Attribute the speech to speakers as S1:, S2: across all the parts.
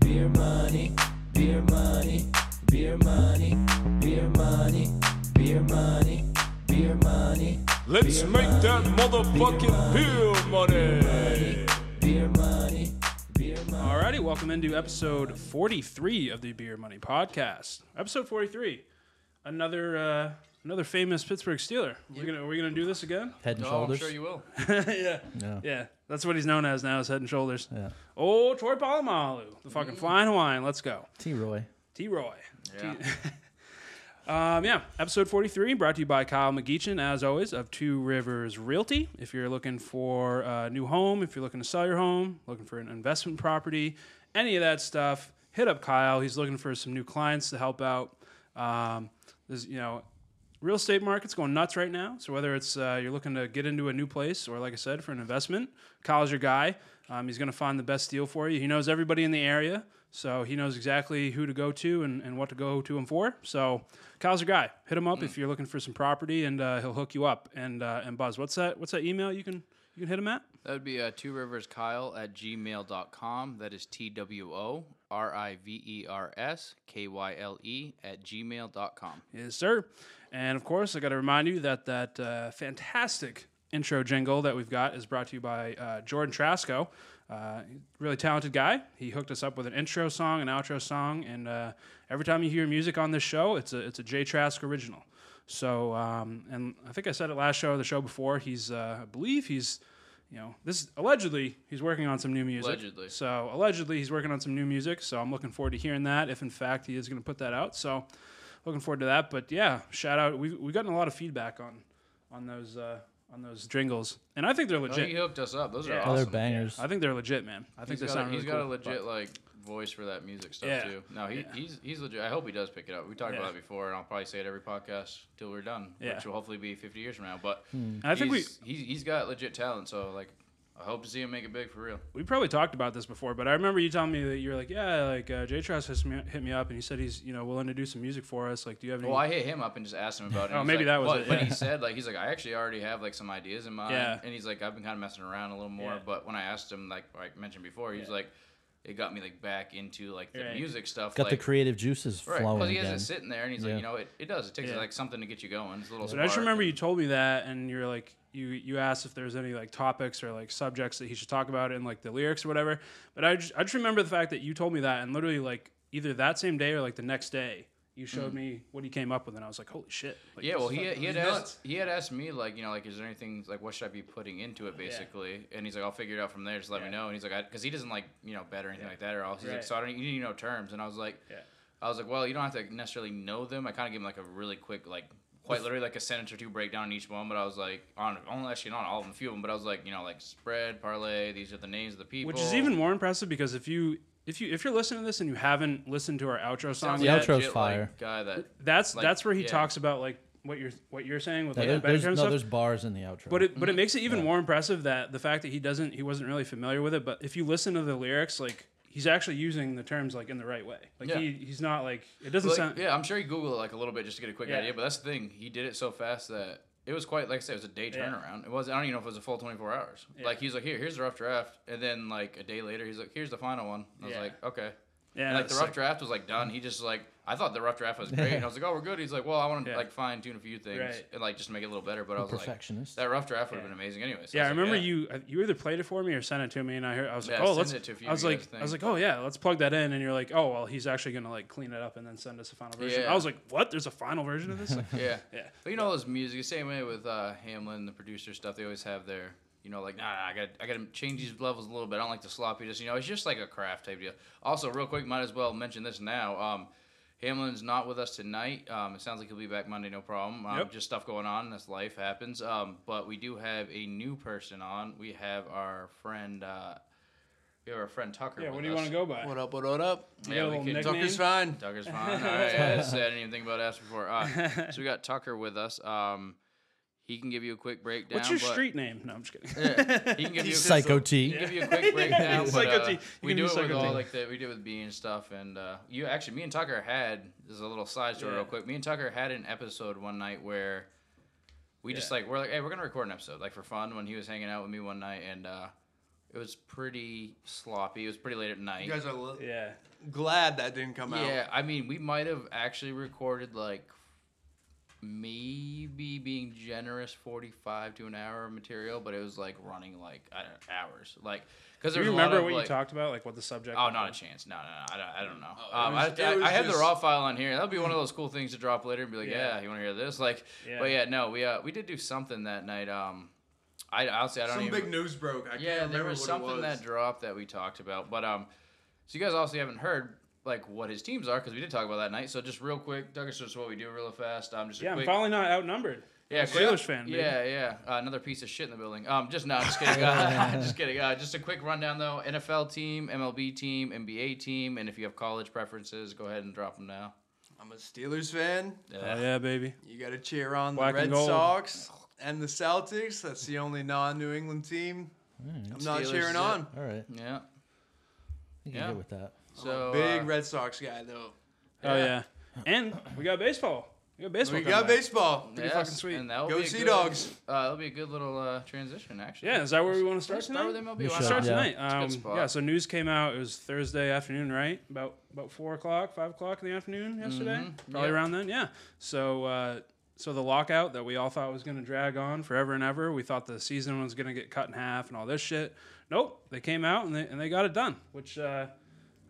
S1: Beer money, beer money, beer money, beer money, beer money, beer money,
S2: Let's make that motherfucking beer money.
S1: beer money, beer money.
S3: Alrighty, welcome into episode 43 of the Beer Money Podcast. Episode 43, another uh, another famous Pittsburgh Steeler. We're gonna we're gonna do this again.
S4: Head and
S5: Oh, I'm
S4: shoulders.
S5: sure you will.
S3: yeah,
S4: Yeah.
S3: yeah, that's what he's known as now is Head and Shoulders.
S4: Yeah.
S3: Oh, Troy Polamalu, the fucking flying Hawaiian. Let's go,
S4: T. Roy.
S3: T. Roy.
S5: Yeah.
S3: Um, yeah, episode 43 brought to you by Kyle McGeechan, as always, of Two Rivers Realty. If you're looking for a new home, if you're looking to sell your home, looking for an investment property, any of that stuff, hit up Kyle. He's looking for some new clients to help out. Um, there's, you know, real estate market's going nuts right now. So whether it's uh, you're looking to get into a new place or, like I said, for an investment, Kyle's your guy. Um, he's going to find the best deal for you. He knows everybody in the area, so he knows exactly who to go to and, and what to go to him for. So Kyle's your guy. Hit him up if you're looking for some property, and uh, he'll hook you up. And uh, and Buzz, what's that? What's that email you can you can hit him at?
S5: That would be uh, two rivers Kyle at gmail.com. That is T W O R I V E R S K Y L E at gmail.com.
S3: Yes, sir. And of course, I got to remind you that that uh, fantastic intro jingle that we've got is brought to you by uh, Jordan Trasco. Uh, really talented guy. He hooked us up with an intro song, an outro song, and uh, every time you hear music on this show, it's a it's a J Trask original. So, um, and I think I said it last show, or the show before. He's, uh, I believe he's, you know, this allegedly he's working on some new music.
S5: Allegedly.
S3: So allegedly he's working on some new music. So I'm looking forward to hearing that. If in fact he is going to put that out, so looking forward to that. But yeah, shout out. We've we've gotten a lot of feedback on on those uh, on those jingles, and I think they're
S5: Oh,
S3: legit.
S5: he hooked us up. Those are
S3: Yeah.
S5: awesome.
S4: Other bangers.
S3: I think they're legit, man. I think
S5: He's
S3: they
S5: got, a,
S3: sound really
S5: he's got
S3: cool.
S5: a legit like voice for that music stuff
S3: Yeah.
S5: too. No, he, he's he's legit. I hope he does pick it up. We talked
S3: Yeah.
S5: about it before, and I'll probably say it every podcast till we're done,
S3: Yeah. Hmm.
S5: which will hopefully be 50 years from now. But
S3: And I think we
S5: he's, he's, he's got legit talent, so like I hope to see him make it big for real.
S3: we probably talked about this before, but I remember you telling me that you were like, yeah, like uh, J Trust has me, hit me up, and he said he's you know willing to do some music for us. Like, do you have any?
S5: Well, I hit him up and just asked him about it. and
S3: Oh,
S5: he's
S3: maybe
S5: like-
S3: that was
S5: but,
S3: it,
S5: But
S3: yeah.
S5: he said, like, he's like, I actually already have like some ideas in mind.
S3: Yeah.
S5: And he's like, I've been kind of messing around a little more.
S3: Yeah.
S5: But when I asked him, like I mentioned before, he's like, it got me like back into like the
S3: Right.
S5: music stuff.
S4: Got
S5: like,
S4: the creative juices
S5: right.
S4: flowing
S5: Because he
S4: again.
S5: has it sitting there, and he's
S4: Yeah.
S5: like, you know, it, it does. It takes
S3: Yeah.
S5: like something to get you going. It's a little.
S3: but I just
S5: spark
S3: remember
S5: and-
S3: you told me that, and you're like, you you asked if there's any like topics or like subjects that he should talk about in like the lyrics or whatever. But I just, I just remember the fact that you told me that, and literally like either that same day or like the next day, you showed me what he came up with, and I was like, holy shit! Like,
S5: Mm. Yeah,
S3: this
S5: well,
S3: is
S5: he,
S3: fucking-
S5: he had
S3: this is
S5: asked he had asked me like you know like is there anything like what should I be putting into it basically, and he's like I'll figure it out from there. Just let me know. And he's like because he doesn't like you know bet or anything like that or else he's
S3: Right.
S5: like so I don't you need to know terms. And I was like
S3: Yeah.
S5: I was like well you don't have to necessarily know them. I kind of gave him like a really quick like quite literally like a sentence or two breakdown on each one. But I was like on only actually not all of them, a few of them. But I was like you know like spread parlay. These are the names of the people.
S3: which is even more impressive because if you if you if you're listening to this and you haven't listened to our outro song
S5: Sounds
S4: The
S3: yet,
S5: like a
S4: outro's
S5: legit, like,
S4: fire.
S5: guy that
S3: that's
S5: like,
S3: that's where he
S5: yeah.
S3: talks about like what you're what you're saying with
S4: No,
S3: like
S4: there-
S3: the background
S4: there's, no,
S3: stuff.
S4: there's bars in the outro.
S3: But it but
S5: Mm-hmm.
S3: it makes it even more impressive that the fact that he doesn't he wasn't really familiar with it. But if you listen to the lyrics, like he's actually using the terms like in the right way. Like
S5: Yeah.
S3: he, he's not like it doesn't
S5: Like,
S3: sound
S5: yeah, I'm sure he googled it like a little bit just to get a quick
S3: Yeah.
S5: idea. But that's the thing, he did it so fast that it was quite like I said, it was a day
S3: Yeah.
S5: turnaround. It was I don't even know if it was a full 24 hours. Like he's like, here, here's the rough draft, and then like a day later, he's like, here's the final one. I was
S3: Yeah.
S5: like, okay.
S3: yeah.
S5: And like the
S3: that's
S5: rough
S3: sick.
S5: draft was like done. He just like I thought the rough draft was great, and I was like, oh, we're good. He's like, well, I want to
S3: Yeah.
S5: like fine tune a few things
S3: Right.
S5: and like just make it a little better. But I was
S4: perfectionist.
S5: like, that rough draft would have been amazing anyway. So
S3: Yeah, I
S5: was like,
S3: remember you uh, you either played it for me or sent it to me, and I heard I was like,
S5: Yeah, I
S3: oh,
S5: sent
S3: let's.
S5: it to a few
S3: I was
S5: of you
S3: like,
S5: guys, I
S3: I was like,
S5: think.
S3: oh yeah, let's plug that in, and you're like, oh well, he's actually gonna like clean it up and then send us a final version.
S5: Yeah.
S3: I was like, what? There's a final version of this? Like,
S5: Yeah.
S3: Yeah.
S5: But you know those music, the same way with uh, Hamlin, the producer stuff, they always have their, you know, like, nah, nah, I got I gotta change these levels a little bit. I don't like the sloppiness. You know, it's just like a craft type deal. Also, real quick, might as well mention this now. Um, Hamlin's not with us tonight. Um, it sounds like he'll be back Monday, no problem. Um,
S3: Yep.
S5: Just stuff going on. That's life happens. Um, but we do have a new person on. We have our friend. Uh, we have our friend Tucker.
S3: yeah.
S5: with
S3: What do you
S5: us.
S3: want to go by?
S6: What up, what up?
S3: You
S5: Yeah,
S3: got a
S5: we
S3: little
S5: could-
S3: nickname?
S6: Tucker's fine.
S5: Tucker's fine. All right, yeah, I didn't say anything about us before. Uh, so we got Tucker with us. Um, he can give you a quick breakdown.
S3: What's your
S5: but-
S3: street name? No, I'm just kidding.
S5: Yeah, he can give you a
S4: Psycho T.
S5: He can give you a quick breakdown. but,
S3: Psycho
S5: uh,
S3: T. You can
S5: we do
S3: do
S5: it with
S3: Psycho
S5: all
S3: T.
S5: like that. We did with Bee and stuff. And uh, you actually, me and Tucker had this is a little side story
S3: Yeah.
S5: real quick. Me and Tucker had an episode one night where we just like we're like, hey, we're gonna record an episode like for fun when he was hanging out with me one night and. uh It was pretty sloppy. It was pretty late at night.
S6: You guys are li-
S3: Yeah.
S6: glad that didn't come out.
S5: yeah, I mean, we might have actually recorded like maybe being generous 45 to an hour of material, but it was like running like I don't hours. Like, because
S3: Do
S5: there
S3: you
S5: was a lot
S3: remember
S5: of,
S3: what
S5: like-
S3: you talked about? Like what the subject?
S5: Oh,
S3: was?
S5: not a chance. No, no, no. I don't, I don't know.
S6: Oh, it
S5: um,
S6: was-
S5: I,
S6: it
S5: I,
S6: was
S5: I have the
S6: just-
S5: raw file on here. That'll be one of those cool things to drop later and be like,
S3: Yeah.
S5: yeah, you want to hear this? Like,
S3: Yeah.
S5: but yeah, no, we uh, we did do something that night. Um, I honestly I don't
S6: Some
S5: even.
S6: big news broke. I
S5: yeah,
S6: can't
S5: there
S6: remember
S5: was
S6: what
S5: something
S6: it was.
S5: that dropped that we talked about, but um, so you guys obviously haven't heard like what his teams are because we did talk about that night. So just real quick, Douglas, just what we do real fast. Um, just a
S3: Yeah, I'm
S5: quick,
S3: finally not outnumbered.
S5: yeah,
S3: I'm a
S5: quick-
S3: Steelers fan. Dude.
S5: Yeah, yeah. Uh, another piece of shit in the building. Um, just no, just kidding. Uh, just kidding. Uh, just a quick rundown though. NFL team, MLB team, NBA team, and if you have college preferences, go ahead and drop them now.
S6: I'm a Steelers fan.
S3: Oh, yeah, baby.
S6: You got to cheer on
S3: Black
S6: the
S3: and
S6: Red
S3: gold.
S6: Sox and the Celtics. That's the only non-New England team I'm not
S5: Steelers is
S6: cheering
S5: it.
S6: on.
S4: All right. I
S5: Yeah.
S4: think I
S5: Yeah.
S4: can get with that.
S5: So
S6: Big
S5: uh,
S6: Red Sox guy though.
S3: Oh yeah.
S5: Yeah.
S3: And we got baseball. We got baseball.
S6: We
S3: coming
S6: got
S3: back.
S6: baseball.
S3: Pretty
S5: yes,
S3: fucking sweet.
S5: And that'll
S6: Go
S5: be a
S6: Sea
S5: good-
S6: Dogs.
S5: Uh, that'll be a good little uh, transition actually.
S3: Yeah, is that where we want to start
S5: Let's
S3: tonight?
S5: start with MLB.
S4: We
S5: Why
S4: should,
S5: not?
S3: start
S4: yeah.
S3: tonight.
S5: a good
S3: Um,
S5: spot.
S3: yeah, so news came out. It was Thursday afternoon, right? About about four o'clock, five o'clock in the afternoon yesterday, probably
S5: Mm-hmm. yeah.
S3: around then. Yeah. So uh, so the lockout that we all thought was going to drag on forever and ever. We thought the season was going to get cut in half and all this shit. Nope, they came out and they and they got it done, which. Uh,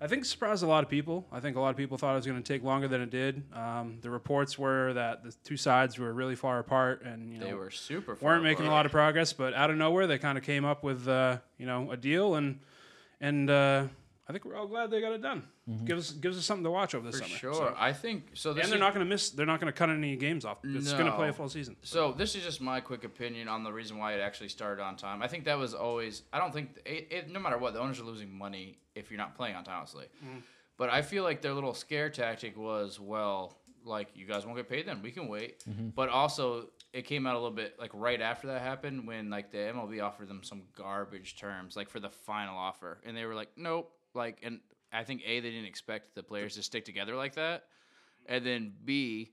S3: I think surprised a lot of people. I think a lot of people thought it was going to take longer than it did. Um, the reports were that the two sides were really far apart, and you know
S5: They were super. far
S3: weren't making a
S5: apart.
S3: lot of progress, but out of nowhere they kind of came up with uh, you know a deal, and and uh, I think we're all glad they got it done. Gives gives us something to watch over the
S5: Mm-hmm. For
S3: summer.
S5: sure.
S3: so.
S5: I think so. This
S3: And they're
S5: is-
S3: not going to miss. They're not going to cut any games off. It's going to play a
S5: No.
S3: full season.
S5: So this is just my quick opinion on the reason why it actually started on time. I think that was always. I don't think it, it, no matter what the owners are losing money if you're not playing on time, honestly.
S3: Mm-hmm.
S5: But I feel like their little scare tactic was well, like you guys won't get paid then we can wait.
S3: Mm-hmm.
S5: But also it came out a little bit like right after that happened when like the MLB offered them some garbage terms like for the final offer and they were like nope like and I think a they didn't expect the players to stick together like that and then b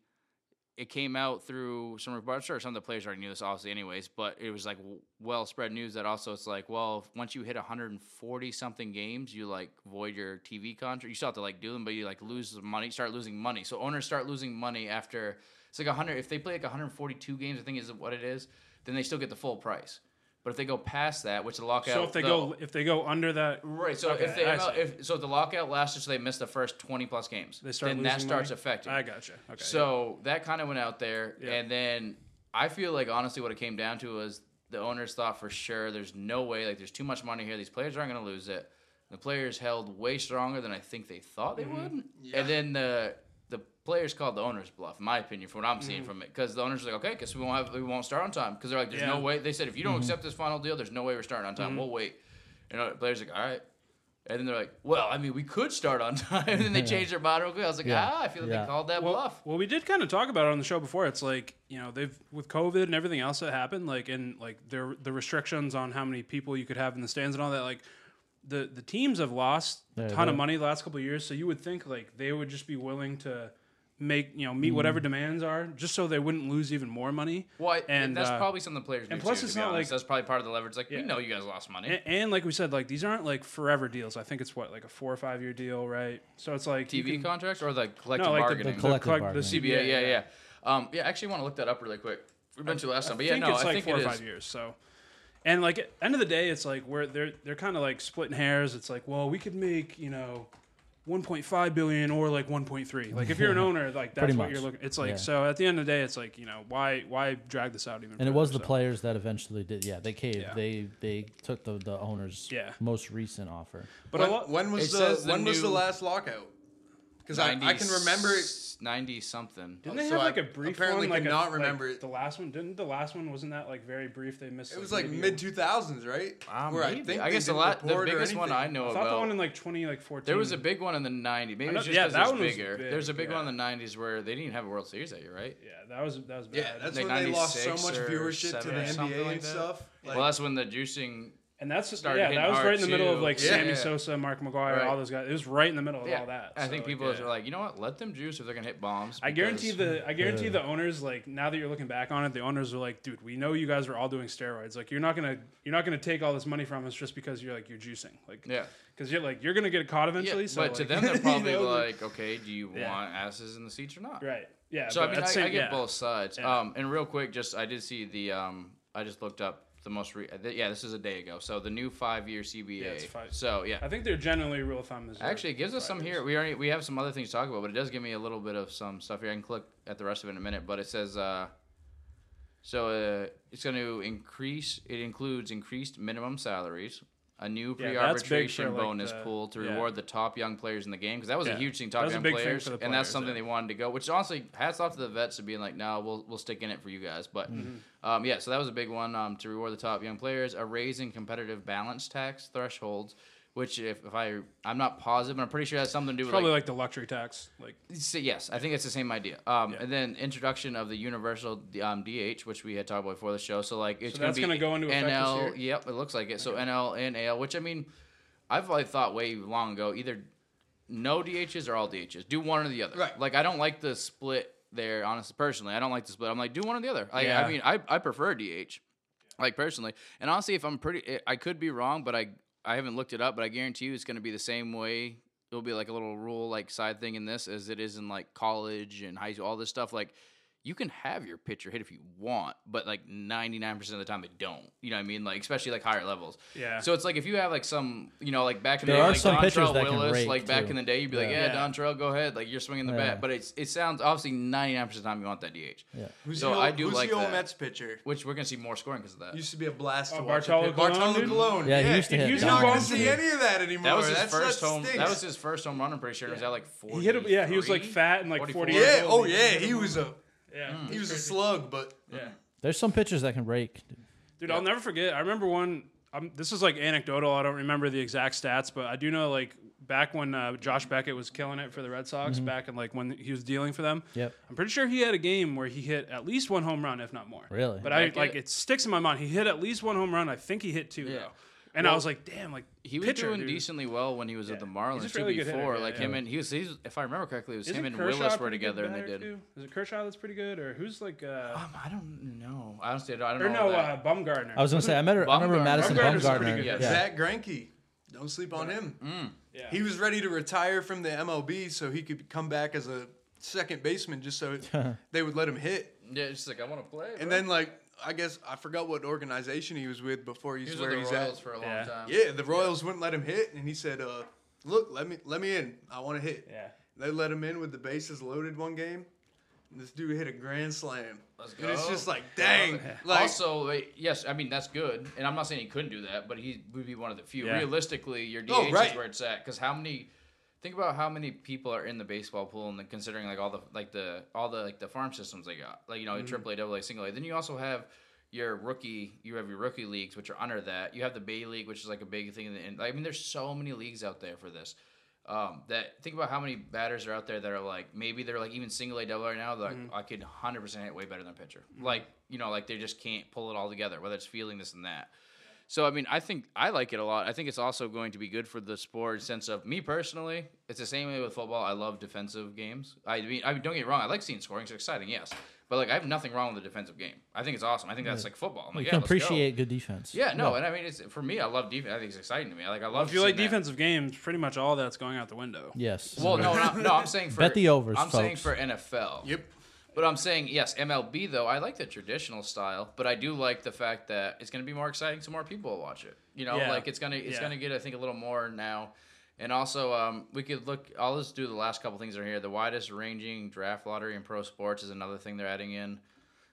S5: it came out through some reports. I'm sure some of the players already knew this, obviously, anyways, but it was like w- well spread news that also it's like, well, if- once you hit 140 something games, you like void your TV contract. You still have to like do them, but you like lose the money, start losing money. So owners start losing money after it's like 100. If they play like 142 games, I think is what it is, then they still get the full price. But if they go past that, which the lockout,
S3: So if they
S5: the-
S3: go if they go under that,
S5: Right, so
S3: Okay,
S5: if they
S3: I
S5: ML,
S3: see.
S5: if so, if the lockout lasted, so they missed the first twenty plus games.
S3: they start
S5: then
S3: losing
S5: that starts
S3: money?
S5: affecting.
S3: I gotcha. Okay.
S5: So that kind of went out there,
S3: Yeah.
S5: and then I feel like honestly, what it came down to was the owners thought for sure there's no way, like there's too much money here. These players aren't going to lose it. The players held way stronger than I think they thought they
S3: Mm-hmm.
S5: would, and then the the players called the owners bluff, in my opinion, from what I'm
S3: Mm-hmm.
S5: seeing from it, because the owners are like, okay, because we won't have we won't start on time, because they're like, there's no
S3: Yeah. Mm-hmm.
S5: way. They said if you don't accept this final deal, there's no way we're starting on time. We'll wait. And the players are like, all right. And then they're like, well, I mean, we could start on time. And then they changed their mind real quick. I was like,
S4: Yeah.
S5: ah, I feel like
S4: Yeah.
S5: they called that
S3: well,
S5: bluff.
S3: well, we did kind of talk about it on the show before. It's like you know they've with COVID and everything else that happened, like and like their the restrictions on how many people you could have in the stands and all that. Like the the teams have lost a
S4: Yeah,
S3: ton of
S4: they-
S3: money the last couple of years, so you would think like they would just be willing to make you know meet
S4: Mm.
S3: whatever demands are, just so they wouldn't lose even more money.
S5: Well, I-
S3: and
S5: that's
S3: uh,
S5: probably something the players.
S3: and
S5: do
S3: plus
S5: too,
S3: it's
S5: to be
S3: not
S5: honest.
S3: like-
S5: that's probably part of the leverage. Like
S3: Yeah.
S5: we know you guys lost money.
S3: and, and like we said, like these aren't like forever deals. I think it's what like a four or five year deal, right? So it's like you
S5: TV
S3: can-
S5: contracts or the collective
S3: no, like the-
S5: bargaining,
S3: the,
S5: the,
S4: Collective
S3: collect-
S4: bargaining.
S3: the
S5: CBA. Yeah, yeah. Um, yeah, I actually want to look that up really quick. We mentioned it last time, but yeah,
S3: think
S5: no,
S3: it's
S5: I
S3: like
S5: think
S3: four
S5: it
S3: or
S5: is.
S3: five years. So, and like at end of the day, it's like where they're they're kind of like splitting hairs. It's like, well, we could make you know, one point five billion or like one point three. Like if you're an owner, like that's
S4: Pretty
S3: what
S4: much.
S3: you're looking. It's like
S4: Yeah.
S3: so. At the end of the day, it's like you know why why drag this out even?
S4: And it was the
S3: further, so.
S4: players that eventually did. Yeah, they caved.
S3: Yeah.
S4: They they took the, the owner's
S3: Yeah.
S4: most recent offer.
S3: But
S6: when,
S3: a lot.
S6: when
S5: it
S6: was the,
S5: says the
S6: when was the
S5: new-
S6: last lockout? Because I, I can remember it.
S5: ninety something.
S3: Didn't they
S6: so
S3: have
S6: I
S3: like a brief
S6: apparently
S3: one? Like
S6: could
S3: a-
S6: not
S3: like,
S6: remember it.
S3: the last one. Didn't the last one wasn't that like very brief? They missed.
S6: It was like
S3: maybe a-
S6: mid two thousands, right?
S3: Ah,
S5: Um,
S6: Where
S5: maybe.
S6: I think
S5: I
S6: they
S5: guess the,
S6: didn't
S5: la- the
S6: report or
S5: biggest one I
S6: anything.
S5: know
S3: I
S5: about.
S3: thought the one in like twenty like fourteen.
S5: There was a big one in the 90s. Maybe
S3: know-
S5: it's just
S3: yeah,
S5: because
S3: that
S5: it
S3: one
S5: was
S3: was
S5: bigger.
S3: big,
S5: There's a big
S3: yeah.
S5: one in the 90s where they didn't even have a World Series that year, right?
S3: Yeah, that was that was bad.
S6: Yeah, that's
S5: Like
S6: when they lost so
S5: 96
S6: much
S5: or
S6: viewership to
S5: 7
S6: the
S5: or something
S6: NBA
S5: like
S6: and
S5: that.
S6: stuff. Like,
S5: well, that's when the juicing
S3: And that's
S5: Started
S3: yeah,
S5: hitting
S3: that was
S5: hard,
S3: right in the middle of
S5: too.
S3: like
S5: Yeah.
S3: Sammy
S5: Yeah.
S3: Sosa, Mark McGuire,
S5: Right.
S3: all those guys. It was right in the middle of
S5: Yeah,
S3: all that.
S5: I
S3: So,
S5: think
S3: like,
S5: people
S3: yeah.
S5: are like, you know what? Let them juice if they're gonna hit bombs.
S3: I guarantee
S5: because-
S3: the I guarantee the owners like now that you're looking back on it, the owners are like, dude, we know you guys were all doing steroids. Like you're not gonna you're not gonna take all this money from us just because you're like you're juicing. Like
S5: Yeah.
S3: because you're like you're gonna get caught eventually.
S5: Yeah,
S3: so
S5: but to
S3: like,
S5: them, they're
S3: you
S5: probably
S3: know,
S5: like, okay, do you
S3: Yeah.
S5: want asses in the seats or not?
S3: right. Yeah.
S5: So
S3: but
S5: I mean,
S3: at
S5: I,
S3: the same-
S5: I get
S3: yeah.
S5: both sides.
S3: Yeah.
S5: Um, and real quick, just I did see the um, I just looked up the most. Re- uh, th- yeah, this is a day ago. So the new five-year CBA.
S3: it's five-
S5: So yeah,
S3: I think they're generally rule of thumb is
S5: actually, it gives us some here. We already we have some other things to talk about, but it does give me a little bit of some stuff here. I can click at the rest of it in a minute, but it says. Uh, so uh, it's going to increase. It includes increased minimum salaries, a new
S3: Yeah, that's big
S5: pre-arbitration
S3: for, like,
S5: bonus
S3: the-
S5: pool to
S3: yeah.
S5: reward the top young players in the game because that was
S3: Yeah.
S5: a huge thing.
S3: That
S5: Top
S3: was a
S5: young
S3: big
S5: players,
S3: thing for the
S5: and that's
S3: players,
S5: something
S3: yeah.
S5: they wanted to go. Which honestly, hats off to the vets for being like, no, we'll we'll stick in it for you guys. But um, yeah, so that was a big one um, to reward the top young players, a raise in competitive balance tax thresholds. Which, if, if I, I'm not positive, but I'm pretty sure it has something to do with like,
S3: probably like the luxury tax. Like
S5: so, yes, I think it's the same idea. Um, And then introduction of the universal um, DH, which we had talked about before the show. So like it's
S3: So
S5: gonna
S3: that's
S5: be
S3: gonna go into effect this
S5: NL.
S3: year?
S5: Yep, it looks like it. So NL and AL, which I mean, I've always thought way long ago either no DHs or all DHs. Do one or the other.
S6: Right.
S5: Like I don't like the split there. Honestly, personally, I don't like the split. I'm like do one or the other. Like,
S3: Yeah.
S5: I mean, I I prefer DH like personally. And honestly, if I'm pretty, eh, I- I could be wrong, but I I haven't looked it up, but I guarantee you it's going to be the same way. It'll be like a little rule like side thing in this as it is in like college and high school, all this stuff. Like you can have your pitcher hit if you want, but like 99% of the time they don't. You know what I mean? Like especially like higher levels.
S3: Yeah.
S5: So it's like if you have like some, you know, like back in
S4: There
S5: the day,
S4: are
S5: like
S4: some pitchers
S5: Dontrell
S4: that can
S5: Willis,
S4: rake,
S5: like back
S4: too.
S5: in the day, you'd be like,
S4: Yeah.
S5: yeah,
S3: Yeah.
S5: Dontrell, go ahead. Like you're swinging the
S4: Yeah.
S5: bat, but it's, it sounds obviously 99% of the time you want that DH.
S4: Yeah.
S6: Who's
S5: So
S6: the old,
S5: I do
S6: who's
S5: like
S6: the old
S5: that.
S6: Mets pitcher?
S5: Which we're gonna see more scoring because of that.
S6: Used to be a blast
S3: Oh,
S6: to watch.
S3: Bartolo
S6: Bartolo Colon.
S3: Colon,
S6: Bartolo
S3: dude?
S6: Colon.
S4: Yeah, he used to hit
S6: You're
S3: You're
S6: not
S3: not
S6: going
S3: gonna
S6: to see
S3: see
S6: any of that anymore.
S5: That was his
S6: That's-
S5: first
S6: that
S5: home. That
S6: stinks.
S5: was his first home run. I'm pretty sure. He Was that like 40?
S3: hit a- yeah, he was, like, fat and, like, 48.
S6: Yeah. Oh yeah. He was a
S3: yeah,
S5: Hmm.
S6: he was a slug, but
S3: yeah.
S4: There's some pitchers that can rake.
S3: Dude, I'll never forget. I remember one. Um, this is like anecdotal. I don't remember the exact stats, but I do know like back when uh, Josh Beckett was killing it for the Red Sox, back in like when he was dealing for them.
S4: Yep.
S3: I'm pretty sure he had a game where he hit at least one home run, if not more.
S4: Really?
S3: But I
S5: Beckett?
S3: like it sticks in my mind. He hit at least one home run. I think he hit two.
S5: Yeah.
S3: Though. And I
S5: Well,
S3: was like, damn, like
S5: He was
S3: pitcher,
S5: doing
S3: dude.
S5: decently well when he was at the
S3: Yeah.
S5: Marlins
S3: He's a
S5: too.
S3: really good hitter,
S5: Before,
S3: yeah,
S5: like him and he was. He's, if I remember correctly, it was
S3: Isn't
S5: him and
S3: Kershaw
S5: Willis were
S3: pretty good
S5: together, and they
S3: batter,
S5: did.
S3: too? Is it Kershaw that's pretty good, or who's like, uh,
S5: Um, I don't know. Honestly, I don't, I don't
S3: or
S5: know.
S3: no, uh,
S5: that.
S3: Bumgarner?
S4: I was gonna say I met her. I remember
S5: Bumgarner.
S4: Madison
S3: Bumgarner's a pretty
S4: Bumgarner.
S3: good
S4: Yeah.
S3: guy.
S6: Zach Greinke. Don't sleep on him.
S5: Mm.
S3: yeah.
S6: He was ready to retire from the MLB so he could come back as a second baseman, just so they would let him hit.
S5: yeah, it's just like I want to play.
S6: And then like I guess I forgot what organization he was with before he's
S5: he was
S6: where
S5: with the
S6: he's
S5: Royals
S6: at.
S5: for a long
S3: Yeah.
S5: time.
S6: yeah, the Royals wouldn't let him hit, and he said, uh, "Look, let me let me in. I want to hit."
S3: yeah.
S6: They let him in with the bases loaded one game. And this dude hit a grand slam.
S5: Let's
S6: And it's
S5: go.
S6: just like, dang. Like,
S5: also, wait, yes, I mean that's good, and I'm not saying he couldn't do that, but he would be one of the few.
S3: Yeah.
S5: Realistically, your DH
S6: Oh, right.
S5: is where it's at because how many? Think about how many people are in the baseball pool, and then considering like all the like the all the like the farm systems they got, like you
S6: Mm-hmm.
S5: know, AAA, Double A, Single A. Then you also have your rookie, you have your rookie leagues, which are under that. You have the Bay League, which is like a big thing. in the- And I mean, there's so many leagues out there for this. Um, that think about how many batters are out there that are like maybe they're like even single A double right now. Like
S6: Mm-hmm.
S5: I could 100 percent hit way better than a pitcher. Like you know, like they just can't pull it all together. Whether it's feeling this and that. So I mean, I think I like it a lot. I think it's also going to be good for the sport in sense of me personally. It's the same way with football. I love defensive games. I mean, I mean, don't get me wrong. I like seeing scoring. It's exciting, yes. But like, I have nothing wrong with the defensive game. I think it's awesome. I think that's like football. I'm
S4: You
S5: like, yeah,
S4: can
S5: let's go."
S4: appreciate good defense.
S5: Yeah, no, and I mean, it's for me. I love defense. I think it's exciting to me. I like. I love.
S3: If you like
S5: seeing that.
S3: defensive games, pretty much all that's going out the window.
S4: Yes.
S5: Well, no, no, no, I'm saying for
S4: Bet the overs,
S5: I'm saying
S4: folks.
S5: for NFL.
S6: yep.
S5: But I'm saying yes, MLB though. I like the traditional style, but I do like the fact that it's going to be more exciting, so more people will watch it. You know,
S3: Yeah.
S5: like it's gonna it's
S3: Yeah.
S5: gonna get I think a little more now. And also, um, we could look. I'll just do the last couple things that are here. The widest ranging draft lottery in pro sports is another thing they're adding in.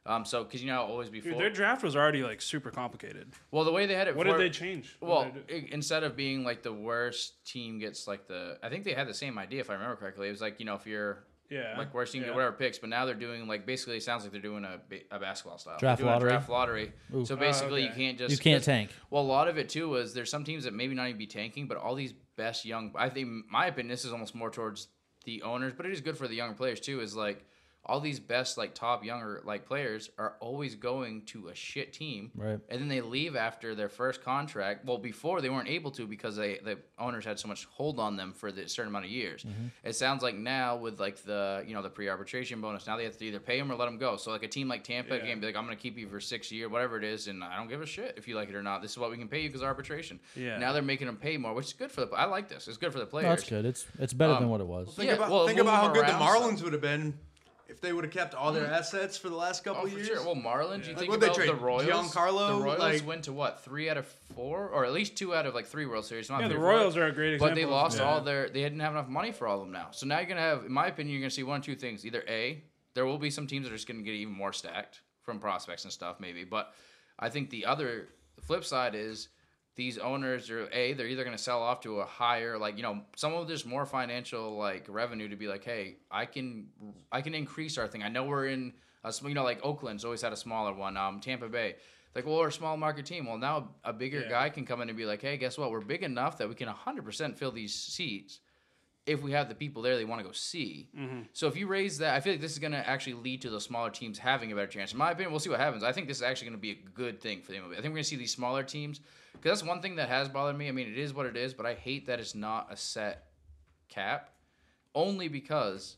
S5: Um, so because you know how always before.
S3: Dude, their draft was already like super complicated.
S5: well, the way they had it.
S3: What
S5: for-
S3: did they change? What
S5: well,
S3: did they do?
S5: i- instead of being like the worst team gets like the, I think they had the same idea if I remember correctly. It was like you know if you're
S3: Yeah,
S5: like worst team
S3: yeah.
S5: get whatever picks, but now they're doing like basically it sounds like they're doing a, ba- a basketball style
S4: Draft
S5: They're doing
S4: lottery.
S5: A draft lottery. So basically
S3: Oh, okay.
S5: you can't just
S4: You can't
S5: 'cause-
S4: tank.
S5: Well, a lot of it too was there's some teams that maybe not even be tanking, but all these best young. I think my opinion this is almost more towards the owners, but it is good for the young players too. Is like all these best like top younger like players are always going to a shit team,
S4: Right.
S5: And then they leave after their first contract. Well, before they weren't able to because they the owners had so much hold on them for the certain amount of years.
S3: Mm-hmm.
S5: It sounds like now with like the you know the pre arbitration bonus, now they have to either pay them or let them go. So like a team like Tampa
S2: Yeah.
S5: can be like, I'm gonna keep you for six year, whatever it is, and I don't give a shit if you like it or not. This is what we can pay you because arbitration.
S3: Yeah.
S5: Now they're making them pay more, which is good for the. I like this. It's good for the players.
S4: No, that's good. It's it's better than what it was.
S6: Think
S5: Yeah,
S6: about
S5: well,
S6: think
S5: move them
S6: about how good the
S5: around
S6: Marlins
S5: some.
S6: would have been if they would have kept all their assets for the last couple
S5: Hmm. Oh, for
S6: years.
S5: sure. Well, Marlins, you
S6: Like,
S5: think
S6: what'd they
S5: about the
S6: trade?
S5: Royals.
S6: Giancarlo,
S5: the Royals
S6: like-
S5: went to what three out of four, or at least two out of like three World Series. Not
S3: Yeah, the
S5: three or four.
S3: Royals are a great
S5: But they
S3: example of
S5: lost
S3: that.
S5: all their. They didn't have enough money for all of them now. So now you're gonna have, in my opinion, you're gonna see one or two things. Either a, there will be some teams that are just gonna get even more stacked from prospects and stuff, maybe. But I think the other the flip side is these owners are a they're either going to sell off to a higher like you know some of there's more financial like revenue to be like hey i can i can increase our thing i know we're in a sm- you know like oakland's always had a smaller one um tampa bay like well we're a small market team well now a bigger guy can come in and be like hey guess what we're big enough that we can 100% fill these seats if we have the people there they want to go see.
S3: Mm-hmm.
S5: So if you raise that, I feel like this is going to actually lead to the smaller teams having a better chance. In my opinion, we'll see what happens. I think this is actually going to be a good thing for the MLB. I think we're going to see these smaller teams because that's one thing that has bothered me. I mean, it is what it is, but I hate that it's not a set cap only because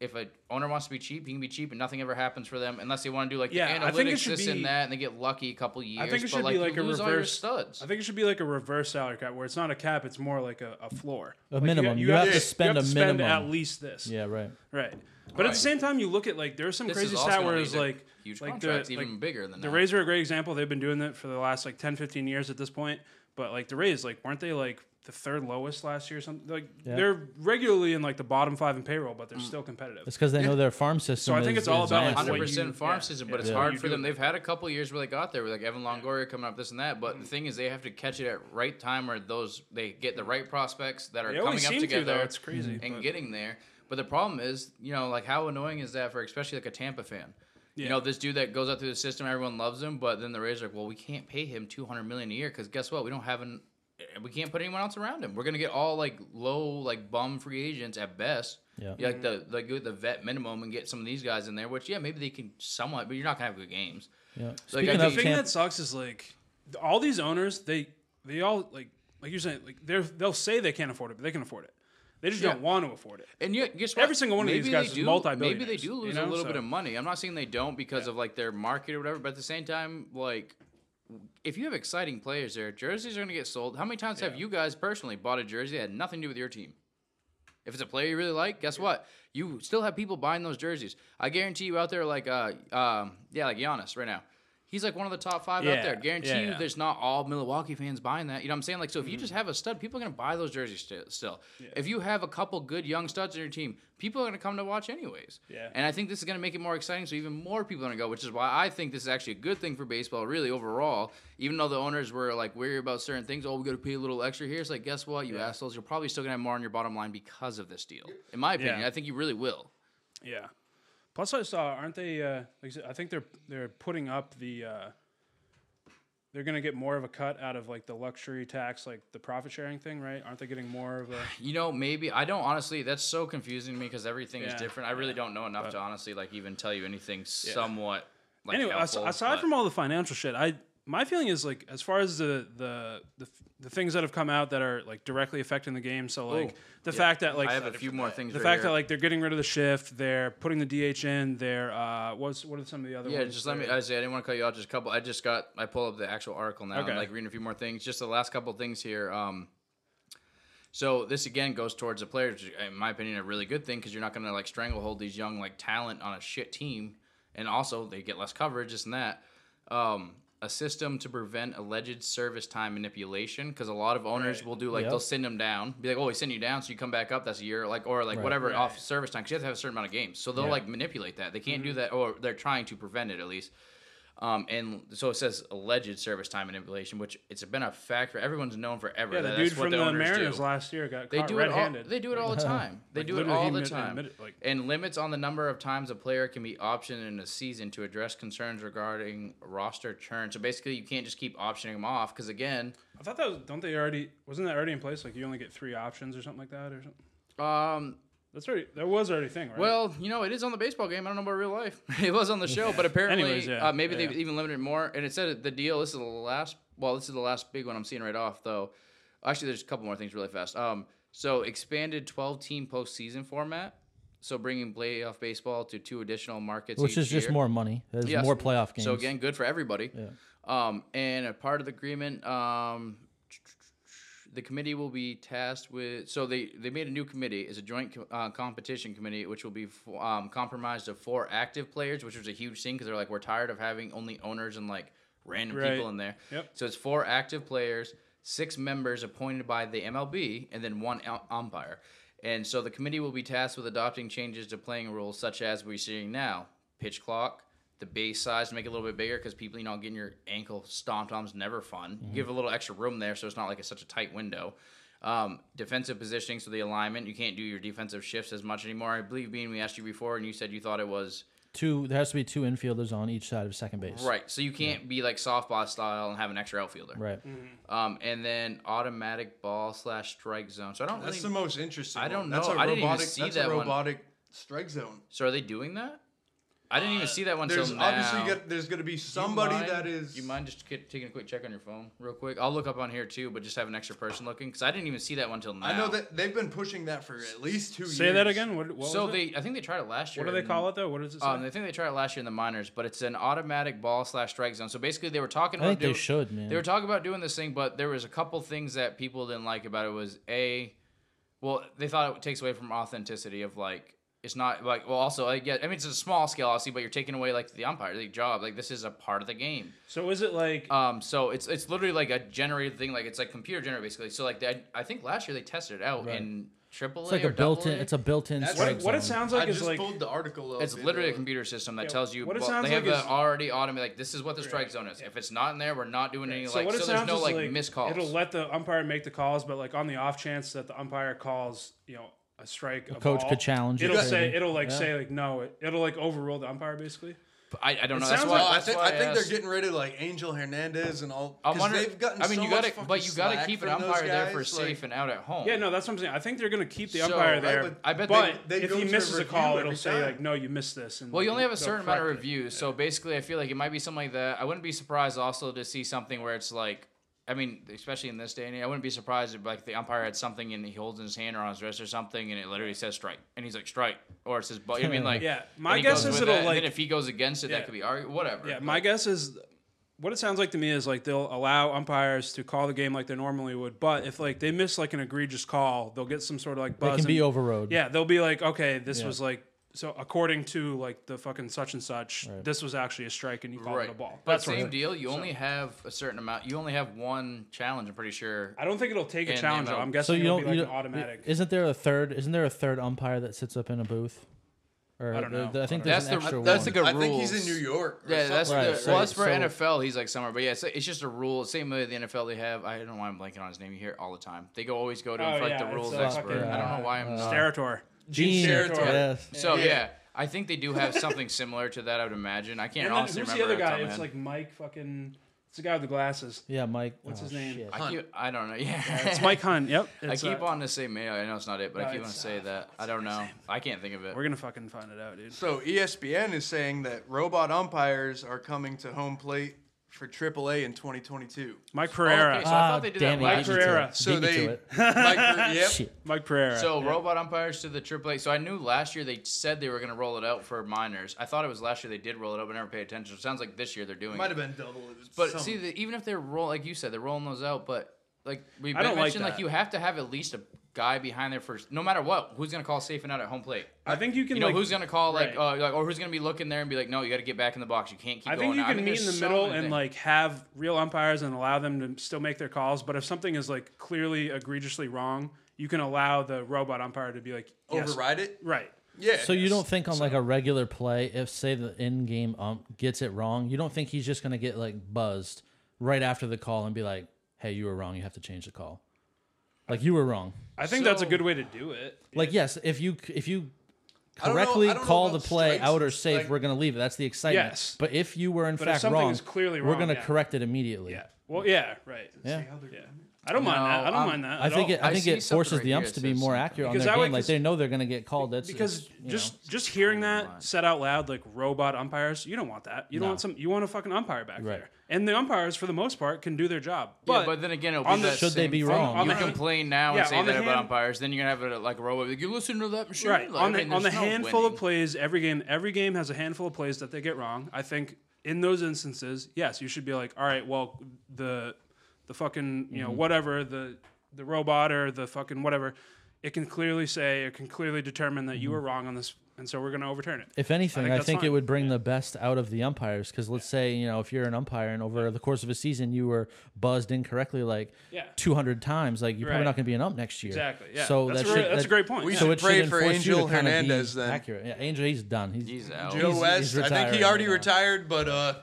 S5: if a owner wants to be cheap, he can be cheap and nothing ever happens for them unless they want to do like
S3: Yeah,
S5: the
S3: I think it
S5: analytics,
S3: should
S5: this and
S3: be-
S5: that, and they get lucky a couple years.
S3: I think it
S5: but,
S3: should
S5: like,
S3: be
S5: you
S3: like a
S5: lose all your
S3: reverse.
S5: studs.
S3: I think it should be like a reverse salary cap, where it's not a cap; it's more like a, a floor,
S4: A
S3: Like,
S4: minimum. You have to spend
S3: you have
S4: a
S3: to spend
S4: minimum.
S3: at least this.
S4: Yeah, right.
S3: Right. But at
S5: Right.
S3: the same time, you look at like there's some
S5: This
S3: crazy
S5: is also
S3: stat
S5: gonna
S3: where
S5: lead
S3: it's
S5: to
S3: like
S5: huge
S3: like
S5: contracts,
S3: the,
S5: even
S3: like,
S5: bigger than
S3: the
S5: that.
S3: Rays are a great example. They've been doing that for the last like 10, 15 years at this point. But like the Rays, like weren't they like the third lowest last year or something? Like
S4: Yeah. Mm.
S3: they're regularly in like the bottom five in payroll, but they're still competitive.
S4: It's because they know their farm system.
S3: think
S4: is-
S3: it's all
S4: is
S3: about,
S4: nice.
S3: like,
S5: hundred
S3: what you-
S5: percent farm
S3: yeah,
S5: system,
S3: yeah,
S5: but it's
S3: yeah.
S5: hard
S3: You
S5: for
S3: do
S5: them.
S3: it.
S5: They've had a couple years where they got there with like Evan Longoria coming up, this and that.
S3: Mm-hmm.
S5: But the thing is, they have to catch it at right time, or those they get the right prospects that are
S3: They
S5: coming
S3: always
S5: up
S3: seem to
S5: together.
S3: though. It's crazy.
S5: and
S3: but-
S5: getting there. But the problem is, you know, like how annoying is that for especially like a Tampa fan? You
S3: Yeah.
S5: know, this dude that goes up through the system, everyone loves him, but then the Rays are like, well, we can't pay him two hundred million a year because guess what? We don't have an, we can't put anyone else around him. We're gonna get all like low, like bum free agents at best.
S4: Yeah.
S5: like the like go the vet minimum and get some of these guys in there, which yeah, maybe they can somewhat, but you're not gonna have good games.
S4: Yeah.
S5: Like, I
S4: Speaking
S5: think-
S4: of
S3: the thing
S4: Tampa,
S3: that sucks is like th- all these owners they they all like like you're saying like they're they'll say they can't afford it but they can afford it they just don't
S5: Yeah.
S3: want to afford it
S5: And you guess what?
S3: Every single one of these
S5: Maybe
S3: guys
S5: they
S3: is
S5: do-
S3: multi-billionaires,
S5: Maybe they do
S3: you
S5: lose a
S3: know?
S5: little bit
S3: So-
S5: of money. I'm not saying they don't because of like their market or whatever. But at the same time, like if you have exciting players there, jerseys are going to get sold. How many times have you guys personally bought a jersey that had nothing to do with your team? If it's a player you really like, guess what? You still have people buying those jerseys. I guarantee you out there, like, uh, um, yeah, like Giannis right now. He's like one of the top five out
S3: Yeah,
S5: there. Guarantee
S3: yeah,
S5: you,
S3: yeah.
S5: there's not all Milwaukee fans buying that. You know what I'm saying? Like, so if
S3: Mm-hmm.
S5: you just have a stud, people are gonna buy those jerseys sti- still. If you have a couple good young studs in your team, people are gonna come to watch anyways.
S3: Yeah.
S5: And I think this is gonna make it more exciting, so even more people are gonna go, which is why I think this is actually a good thing for baseball, really overall. Even though the owners were like weary about certain things, oh, we gotta pay a little extra here. It's like, guess what, you assholes, you're probably still gonna have more on your bottom line because of this deal. In my opinion,
S3: Yeah.
S5: I think you really will.
S3: yeah plus i saw aren't they uh like I said, i think they're they're putting up the uh they're gonna get more of a cut out of like the luxury tax like the profit sharing thing right aren't they getting more of a
S5: You know, maybe I don't honestly. That's so confusing to me because everything is
S3: Yeah,
S5: different. I really don't know enough to honestly like even tell you anything somewhat. Like,
S3: anyway as-
S5: helpful,
S3: aside
S5: but-
S3: from all the financial shit i my feeling is like as far as the the the, f- the things that have come out that are like directly affecting the game so like
S5: Oh,
S3: the fact that like
S5: I have a few more things.
S3: the
S5: right
S3: fact
S5: here.
S3: that like they're getting rid of the shift, they're putting the DH in, they're uh, what's what are some of the other
S5: yeah,
S3: ones?
S5: just let me.
S3: They're-
S5: I say I didn't want to cut you out. Just a couple. I just got. I pull up the actual article now.
S3: Okay.
S5: I'm like reading a few more things. Just the last couple things here. Um, so this again goes towards the players. which, In my opinion, a really good thing because you're not going to like stranglehold these young like talent on a shit team, and also they get less coverage. This and that. Um, a system to prevent alleged service time manipulation because a lot of owners will do like
S4: Yep.
S5: they'll send them down, be like, oh, we send you down, so you come back up. That's a year, like or like whatever off service time because you have to have a certain amount of games. So they'll like manipulate that. They can't do
S3: Mm-hmm.
S5: that, or they're trying to prevent it at least. Um, and so it says alleged service time manipulation, which it's been a fact for everyone's known forever.
S3: yeah,
S5: that
S3: the
S5: that's
S3: dude
S5: what
S3: from the
S5: owners
S3: Mariners
S5: do.
S3: last year got
S5: They
S3: caught
S5: do it all.
S3: red-handed.
S5: They do it all the time. They do it
S3: literally, he
S5: all the
S3: admit-
S5: time.
S3: admitted, like-
S5: and limits on the number of times a player can be optioned in a season to address concerns regarding roster churn. So basically, you can't just keep optioning them off because again,
S3: I thought that was don't they already wasn't that already in place? Like you only get three options or something like that or something.
S5: um,
S3: That's already that was already a thing, right?
S5: Well, you know, it is on the baseball game. I don't know about real life. it was on the show, but apparently,
S3: Anyways, yeah,
S5: uh, maybe
S3: yeah,
S5: they've
S3: yeah.
S5: even limited it more. And it said that the deal. This is the last. Well, this is the last big one I'm seeing right off, though. Actually, there's a couple more things really fast. Um, so expanded 12 team postseason format. So bringing playoff baseball to two additional markets,
S4: which
S5: each
S4: is just
S5: year.
S4: more money. There's
S5: Yes.
S4: more playoff games.
S5: So again, good for everybody. Um, and a part of the agreement, um, the committee will be tasked with. So they they made a new committee. It's a joint co- uh, competition committee, which will be f- um, comprised of four active players, which was a huge thing because they're like, we're tired of having only owners and like random
S3: Right.
S5: people in there.
S3: Yep.
S5: So it's four active players, six members appointed by the MLB, and then one um- umpire. And so the committee will be tasked with adopting changes to playing rules such as we're seeing now pitch clock, the base size to make it a little bit bigger because people, you know, getting your ankle stomped on is never fun. Give a little extra room there so it's not like it's such a tight window. Um, defensive positioning, so the alignment, you can't do your defensive shifts as much anymore. I believe, Bean, we asked you before and you said you thought it was.
S4: two there has to be two infielders on each side of second base.
S5: Right, so you can't be like softball style and have an extra outfielder.
S4: Right.
S3: Mm-hmm.
S5: Um, and then automatic ball slash strike zone. So I don't
S6: That's the
S5: really.
S6: most interesting.
S5: I don't
S6: one.
S5: know.
S6: That's a
S5: I didn't
S6: robotic,
S5: even see
S6: that's
S5: that
S6: a
S5: one.
S6: robotic strike zone.
S5: so are they doing that? I didn't even see that one till
S6: Uh, There's
S5: now.
S6: obviously got, there's going to be
S5: Do you
S6: somebody
S5: mind-
S6: that is.
S5: You mind just get, taking a quick check on your phone, real quick? I'll look up on here too, but just have an extra person looking because I didn't even see that one till now.
S6: I know that they've been pushing that for at least two years.
S3: Say that again. What, what
S5: So
S3: was
S5: they,
S3: it?
S5: I think they tried it last year.
S3: What do they
S5: and-
S3: call it though? What does it say?
S5: Um, I think they tried it last year in the minors, but it's an automatic ball slash strike zone. So basically, they were talking.
S4: I
S5: about
S4: think they
S5: doing-
S4: should, man.
S5: They were talking about doing this thing, but there was a couple things that people didn't like about it. Was a, well, they thought it takes away from authenticity of like it's not like well also like yeah I mean it's a small scale obviously, but you're taking away like the umpire like job like this is a part of the game.
S3: so is it like
S5: Um, so it's it's literally like a generated thing, like it's like computer generated basically. So like I, I think last year they tested it out
S4: Right.
S5: in AAA
S4: It's like
S5: or
S4: a built-in.
S5: AA.
S4: It's a built-in.
S6: That's
S3: what,
S4: strike
S3: it- what it
S4: zone.
S3: sounds
S6: I
S3: like is
S6: just
S3: like
S6: pulled the article up.
S5: It's
S6: It,
S5: literally a
S6: uh,
S5: computer system that
S3: Yeah,
S5: tells you
S3: what it
S5: well,
S3: sounds
S5: they have
S3: like
S5: the
S3: is-
S5: already automated like this is what the strike zone is. If it's not in there, we're not doing any
S3: so
S5: like
S3: what it
S5: so there's
S3: sounds
S5: no
S3: is
S5: like,
S3: like
S5: missed calls.
S3: It'll let the umpire make the calls, but like on the off chance that the umpire calls, you know, a strike, a
S4: coach
S3: ball,
S4: could challenge it
S3: It'll
S4: or
S3: say
S4: anything.
S3: it'll like
S4: Yeah.
S3: say like no, it, it'll like overrule the umpire basically.
S5: I, I don't know. That's
S3: sounds
S5: why,
S3: like-
S6: Well, I,
S5: that's
S6: think
S5: why
S6: I think
S5: asked.
S6: they're getting rid of like Angel Hernandez and all.
S5: I'm
S6: 'cause
S5: wondering-
S6: they've gotten.
S5: I mean,
S6: so
S5: you gotta,
S6: much
S5: but you gotta
S6: fucking
S5: keep an
S6: slack from
S5: umpire
S6: those
S5: there for
S6: guys,
S5: safe
S6: like-
S5: and out at home.
S3: Yeah, no, that's what I'm saying. I think they're gonna keep the
S5: So,
S3: umpire
S5: right,
S3: there.
S6: but
S5: I bet
S3: but
S6: they- they
S3: if
S6: go
S3: he
S6: to
S3: misses a
S6: review
S3: call, it'll
S6: every
S3: say
S6: time.
S3: like no, you missed this. And
S5: Well, you only have a
S3: they'll
S5: certain amount of
S3: correct it.
S5: reviews, so basically, I feel like it might be something like that. I wouldn't be surprised also to see something where it's like, I mean, especially in this day and age, I wouldn't be surprised if like the umpire had something and he holds in his hand or on his wrist or something, and it literally says strike, and he's like strike, or it says, but I mean, like,
S3: Yeah.
S5: and
S3: My
S5: he
S3: guess
S5: goes
S3: is
S5: with
S3: it'll,
S5: that, and
S3: like-
S5: then if he goes against it,
S3: Yeah.
S5: that could be argued, whatever.
S3: Yeah, my guess is what it sounds like to me is like they'll allow umpires to call the game like they normally would, but if like they miss like an egregious call, they'll get some sort of like
S4: They
S3: buzz.
S4: can be
S3: and-
S4: overrode.
S3: Yeah, they'll be like, okay, this
S4: Yeah.
S3: was like so according to like the fucking such and such, this was actually a strike and you called it a ball.
S5: But
S3: That's what I
S5: same
S3: think.
S5: deal. You only have a certain amount. You only have one challenge. I'm pretty sure.
S3: I don't think it'll take a
S5: And
S3: challenge.
S5: ML.
S3: though. I'm
S4: So
S3: guessing
S4: you
S3: it'll
S4: don't.
S3: be like
S4: you
S3: an
S4: don't-
S3: automatic.
S4: Isn't there a third? Isn't there a third umpire that sits up in a booth? Or
S3: I don't know.
S4: the- I think
S5: I don't
S4: there's
S5: know.
S4: an extra
S5: That's
S4: one.
S5: the
S6: I think he's
S5: rules.
S6: in New York. or
S5: Yeah, that's
S6: something.
S5: the,
S4: Right, so-
S5: well, that's for
S4: so-
S5: NFL. He's like somewhere, but yeah, it's, it's just a rule. Same way the NFL, they have. I don't know why I'm blanking on his name. You hear it all the time. They go always go to
S3: Oh,
S5: like
S3: yeah,
S5: the
S3: it's,
S5: rules
S3: uh,
S5: expert.
S3: fucking,
S5: I don't know why
S4: Uh,
S5: I'm not.
S3: Sterator.
S4: Gene.
S3: Steratore.
S4: Yes.
S5: so yeah.
S6: Yeah.
S5: I think they do have something similar to that. I would imagine. I
S3: And
S5: can't
S3: then
S5: honestly
S3: who's the other
S5: remember. off
S3: guy?
S5: top of my
S3: It's
S5: head.
S3: like Mike fucking. It's the guy with the glasses.
S4: Yeah, Mike.
S3: What's
S4: oh,
S3: his name?
S4: shit.
S5: I, keep, I don't know. Yeah,
S3: It's Mike Hunt. Yep.
S5: I
S3: It's,
S5: keep
S3: uh,
S5: on to say Mayo. I know it's not it, but
S3: No,
S5: I keep on to
S3: it's,
S5: say that. I don't know. I can't think of it.
S3: We're gonna fucking find it out, dude.
S6: So E ESPN is saying that robot umpires are coming to home plate for AAA in 2022.
S3: Mike
S5: Oh, okay,
S3: Pereira.
S5: so I thought they did
S4: damn
S5: that
S4: it,
S5: last
S4: beat me Ah, to
S3: Pereira.
S4: it.
S6: So
S4: Beat me
S6: they-
S4: to it.
S6: Mike, yep.
S4: Shit.
S3: Mike Pereira.
S5: So robot umpires to the AAA. So I knew last year they said they were going to roll it out for minors. I thought it was last year they did roll it up, but I never paid attention. It sounds like this year they're doing.
S6: Might
S5: it.
S6: have been double.
S5: But
S6: some-
S5: see, the, even if they're roll like you said, they're rolling those out. But like we
S3: I don't like
S5: mentioned, like,
S3: that.
S5: you have to have at least a guy behind there first, no matter what. Who's going to call safe and out at home plate?
S3: I think you can
S5: You know
S3: like
S5: who's going to call like,
S3: right.
S5: uh, like or who's going to be looking there and be like, no, you got to get back in the box. You can't keep.
S3: I think
S5: going
S3: you
S5: out.
S3: can meet in
S5: there's
S3: the
S5: so
S3: middle
S5: many
S3: and
S5: things.
S3: like have real umpires and allow them to still make their calls. But if something is like clearly egregiously wrong, you can allow the robot umpire to be like yes,
S6: override it.
S3: Right.
S6: Yeah.
S4: So you don't think on like a regular play, if say the in game ump gets it wrong, you don't think he's just gonna get like buzzed right after the call and be like, "Hey, you were wrong. You have to change the call." Like you were wrong.
S3: I think that's a
S5: So-
S3: good way to do it.
S4: Like yes, if you if you
S6: don't know-
S4: correctly
S6: I don't know
S4: call the
S6: about
S4: play
S6: strikes
S4: out or
S6: and
S4: safe,
S6: strike-
S4: we're gonna leave it. That's the excitement.
S3: Yes.
S4: But if you were in
S3: But if
S4: fact
S3: something
S4: wrong,
S3: is clearly
S4: we're
S3: wrong,
S4: gonna
S3: yeah.
S4: correct it immediately.
S3: Yeah. Well, yeah. Right.
S4: Yeah.
S3: I don't mind
S5: No,
S3: that. I don't
S5: um,
S3: mind that.
S4: I
S3: at
S4: think
S3: all.
S4: it, I
S5: I
S4: think
S5: see
S4: it
S5: something
S4: forces
S5: right
S4: the
S5: here
S4: umps
S5: that
S4: to be
S5: says
S4: more
S5: something.
S4: accurate on
S3: Because
S4: their
S3: that way-
S4: game. Like they know they're gonna get called. That's
S3: because
S4: it's, you
S3: just
S4: know.
S3: just hearing that said out loud like robot umpires you don't want that you don't
S4: No.
S3: want some you want a fucking umpire back
S4: Right.
S3: there and the umpires for the most part can do their job but,
S5: But, but then again, it'll
S3: on
S5: be
S3: the-
S5: that
S4: Should they
S5: same
S4: be
S5: thing.
S4: wrong?
S3: On
S5: You
S3: the hand-
S5: complain now
S3: Yeah,
S5: and say
S3: on
S5: that
S3: the
S5: about
S3: hand-
S5: umpires. Then you're gonna have it like a robot. Like, you listen to that machine.
S3: right
S5: Like,
S3: on
S5: I
S3: the
S5: mean,
S3: on the
S5: there's no
S3: handful of
S5: winning.
S3: plays every game every game has a handful of plays that they get wrong i think in those instances yes you should be like all right well the the fucking you know
S6: Mm-hmm.
S3: whatever the the robot or the fucking whatever it can clearly say it can clearly determine that
S6: Mm-hmm.
S3: you were wrong on this and so we're going to overturn it
S4: If anything, I
S3: think
S4: think,
S3: that's
S4: it
S3: fine.
S4: would bring the best out of the umpires because let's say you know if you're an umpire and over the course of a season you were buzzed incorrectly like
S3: Yeah.
S4: 200 times, like you're
S3: Right.
S4: probably not going to be an ump next year.
S3: Exactly, yeah.
S4: So
S3: That's
S4: that
S3: a re-
S4: should-
S3: that's
S4: that-
S3: a great point. We
S4: So
S6: should
S4: it should
S6: pray for
S4: enforce you to
S6: Angel
S4: kinda be
S6: Hernandez then.
S4: Accurate. Yeah, Angel, he's done. He's,
S5: He's out.
S4: he's-
S6: Joe
S4: he's
S6: West, I think
S4: retiring
S6: he already
S4: right now.
S6: retired, but uh,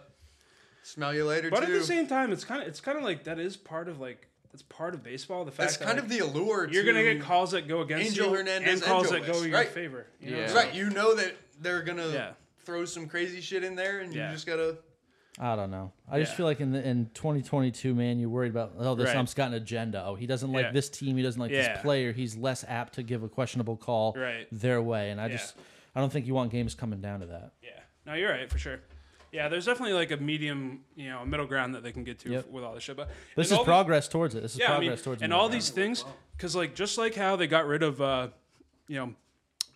S6: smell you later
S3: But
S6: too.
S3: at the same time, it's kind of it's kind of like that is part of like that's part of baseball. The fact
S6: That's
S3: that,
S6: kind
S3: like,
S6: of the allure.
S3: you're
S6: to,
S3: gonna get calls that go against
S6: Angel
S3: you
S6: Hernandez
S3: and
S6: and
S3: calls
S6: Joe
S3: that go
S6: West,
S3: in your
S6: right.
S3: favor. you know?
S5: Yeah.
S6: Right, you know that they're gonna
S3: Yeah.
S6: throw some crazy shit in there, and
S3: Yeah.
S6: you just gotta.
S4: I don't know. I just
S3: Yeah.
S4: feel like in the, in 2022, man, you're worried about oh this
S3: Right.
S4: ump's got an agenda. Oh, he doesn't like
S3: Yeah.
S4: this team. He doesn't like
S3: Yeah.
S4: this player. He's less apt to give a questionable call
S3: Right.
S4: their way. And I
S3: Yeah.
S4: just I don't think you want games coming down to that.
S3: Yeah. No, you're right for sure. Yeah, there's definitely like a medium, you know, a middle ground that they can get to
S4: Yep.
S3: f- with all this shit. But
S4: This
S3: and
S4: is
S3: all the-
S4: progress towards it. This is
S3: yeah, I
S4: progress
S3: mean,
S4: towards
S3: and
S4: middle
S3: all
S4: ground.
S3: these things because like just like how they got rid of uh, you know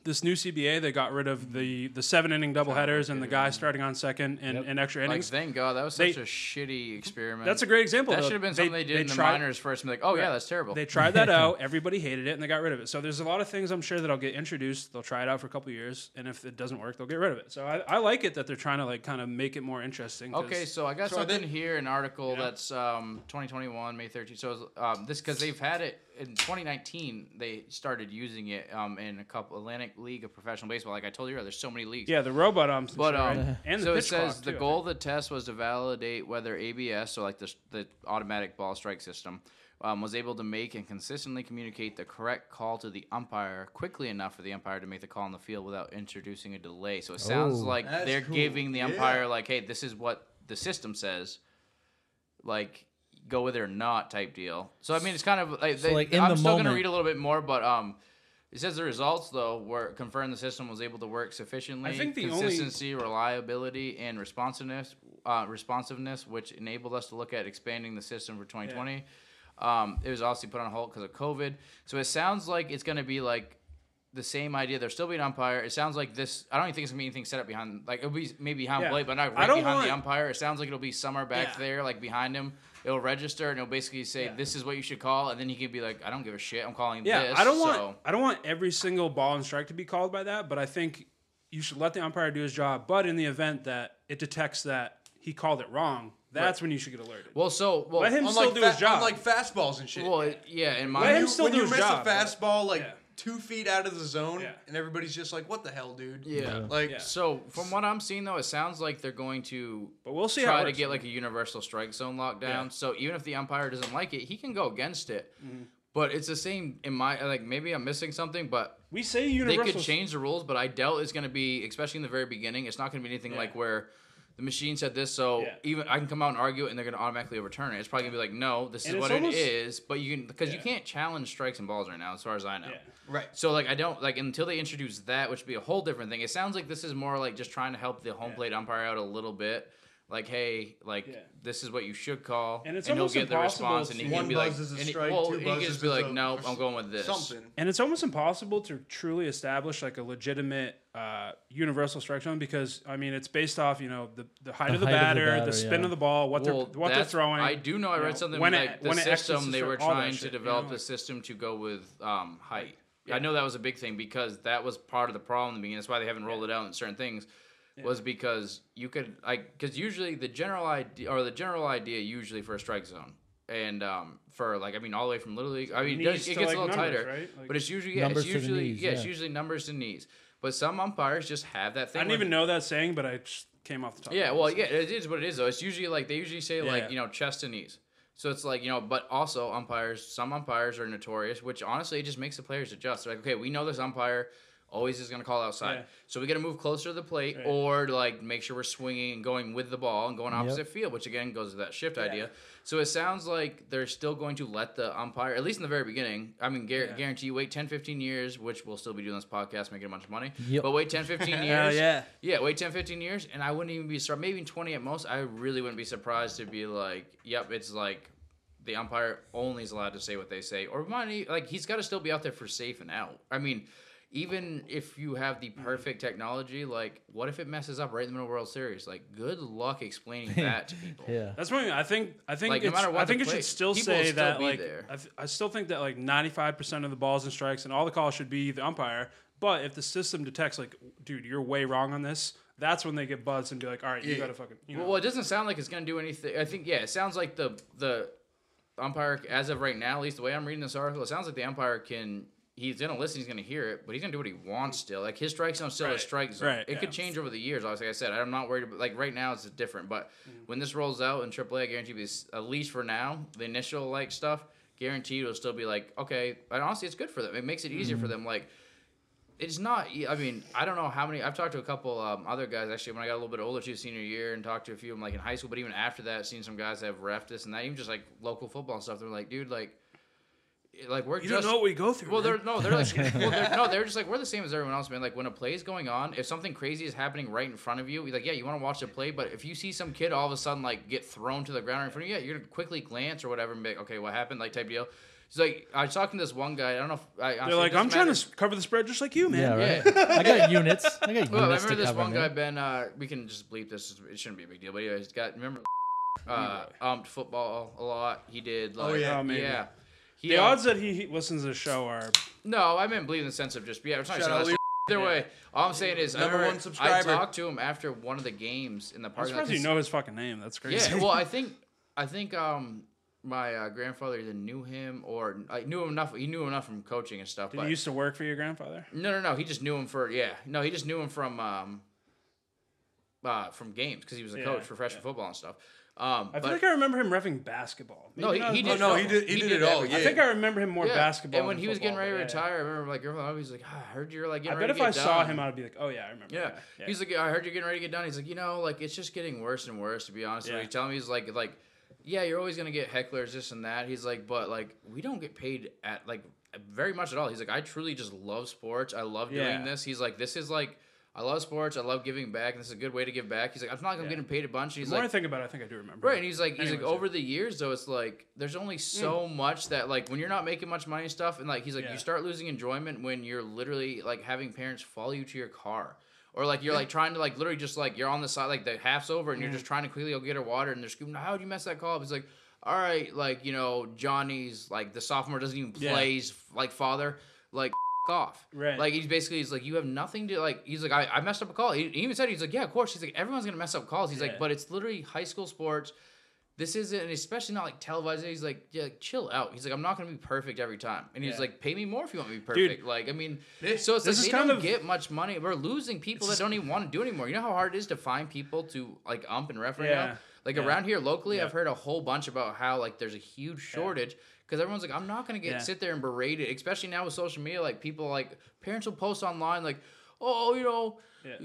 S3: this new CBA, they got rid of the the seven inning double headers and the guy starting on second and, and extra
S5: Like,
S3: innings.
S5: thank God that was
S3: They-
S5: such a shitty experiment.
S3: That's a great example.
S5: That
S3: though.
S5: should have been something they, did in the minors first. And be like, oh yeah,
S3: Right.
S5: that's terrible.
S3: They tried that out. Everybody hated it, and they got rid of it. So there's a lot of things I'm sure that'll get introduced. They'll try it out for a couple years, and if it doesn't work, they'll get rid of it. So I, I like it that they're trying to like kind of make it more interesting. 'cause-
S5: Okay, so I got
S6: So are they-
S5: something here, an article that's um, 2021, May 13th. So it's, um, this because they've had it in 2019, they started using it um, in a couple Atlantic League of Professional Baseball. Like I told you, earlier, there's so many leagues.
S3: yeah, the robot arms, and
S5: But
S3: shit, right?
S5: um,
S3: and the
S5: so it
S3: pitch
S5: says
S3: clock,
S5: the
S3: too, I
S5: goal of the test was to validate whether ABS, so like the, the automatic ball strike system, um, was able to make and consistently communicate the correct call to the umpire quickly enough for the umpire to make the call on the field without introducing a delay. So it sounds
S4: Oh.
S5: like
S6: That's
S5: they're
S6: cool.
S5: giving the
S6: Yeah.
S5: umpire like, hey, this is what the system says, like go with it or not type deal. So I mean, it's kind of like, they,
S4: like, in
S5: I'm
S4: the
S5: still gonna
S4: moment-
S5: read a little bit more, but um. It says the results, though, were confirmed the system was able to work sufficiently.
S3: I think the only-
S5: consistency, reliability, and responsiveness, uh, responsiveness, which enabled us to look at expanding the system for 2020. Um, it was obviously put on hold because of COVID. So it sounds like it's going to be like the same idea. There'll still be an umpire. It sounds like this. I don't even think it's going to be anything set up behind. Like it'll be maybe behind
S3: Yeah.
S5: plate, but
S3: I
S5: not right
S3: don't
S5: behind
S3: want-
S5: the umpire. It sounds like it'll be somewhere back
S3: Yeah.
S5: there, like behind him. It'll register and it'll basically say this is what you should call, and then he can be like, I don't give a shit. I'm calling
S3: Yeah,
S5: this.
S3: I don't want
S5: so-
S3: I don't want every single ball and strike to be called by that, but I think you should let the umpire do his job. But in the event that it detects that he called it wrong, that's when you should get alerted.
S5: Well, so well, uh,
S3: Let him
S6: Unlike,
S3: still do his job.
S6: unlike fastballs and shit.
S5: Well, it- yeah, in my
S3: Let him
S6: you,
S3: still
S6: when
S3: do
S6: you
S3: his
S6: miss
S3: job,
S6: a
S3: but-
S6: fastball like
S3: yeah.
S6: two feet out of the zone,
S3: Yeah.
S6: and everybody's just like, "What the hell, dude?"
S5: Yeah.
S6: like
S3: Yeah.
S5: So from what I'm seeing though, it sounds like they're going to
S3: But we'll see how it
S5: try to
S3: works.
S5: get like a universal strike zone lockdown.
S3: Yeah.
S5: So even if the umpire doesn't like it, he can go against it.
S3: Mm-hmm.
S5: But it's the same in my like maybe I'm missing something, but
S3: we say universal.
S5: they could change the rules. But I doubt it's going to be, especially in the very beginning, it's not going to be anything like where the machine said this. So
S3: Yeah.
S5: even I can come out and argue it, and they're going to automatically overturn it. It's probably going to be like, no, this
S3: And
S5: is
S3: it's
S5: what
S3: almost-
S5: it is. But you can because you
S3: Yeah.
S5: can't challenge strikes and balls right now, as far as I know.
S3: Yeah.
S6: right.
S5: So like I don't like until they introduce that, which would be a whole different thing. It sounds like this is more like just trying to help the home plate umpire out a little bit. Like hey, like
S3: Yeah.
S5: this is what you should call,
S3: And it's
S5: he'll
S3: almost
S5: get the
S3: impossible
S5: response, and
S3: to-
S5: he
S6: One
S5: can be like,
S6: buzz is a
S5: and he-
S6: strike,
S5: well,
S6: two
S5: he can
S6: buzzes
S5: just be
S6: is
S5: like,
S6: a-
S5: no,
S6: or
S5: I'm going with this.
S6: Something.
S3: And it's almost impossible to truly establish like a legitimate uh, universal strike zone because I mean it's based off you know the, the height of the
S4: height of the
S3: batter, the,
S4: batter,
S3: spin
S4: yeah.
S3: of the ball, what they're
S5: Well,
S3: what they're
S5: that's-
S3: throwing.
S5: I do know. I
S3: you
S5: read
S3: know,
S5: something
S3: when
S5: like
S3: it-
S5: the
S3: when it exits
S5: system
S3: the
S5: they
S3: strike,
S5: were
S3: all that
S5: trying
S3: shit,
S5: to
S3: you know,
S5: develop
S3: like-
S5: the system to go with um, height. I know that was a big thing because that was part of the problem in the beginning. That's why they haven't rolled it out in certain things. Was because you could like because usually the general idea or the general idea usually for a strike zone and um, for like I mean all the way from little league I mean it,
S3: Knees
S5: does- it
S3: to,
S5: gets
S3: like,
S5: a
S3: numbers,
S5: little tighter
S3: right? Like-
S5: but it's usually yeah,
S4: Numbers
S5: it's
S4: to the
S5: usually
S4: knees,
S5: yeah, it's
S4: yeah.
S5: usually numbers and knees but some umpires just have that thing
S3: I didn't
S5: where
S3: even know that saying, but I just came off the top. of
S5: yeah,
S3: my
S5: well,
S3: head.
S5: yeah, it is what it is though. It's usually like they usually say
S3: Yeah.
S5: like you know chest and knees. So it's like you know, but also umpires. Some umpires are notorious, which honestly it just makes the players adjust. They're like, okay, we know this umpire. always is going to call outside.
S3: Yeah.
S5: So we got to move closer to the plate
S3: Right.
S5: or to like make sure we're swinging and going with the ball and going opposite field, which again goes to that shift idea. So it sounds like they're still going to let the umpire, at least in the very beginning, I mean, guar- guarantee you wait 10, 15 years, which we'll still be doing this podcast, making a bunch of money.
S4: Yep.
S5: But wait 10, 15
S3: Hell
S5: years.
S3: Oh, yeah.
S5: Yeah, wait 10, 15 years, and I wouldn't even be surprised. Maybe in 20 at most, I really wouldn't be surprised to be like, yep, it's like the umpire only is allowed to say what they say. Or might e- like he's got to still be out there for safe and out. I mean, even if you have the perfect technology, like what if it messes up right in the middle of World Series? Like, good luck explaining that to people.
S4: Yeah.
S3: That's what I mean. I think. I think.
S5: Like, no
S3: it's,
S5: matter what
S3: I think
S5: the
S3: it
S5: play-
S3: should still
S5: people will
S3: say
S5: still
S3: that.
S5: be
S3: Like,
S5: there.
S3: I, th- I still think that like ninety-five percent of the balls and strikes and all the calls should be the umpire. But if the system detects like, dude, you're way wrong on this, that's when they get buzzed and be like, all right, you
S6: Yeah.
S3: gotta fucking. You know.
S5: Well, it doesn't sound like it's going to do anything. I think yeah, it sounds like the the umpire as of right now, at least the way I'm reading this article, it sounds like the umpire can he's going to listen, he's going to hear it, but he's going to do what he wants still. Like his strike zone's still a
S3: Right,
S5: strike zone.
S3: right,
S5: it
S3: yeah.
S5: could change over the years. Like I said, I'm not worried. About, like right now, it's different, but when this rolls out in AAA, I guarantee you, this- at least for now, the initial like stuff. Guaranteed, it'll still be like okay, and honestly, it's good for them. It makes it easier for
S3: Mm-hmm.
S5: them. Like it's not i mean i don't know how many i've talked to a couple um, other guys actually when i got a little bit older too senior year and talked to a few of them like in high school but even after that seen some guys that have ref this and that even just like local football and stuff they're like dude like it- like we're
S3: you
S5: just
S3: don't know what we go through.
S5: well,
S3: man.
S5: they're no, they're like, well, they're, no, they're just like we're the same as everyone else, man. Like when a play is going on, if something crazy is happening right in front of you, like yeah, you want to watch the play, but if you see some kid all of a sudden like get thrown to the ground right in front of you, yeah, you're gonna quickly glance or whatever and be like, okay, what happened, like type deal. He's like, I was talking to this one guy. I don't know. if I, honestly,
S3: They're
S5: it
S3: like,
S5: doesn't
S3: I'm trying to
S5: matter."
S3: s- cover the spread just like you,
S4: Yeah,
S3: man.
S5: Yeah.
S4: right. I got units. I got
S5: Well, I
S4: units
S5: remember
S4: to
S5: this
S4: cover,
S5: one guy,
S4: man.
S5: Ben. Uh, we can just bleep this. It shouldn't be a big deal. But anyways, got remember uh, umped football a lot. He did. Like,
S6: yeah.
S3: Oh, maybe.
S5: yeah. He,
S3: The
S5: uh,
S3: odds that he he listens to the show are
S5: No, I meant bleep in the sense of just yeah. We're talking
S6: Shout out
S5: about
S6: Lee.
S5: Either way, all I'm saying is I
S6: Number
S5: remember
S6: one subscriber.
S5: I talked to him after one of the games in the
S3: I'm
S5: parking lot.
S3: surprised you
S5: 'cause-
S3: know his fucking name. That's crazy.
S5: Yeah, well, I think I think um my uh, grandfather either knew him or I knew him enough. He knew him enough from coaching and stuff.
S3: Did
S5: but
S3: he used to work for your grandfather?
S5: No, no, no. He just knew him for yeah. No, he just knew him from um, uh, from games because he was a
S3: Yeah,
S5: coach for freshman football and stuff. Um,
S3: I
S5: but,
S3: feel like I Oh, remember him refing basketball.
S5: no, he,
S3: Maybe not
S5: he
S3: as
S5: did.
S3: much-
S6: no, he did- he did it all,
S5: everything.
S3: I
S6: yeah.
S3: think I remember him more
S5: Yeah,
S3: basketball.
S5: And when
S3: than
S5: he was getting
S3: football,
S5: ready to
S3: but yeah.
S5: retire, I remember like everyone always like, ah, I heard you're
S3: I
S5: like getting
S3: bet
S5: ready
S3: if
S5: to
S3: I
S5: get
S3: saw
S5: done."
S3: him, I'd be like, "Oh yeah, I remember."
S5: Yeah.
S3: that.
S5: He's like, I heard you're getting ready to get done. He's like, you know, like it's just getting worse and worse. To be honest, with
S3: Yeah.
S5: you. he's telling me he's like, like, yeah, you're always gonna get hecklers, this and that. He's like, but like we don't get paid at like very much at all. He's like, I truly just love sports. I love doing
S3: Yeah.
S5: this. He's like, this is like. I love sports. I love giving back. And this is a good way to give back. He's like, I'm not
S3: Yeah.
S5: gonna get getting paid a bunch. He's
S3: The more
S5: like,
S3: I think about it, I think I do remember.
S5: Right, and he's like, he's like,
S3: Anyways,
S5: over the years though, it's like there's only so much that like when you're not making much money and stuff, and like he's like,
S3: Yeah.
S5: you start losing enjoyment when you're literally like having parents follow you to your car, or like you're like trying to like literally just like you're on the side like the half's over and you're just trying to quickly go get her water, and they're screaming, how'd you mess that call up? He's like, all right, like you know Johnny's like the sophomore doesn't even
S3: Yeah.
S5: play, he's like father, like off.
S3: Right.
S5: Like he's basically he's like you have nothing to like. He's like I, I messed up a call. He, he even said he's like yeah of course. He's like everyone's gonna mess up calls. He's
S3: Yeah.
S5: like but it's literally high school sports. This isn't and especially not like televised. He's like yeah like, chill out. He's like I'm not gonna be perfect every time. And he's
S3: Yeah.
S5: like pay me more if you want me to be perfect. like I mean so it's
S3: this
S5: like
S3: is
S5: they
S3: kind
S5: don't
S3: of-
S5: get much money. We're losing people that don't even want to do anymore. You know how hard it is to find people to like ump and ref right
S3: Yeah.
S5: now. Like
S3: Yeah.
S5: around here locally,
S3: Yeah.
S5: I've heard a whole bunch about how like there's a huge shortage because everyone's like, I'm not gonna get
S3: Yeah.
S5: sit there and berate it, especially now with social media. Like people like parents will post online like, oh, you know.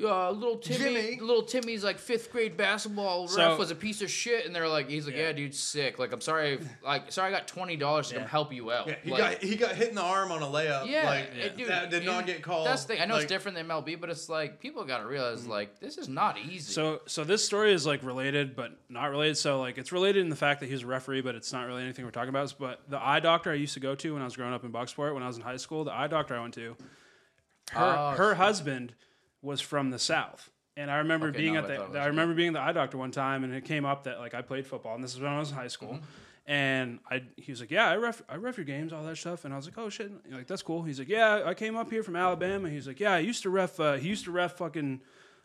S5: Uh, little Timmy,
S6: Jimmy.
S5: little Timmy's like fifth grade basketball
S3: So-
S5: ref was a piece of shit, and they're like, he's like,
S3: Yeah.
S5: yeah, dude, sick. Like, I'm sorry, if- like, sorry, I got twenty dollars to come
S3: Yeah.
S5: help you out.
S6: Yeah, he
S5: Like-
S6: got he got hit in the arm on a layup.
S5: yeah,
S6: like
S5: it- dude,
S6: that did not
S5: it-
S6: get called.
S5: That's the thing. I know
S6: Like,
S5: it's different than MLB, but it's like people got to realize like this is not easy.
S3: Mm-hmm. So, so this story is like related, but not related. So, like, it's related in the fact that he was a referee, but it's not really anything we're talking about. But the eye doctor I used to go to when I was growing up in Bucksport, when I was in high school, the eye doctor I went to, her
S5: Oh,
S3: her husband was from the south, and I remember
S5: Okay,
S3: being
S5: now
S3: at
S5: what I thought
S3: the
S5: was-
S3: I remember being at the eye doctor one time, and it came up that like I played football, and this is when I was in high school.
S5: Mm-hmm.
S3: And I, he was like, yeah, I ref, I ref your games, all that stuff. And I was like, oh shit, And, like that's cool. He's like, yeah, I came up here from Alabama. He's like, yeah, I used to ref. Uh, he used to ref fucking.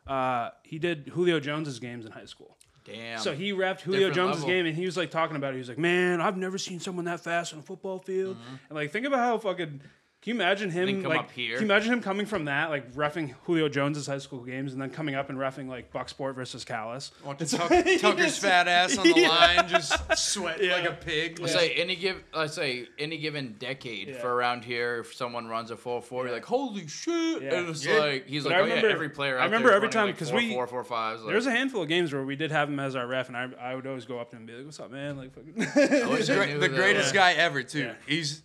S3: Uh, he did Julio Jones's games in high school.
S5: damn.
S3: So he repped Julio
S5: Different
S3: Jones's
S5: level.
S3: game, and he was like talking about it. He was like, "Man, I've never seen someone that fast on a football field." And like, think about how fucking Can you imagine him
S5: Mm-hmm. Then come
S3: like?
S5: up here.
S3: Can you imagine him coming from that, like refing Julio Jones' high school games, and then coming up and refing like Bucksport versus Callis?
S6: Watching Tuck, Tucker's fat ass on the line just sweat like a pig.
S5: Let's say any give, let's say any given decade
S3: Yeah.
S5: for around here, if someone runs a four four, you're like, holy shit!
S3: Yeah.
S5: And it's
S6: Yeah.
S5: like he's
S3: But
S5: like,
S3: I
S5: oh
S3: remember-
S5: yeah, every player.
S3: I
S5: out there
S3: remember
S5: is
S3: every
S5: running,
S3: time,
S5: like,
S3: 'cause
S5: four,
S3: we-
S5: four, four, fives, like-
S3: There was a handful of games where we did have him as our ref, and I, I would always go up to him and be like, "What's up, man?" Like, fucking
S5: I always
S6: He's great-
S5: knew
S6: the
S5: that-
S6: greatest guy ever too.
S3: Yeah.
S6: He's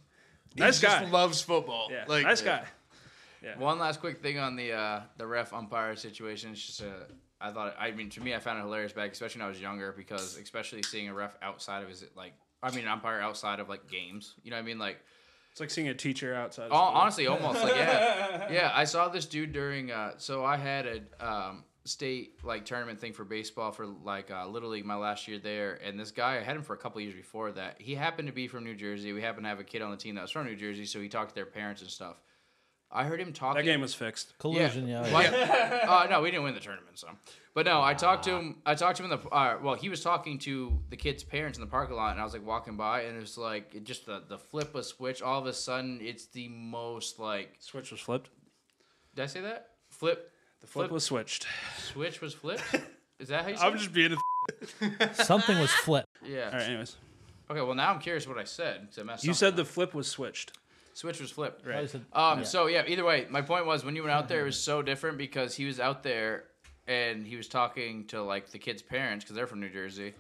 S6: he
S3: Nice
S6: just
S3: guy.
S6: loves football.
S3: yeah,
S6: Like
S3: nice guy.
S5: One last quick thing on the uh, the ref umpire situation. It's just a. I thought. I mean, to me, I found it hilarious back, especially when I was younger, because especially seeing a ref outside of his like. I mean, an umpire outside of like games. You know what I mean? Like,
S3: It's like seeing a teacher outside. of
S5: Hon-
S3: school.
S5: honestly, almost like yeah, yeah. I saw this dude during. Uh, so I had a um, state like tournament thing for baseball for like uh, little league my last year there, and this guy I had him for a couple years before that. He happened to be from New Jersey. We happened to have a kid on the team that was from New Jersey, so he talked to their parents and stuff. I heard him talking.
S3: that game was fixed.
S4: Collusion, yeah.
S5: Why- uh, no, we didn't win the tournament, so. But no, I talked to him. I talked to him in the. Uh, well, he was talking to the kid's parents in the parking lot, and I was like walking by, and it was like it just the the flip of switch. All of a sudden, it's the most like.
S3: Switch was flipped.
S5: Did I say that? Flip. The
S3: Flip, was switched.
S5: switch was flipped. Is that how you? Said
S3: I'm
S5: it?
S3: just being a.
S4: Something was flipped.
S5: Yeah.
S3: All right, anyways,
S5: Okay. Well, now I'm curious what I said. 'cause I messed
S3: you
S5: something
S3: said
S5: up.
S3: the flip was switched.
S5: switch was flipped.
S4: Probably said-
S5: Um. So yeah. Either way, my point was when you went out there, it was so different because he was out there and he was talking to like the kid's parents because they're from New Jersey,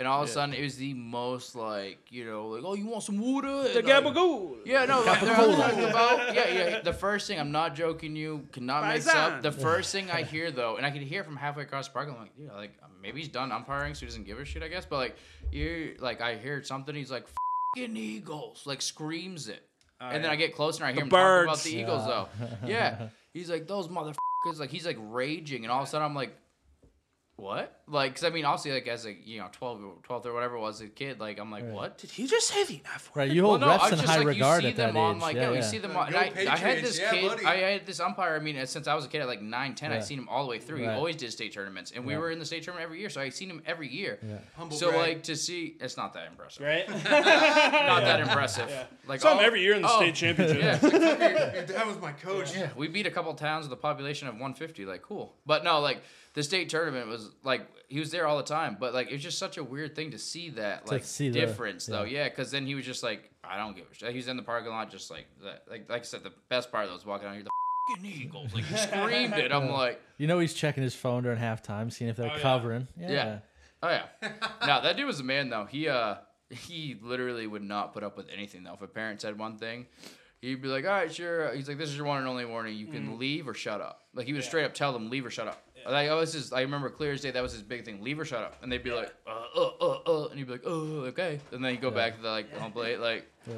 S5: and all of a sudden it was the most like you know like oh you want some water
S3: The
S5: And, like,
S3: gabagool.
S5: Oh, yeah, no, like, they're all talking about. Yeah, yeah. The first thing, I'm not joking you, cannot make this
S3: Paisan.
S5: up. The first thing I hear, though, and I can hear from halfway across the parking lot, like, dude, like, um, maybe he's done umpiring, so he doesn't give a shit, I guess. But, like, you like, I hear something, he's like, fing Eagles, like, screams it. and then I get closer and I hear him talking about
S3: birds.
S5: the Eagles, though. Yeah. He's like, those motherfuckers, like, he's like raging, and all of a sudden I'm like, what? Like, 'cause I mean, obviously, like, as a, you know, 12, or 12 or whatever it was, a kid, like, I'm like, what?
S3: Did he just say the F word?
S4: Right, you hold
S5: Well, no,
S4: refs
S5: I
S4: in
S5: was just
S4: high
S5: like,
S4: regard
S5: you see
S4: at that
S5: them on,
S4: age.
S5: like,
S4: yeah,
S5: yo, you
S4: yeah.
S5: see them on. and
S6: Go
S5: I, I had
S6: Patriots,
S5: this
S6: yeah,
S5: kid,
S6: buddy.
S5: I had this umpire, I mean, since I was a kid at like 9, 10, I
S4: Yeah.
S5: seen him all the way through.
S4: Right.
S5: He always did state tournaments, and we
S4: Yeah.
S5: were in the state tournament every year, so I seen him every year.
S6: Humble
S5: So,
S6: brag.
S5: like, to see, it's not that impressive.
S3: Right.
S5: Not that impressive. Like,
S3: Some
S5: oh,
S3: every year in the
S5: oh,
S3: state championship.
S5: Yeah,
S6: that was my coach.
S5: yeah, we beat a couple towns with a population of 150. Like, cool. But no, like, the state tournament was like, he was there all the time, but like, it was just such a weird thing to see that, like,
S4: see the-
S5: difference, though. Yeah, because then he was just like, I don't give a shit. He was in the parking lot, just like, that. like, like I said, the best part of was walking out here, the fucking Eagles. Like, he screamed it. I'm like,
S4: You know he's checking his phone during halftime, seeing if they're covering. Yeah.
S5: Yeah. Oh yeah. no, that dude was a man though. He uh he literally would not put up with anything though. If a parent said one thing, he'd be like, "All right, sure." He's like, "This is your one and only warning. You can
S4: Mm-hmm.
S5: leave or shut up." Like he would straight up tell them, "Leave or shut up." Like oh, this is I remember clear as day. That was his big thing. Leave or shut up. And they'd be like, "Uh, uh, uh, uh," and he'd be like, "Oh, okay." And then he'd go back to the, like home plate. Like,
S4: Yeah.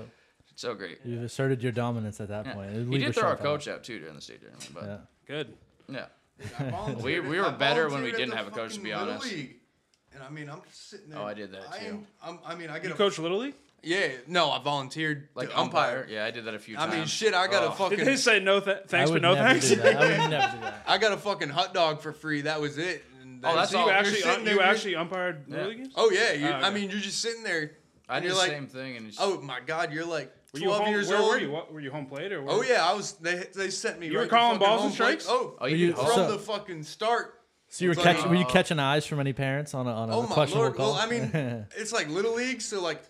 S5: it's so great.
S4: You've asserted your dominance at that
S5: Yeah.
S4: point.
S5: He did throw our coach out too during the state tournament, but
S4: Yeah.
S3: Good.
S5: yeah.
S6: volunteered
S5: We- we
S6: at-
S5: were
S6: I
S5: better when
S6: volunteered
S5: we
S6: at
S5: didn't
S6: the
S5: have a coach, to be
S6: fucking Little
S5: honest.
S6: League. And I mean, I'm sitting there.
S5: Oh, I did that,
S6: I
S5: too.
S6: am, I'm, I mean, I get
S3: You
S6: a,
S3: coach Little League?
S6: Yeah, no, I volunteered
S5: Like
S6: to umpire.
S5: Yeah, I did that a few
S6: I
S5: times.
S6: mean, shit, I got
S5: Oh.
S6: a
S3: Did they
S6: fucking,
S3: say no th-
S4: I
S3: thanks
S4: would
S3: but no
S4: never
S3: thanks?
S4: do that. I would never do that.
S6: I got a fucking hot dog for free. That was it. And
S5: Oh, that's
S3: So
S5: all.
S3: you
S5: You're
S3: actually uh,
S6: sitting there,
S3: you
S6: you're-
S3: actually umpired Little
S5: Yeah.
S3: League games?
S6: Oh yeah, you,
S3: Oh,
S6: I
S3: okay.
S6: mean, you're just sitting there.
S5: I
S6: and
S5: did
S6: you're
S5: the
S6: like,
S5: same thing, and it's
S6: Oh my god, you're like
S3: Were you
S6: 12
S3: home,
S6: years
S3: where
S6: old.
S3: were you? What, were you home plate or? where-
S6: Oh yeah, I was. They they sent me.
S3: You were
S6: right to
S3: calling
S6: fucking
S3: balls and
S6: home plate.
S3: strikes?
S6: Oh,
S5: Oh, you
S4: did
S6: from
S4: all- So-
S6: the fucking start.
S4: So you were
S6: It's like,
S4: catching? were you
S6: uh,
S4: catching eyes from any parents on a, on a
S6: Oh my
S4: questionable
S6: lord.
S4: call?
S6: Well, I mean, it's like little league, so like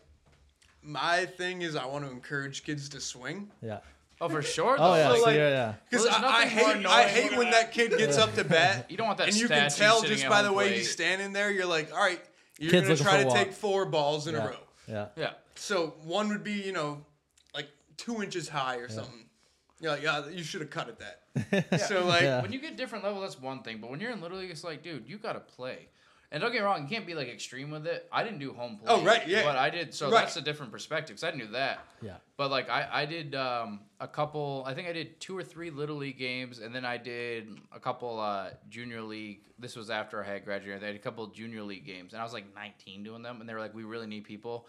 S6: my thing is I want to encourage kids to swing.
S4: yeah.
S5: Oh, for sure.
S4: Oh
S5: though.
S4: yeah,
S5: Like,
S4: so
S6: like-
S4: yeah, yeah.
S6: Because
S5: Well, there's
S6: I, I
S5: nothing more
S6: hate I
S5: annoying
S6: hate
S5: than
S6: when that kid gets up to bat.
S5: You don't want that
S6: And you can
S5: statue
S6: tell
S5: sitting
S6: just
S5: at
S6: by
S5: home
S6: the way
S5: plate.
S6: he's standing there, you're like, all right, you're
S4: Kid's
S6: gonna
S4: looking for
S6: try
S4: a
S6: to
S4: walk.
S6: take four balls in
S4: Yeah.
S6: a row.
S4: Yeah.
S5: Yeah.
S6: So one would be, you know, like two inches high or something. You're like, yeah, you should have cut at that. So like,
S4: Yeah.
S5: When you get different level, that's one thing. But when you're in Little League, it's like, dude, you got to play. And don't get me wrong, you can't be like extreme with it. I didn't do home play.
S6: Oh, right, yeah.
S5: But I did, so
S6: Right.
S5: that's a different perspective. 'cause I didn't do that.
S4: Yeah.
S5: But like I, I did um, a couple. I think I did two or three little league games, and then I did a couple uh, junior league. This was after I had graduated. I did a couple junior league games, and I was like 19 doing them, and they were like, "We really need people."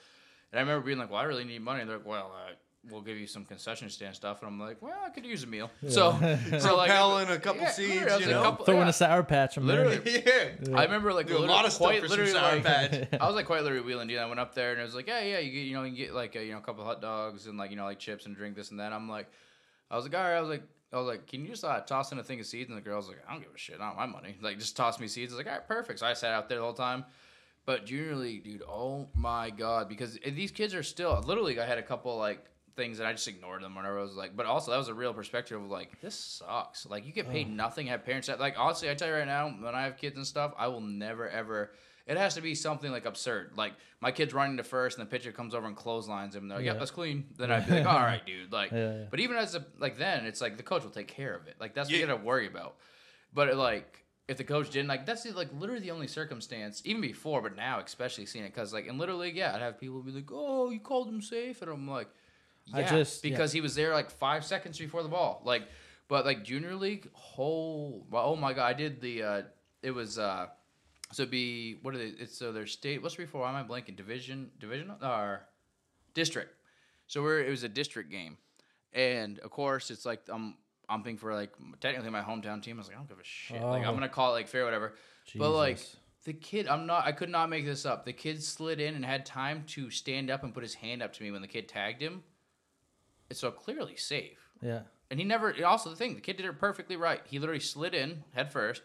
S5: And I remember being like, "Well, I really need money." And they're like, "Well, uh, we'll give you some concession stand stuff," and I'm like, "Well, I could use a meal." So, so like
S6: Propel and a couple
S5: literally,
S6: seeds,
S5: I was
S6: you
S5: like,
S6: know?
S5: couple-
S4: Throwing
S5: yeah.
S4: a sour patch from
S5: Literally.
S4: there.
S6: yeah.
S5: I remember like
S6: Do a
S5: literally-
S6: lot of stuff
S5: quite
S6: for some
S5: literally
S6: sour
S5: like-
S6: patch.
S5: I was like quite literally wheeling, dude. I went up there and it was like, yeah, yeah, you get, you know, you can get like a, you know, a couple hot dogs and like you know, like chips and drink this and that. I'm like, I was like, all right. I was like, I was like, can you just uh, toss in a thing of seeds? And the girl's like, I don't give a shit. I don't want my money. Like, just toss me seeds. I was like, all right, perfect. So I sat out there the whole time. But junior league, dude, oh my god, because these kids are still literally. I had a couple like things that I just ignored them whenever I was like. But also, that was a real perspective of like, this sucks. Like, you get paid nothing. Have parents that like honestly, I tell you right now, when I have kids and stuff, I will never ever. It has to be something like absurd. Like my kid's running to first, and the pitcher comes over and clotheslines him. They're like, "Yep,
S4: Yeah.
S5: that's clean." Then I'd be like, "All right, dude." Like,
S4: Yeah, yeah.
S5: but even as a like then, it's like the coach will take care of it. Like that's what
S6: Yeah.
S5: you gotta worry about. But it, like if the coach didn't, like that's the, like literally the only circumstance, even before, but now especially seeing it, because like and literally, yeah, I'd have people be like, "Oh, you called him safe," and I'm like,
S4: I
S5: "Yeah,"
S4: just- yeah.
S5: because he was there like five seconds before the ball, like. But like junior league, whole well, oh my god, I did the uh it was uh so it'd be what are they? It's so their state. What's it before? Why am I blanking? Division, divisional or district. So we're it was a district game, and of course it's like I'm umping for like technically my hometown team. I was like I don't give a shit. Like
S4: Oh.
S5: I'm gonna call it like fair whatever. But like
S4: Jesus.
S5: the kid, I'm not. I could not make this up. The kid slid in and had time to stand up and put his hand up to me when the kid tagged him. It's so clearly safe.
S4: Yeah.
S5: And he never. and Also, the thing, the kid did it perfectly right. He literally slid in head first,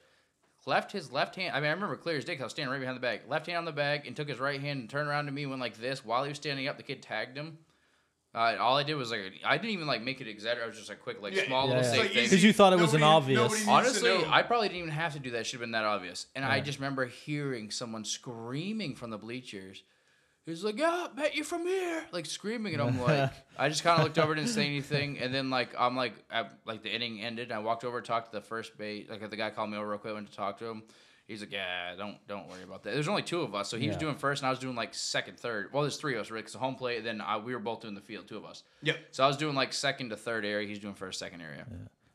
S5: left his left hand. I mean, I remember clear as day 'cause I was standing right behind the bag. Left hand on the bag and took his right hand and turned around to me and went like this while he was standing up. The kid tagged him. Uh, and all I did was like I didn't even like make it exaggerate. I was just like quick, like
S6: Yeah,
S5: small
S4: yeah,
S5: little
S4: yeah.
S5: safe
S6: Like,
S5: thing.
S6: easy
S4: Because you thought it was an
S6: Nobody-
S4: obvious.
S6: nobody needs to
S5: Honestly,
S6: know.
S5: I probably didn't even have to do that. Should have been that obvious. And I just remember hearing someone screaming from the bleachers. He's like, "Yeah, bet you from here!" Like screaming, and I'm like, I just kind of looked over, didn't say anything, and then like I'm like, I, like the inning ended. I walked over, talked to the first base. Like the guy called me over real quick, went to talk to him. He's like, "Yeah, don't don't worry about that." There's only two of us, so he was
S4: Yeah.
S5: doing first, and I was doing like second, third. Well, there's three of us, right? Because the home plate, and then I, we were both doing the field, two of us.
S6: Yep.
S5: So I was doing like second to third area. He's doing first, second area.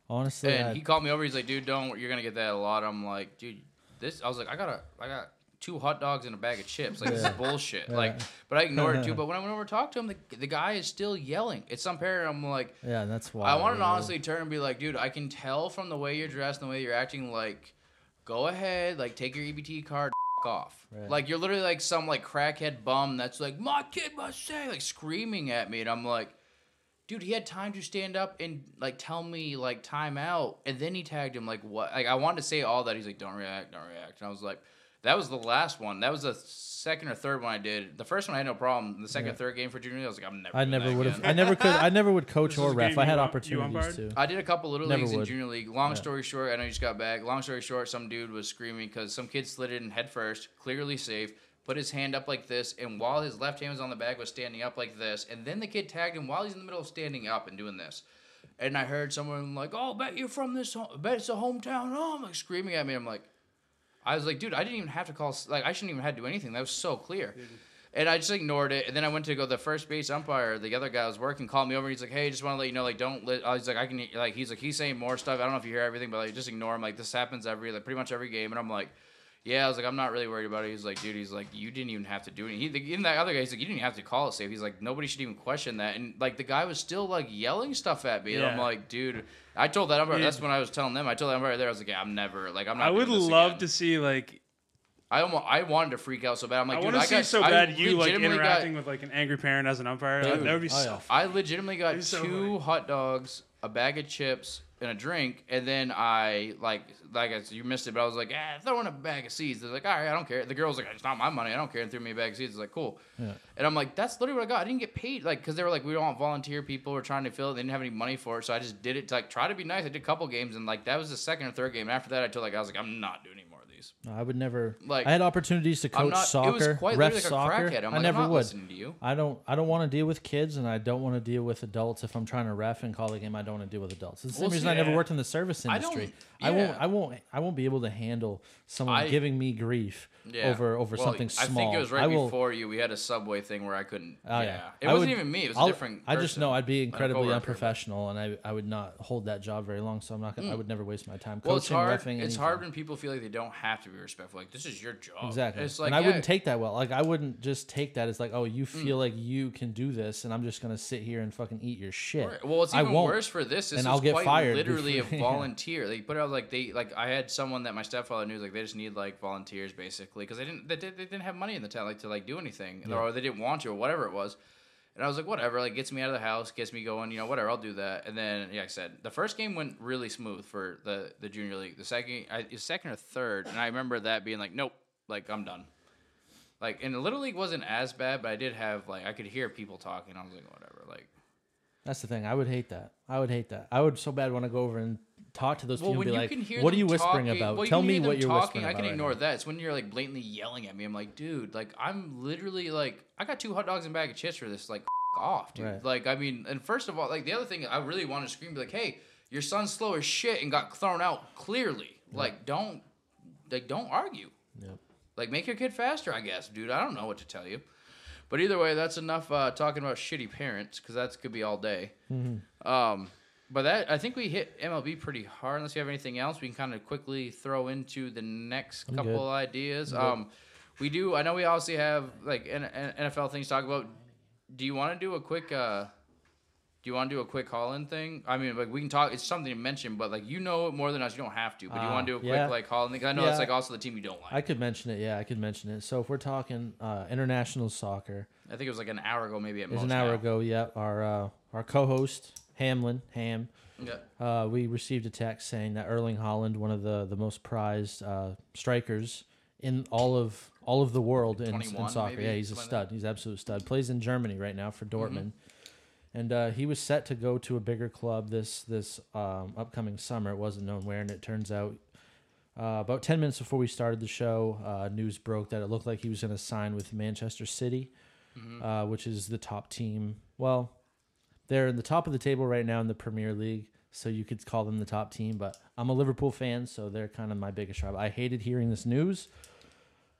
S4: Honestly,
S5: And
S4: I-
S5: he called me over. He's like, "Dude, don't. You're gonna get that a lot." I'm like, "Dude, this." I was like, "I got a, I got two hot dogs and a bag of chips. Like this is bullshit." Like, but I ignored it too. But when I went over to talk to him, the, the guy is still yelling. It's some parent. I'm like,
S4: yeah, that's why.
S5: I wanted to honestly turn and be like, "Dude, I can tell from the way you're dressed and the way you're acting. Like, go ahead. Like, take your EBT card." f- Off.
S4: Right.
S5: Like you're literally like some like crackhead bum that's like my kid must say like screaming at me and I'm like dude, he had time to stand up and like tell me like time out, and then he tagged him like what? Like I wanted to say all that. He's like, don't react, don't react, and I was like, that was the last one. That was the second or third one I did. The first one I had no problem. The second or third game for junior, league, I was like, I'm never.
S4: I
S5: doing
S4: never
S5: that
S4: would
S5: again.
S4: have. I never could. I never would coach
S3: This
S4: or
S3: is a
S4: ref.
S3: game
S4: I
S3: you
S4: had
S3: ump- you
S4: opportunities
S3: umpired?
S4: to.
S5: I did a couple little
S4: Never
S5: leagues in
S4: would.
S5: junior league. Long story short, I know you just got back. Long story short, some dude was screaming because some kid slid in head first, clearly safe, put his hand up like this, and while his left hand was on the bag, was standing up like this, and then the kid tagged him while he's in the middle of standing up and doing this. And I heard someone like, "Oh, bet you're from this. Home. Bet it's a hometown home." Like screaming at me. I'm like, I was like, dude, I didn't even have to call. Like, I shouldn't even have to do anything. That was so clear. And I just ignored it. And then I went to go. The first base umpire, the other guy I was working, called me over. He's like, hey, just want to let you know, like, don't. Li-. I was like, I can. Like, he's like, he's saying more stuff. I don't know if you hear everything, but like, just ignore him. Like, this happens every, like, pretty much every game. And I'm like. Yeah, I was like, I'm not really worried about it. He's like, dude, he's like, you didn't even have to do it. He, the, even that other guy, he's like, you didn't have to call it safe. He's like, nobody should even question that. And like, the guy was still like yelling stuff at me. And I'm
S3: Yeah.
S5: like, dude, I told that umpire. That's when I was telling them. I told that umpire there. I was like, yeah, I'm never like, I'm not.
S3: I would
S5: doing this
S3: love
S5: again.
S3: to see like
S5: I almost I wanted to freak out so bad. I'm like,
S3: I
S5: dude,
S3: want to
S5: I
S3: see
S5: got
S3: so
S5: I
S3: bad you like
S5: legitimately
S3: interacting
S5: Got,
S3: with like an angry parent as an umpire. That-
S5: Dude.
S3: that would be
S4: Oh,
S3: so.
S4: yeah.
S5: I legitimately got
S3: It's so
S5: two
S3: funny.
S5: hot dogs, a bag of chips, and a drink, and then I like like I, said, you missed it, but I was like, ah, throw in a bag of seeds. They're like, all right, I don't care. The girl's like, it's not my money, I don't care, and threw me a bag of seeds. It's like, cool. And I'm like, that's literally what I got. I didn't get paid, like, because they were like, we don't want volunteer people. We're trying to fill it. They didn't have any money for it, so I just did it to like try to be nice. I did a couple games, and like that was the second or third game. And after that, I told like I was like, I'm not doing any more of these.
S4: No, I would never.
S5: Like,
S4: Like I had opportunities to
S5: I'm
S4: coach
S5: not-
S4: soccer,
S5: it was quite
S4: ref
S5: literally like a
S4: soccer.
S5: crackhead. I'm
S4: I
S5: like, I'm
S4: never
S5: not
S4: would.
S5: listening to you.
S4: I don't. I don't want to deal with kids, and I don't want to deal with adults. If I'm trying to ref and call a game, I don't want to deal with adults. It's the same
S5: Well,
S4: reason I never
S3: yeah.
S4: worked in the service
S5: I don't-
S4: industry. I, won't.
S5: yeah.
S4: I won't. I won't be able to handle someone
S5: I-
S4: giving me grief
S5: Yeah.
S4: over over
S5: Well,
S4: something small.
S5: I think it was right
S4: I will-
S5: before you. We had a subway thing where I couldn't.
S4: Oh,
S5: yeah.
S4: yeah.
S5: It
S4: I
S5: wasn't
S4: would-
S5: even me. It was
S4: I'll-
S5: a different.
S4: I just
S5: person.
S4: know I'd be incredibly
S5: coworker.
S4: unprofessional, and I, I would not hold that job very long. So I'm not. Gonna, I would never waste my time coaching,
S5: Hmm. Well, it's hard.
S4: refing.
S5: it's
S4: anything.
S5: hard when people feel like they don't have to be respectful. Like this is your job.
S4: Exactly.
S5: It's like
S4: and I
S5: yeah, Hmm.
S4: wouldn't take that well. Like I wouldn't just take that as like, oh, you feel like you can do this, and I'm just gonna sit here and fucking eat your shit.
S5: Right. Well, it's
S4: I
S5: even
S4: won't.
S5: worse for this. This
S4: and
S5: is
S4: I'll get
S5: quite
S4: fired
S5: literally
S4: before-
S5: a volunteer. They put out like they like I had someone that my stepfather knew like they just need like volunteers basically because they didn't they, did- they didn't have money in the town like to like do anything or they didn't want to or whatever it was. And I was like, whatever, like gets me out of the house, gets me going, you know, whatever, I'll do that. And then, yeah, like I said, the first game went really smooth for the, the junior league. The second, I, the second or third, and I remember that being like, nope, like I'm done. Like, and the little league wasn't as bad, but I did have like I could hear people talking. I was like, whatever, like.
S7: That's the thing. I would hate that. I would hate that. I would so bad want to go over and talk to those
S5: Well,
S7: people
S5: when
S7: and be
S5: you
S7: like,
S5: can hear
S7: "What are
S5: them
S7: you whispering
S5: talking-
S7: about?
S5: well, you
S7: Tell
S5: can
S7: me
S5: hear
S7: what
S5: them
S7: you're
S5: talking.
S7: whispering
S5: I can
S7: about right
S5: ignore
S7: now."
S5: that. It's when you're like blatantly yelling at me. I'm like, dude, like I'm literally like I got two hot dogs and a bag of chips for this. Like off, dude.
S7: Right.
S5: Like I mean, and first of all, like the other thing I really wanted to scream, be like, hey, your son's slow as shit and got thrown out clearly. Like don't, like don't argue.
S7: Yep.
S5: Like make your kid faster, I guess, dude. I don't know what to tell you. But either way, that's enough uh, talking about shitty parents because that could be all day. Um, but that I think we hit MLB pretty hard. Unless you have anything else, we can kind of quickly throw into the next couple
S7: good.
S5: ideas. Um, we do. I know we obviously have like N- N- NFL things to talk about. Do you want to do a quick? Uh, do you want to do a quick call in thing? I mean, like we can talk. It's something to mention, but like you know it more than us. You don't have to. But do you
S7: Ah,
S5: want to do a quick
S7: yeah.
S5: like call in thing? 'Cause I know
S7: Yeah.
S5: it's like also the team you don't like.
S7: I could mention it. Yeah, I could mention it. So if we're talking uh, international soccer,
S5: I think it was like an hour ago, maybe at
S7: it was an
S5: most.
S7: hour
S5: now.
S7: ago. Yeah, our uh, our co-host Hamlin Ham,
S5: Yeah.
S7: uh, we received a text saying that Erling Holland, one of the the most prized uh, strikers in all of all of the world in, in
S5: 21
S7: soccer.
S5: maybe,
S7: yeah, he's a
S5: something like
S7: stud. He's an absolute stud. Plays in Germany right now for Dortmund, and uh, he was set to go to a bigger club this this um, upcoming summer. It wasn't known where, and it turns out. Uh, about 10 minutes before we started the show, uh, news broke that it looked like he was going to sign with Manchester City, uh, which is the top team. Well, they're in the top of the table right now in the Premier League, so you could call them the top team. But I'm a Liverpool fan, so they're kind of my biggest rival. I hated hearing this news.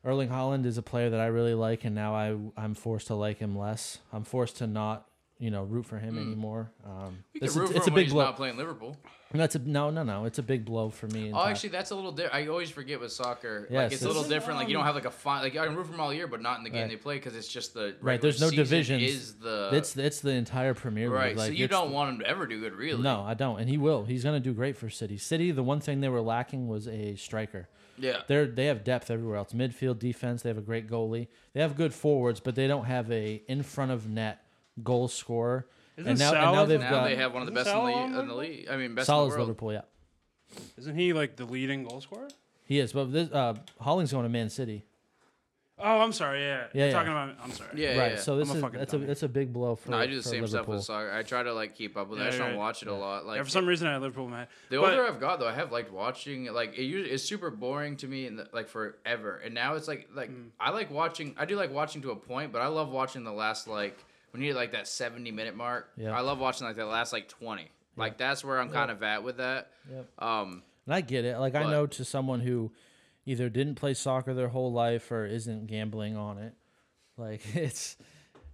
S7: Erling Holland is a player that I really like, and now I I'm forced to like him less. I'm forced to not you know root for him anymore. Um,
S5: Hmm. We
S7: this-
S5: could root for
S7: it's a
S5: him when
S7: big
S5: he's
S7: blow.
S5: not playing Liverpool.
S7: That's a no no no. It's a big blow for me. and
S5: Oh,
S7: Ty-
S5: actually, that's a little different. I always forget with soccer. like
S7: Yes,
S5: it's a little
S7: it's-
S5: different. Like you don't have like a fine. Like I can root for them all year, but not in the game
S7: Right.
S5: they play because it's just the
S7: Right, there's
S5: regular
S7: no
S5: season
S7: divisions.
S5: Is the
S7: it's it's the entire Premier League.
S5: uh, right?
S7: Like,
S5: so you
S7: it's-
S5: don't want him to ever do good, really.
S7: No, I don't, and he will. He's gonna do great for City. City, the one thing they were lacking was a striker.
S5: Yeah.
S7: They're they have depth everywhere else. Midfield, defense, they have a great goalie. They have good forwards, but they don't have a in front of net goal scorer.
S3: Isn't
S7: and now, and now
S3: Salah-
S7: they've
S5: Now
S7: got
S5: they have one of the
S3: Isn't
S5: best in the,
S3: Salah
S5: league,
S3: on
S5: in the league. I mean, best
S7: Salah's
S5: in the world.
S7: Liverpool. Yeah,
S3: Isn't he like the leading goal scorer?
S7: he is. But this uh, Holling's going to Man City,
S3: Oh, I'm sorry. Yeah,
S7: Yeah,
S3: You're
S7: yeah.
S3: talking about. I'm sorry.
S5: Yeah,
S7: right?
S5: yeah.
S7: So this
S3: I'm a
S7: is
S3: fucking
S7: that's a
S3: dummy.
S7: that's a big blow for.
S5: no, I do the
S7: for
S5: same stuff
S7: Liverpool.
S5: with soccer. I try to like keep up with. it. I
S3: Yeah,
S5: just don't
S3: right.
S5: watch it a lot. Like
S3: Yeah, for some reason, I had Liverpool in my head.
S5: The
S3: But-
S5: older I've got, though, I have liked watching. Like it usually it's super boring to me, and like forever. And now it's like like
S7: Hmm.
S5: I like watching. I do like watching to a point, but I love watching the last like when you hit like that seventy minute mark.
S7: Yeah.
S5: I love watching like that last like twenty. Like that's where I'm kind of at with that.
S7: Yep.
S5: Um,
S7: And I get it. Like I
S5: But-
S7: know to someone who either didn't play soccer their whole life or isn't gambling on it. Like it's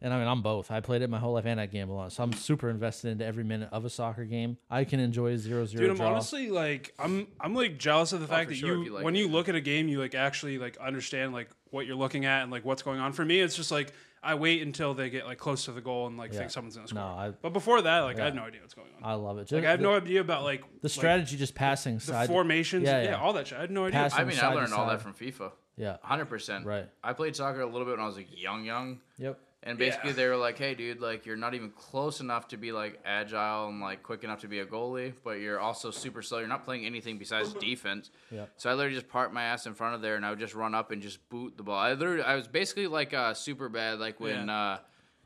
S7: and I mean I'm both. I played it my whole life and I gamble on it. So I'm super invested into every minute of a soccer game. I can enjoy a zero zero
S3: Dude, I'm
S7: draw.
S3: honestly like I'm I'm like jealous of the fact
S5: Oh,
S3: that
S5: for sure,
S3: you,
S5: if you like
S3: when
S5: it.
S3: you look at a game you like actually like understand like what you're looking at and like what's going on. For me, it's just like I wait until they get like close to the goal and like
S7: Yeah.
S3: think someone's gonna score.
S7: No, I-
S3: but before that, like I had no idea what's going on.
S7: I love it. Just
S3: like I have
S7: the,
S3: no idea about like
S7: the strategy just passing
S3: like,
S7: side
S3: the formations,
S7: Yeah,
S3: yeah,
S7: yeah.
S3: all that shit. I had no idea.
S7: Pass-
S5: I mean, I
S7: side to
S5: learned all that
S7: side.
S5: from FIFA.
S7: yeah.
S5: Hundred percent.
S7: Right.
S5: I played soccer a little bit when I was like young, young.
S7: Yep.
S5: And basically, they were like, "Hey, dude, like you're not even close enough to be like agile and like quick enough to be a goalie, but you're also super slow. You're not playing anything besides
S3: Uh-huh.
S5: defense."
S7: Yeah.
S5: So I literally just parked my ass in front of there, and I would just run up and just boot the ball. I literally, I was basically like uh, super bad, like when. Uh,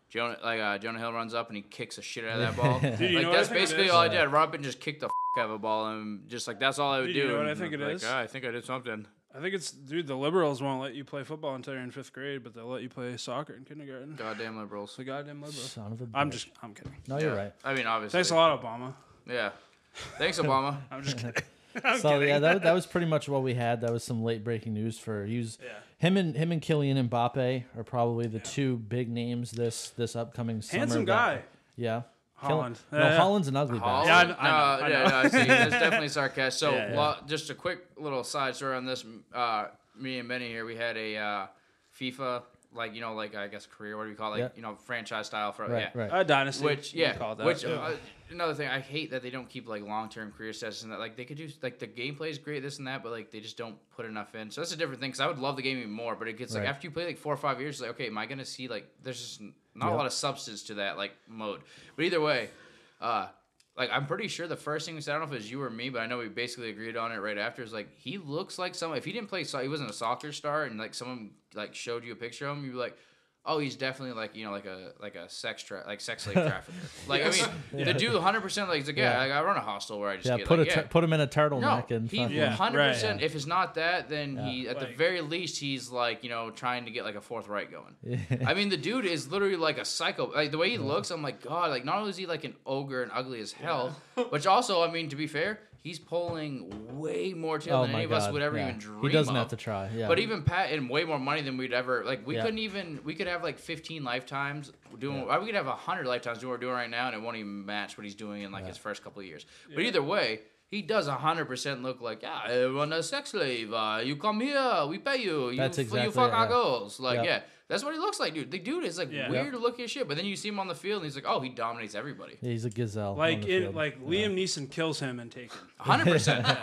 S5: Jonah, like uh, Jonah Hill runs up and he kicks the shit out of that ball.
S3: you
S5: like
S3: know what I
S5: that's
S3: think it
S5: basically
S3: is?
S5: all I did. I'd Run up and just kick the f- out of a ball, and just like that's all I would
S3: Dude,
S5: do.
S3: you know what
S5: and
S3: I think it
S5: like,
S3: is?
S5: "Ah, I think I did something.
S3: I think it's dude. The liberals won't let you play football until you're in fifth grade, but they'll let you play soccer in kindergarten.
S5: Goddamn liberals.
S3: The goddamn liberals.
S7: Son of a
S3: I'm
S7: bitch.
S3: just I'm kidding.
S7: No, you're
S5: Yeah.
S7: right.
S5: I mean, obviously.
S3: Thanks a lot, Obama.
S5: Yeah. Thanks, Obama.
S3: I'm just kidding. I'm
S7: so
S3: kidding.
S7: yeah, that, that was pretty much what we had. That was some late breaking news for he was, him and him and Kylian Mbappe are probably the two big names this this upcoming summer.
S3: Handsome
S7: that-
S3: guy.
S7: Yeah. Kylian-
S3: Holland.
S7: No,
S3: Yeah, yeah.
S7: Holland's an ugly
S5: Holland?
S7: bastard.
S3: I kn- I
S5: no,
S3: know, I
S5: yeah, no, see, that's definitely sarcastic. So,
S3: Yeah, yeah.
S5: well, just a quick little side story on this. Uh, me and Benny here, we had a uh, FIFA, like you know, like I guess career, what do you call it? Like,
S7: Yeah.
S5: you know, franchise style for
S7: Right,
S5: yeah.
S7: right.
S3: A Uh, dynasty.
S5: Which
S3: you
S5: yeah,
S3: call it that.
S5: which uh, another thing I hate that they don't keep like long term career stats and that like they could do like the gameplay is great this and that, but like they just don't put enough in. So that's a different thing because I would love the game even more, but it gets like
S7: Right.
S5: after you play like four or five years, like okay, am I gonna see like there's just Not a lot of substance to that like mode. But either way, uh, like I'm pretty sure the first thing we said, I don't know if it was you or me, but I know we basically agreed on it right after. Is like he looks like someone. If he didn't play, so he wasn't a soccer star, and like someone like showed you a picture of him, you'd be like. Oh, he's definitely like you know, like a like a sex tra- like sex slave trafficker. Like I mean, the dude, hundred percent, like he's like, yeah,
S7: Yeah.
S5: like, I run a hostel where I just
S7: Yeah,
S5: get
S7: put
S5: like,
S7: a
S5: yeah.
S7: tur- put him in a
S5: No,
S7: turtleneck and
S5: he
S7: fucking-
S3: Yeah,
S5: hundred percent.
S3: right.
S5: If it's not that, then he at the
S3: Like-
S5: very least he's like you know trying to get like a fourth right going. I mean, the dude is literally like a psycho. Like the way he looks, I'm like God. Like not only is he like an ogre and ugly as hell, which also I mean to be fair, he's pulling way more tail
S7: Oh
S5: than
S7: my
S5: any of us
S7: god,
S5: would ever
S7: yeah.
S5: even dream.
S7: He doesn't
S5: of.
S7: have to try. Yeah,
S5: But even Pat and way more money than we'd ever like. We
S7: Yeah.
S5: couldn't even. We could have like 15 lifetimes doing. uh, We could have 100 lifetimes doing what we're doing right now, and it won't even match what he's doing in like his first couple of years. But either way, he does 100 percent look like yeah, I run a sex slave. Uh, you come here, we pay you. You,
S7: That's
S5: f- you
S7: exactly
S5: fuck
S7: it,
S5: our
S7: yeah.
S5: girls. Like
S7: Yep.
S5: yeah, that's what he looks like, dude. The dude is like
S3: Yeah.
S5: weird looking as shit. But then you see him on the field, and he's like, oh, he dominates everybody.
S7: he's a gazelle. on
S3: Like
S7: the
S3: in,
S7: field.
S3: like Liam Neeson kills him and Taken.
S5: 100. percent That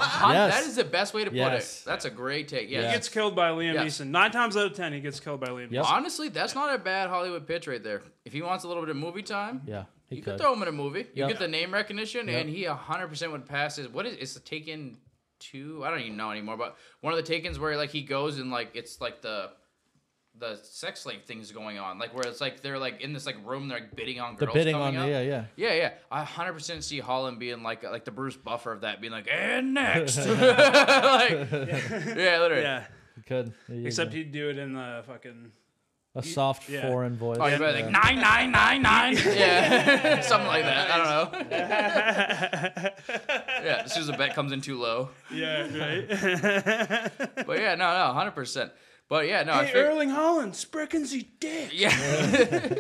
S7: Yes.
S5: is the best way to put
S7: Yes.
S5: it. That's a great take. Yeah.
S7: Yes.
S3: He gets killed by Liam
S5: Yes.
S3: Neeson. Nine times out of ten, he gets killed by Liam.
S7: Yep.
S3: Neeson.
S5: Honestly, that's not a bad Hollywood pitch right there. If he wants a little bit of movie time,
S7: yeah, he
S5: you
S7: could.
S5: could throw him in a movie. You
S7: Yep.
S5: get the name recognition,
S7: Yep.
S5: and he 100% would pass his. What is it's the Taken two? I don't even know anymore. But one of the Takens where like he goes and like it's like the the sex slave things going on, like where it's like they're like in this like room, they're like bidding on
S7: the
S5: girls.
S7: bidding on
S5: coming
S7: the
S5: up.
S7: yeah, yeah.
S5: Yeah, yeah. I 100% see Holland being like like the Bruce Buffer of that, being like, and next. like, yeah, literally.
S3: Yeah.
S7: He could. He is
S3: Except
S7: a,
S3: he'd do it in the fucking
S7: a soft
S3: yeah.
S7: foreign voice.
S5: Oh, you better like nine nine nine nine. Yeah, something like that. I don't know. yeah, as soon as the bet comes in too low.
S3: yeah right.
S5: But yeah, no, no, hundred percent. But yeah, no, I
S3: hey,
S5: fig-
S3: Erling Holland, Sprickensy dick.
S5: yeah.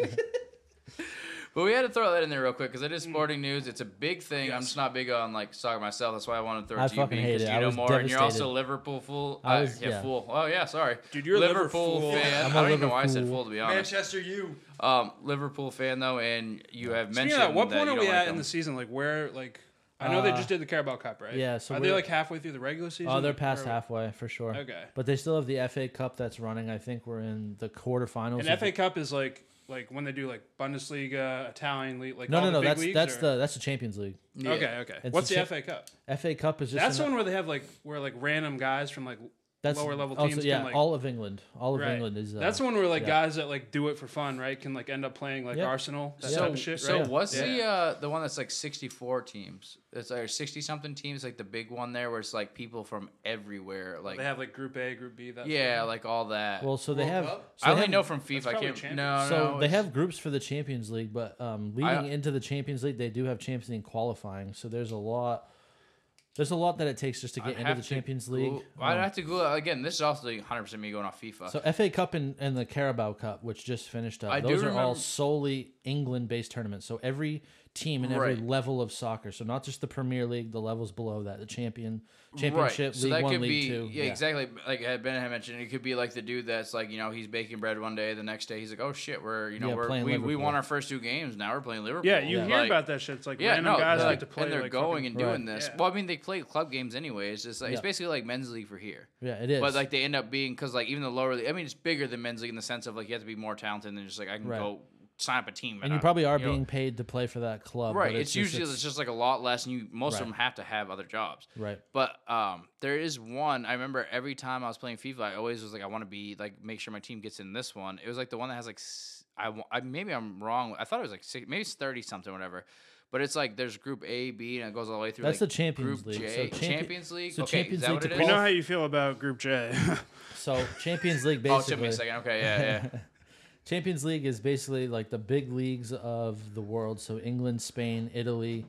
S5: but we had to throw that in there real quick because it is
S3: Hmm.
S5: sporting news. It's a big thing. I'm just not big on like soccer myself. That's why I wanted to throw it
S7: I
S5: to you
S7: fucking
S5: being
S7: hate it.
S5: because
S7: I
S5: you know
S7: was
S5: more, and you're also
S7: devastated.
S5: Liverpool fool.
S7: I
S5: uh,
S7: was-
S5: yeah,
S7: yeah.
S5: fool. Oh yeah, sorry,
S3: Dude, you're a Liverpool
S5: fan.
S7: I'm
S5: I
S7: a
S5: don't even know why I said
S7: Liverpool-
S5: fool to be honest.
S6: Manchester U.
S5: Um, Liverpool fan though, and you have mentioned
S3: Speaking of that, what point
S5: you
S3: are
S5: don't
S3: we
S5: like
S3: at
S5: them.
S3: in the season? Like where? Like I know they
S7: Uh,
S3: just did the Carabao Cup, right?
S7: yeah, so
S3: are they
S7: we're-
S3: like halfway through the regular season?
S7: Oh, they're
S3: Like,
S7: past
S3: where are
S7: halfway for sure.
S3: Okay.
S7: But they still have the FA Cup that's running. I think we're in the quarterfinals.
S3: we? And
S7: of the-
S3: FA Cup is like like when they do like Bundesliga, Italian league, like
S7: No,
S3: all
S7: no,
S3: the
S7: no.
S3: big
S7: That's
S3: leagues,
S7: that's
S3: or-
S7: the that's the Champions League.
S5: Yeah.
S3: okay okay.
S7: It's
S3: What's
S7: a
S3: the
S7: cha-
S3: FA Cup?
S7: FA Cup is just
S3: That's the
S7: an-
S3: one where they have like where like random guys from like
S7: that's
S3: lower level
S7: also-
S3: teams
S7: yeah,
S3: can like
S7: all of England. All of
S3: Right.
S7: England is. Uh,
S3: that's the one where like
S7: yeah.
S3: guys that like do it for fun, right? Can like end up playing like
S7: Yeah.
S3: Arsenal, that
S5: So,
S3: type of shit. Right?
S5: so what's the
S3: Yeah.
S5: uh, the one that's like sixty four teams? It's like sixty something teams, like the big one there, where it's like people from everywhere, like
S3: they have like Group A, Group B. That
S5: yeah, like all that.
S7: Well, so they
S6: World
S7: have.
S6: Cup?
S7: so
S5: I
S7: they
S5: only
S7: have-
S5: know from FIFA. I
S3: probably
S5: can't.
S3: Champions.
S5: No, no,
S7: So
S5: no,
S7: they
S5: it's-
S7: have groups for the Champions League, but um, leading
S5: I-
S7: into the Champions League, they do have Champions League qualifying. So there's a lot. There's a lot that it takes just to
S5: I'd
S7: get into
S5: have
S7: the
S5: to
S7: Champions
S5: Goo-
S7: League.
S5: I'd
S7: Um,
S5: have to go again. This is also one hundred percent me going off FIFA.
S7: So FA Cup and, and the Carabao Cup, which just finished up,
S5: I do
S7: those are all
S5: remember-
S7: solely England-based tournaments. So every team and every
S5: Right.
S7: level of soccer, so not just the Premier League, the levels below that, the champion championship,
S5: So
S7: League
S5: that
S7: One,
S5: could
S7: League
S5: be
S7: Two.
S5: yeah, exactly. Like had Ben had mentioned, it could be like the dude that's like you know he's baking bread one day, the next day he's like, oh shit, we're you know
S7: Yeah,
S5: we're,
S7: playing
S5: we we
S7: Liverpool.
S5: won our first two games, now we're playing Liverpool.
S3: Yeah, you hear
S5: Like,
S3: about that shit. It's like
S5: Yeah,
S3: random
S5: no,
S3: guys
S5: like,
S3: like to play.
S5: and they're
S3: like,
S5: going
S3: fucking-
S5: and doing
S7: Right.
S5: this.
S3: Yeah.
S5: Well, I mean, they play club games anyways. It's like, it's
S7: Yeah.
S5: basically like men's league for here.
S7: Yeah, it is.
S5: But like they end up being because like even the lower league, I mean, it's bigger than men's league in the sense of like you have to be more talented than just like I can
S7: Right.
S5: go sign up a team.
S7: and you
S5: I-
S7: probably are
S5: know.
S7: being paid to play for that club,
S5: uh, Right.
S7: But
S5: It's, usually it's,
S7: just,
S5: just like a lot less, and you most
S7: Right.
S5: of them have to have other jobs.
S7: Right.
S5: But um, there is one I remember every time I was playing FIFA, I always was like, I want to be like make sure my team gets in this one. It was like the one that has like s- I, wa- I maybe I'm wrong. I thought it was like six, maybe it's thirty something, whatever. But it's like there's Group A, B, and it goes all the way through.
S7: That's
S5: like,
S7: the Champions
S5: Group
S7: League.
S5: J.
S7: So champi-
S5: Champions League.
S7: so
S5: okay, is
S7: Champions
S5: that
S7: League
S5: what
S7: to
S5: it is?
S3: We know how you feel about Group J.
S7: so Champions League
S5: oh, it took me
S7: basically.
S5: a second. Okay, yeah, yeah.
S7: Champions League is basically like the big leagues of the world. So England, Spain, Italy.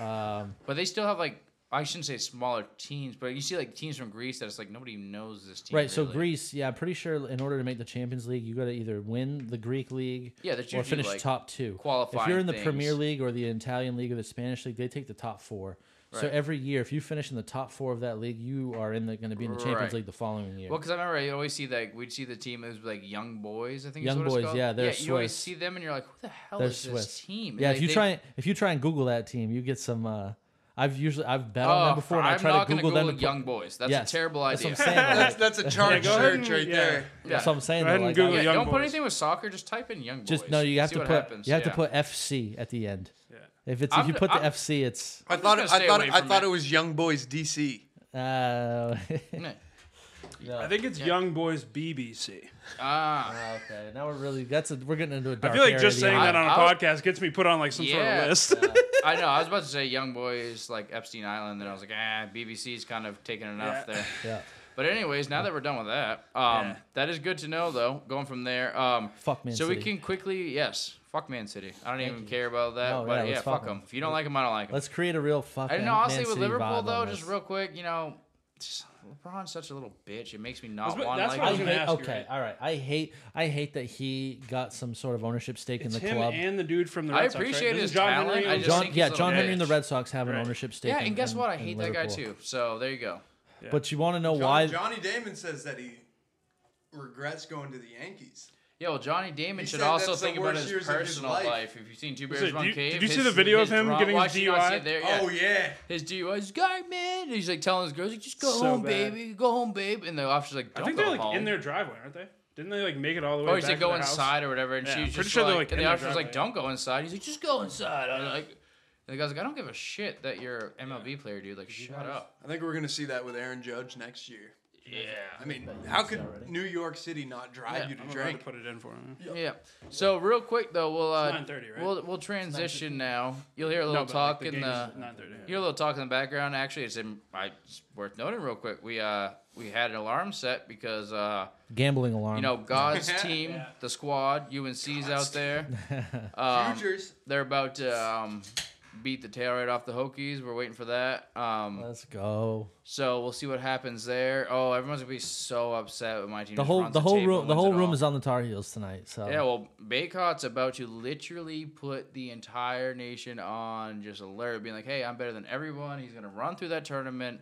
S7: Um,
S5: but they still have like I shouldn't say smaller teams, but you see like teams from Greece that it's like nobody knows this team.
S7: Right, so
S5: really.
S7: Greece, yeah, I'm pretty sure in order to make the Champions League, you got to either win the Greek league
S5: Yeah, that's
S7: or
S5: usually,
S7: finish
S5: like,
S7: top two. If
S5: qualifying
S7: you're in the Premier
S5: things.
S7: League or the Italian League or the Spanish League, they take the top four. So
S5: Right.
S7: every year, if you finish in the top four of that league, you are in the going to be in the Champions
S5: Right.
S7: League the following year.
S5: Well, because I remember I always see like we'd see the team it was like Young Boys, I think. is
S7: Young
S5: what it's
S7: Boys,
S5: called.
S7: yeah, they're
S5: yeah. You always
S7: Swiss.
S5: see them and you're like, who the hell
S7: They're
S5: is this
S7: Swiss.
S5: team? And
S7: yeah,
S5: they-
S7: if you
S5: they-
S7: try if you try and Google that team, you get some uh,
S4: I've usually I've bet on that before, and I
S5: Oh, I'm
S4: try
S5: not
S4: to
S5: gonna
S4: Google them.
S5: Google
S4: to put-
S5: young boys. That's
S4: Yes,
S5: a terrible idea.
S4: That's what I'm saying.
S6: That's
S4: like,
S6: that's a charge
S3: go ahead
S6: search
S3: and-
S6: right
S3: yeah.
S6: there.
S5: Yeah.
S4: that's what I'm saying.
S3: Go ahead
S4: though,
S3: and
S4: like, I-
S3: Google
S5: Yeah,
S3: Young
S5: don't put
S3: Boys.
S5: anything with soccer. Just type in young boys.
S4: Just no, you have
S5: See
S4: to
S5: what
S4: put
S5: happens.
S4: you have to
S5: Yeah.
S4: put FC at the end. If it's
S5: I'm
S4: if you
S5: d-
S4: put the
S5: I'm-
S4: FC, it's
S6: I
S5: just
S6: thought
S5: gonna
S6: it, I
S5: stay
S6: thought
S5: away
S6: it, I
S5: from
S6: thought
S5: it.
S6: it was Young Boys DC.
S4: uh,
S5: Yeah.
S3: I think it's Young Boys BBC.
S5: Ah,
S4: okay. Now we're really that's a, we're getting into a
S3: I
S4: dark
S3: feel like
S4: area
S3: just
S4: of the
S3: saying that
S5: I-
S3: on a
S5: I-
S3: podcast gets me put on like some
S5: Yeah.
S3: sort of list.
S5: I know. I was about to say young boys like Epstein Island, and I was like, ah, BBC's kind of taking it off
S3: Yeah.
S5: there.
S4: Yeah.
S5: But anyways, now that we're done with that, um,
S3: Yeah.
S5: that is good to know though. Going from there, um,
S4: Fuck Man
S5: so we
S4: City.
S5: can quickly yes, fuck Man City. I don't even
S4: you.
S5: care about that,
S4: No, yeah,
S5: but
S4: let's
S5: yeah,
S4: fuck
S5: fuck
S4: 'em.
S5: them. If you don't like them, I don't like them.
S4: Let's create a real fucking.
S5: I don't know.
S4: Man
S5: Honestly, with
S4: City
S5: Liverpool
S4: vibe
S5: though,
S4: on
S5: just
S4: this.
S5: real quick, you know, just, LeBron's such a little bitch. It makes me not
S3: That's what-
S5: want to
S3: that's
S5: like.
S3: what I
S4: I
S3: was
S5: him.
S3: gonna
S4: hate,
S3: ask you,
S4: okay,
S3: right?
S4: all right. I hate. I hate that he got some sort of ownership stake
S3: It's
S4: in the
S3: him
S4: club.
S3: and the dude from the
S5: I
S3: Red Sox, right?
S5: appreciate
S3: This is
S5: his
S3: John
S5: talent,
S3: Henry.
S5: I
S3: and-
S5: just
S4: John,
S5: think he's
S4: yeah,
S5: a little
S4: John Henry and the
S5: bitch.
S4: Red Sox have an
S3: Right.
S4: ownership stake.
S5: yeah,
S4: in-
S5: and guess
S4: in-
S5: what? I
S4: in
S5: hate that guy
S4: Liverpool.
S5: too. So there you go.
S4: But you want to know
S6: John-
S4: why?
S6: Johnny Damon says that he regrets going to the Yankees.
S5: Yeah, well, Johnny Damon
S6: He
S5: should
S6: said
S5: also
S6: that's the
S5: think about
S6: worst
S5: his
S6: years of his
S5: personal life.
S6: life.
S5: If you've seen Two
S3: it-
S5: Bears One
S3: do you-
S5: Cave,
S3: did you see the video of him
S5: drunk-
S3: getting his
S5: why should you not
S3: DUI?
S5: see it there? Yeah.
S6: Oh yeah.
S5: His DUI, he's guy man. He's like telling his girls, like, just go
S3: So
S5: home,
S3: bad.
S5: baby, go home, babe. And the officer's like, don't
S3: I think
S5: go
S3: they're like
S5: home. Oh,
S3: in their driveway, aren't they? Didn't they like make it all the way?
S5: or he's
S3: back
S5: like,
S3: to
S5: go
S3: their house?
S5: inside or whatever. And
S3: Yeah, I'm
S5: she's
S3: pretty
S5: just
S3: sure they're,
S5: like,
S3: like,
S5: and
S3: in
S5: the
S3: their
S5: officer's like,
S3: driveway.
S5: don't go inside. He's like, just go inside. I was like, and the guy's like, I don't give a shit that you're an MLB player, dude. Like, shut up.
S6: I think we're gonna see that with Aaron Judge next year. I
S5: Yeah.
S6: mean, how could New York City not drive
S5: Yeah,
S6: you to
S3: I'm about
S6: drink?
S3: to put it in for him.
S5: Yeah. So real quick though, we'll uh,
S3: 9:30, right?
S5: we'll we'll transition now. You'll hear a little
S3: No, but, like,
S5: talk
S3: the
S5: in
S3: game
S5: the
S3: is 9:30, yeah.
S5: Hear a little talk in the background. Actually, it's, in, I, it's worth noting real quick. We uh we had an alarm set because uh
S4: Gambling alarm.
S5: you know God's
S6: Yeah.
S5: team, the squad, UNC's out there. Um,
S6: Futures.
S5: they're about to um, beat the tail right off the Hokies. We're waiting for that. Um,
S4: Let's go.
S5: so we'll see what happens there. Oh, everyone's gonna be so upset with my team.
S4: The
S5: just
S4: whole
S5: runs
S4: the whole
S5: table
S4: room
S5: and
S4: the
S5: wins it
S4: whole room
S5: all.
S4: is on the Tar Heels tonight. So
S5: Yeah, well, Baycott's about to literally put the entire nation on just alert, being like, "Hey, I'm better than everyone." He's gonna run through that tournament.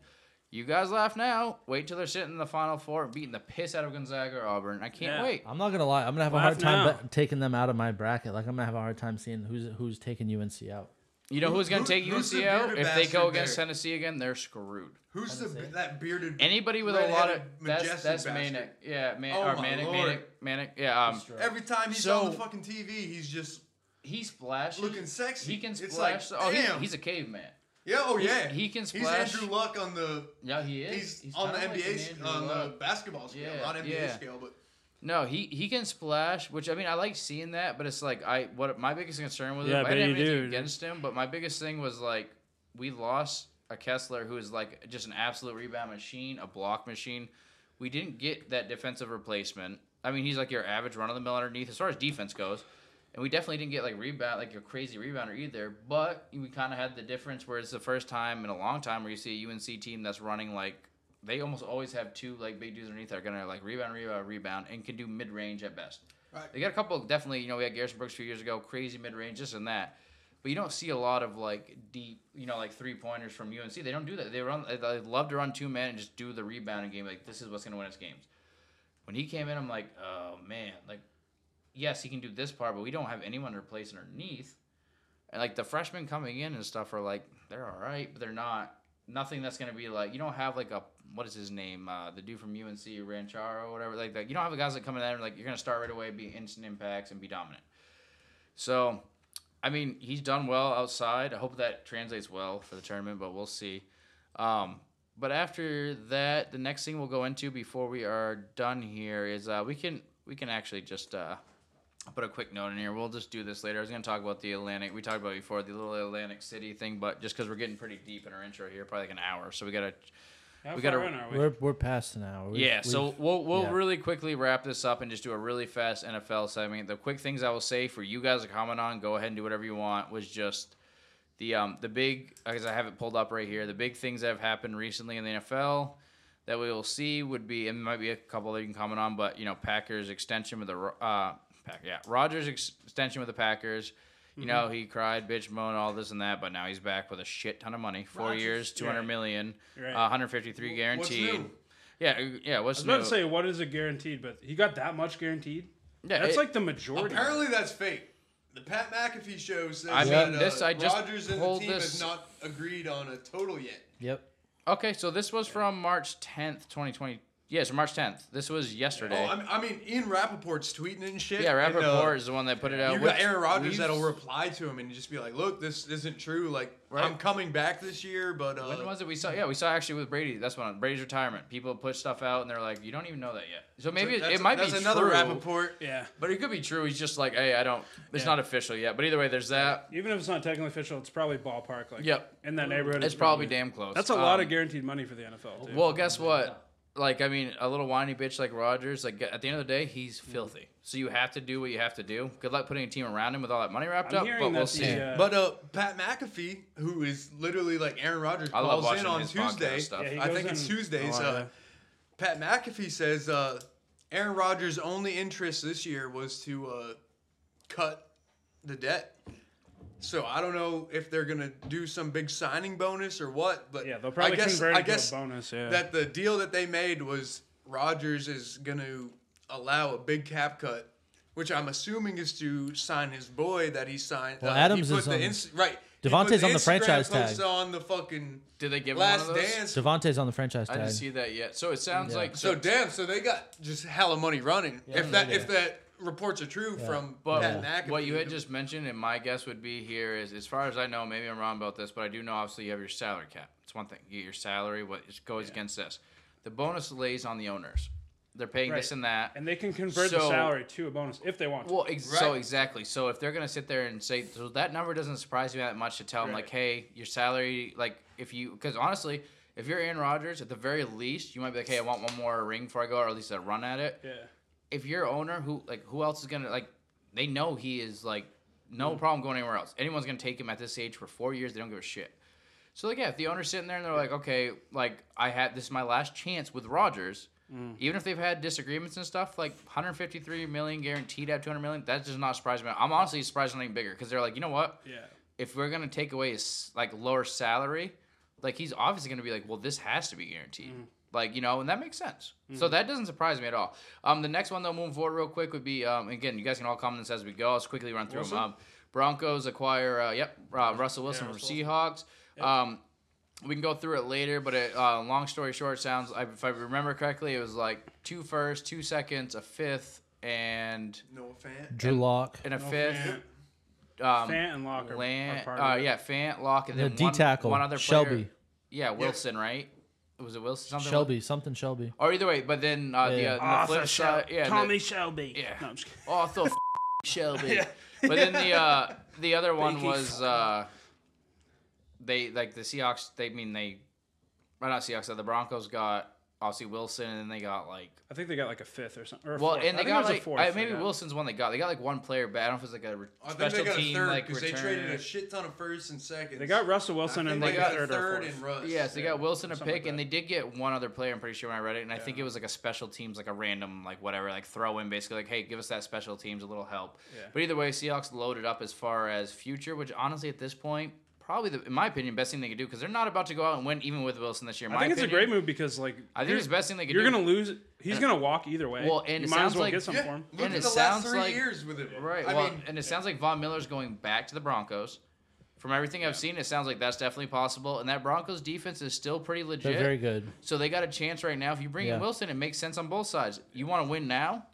S5: You guys laugh now. Wait till they're sitting in the final four, beating the piss out of Gonzaga or Auburn. I can't
S3: Yeah.
S5: wait.
S4: I'm not gonna lie. I'm gonna have a
S3: Laugh
S4: hard time
S3: now.
S4: be- taking them out of my bracket. Like I'm gonna have a hard time seeing who's who's taking UNC out.
S5: You know who's gonna
S6: who-
S5: take
S6: who's the
S5: UNC out?
S6: bearded
S5: If they
S6: bastard
S5: go against
S6: there?
S5: Tennessee again, they're screwed.
S6: Who's the, that bearded?
S5: Anybody with a lot of
S6: redheaded,
S5: that's
S6: majestic
S5: that's
S6: bastard?
S5: manic, yeah, man,
S6: Oh
S5: or
S6: my
S5: manic,
S6: lord.
S5: manic, manic, yeah. Um,
S6: Every time he's on the
S5: So-
S6: fucking TV, he's just
S5: he splashes.
S6: Looking sexy.
S5: He can
S6: It's
S5: splash.
S6: like,
S5: oh, he-
S6: damn.
S5: he's a caveman.
S6: yeah, oh yeah.
S5: he can
S6: He's
S5: splash.
S6: Andrew Luck on the.
S5: Yeah, he is.
S6: He's, on the
S5: kinda like an
S6: NBA
S5: Andrew
S6: sc- on
S5: Luck.
S6: the basketball scale,
S5: Yeah,
S6: not NBA
S5: yeah.
S6: scale, but
S5: No, he he can splash, which I mean I like seeing that, but it's like I what my biggest concern was
S3: Yeah, I
S5: him. I
S3: bet
S5: didn't have
S3: you
S5: anything
S3: do.
S5: against him, but my biggest thing was like we lost a Kessler who is like just an absolute rebound machine, a block machine. We didn't get that defensive replacement. I mean, he's like your average run of the mill underneath as far as defense goes. And we definitely didn't get like rebound like your crazy rebounder either, but we kind of had the difference where it's the first time in a long time where you see a UNC team that's running like they almost always have two like big dudes underneath that are gonna like rebound, rebound, rebound, and can do mid range at best.
S6: Right.
S5: They got a couple definitely, you know, we had Garrison Brooks a few years ago, crazy mid range, this and that. But you don't see a lot of like deep, you know, like three pointers from UNC. They don't do that. They run. They love to run two man and just do the rebounding game. Like this is what's gonna win us games. When he came in, I'm like, oh man, like yes, he can do this part, but we don't have anyone to replace underneath. And like the freshmen coming in and stuff are like they're all right, but they're not nothing that's gonna be like you don't have like a what is his name uh, the dude from UNC Rancharo or whatever like that. You don't have the guys that come in there and like you're gonna start right away, be instant impacts and be dominant. So, I mean, he's done well outside. I hope that translates well for the tournament, but we'll see. Um, but after that, the next thing we'll go into before we are done here is uh, we can we can actually just uh, put a quick note in here. We'll just do this later. I was going to talk about the Atlantic. We talked about it before the little Atlantic City thing, but just because we're getting pretty deep in our intro here, probably like an hour, so we got to.
S3: How
S5: We
S3: far
S5: gotta-
S3: in are we?
S4: We're we're past an hour. We've-
S5: Yeah, so
S4: we've-
S5: we'll we'll
S4: yeah.
S5: really quickly wrap this up and just do a really fast NFL segment. The quick things I will say for you guys to comment on, go ahead and do whatever you want. Was just the um the big because I have it pulled up right here. The big things that have happened recently in the NFL that we will see would be and might be a couple that you can comment on, but you know Packers extension with the Ro- uh Pack, yeah Rogers ex- extension with the Packers. You know he cried, bitch, moan, all this and that, but now he's back with a shit ton of money. Four
S3: Rodgers-
S5: years, two hundred
S3: right.
S5: million,
S3: Right.
S5: uh, one hundred fifty-three guaranteed.
S6: new?
S5: Yeah, uh, yeah. What's
S3: I was about
S5: new?
S3: to say, what is it guaranteed? But he got that much guaranteed.
S5: Yeah,
S3: that's
S5: it-
S3: like the majority.
S6: apparently that's fake. The Pat McAfee show says
S5: I mean,
S6: that, uh,
S5: this- I just
S6: Rogers and the
S5: pulled
S6: team
S5: this-
S6: have not agreed on a total yet.
S4: Yep.
S5: Okay, so this was from March 10th, 2020. Yeah, so March 10th. This was
S6: Oh,
S5: yesterday.
S6: I I mean, Ian Rappaport's tweeting and shit.
S5: yeah,
S6: and, uh,
S5: Rappaport is the one that put it out.
S6: You
S5: which
S6: got Aaron Rodgers
S5: we've-
S6: that'll reply to him and just be like, "Look, this isn't true. Like,
S5: Right.
S6: I'm coming back this year, but uh,
S5: When was it we saw? Yeah, we saw actually with Brady. That's when Brady's retirement. People put stuff out and they're like, "You don't even know that yet." So maybe it,
S6: that's-
S5: it might
S6: that's
S5: be
S6: another
S5: true,
S6: Rappaport.
S3: Yeah.
S5: but it could be true. He's just like, "Hey, I don't. It's
S3: Yeah.
S5: not official yet." But either way, there's that.
S3: Even if it's not technically official, it's probably ballpark. Like
S5: Yep.
S3: in that neighborhood.
S5: It's probably damn close.
S3: That's a lot
S5: Um,
S3: of guaranteed money for the NFL. Dude.
S5: Well, guess what? Like, I mean, a little whiny bitch like Rogers. Like, at the end of the day, he's filthy. So you have to do what you have to do. Good luck putting a team around him with all that money wrapped
S3: I'm
S5: up.
S3: hearing
S5: But
S3: that
S5: we'll
S3: the,
S5: see.
S3: uh,
S6: But uh, Pat McAfee, who is literally like Aaron Rodgers,
S5: I love
S6: calls
S5: watching
S6: in on
S5: his podcast
S6: Tuesday.
S5: stuff. Yeah,
S3: he
S6: I
S3: goes
S6: think it's
S3: in-
S6: Tuesdays.
S3: Oh,
S6: uh, Pat McAfee says uh, Aaron Rodgers' only interest this year was to uh, cut the debt. So I don't know if they're gonna do some big signing bonus or what, but
S3: yeah, they'll probably
S6: I guess
S3: convert it
S6: I guess
S3: to a bonus. Yeah.
S6: that the deal that they made was Rodgers is gonna allow a big cap cut, which I'm assuming is to sign his boy that he signed.
S4: Well,
S6: uh,
S4: Adams
S6: he put
S4: is
S6: the
S4: on-
S6: Inst- right. he put
S4: Devontae's on the
S6: Instagram
S4: franchise
S6: post
S4: tag.
S6: On the fucking
S5: Did they give him one
S6: last
S5: of those?
S6: dance.
S4: Devante's on the franchise
S5: I
S4: tag.
S5: didn't see that yet. So it sounds like
S6: So damn, so they got just hella money running. if that if that reports are true from
S5: But
S6: Pat McAfee,
S5: uh, what you had just mentioned, and my guess would be here is, as far as I know, maybe I'm wrong about this, but I do know obviously you have your salary cap. It's one thing, you get your salary, what it goes against this. The bonus lays on the owners. They're paying this
S3: Right.
S5: and that.
S3: and they can convert the
S5: So-
S3: salary to a bonus if they want. to.
S5: Well, ex- so
S6: Right.
S5: exactly. So if they're gonna sit there and say, so that number doesn't surprise me that much to tell them like, hey, your salary, like if you, because honestly, if you're Aaron Rodgers, at the very least, you might be like, hey, I want one more ring before I go, or at least a run at it.
S3: yeah.
S5: If you're owner, who like who else is gonna like? They know he is like no problem going anywhere else. Anyone's gonna take him at this age for four years. They don't give a shit. So like, yeah, if the owner's sitting there and they're like, okay, like I had this is my last chance with Rogers. Even if they've had disagreements and stuff, like 153 million guaranteed at 200 million, that does not surprise me. I'm honestly surprised nothing bigger because they're like, you know what?
S3: Yeah.
S5: If we're gonna take away his like lower salary, like he's obviously gonna be like, well, this has to be guaranteed. Like you know, and that makes sense. So that doesn't surprise me at all. Um, the next one though, moving forward real quick would be um, again, you guys can all comment this as we go. Let's quickly run through them. Um, Broncos acquire uh, yep uh, Russell Wilson from Seahawks. Um, we can go through it later, but it, uh, long story short, sounds I- if I remember correctly, it was like two firsts, two seconds, a fifth, and
S6: Noah Fant.
S4: Drew Lock.
S5: and a fifth.
S3: Fant,
S5: Um,
S3: Fant and Locker.
S5: Lan-
S3: are part
S5: uh,
S3: of it.
S5: yeah, Fant, Lock, and
S4: The
S5: then one,
S4: D tackle.
S5: one other player.
S4: Shelby.
S5: Yeah, Wilson, right? Was it Wilson? Something
S4: Shelby. Something Shelby.
S5: Or either way, but then uh, the,
S4: Yeah.
S5: uh,
S3: Ah,
S5: the flip side, yeah, the-
S3: Shelby.
S5: Yeah.
S3: No, I'm just kidding.
S5: Arthur f- Shelby. But then the uh, the other one
S3: Thank you,
S5: was uh, they like the Seahawks. They mean they, well not Seahawks. uh, The Broncos got obviously Wilson, and then they got like
S3: I think they got like a fifth or something. Or a
S5: well,
S3: fourth.
S5: and
S3: I
S5: they
S3: think
S5: got
S3: it was
S5: like
S3: a fourth
S5: I,
S3: they
S5: maybe
S3: got.
S5: Wilson's one they got. They got like one player, but I don't know if it's like a re-
S6: I think
S5: special
S6: they got a
S5: team
S6: third
S5: like
S6: because they
S5: return.
S6: traded a shit ton of firsts and seconds.
S3: They got Russell
S6: I
S3: Wilson
S6: think
S3: and
S6: they,
S3: they
S6: got,
S3: third
S6: a third
S3: or fourth.
S6: and Russ.
S5: Yes, they got Wilson a
S3: something
S5: pick,
S3: like
S5: and
S3: that.
S5: they did get one other player. I'm pretty sure when I read it, and I think it was like a special teams, like a random, like whatever, like throw in, basically, like hey, give us that special teams a little help. But either way, Seahawks loaded up as far as future, which honestly at this point, probably the, in my opinion, best thing they could do because they're not about to go out and win even with Wilson this year. In
S3: I
S5: my
S3: think it's a
S5: opinion,
S3: great move because like
S5: I think
S3: you're-
S5: it's the best thing they could
S3: You're
S5: do.
S3: gonna lose. He's gonna walk either way.
S5: Well, and
S3: you
S5: it
S3: might
S5: sounds
S3: as well
S5: like-
S3: get some
S6: Yeah,
S3: for him.
S6: look
S5: And
S6: at
S5: it
S6: the
S5: sounds
S6: last three
S5: like-
S6: years with it.
S5: Right.
S6: I
S5: well,
S6: mean,
S5: and it sounds like Von Miller's going back to the Broncos. From everything I've seen, it sounds like that's definitely possible. And that Broncos defense is still pretty legit.
S4: They're very good.
S5: So they got a chance right now. If you bring in
S4: Yeah.
S5: Wilson, it makes sense on both sides. You want to win now,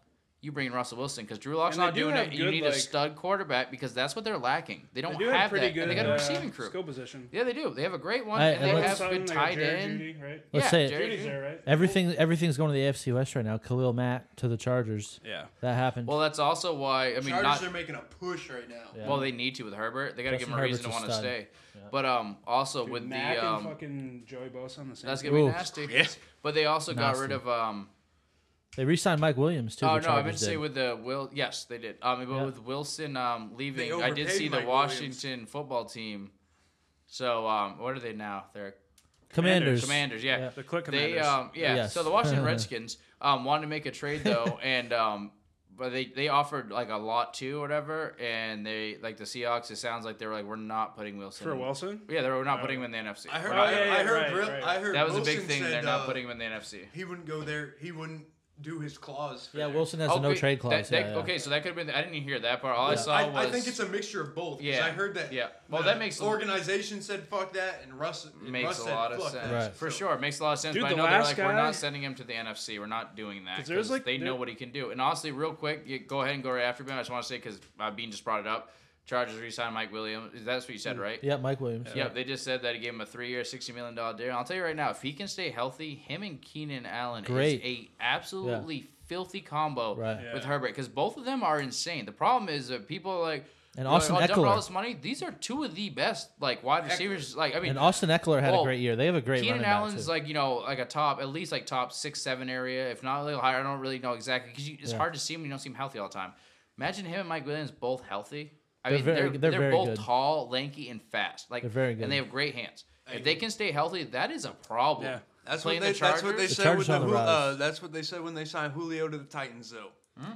S5: you bring in Russell Wilson because Drew Lock's
S3: And they
S5: not
S3: do
S5: doing
S3: have
S5: it. You
S3: good,
S5: need a
S3: like-
S5: stud quarterback because that's what they're lacking. They don't
S3: They do have
S5: have
S3: pretty
S5: that.
S3: good.
S5: and they got a
S3: uh,
S5: receiving crew.
S3: Skill position.
S5: Yeah, they do. They have a great one,
S4: I-
S5: and,
S4: and
S5: they
S4: let's-
S5: have good tight end.
S3: Judy, right?
S4: Let's
S5: yeah,
S4: say it.
S5: Jerry
S3: Judy's
S5: Judy.
S3: there, right?
S4: Everything. Everything's going to the AFC West right now. Khalil Mack to the Chargers.
S3: Yeah.
S4: That happened.
S5: Well, that's also why I mean,
S6: Chargers
S5: not
S6: are making a push right now.
S4: Yeah.
S5: well, they need to with Herbert. They got to give
S4: Justin
S5: him a reason to
S4: Herbert's
S5: want
S4: a
S5: to
S4: stud.
S5: stay. But um, also with
S3: Mac
S5: the um,
S3: and fucking Joey Bosa on the same.
S5: That's
S3: team.
S5: gonna be
S4: Ooh.
S5: nasty. But they also got rid of um.
S4: they re-signed Mike Williams too.
S5: Oh
S4: the
S5: no, I
S4: Chargers
S5: meant to say
S4: did.
S5: with the Will. Yes, they did. Um, but
S4: Yeah.
S5: with Wilson um leaving,
S6: They
S5: I did
S6: overpaid
S5: see the
S6: Mike Williams.
S5: Washington football team. So um, what are they now? They're
S4: Commanders.
S5: Commanders. Yeah.
S4: Yeah.
S3: The Click
S5: They
S3: Commanders.
S5: um yeah.
S4: Yes.
S5: So the Washington Redskins um wanted to make a trade though, and um but they they offered like a lot too, or whatever, and they like the Seahawks. It sounds like they were like we're not putting Wilson
S3: for
S5: in-
S3: Wilson.
S5: Yeah, they were not putting him in the NFC.
S6: Uh, I heard.
S5: We're not-
S6: I,
S3: yeah, yeah,
S6: I heard.
S3: right,
S6: Will-
S3: right.
S6: I heard.
S5: that was a
S6: Wilson
S5: big thing.
S6: Said,
S5: They're not
S6: uh,
S5: putting him in the NFC.
S6: He wouldn't go there. He wouldn't do his clause. For
S4: Yeah,
S6: there.
S4: Wilson has a no trade clause.
S5: That, that-
S4: yeah, yeah.
S5: Okay, so that could have been. I didn't hear that part. All I
S4: Yeah.
S5: saw
S6: I,
S5: was.
S6: I think it's a mixture of both. 'cause
S5: Yeah,
S6: I heard that.
S5: yeah. Well,
S6: the
S5: that makes-
S6: organization said fuck that, and Russ and
S5: makes
S6: Russ
S5: a
S6: said,
S5: lot of
S6: "Fuck
S5: sense
S6: that."
S4: Right.
S5: for
S6: So-
S5: sure. It makes a lot of sense.
S3: Dude,
S5: but I
S3: the
S5: know they're
S3: last
S5: like,
S3: guy-
S5: we're not sending him to the NFC. We're not doing that
S3: 'Cause there's,
S5: because
S3: like,
S5: they
S3: there-
S5: know what he can do. And honestly, real quick, yeah, go ahead and go right after me. I just want to say because uh, Bean just brought it up. Chargers re-signed Mike Williams. That's what you
S3: Mm.
S5: said, right?
S4: Yeah, Mike Williams.
S5: Yep, they just said that he gave him a three-year, sixty million dollar deal. And I'll tell you right now, if he can stay healthy, him and Keenan Allen
S4: Great.
S5: is a absolutely filthy combo
S4: Right.
S5: with
S3: Yeah.
S5: Herbert because both of them are insane. The problem is that people are like
S4: And
S5: they're like,
S4: Austin
S5: "Oh, dump all
S4: Eckler.
S5: this money. These are two of the best like wide receivers. Like I mean,
S4: And Austin Eckler had
S5: Well,
S4: a great year. They have a great
S5: Keenan
S4: running back,
S5: Allen's
S4: too.
S5: like you know like a top at least like top six seven area if not a little higher. I don't really know exactly because it's
S4: Yeah.
S5: hard to see him. You don't see him healthy all the time. Imagine him and Mike Williams both healthy. I
S4: They're
S5: mean,
S4: very-
S5: they're,
S4: they're
S5: they're,
S4: very
S5: both
S4: good.
S5: tall, lanky, and fast. Like
S4: They're very good.
S5: and they have great hands. If they can stay healthy, that is a problem.
S3: Yeah.
S6: That's
S5: Playing
S6: what they.
S5: the
S6: that's what they
S5: Chargers?
S4: The
S6: said.
S4: Chargers
S6: With
S4: on
S6: the,
S4: the
S6: Ju-
S4: rise.
S6: uh, that's what they said when they signed Julio to the Titans, though.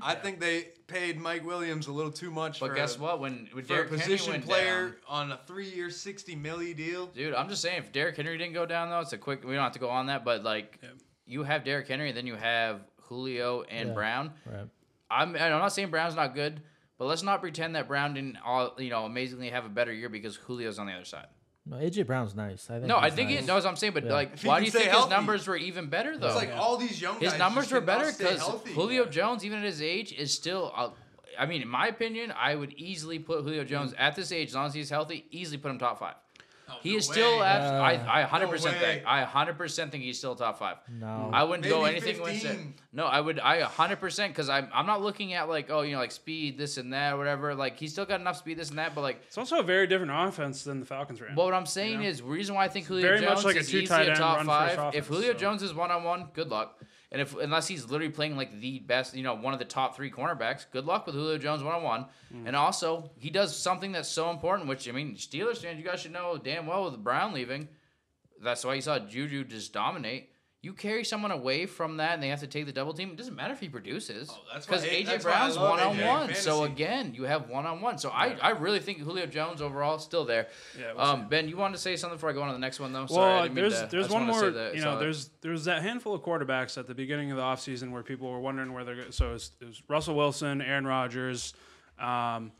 S6: I think they paid Mike Williams a little too much.
S5: Hmm. But
S6: for
S5: guess
S6: a,
S5: what? When when
S6: For a
S5: Derrick Henry
S6: position
S5: went
S6: player
S5: down,
S6: on a three-year, sixty milli deal.
S5: dude, I'm just saying if Derrick Henry didn't go down though, it's a quick. We don't have to go on that, but like you have Derrick Henry, and then you have Julio and
S4: Yeah.
S5: Brown.
S4: Right.
S5: I'm and I'm not saying Brown's not good, but let's not pretend that Brown didn't all you know amazingly have a better year because Julio's on the other side.
S4: No, AJ Brown's nice. I think
S5: No, I
S4: he's
S5: think
S4: nice.
S5: it knows I'm saying, but like,
S6: If he
S5: why
S6: can
S5: do you
S6: stay
S5: think his
S6: healthy.
S5: numbers were even better though?
S6: It's like all these young guys.
S5: his numbers
S6: just
S5: were
S6: cannot
S5: better
S6: stay
S5: because
S6: healthy.
S5: Julio Jones, even at his age, is still. Uh, I mean, in my opinion, I would easily put Julio Jones at this age, as long as he's healthy, easily put him top five. He
S6: Oh, no
S5: is still.
S6: way.
S5: Abs- I I hundred
S6: No
S5: percent think.
S6: way.
S5: I hundred percent think he's still top five.
S4: No.
S5: I wouldn't go
S6: Maybe
S5: anything. with
S6: 15.
S5: that. No, I would. I hundred percent because I'm. I'm not looking at like oh you know like speed this and that or whatever. Like he's still got enough speed this and that, but like.
S3: It's also a very different offense than the Falcons ran.
S5: But what I'm saying
S3: Yeah.
S5: is, reason why I think Julio
S3: very much
S5: Jones
S3: like a
S5: is
S3: two tight
S5: easily a
S3: end
S5: top
S3: run-first
S5: five. if
S3: offense,
S5: Julio
S3: so.
S5: Jones is one on one, good luck. And if unless he's literally playing like the best, you know, one of the top three cornerbacks, good luck with Julio Jones one on one.
S3: Mm.
S5: And also, he does something that's so important, which I mean, Steelers fans, you guys should know damn well with Brown leaving. That's why you saw Juju just dominate. You carry someone away from that, and they have to take the double team. It doesn't matter if he produces,
S6: Oh, that's why
S5: because
S6: I-
S5: AJ
S6: that's why I
S5: Brown's
S6: love
S5: one on
S6: AJ
S5: one. So
S6: fantasy.
S5: again, you have one on one. So I, I really think Julio Jones overall is still there.
S3: Yeah, we'll
S5: um, Ben, you wanted to say something before I go on to the next one though. Sorry, I
S3: Well,
S5: didn't mean
S3: there's
S5: to- I
S3: there's
S5: just
S3: one
S5: wanted to say
S3: more.
S5: that I
S3: you
S5: saw
S3: know,
S5: it.
S3: there's there's that handful of quarterbacks at the beginning of the offseason where people were wondering where they're going. So it was, it was Russell Wilson, Aaron Rodgers, um,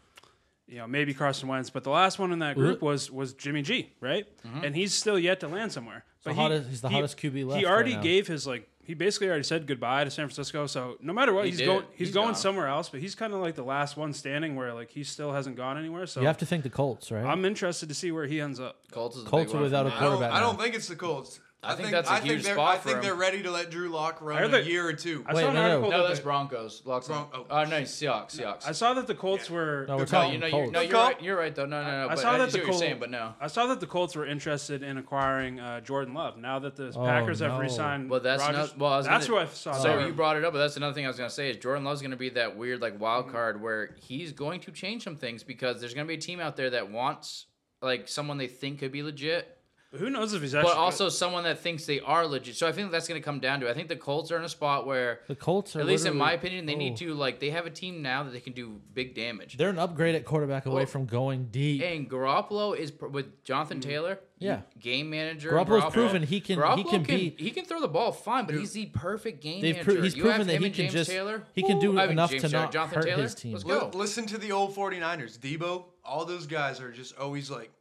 S3: you know, maybe Carson Wentz, but the last one in that group was was Jimmy G, right?
S5: Mm-hmm.
S3: And he's still yet to land somewhere. But
S4: hottest- he's the hottest QB left right
S3: He already
S4: now.
S3: gave his like. He basically already said goodbye to San Francisco. So no matter what,
S5: He
S3: he's
S5: did.
S3: going. He's,
S5: He's
S3: going
S5: gone.
S3: somewhere else. But he's kind of like the last one standing, where like he still hasn't gone anywhere. So
S4: You have to think the Colts, right?
S3: I'm interested to see where he ends up.
S5: Colts is a big
S4: Colts are
S5: one.
S4: without a
S6: I don't,
S4: quarterback.
S6: I
S4: now.
S6: don't think it's the Colts. I,
S5: think that's a huge
S6: they're-
S5: spot
S6: I
S5: for
S6: think
S5: him.
S6: they're ready to let Drew Lock
S3: I
S6: run
S3: heard
S6: a
S3: that-
S6: year or two.
S3: I
S4: Wait,
S3: saw an
S4: no, no,
S3: article
S5: No,
S3: that
S5: that's
S3: they-
S5: Broncos. Locks on-
S6: Bron-
S5: oh, no, Seahawks. Seahawks.
S3: I saw that the Colts were.
S4: No, we're
S5: no,
S4: talking
S5: you know,
S4: Colts.
S5: you're, no, you're right. You're right though. No, no, no.
S3: I
S5: but
S3: saw
S5: I
S3: that
S5: see
S3: the
S5: what you're
S3: Colts.
S5: saying, but no.
S3: I saw that the Colts were interested in acquiring uh, Jordan Love. Now that the
S4: Oh,
S3: Packers
S4: no.
S3: have re-signed,
S5: Well, that's
S3: Rodgers,
S5: not- well, I was
S3: that's
S5: gonna-
S3: what I saw.
S5: So
S3: there.
S5: you brought it up, but that's another thing I was gonna say is Jordan Love's gonna be that weird like
S3: Mm-hmm.
S5: wild card where he's going to change some things because there's gonna be a team out there that wants like someone they think could be legit,
S3: Who knows if he's actually?
S5: but also someone that thinks they are legit. So I think that's gonna come down to. it. I think the Colts are in a spot where,
S4: the Colts are
S5: at least in my
S4: literally-
S5: opinion, they
S4: oh.
S5: need to like they have a team now that they can do big damage.
S4: They're an upgrade at quarterback away
S5: Well,
S4: from going deep.
S5: And Garoppolo is pr- with Jonathan Taylor.
S4: Mm, Yeah.
S5: game manager.
S4: Garoppolo's
S5: Garoppolo-
S4: proven he can- he
S5: Garoppolo
S4: can be-
S5: He can throw the ball fine, but he's the perfect game
S4: They've
S5: manager.
S4: pro- he's
S5: You have
S4: proven that
S5: him
S4: he
S5: and
S4: can
S5: James
S4: just-
S5: Taylor.
S4: he can do
S5: Ooh, I mean,
S4: enough
S5: James
S4: to
S5: Taylor,
S4: not
S5: Jonathan
S4: hurt
S5: Taylor.
S4: his team.
S5: Let's
S6: Li-
S5: go.
S6: Listen to the old 49ers. Debo, all those guys are just always like,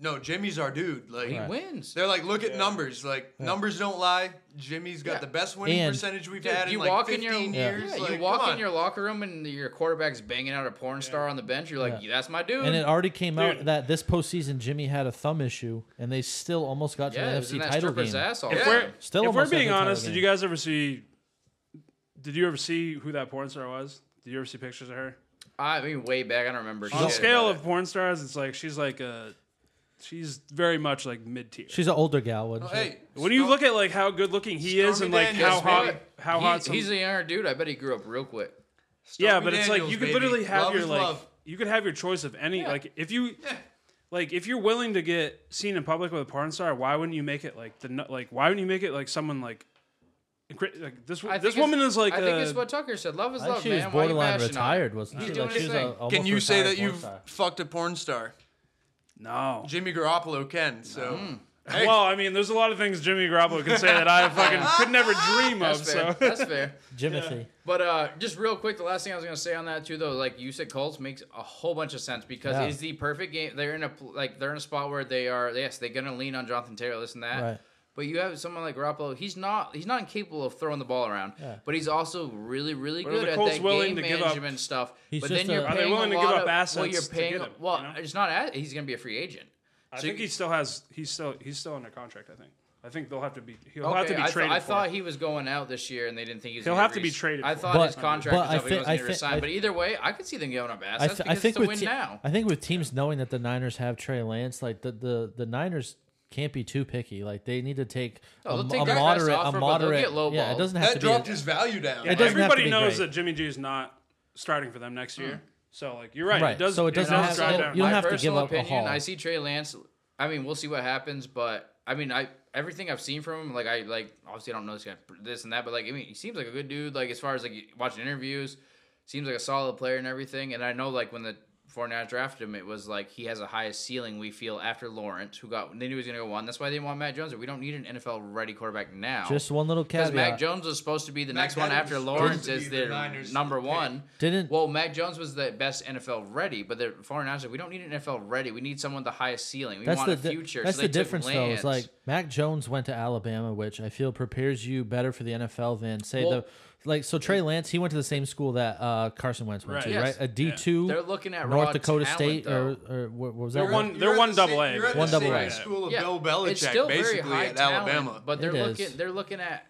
S6: no, Jimmy's our dude. Like
S5: He wins.
S6: they're like, look at numbers. Like numbers don't lie. Jimmy's got
S5: Yeah.
S6: the best winning
S4: And-
S6: percentage we've
S5: Dude,
S6: had in
S5: you
S6: like
S5: walk in
S6: 15
S5: your
S6: years.
S5: yeah,
S6: Like,
S5: you
S6: come
S5: walk in
S6: on.
S5: your locker room and your quarterback's banging out a porn star on the bench. You're like,
S4: Yeah.
S5: that's my dude.
S4: And it already came out
S3: Dude.
S4: that this postseason Jimmy had a thumb issue, and they still almost got to
S5: yeah,
S4: the
S5: it was
S4: NFC
S5: in that
S4: title
S5: stripper's
S4: game.
S5: ass all
S3: if
S5: the
S3: we're
S5: time.
S4: Still
S3: if we're
S4: almost
S3: being
S4: every title
S3: honest, did
S4: game.
S3: you guys ever see? Did you ever see who that porn star was? Did you ever see pictures of her?
S5: I mean, way back, I don't remember.
S3: On
S5: shit
S3: a scale
S5: about
S3: of porn stars, it's like she's like a, she's very much like mid tier.
S4: She's an older gal. wasn't
S6: Oh,
S4: she?
S6: hey,
S3: When you
S6: Stor-
S3: look at like how good looking he is
S6: Stormy
S3: and like
S5: it.
S3: how
S6: Daniels,
S3: hot
S5: Maybe.
S3: how
S5: He-
S3: hot some,
S5: he's a younger dude. I bet he grew up real quick.
S3: yeah,
S6: Stormy
S3: but it's like
S6: Daniels,
S3: you could
S6: baby.
S3: literally have
S6: Love
S3: your
S6: is
S3: like
S6: love.
S3: you could have your choice of any
S5: Yeah.
S3: like if you like if you're willing to get seen in public with a porn star, why wouldn't you make it like the nu- like why wouldn't you make it like someone like incre- like this
S5: I
S3: this
S5: think
S3: woman
S5: it's-
S3: is like
S5: I think it's
S3: a,
S5: what Tucker said. Love is
S4: I think
S5: love,
S4: she was
S5: man. Why you
S4: borderline
S5: bashing on it?
S4: retired, wasn't
S5: He's
S4: she?
S5: doing
S4: Like, she
S5: his
S4: was a,
S5: thing.
S4: almost
S6: Can you say
S4: retired
S6: that
S4: porn
S6: you've
S4: star.
S6: fucked a porn star?
S3: no
S5: Mm.
S6: Jimmy Garoppolo can. So Hey.
S3: Well, I mean, there's a lot of things Jimmy Garoppolo can say that I fucking could never dream
S5: That's
S3: of.
S5: fair.
S3: So
S5: That's fair.
S7: Jimothy.
S5: But uh, just real quick, the last thing I was gonna say on that too, though, like you said, Colts makes a whole bunch of sense because
S7: Yeah.
S5: it's the perfect game. They're in a pl- like they're in a spot where they are. Yes, they're gonna lean on Jonathan Taylor, this and that.
S7: Right.
S5: But you have someone like Garoppolo. He's not. He's not incapable of throwing the ball around. But he's also really, really
S3: are
S5: good
S3: the
S5: at
S3: Colts
S5: that
S3: willing
S5: game
S3: to give up-
S5: management stuff.
S7: He's
S5: but
S7: just
S5: then you're
S7: a-
S5: paying
S7: Are
S3: they willing
S5: a
S3: to give
S5: lot
S3: up
S5: of, Well,
S3: assets
S5: you're
S3: to
S5: paying.
S3: get him,
S5: well,
S3: you know?
S5: it's not. At, he's gonna be a free agent.
S3: I
S5: So
S3: think
S5: you-
S3: he still has. He's still he's still under contract. I think. I think they'll have to be. He'll
S5: Okay,
S3: have to be
S5: I, thought-
S3: traded.
S5: I
S3: for.
S5: thought he was going out this year, and they didn't think he was.
S3: He'll
S5: gonna
S3: have to
S5: re-
S3: be traded
S5: I
S3: for.
S5: thought
S7: But-
S5: his contract
S7: but
S5: was
S7: I
S5: up. he
S7: thi-
S5: wasn't
S7: I
S5: going
S7: thi-
S5: to resign.
S7: I-
S5: But either way, I could see them giving up
S7: I,
S5: assets
S7: th- I
S5: because
S7: think
S5: it's a
S7: with
S5: win
S7: te-
S5: now.
S7: I think with teams knowing that the Niners have Trey Lance, like the the, the Niners can't be too picky. Like they need to take
S5: Oh,
S7: a,
S5: they'll
S7: m-
S5: take
S7: a
S5: their best
S7: moderate,
S5: offer,
S7: a
S5: but they'll
S7: moderate.
S5: get low
S7: yeah, it
S5: ball.
S7: doesn't have
S6: That
S7: to be.
S6: dropped
S7: A,
S6: his value down.
S7: doesn't have to
S3: Everybody
S7: be
S3: knows
S7: great.
S3: that Jimmy G is not starting for them
S5: Hmm.
S3: next year. So like you're right.
S7: Right,
S3: It does,
S7: so it doesn't
S3: does
S7: have-
S3: drive
S7: it-
S3: down.
S7: you don't
S5: my
S7: have to give
S5: personal
S7: up a
S5: opinion,
S7: haul.
S5: I see Trey Lance. I mean, we'll see what happens, but I mean, I everything I've seen from him, like I like obviously I don't know this guy, this and that, but like I mean, he seems like a good dude. Like as far as like watching interviews, seems like a solid player and everything. And I know like when the 49ers drafted him, it was like he has a highest ceiling we feel after Lawrence, who got they knew he was gonna go one. That's why they didn't want Matt Jones. We don't need an NFL ready quarterback now.
S7: Just one little
S5: because
S7: caveat.
S5: Mac Jones was supposed to be the
S6: Mac
S5: next one
S6: Jones
S5: after
S6: was
S5: Lawrence
S6: supposed to
S5: as
S6: be the
S5: their
S6: Niners'
S5: number
S6: pick.
S5: one.
S7: Didn't-
S5: well, Mac Jones was the best NFL ready, but the foreign announcers we don't need an NFL ready. We need someone with the highest ceiling. We
S7: that's
S5: want
S7: the
S5: a
S7: di-
S5: future. So
S7: That's
S5: they
S7: the
S5: took
S7: difference, though.
S5: Lance.
S7: Is like Mac Jones went to Alabama, which I feel prepares you better for the NFL than say
S5: Well-
S7: the like. So Trey Lance, he went to the same school that uh, Carson Wentz went
S3: Right.
S7: to,
S5: Yes.
S7: right? A D two.
S5: They're looking at raw
S7: North Dakota
S5: talent,
S7: State,
S5: though.
S7: or, or what what was that?
S3: They're one-
S6: You're
S3: they're
S6: at
S3: one
S6: the
S3: double
S6: same-
S3: A,
S6: You're at
S7: One
S6: the
S7: double
S6: same
S7: A.
S6: school of
S5: yeah,
S6: Bill
S5: it's
S6: Belichick,
S5: still very
S6: basically
S5: high
S6: at
S5: talent,
S6: Alabama.
S5: But they're
S7: It
S5: looking.
S7: is.
S5: They're looking at.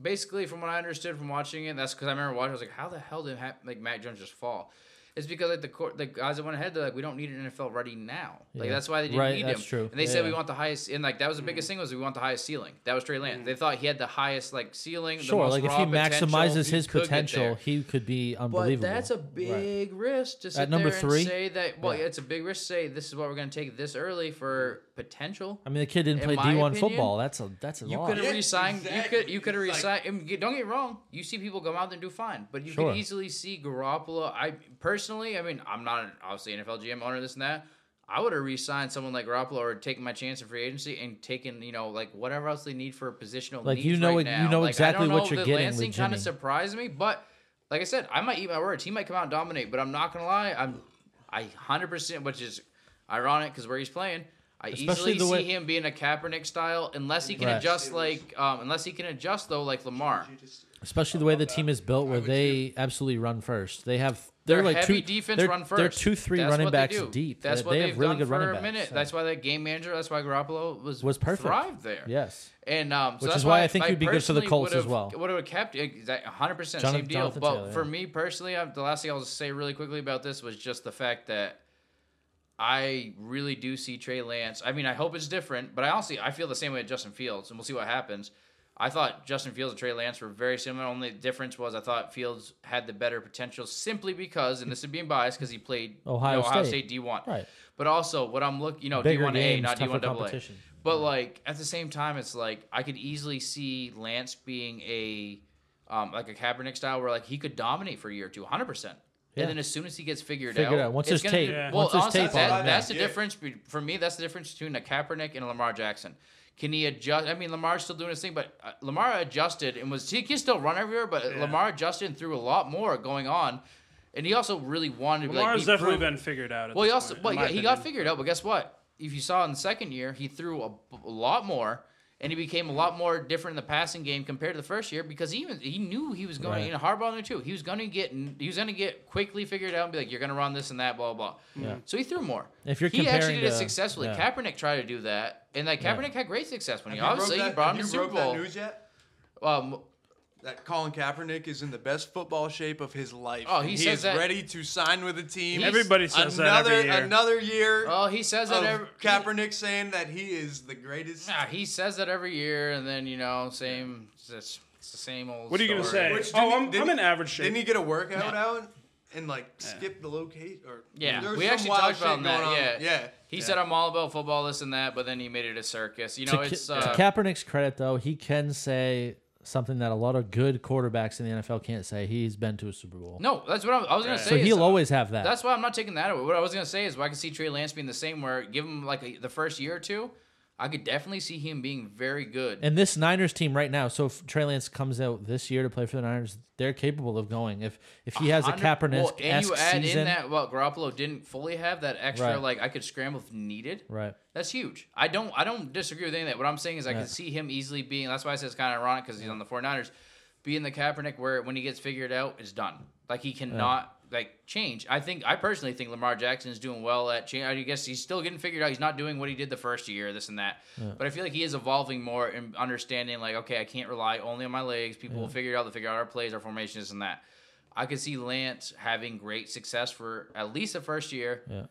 S5: Basically, from what I understood from watching it, that's because I remember watching. I was like, "How the hell did ha- like Mac Jones just fall?" It's because like the court, the guys that went ahead, they're like, "We don't need an NFL ready now." Like
S7: Yeah.
S5: that's why they didn't
S7: Right,
S5: need
S7: that's
S5: him.
S7: true.
S5: And they said
S7: Yeah.
S5: we want the highest, and like that was the biggest
S6: Mm-hmm.
S5: thing was we want the highest ceiling. That was Trey Lance. They thought he had the highest like ceiling. the
S7: Sure,
S5: most
S7: like if
S5: raw
S7: he
S5: potential,
S7: maximizes
S5: he
S7: his
S5: could get
S7: potential,
S5: there.
S7: he could be
S5: But
S7: unbelievable.
S5: that's a big risk to sit
S7: number
S5: there
S7: three?
S5: and say that. Well, it's a big risk to say this is what we're going to take this early for potential.
S7: I mean, the kid didn't
S5: in
S7: play
S5: my
S7: D one
S5: opinion,
S7: football. That's a that's a
S5: You
S7: lot.
S5: could have
S6: Yeah,
S5: resigned. You could
S6: exactly.
S5: you could have
S6: It's
S5: resigned. and get- don't get me wrong. You see people come out there and do fine, but you
S7: Sure.
S5: could easily see Garoppolo. I personally, I mean, I'm not an, obviously an NFL GM owner, this and that. I would have resigned someone like Garoppolo or taken my chance in free agency and taken you know like whatever else they need for a positional.
S7: Like,
S5: needs
S7: you know
S5: right
S7: what- you
S5: now.
S7: know
S5: Like, I
S7: exactly
S5: don't
S7: what
S5: know,
S7: you're
S5: the
S7: getting
S5: Lansing
S7: with
S5: kind
S7: Jimmy.
S5: of surprised me, but like I said, I might eat my words. He might come out and dominate, but I'm not gonna lie. I'm I hundred percent, which is ironic because where he's playing. I
S7: Especially
S5: easily
S7: the
S5: see
S7: way-
S5: him being a Kaepernick style, unless he can
S7: Right.
S5: adjust like, um, unless he can adjust though, like Lamar.
S7: Especially the way
S5: Uh,
S7: the team is built, where they absolutely run first. They have they're
S5: Their
S7: like
S5: heavy
S7: two,
S5: defense
S7: they're,
S5: run first.
S7: They're two three
S5: That's
S7: running
S5: what they
S7: backs
S5: do.
S7: deep.
S5: That's
S7: they,
S5: what
S7: they
S5: they've
S7: have really
S5: done
S7: good
S5: for
S7: running
S5: a
S7: backs.
S5: minute.
S7: so-
S5: That's why that game manager. That's why Garoppolo was
S7: Was perfect.
S5: thrived there.
S7: yes.
S5: And um, so
S7: Which
S5: that's
S7: is why I think he'd be good for the
S5: personally
S7: Colts as
S5: would've-
S7: well.
S5: Would've kept it, that 100%
S7: Jonathan-
S5: same deal.
S7: Jonathan
S5: but
S7: Taylor,
S5: for
S7: yeah.
S5: me personally, I, the last thing I'll say really quickly about this was just the fact that I really do see Trey Lance. I mean, I hope it's different, but I honestly I feel the same way with Justin Fields, and we'll see what happens. I thought Justin Fields and Trey Lance were very similar. Only difference was I thought Fields had the better potential simply because, and this is being biased because he played
S7: Ohio
S5: Ohio
S7: State.
S5: State D1.
S7: Right.
S5: But also, what I'm looking, you know,
S7: Bigger
S5: D1A,
S7: games,
S5: not
S7: tougher
S5: D1AA.
S7: competition.
S5: But like at the same time, it's like I could easily see Lance being a um, like a Kaepernick style where like he could dominate for a year or two, hundred percent.
S7: Yeah.
S5: And then as soon as he gets figured
S7: Figured
S5: out,
S7: out. Once
S5: it's
S7: there's
S5: gonna
S7: tape.
S5: do-
S7: Yeah.
S5: well,
S7: Once there's
S5: honestly,
S7: tape
S5: that-
S7: on him,
S5: that's
S6: yeah.
S5: the difference be- for me. That's the difference between a Kaepernick and a Lamar Jackson. Can he adjust? I mean, Lamar's still doing his thing, but uh, Lamar adjusted and was he can still run everywhere, but Lamar adjusted and threw a lot more going on, and he also really wanted to
S3: Lamar's
S5: like, be
S3: definitely
S5: proven-
S3: been figured out. At
S5: well, he
S3: this
S5: also
S3: point, in
S5: well,
S3: my
S5: yeah, he got
S3: opinion.
S5: figured out, but guess what? If you saw in the second year, he threw a, b- a lot more, and he became a lot more different in the passing game compared to the first year because he even he knew he was going
S7: Right.
S5: in Harbaugh knew too. He was going to get he was going to get quickly figured out and be like, you're going to run this and that, blah blah. blah.
S7: Yeah.
S5: So he threw more.
S7: If you're
S5: he actually
S7: comparing
S5: did it
S7: to-
S5: successfully.
S7: yeah.
S5: Kaepernick tried to do that, and like Kaepernick had great success when he
S6: You broke
S5: obviously he
S6: that-
S5: brought him
S6: you
S5: to Super
S6: broke that
S5: Bowl.
S6: news yet?
S5: Um,
S6: That Colin Kaepernick is in the best football shape of his life.
S5: Oh, he
S6: And
S5: says
S6: is
S5: that-
S6: ready to sign with a team.
S5: He's-
S3: Everybody says that
S6: another
S3: every year.
S6: another year
S5: well, Oh, he says that
S6: of
S5: every
S6: Kaepernick saying that he is the greatest.
S5: Nah, he says that every year, and then you know, same, it's, just- it's the same old.
S3: What are you gonna
S5: story.
S3: say?
S6: Which
S3: Oh,
S6: didn't-
S3: I'm-
S6: didn't-
S3: I'm in average shape.
S6: Didn't he get a workout
S5: Yeah.
S6: out and like skip the location? Or
S5: Yeah,
S6: there was
S5: we
S6: some
S5: actually
S6: wild
S5: talked
S6: shit
S5: about that.
S6: going on.
S5: Yeah,
S6: yeah.
S5: He said I'm all about football, this and that, but then he made it a circus. You know,
S7: to, Ka-
S5: it's
S7: to
S5: uh,
S7: Kaepernick's credit, though, he can say something that a lot of good quarterbacks in the NFL can't say. He's been to a Super Bowl,
S5: no. That's what I was, I was gonna say.
S7: so
S5: is,
S7: he'll
S5: uh,
S7: always have that.
S5: That's why I'm not taking that away. What I was gonna say is, why I can see Trey Lance being the same. Where give him like a, the first year or two. I could definitely see him being very good.
S7: And this Niners team right now, so if Trey Lance comes out this year to play for the Niners, they're capable of going. If if he has a
S5: Hundred- well,
S7: Kaepernick
S5: and you add
S7: season,
S5: in that what Garoppolo didn't fully have that extra
S7: Right.
S5: like I could scramble if needed.
S7: right?
S5: That's huge. I don't I don't disagree with any of that. What I'm saying is I
S7: Yeah.
S5: can see him easily being that's why I say it's kind of ironic because he's on the 49ers, being the Kaepernick where when he gets figured out, it's done. Like he cannot like change. I think I personally think Lamar Jackson is doing well at change. I guess he's still getting figured out. He's not doing what he did the first year, this and that. But I feel like he is evolving more and understanding like, okay, I can't rely only on my legs. People will figure it out, they'll figure out our plays, our formations, and that. I could see Lance having great success for at least the first year
S7: Yeah.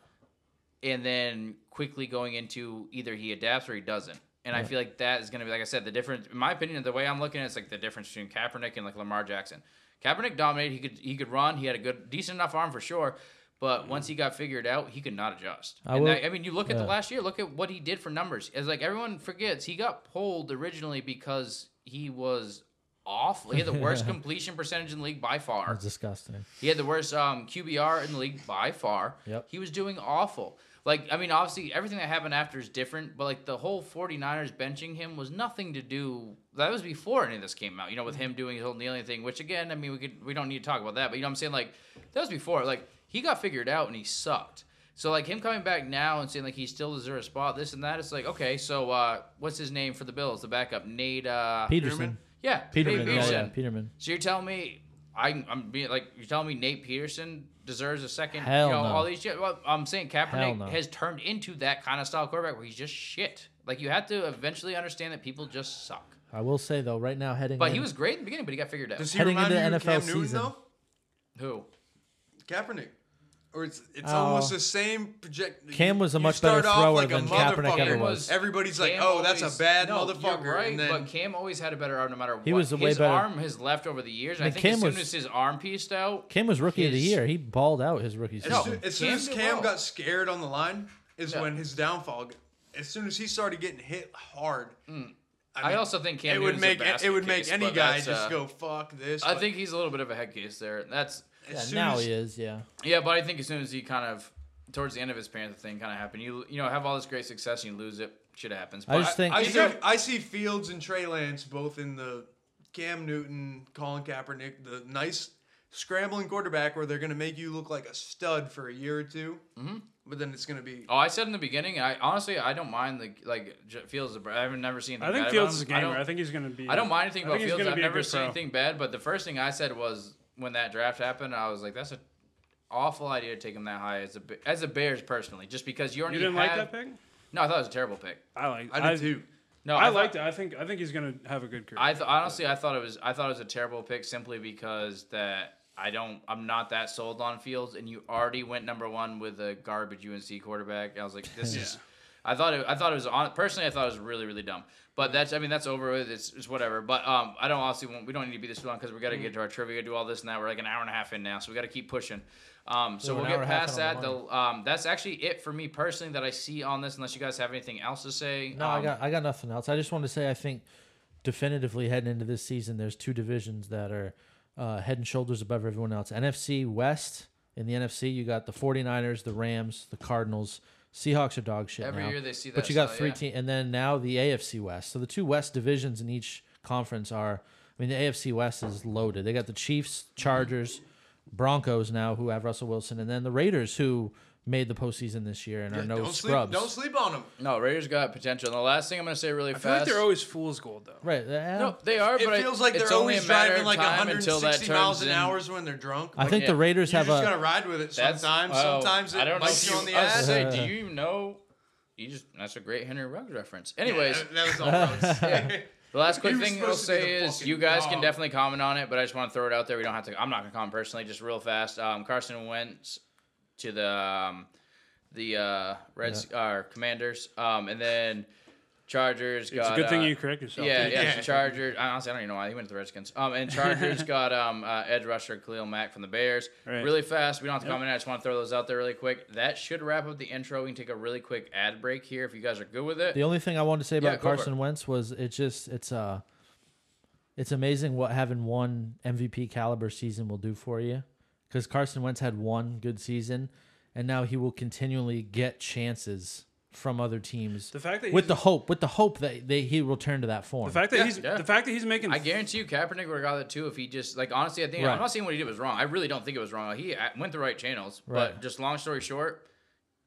S5: and then quickly going into either he adapts or he doesn't. And I feel like that is going to be, like I said, the difference. In my opinion, the way I'm looking at it's like the difference between Kaepernick and like Lamar Jackson. Kaepernick dominated. He could he could run. He had a good, decent enough arm for sure. But once he got figured out, he could not adjust.
S7: I
S5: And
S7: will-
S5: that- I mean, you look at the
S7: yeah.
S5: last year. Look at what he did for numbers. It's like everyone forgets he got pulled originally because he was awful. He had the worst completion percentage in the league by far.
S7: That's disgusting.
S5: He had the worst um, QBR in the league by far.
S7: Yep.
S5: He was doing awful. Like, I mean, obviously, everything that happened after is different, but like the whole 49ers benching him was nothing to do. That was before any of this came out, you know, with him doing his whole kneeling thing, which again, I mean, we could, we don't need to talk about that, but you know what I'm saying? Like, that was before. Like, he got figured out and he sucked. So, like, him coming back now and saying, like, he still deserves a spot, this and that, it's like, okay, so uh, what's his name for the Bills, the backup? Nate, uh,
S7: Peterson,
S5: yeah,
S7: Peterman, yeah,
S5: Peterson.
S7: yeah, Peterman.
S5: So you're telling me I, I'm being like you're telling me Nate Peterson deserves a second?
S7: Hell
S5: you know,
S7: no.
S5: All these shit. Well, I'm saying
S7: Hell
S5: Kaepernick
S7: no.
S5: has turned into that kind of style quarterback where he's just shit. Like you have to eventually understand that people just suck.
S7: I will say though, right now heading,
S5: But
S7: in,
S5: he was great in the beginning, but he got figured out.
S6: Does he
S7: Heading
S6: remind
S7: into
S6: you of
S7: NFL
S6: Cam Newton
S7: season.
S6: though?
S5: Who?
S6: Kaepernick. Or it's it's
S7: Oh.
S6: almost the same project.
S7: Cam was a
S6: you
S7: much
S6: start
S7: better
S6: off
S7: thrower
S6: like a
S7: than Kaepernick ever
S6: motherfucker.
S7: was.
S6: Everybody's like,
S5: Cam
S6: "Oh, that's
S5: always-
S6: a bad
S5: no, you're
S6: motherfucker."
S5: right,
S6: and then
S5: but Cam always had a better arm no matter what.
S7: He was a way
S5: his
S7: better-
S5: arm has left over the years. and I
S7: And
S5: think
S7: Cam
S5: as soon
S7: was-
S5: as his arm pieced out,
S7: Kim was rookie of the
S5: his-
S7: year. He balled out his rookie
S6: as,
S7: season.
S5: No.
S6: soon, as, soon
S5: Cam
S6: as
S5: did
S6: Cam
S5: well.
S6: got scared on the line, is
S5: Yeah.
S6: when his downfall. As soon as he started getting hit hard,
S5: I, also think Cam
S6: it would
S5: Newton's a
S6: make it,
S5: basket
S6: would make
S5: case,
S6: any
S5: but
S6: guy
S5: that's,
S6: just
S5: uh,
S6: go fuck this.
S5: I
S6: but
S5: think he's a little bit of a head case there. That's
S6: as
S7: Yeah,
S6: soon
S7: now
S6: as-
S7: he is. Yeah,
S5: Yeah, but I think as soon as he kind of towards the end of his Panther thing kind of happened, you you know have all this great success and you lose it, shit happens. But
S7: I just think
S6: I
S5: if
S6: see,
S5: you're-
S6: I see Fields and Trey Lance both in the Cam Newton, Colin Kaepernick, the nice scrambling quarterback where they're going to make you look like a stud for a year or 2 mm-hmm. but then it's going to be.
S5: oh, I said in the beginning, I honestly I don't mind the like J- Fields. is a- I've never seen.
S3: I think
S5: bad
S3: Fields is a
S5: about him. I
S3: gamer.
S5: don't,
S3: I, think he's going to be.
S5: I don't mind anything
S3: I
S5: about
S3: think he's
S5: Fields.
S3: gonna
S5: I've
S3: be a
S5: never
S3: good
S5: seen
S3: pro.
S5: anything bad. But the first thing I said was when that draft happened, I was like, that's a awful idea to take him that high as a Ba- as a Bears personally, just because you already
S3: You didn't
S5: have,
S3: like that pick?
S5: No, I thought it was a terrible pick.
S3: I like.
S6: I did too.
S5: No,
S3: I,
S5: thought-
S3: liked it. I think. I think he's going to have a good career.
S5: I th- honestly, I thought it was, I thought it was a terrible pick simply because that I don't, I'm not that sold on Fields, and you already went number one with a garbage UNC quarterback. I was like, this is, I thought it, I thought it was on. Personally, I thought it was really, really dumb. But that's, I mean, that's over with. It's, it's whatever. But um, I don't honestly, want, we don't need to be this long because we got to get to our trivia, do all this and that. We're like an hour and a half in now, so we got to keep pushing. Um, so
S7: Ooh,
S5: we'll
S7: an hour
S5: get
S7: and a half
S5: past
S7: in on
S5: that.
S7: the
S5: The, um, that's actually it for me personally that I see on this. Unless you guys have anything else to say.
S7: No, I
S5: Um,
S7: got I got nothing else. I just wanted to say I think definitively heading into this season, there's two divisions that are uh, head and shoulders above everyone else. NFC West in the NFC, you got the 49ers, the Rams, the Cardinals. Seahawks are dog shit.
S5: Every
S7: now.
S5: year they see
S7: but
S5: that
S7: you got
S5: still,
S7: three
S5: yeah.
S7: teams, and then now the AFC West. So the two West divisions in each conference are. I mean, the AFC West is loaded. They got the Chiefs, Chargers, Broncos now, who have Russell Wilson, and then the Raiders, who made the postseason this year and are no
S6: don't
S7: scrubs.
S6: sleep. Don't sleep on him.
S5: No, Raiders got potential. And the last thing I'm going to say really
S3: I
S5: fast.
S3: feel like they're always fool's gold though.
S7: Right. eh,
S5: no, they are.
S6: It
S5: but I-
S6: feels like
S5: it's
S6: they're
S5: only
S6: always
S5: a matter
S6: driving
S5: of
S6: like
S5: time until that
S6: 160 miles
S5: turns
S6: an
S5: in-
S6: hour when they're drunk.
S7: I
S6: Like,
S7: think
S5: yeah.
S7: the Raiders
S6: you
S7: have
S6: just gotta
S7: a.
S6: ride with it.
S5: That's,
S6: Sometimes,
S5: well,
S6: sometimes it
S5: I don't know.
S6: bites you on the
S5: I was gonna
S6: ass.
S5: say, do you even know? You just that's a great Henry Ruggs reference. Anyways,
S6: Yeah, that was all. I was saying.
S5: the last quick
S6: he was
S5: thing I'll
S6: supposed to be
S5: say
S6: the
S5: is
S6: fucking
S5: you guys can
S6: dog.
S5: definitely comment on it, but I just want to throw it out there. We don't have to. I'm not going to comment personally. Just real fast. Um, Carson Wentz to the um, the uh, Reds uh, Commanders, um, and then Chargers.
S3: It's
S5: got,
S3: a good thing
S5: uh,
S3: you correct yourself.
S5: Yeah, yeah,
S6: Yeah.
S5: so Chargers. I honestly, I don't even know why he went to the Redskins. Um, and Chargers got um uh, edge rusher Khalil Mack from the Bears.
S3: Right.
S5: Really fast. We don't have to comment. I just want to throw those out there really quick. That should wrap up the intro. We can take a really quick ad break here if you guys are good with it.
S7: The only thing I wanted to say about
S5: go for
S7: Carson
S5: it.
S7: Wentz was it just it's uh it's amazing what having one MVP caliber season will do for you because Carson Wentz had one good season and now he will continually get chances
S4: from other teams.
S3: The fact that
S4: with
S3: he's-
S4: the hope, with the hope that they, he will turn to that form.
S3: The fact that
S5: Yeah,
S3: he's
S5: yeah.
S3: the fact that he's making
S5: I guarantee you, Kaepernick would have got that too if he just like honestly. I think
S4: Right.
S5: I'm not saying what he did was wrong. I really don't think it was wrong. Like, he uh, went the right channels,
S4: Right.
S5: but just long story short,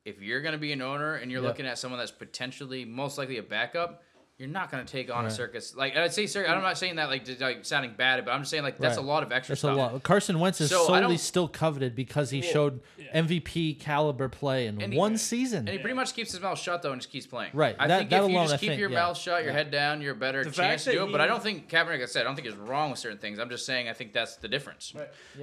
S5: if you're going to be an owner and you're
S4: Yep.
S5: looking at someone that's potentially most likely a backup, you're not going to take on a circus. Like I'd say, circus. I'm not saying that like to, like sounding bad, but I'm just saying like that's
S4: Right.
S5: a lot of extra
S4: That's a
S5: stuff.
S4: lot. Carson Wentz is
S5: So, I
S4: solely
S5: don't-
S4: still coveted because he showed MVP caliber play in
S5: And he-
S4: one season.
S5: And he pretty much keeps his mouth shut though, and just keeps playing.
S4: Right.
S5: I
S4: That-
S5: think
S4: that
S5: if you
S4: alone,
S5: just
S4: I
S5: keep
S4: think,
S5: your
S4: yeah.
S5: mouth shut, your
S4: Yeah.
S5: head down, you're a better
S3: The fact
S5: chance to
S3: that
S5: do it. But I
S3: he-
S5: don't think Kaepernick, like I said, I don't think he's wrong with certain things. I'm just saying I think that's the difference.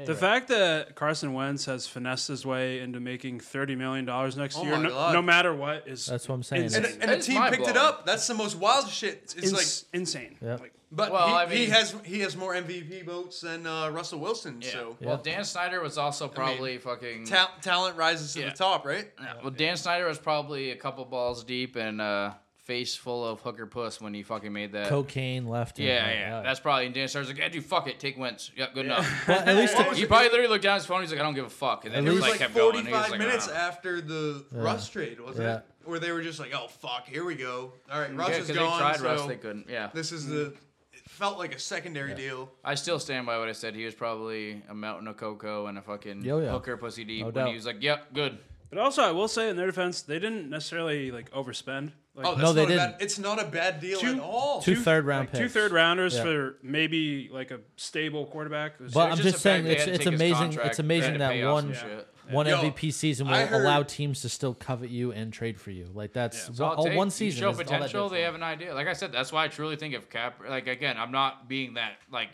S3: the fact that Carson Wentz has finessed his way into making thirty million dollars next
S6: Oh
S3: year,
S6: my
S3: no,
S6: God.
S3: no matter what, is
S4: That's what I'm saying.
S6: And,
S3: Insane.
S6: and the
S5: It's
S6: team picked it
S5: mind-blowing.
S6: up. That's the most wild shit. It's
S3: Ins-
S6: like,
S3: insane.
S4: Yeah.
S3: Like,
S6: but
S5: Well,
S6: he,
S5: I
S6: he
S5: mean-
S6: has he has more MVP votes than uh, Russell Wilson. So
S5: Well, Dan Snyder was also probably fucking.
S6: Ta- talent rises to
S5: Yeah.
S6: the top, right?
S5: Yeah, well, Dan Snyder was probably a couple balls deep and uh, face full of hooker puss when he fucking made that.
S4: Cocaine left. and
S5: Yeah,
S4: right,
S5: yeah,
S4: right.
S5: that's probably. And Dan Snyder's like, "Yeah, dude, fuck it, take Wentz. Yep, good enough."
S4: But at least
S5: he probably literally looked down at his phone. He's like, "I don't give a fuck." And then
S4: At
S5: he
S6: It
S5: was
S6: was
S4: least-
S5: like,
S6: like,
S5: kept going. And he was
S6: 45
S5: like,
S6: minutes
S5: "Ah."
S6: after the Russ trade, wasn't
S4: Yeah.
S6: it? Where they were just like, oh, fuck, here we go. All right, Russ
S5: Yeah,
S6: is
S5: 'cause they
S6: gone.
S5: tried
S6: so
S5: Russ, they Mm. couldn't. Yeah,
S6: This is the. It felt like a secondary deal.
S5: I still stand by what I said. He was probably a mountain of cocoa and a fucking
S4: Yo, yeah.
S5: hooker pussy deep.
S4: No
S5: when
S4: doubt.
S5: he was like, "Yep, good."
S3: but also, I will say in their defense, they didn't necessarily like overspend. Like,
S6: Oh, that's
S4: No,
S6: no,
S4: they
S6: not a bad,
S4: didn't.
S6: it's not a bad deal
S3: Two-
S6: at all.
S4: two third round
S3: like
S4: picks.
S3: two third rounders
S4: Yeah.
S3: for maybe like a stable quarterback. It was-
S4: But I'm
S5: It's
S4: just
S5: the fact
S4: saying,
S5: they
S4: it's
S5: had to
S4: it's
S5: take his
S4: amazing.
S5: contract,
S4: It's
S5: they had
S4: amazing
S5: to
S4: that
S5: pay off
S4: one
S5: some shit.
S4: one
S6: Yo,
S4: MVP season will
S6: I heard-
S4: allow teams to still covet you and trade for you. Like that's
S5: So
S4: one,
S5: I'll take-
S4: all one
S5: you
S4: season.
S5: Show
S4: is all that
S5: potential.
S4: did for
S5: They
S4: them.
S5: have an idea. Like I said, that's why I truly think if Cap. Like again, I'm not being that like.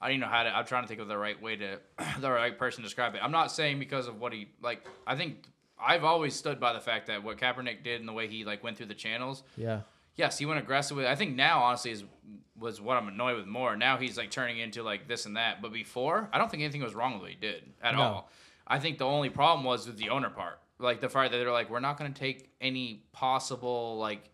S5: I don't even know how to. I'm trying to think of the right way to, the right person to describe it. I'm not saying because of what he like. I think I've always stood by the fact that what Kaepernick did and the way he like went through the channels.
S4: Yeah.
S5: Yes, he went aggressive with. I think now honestly is was what I'm annoyed with more. Now he's like turning into like this and that. But before, I don't think anything was wrong with what he did at
S4: No.
S5: all. I think the only problem was with the owner part, like the fact that they're like, we're not going to take any possible like,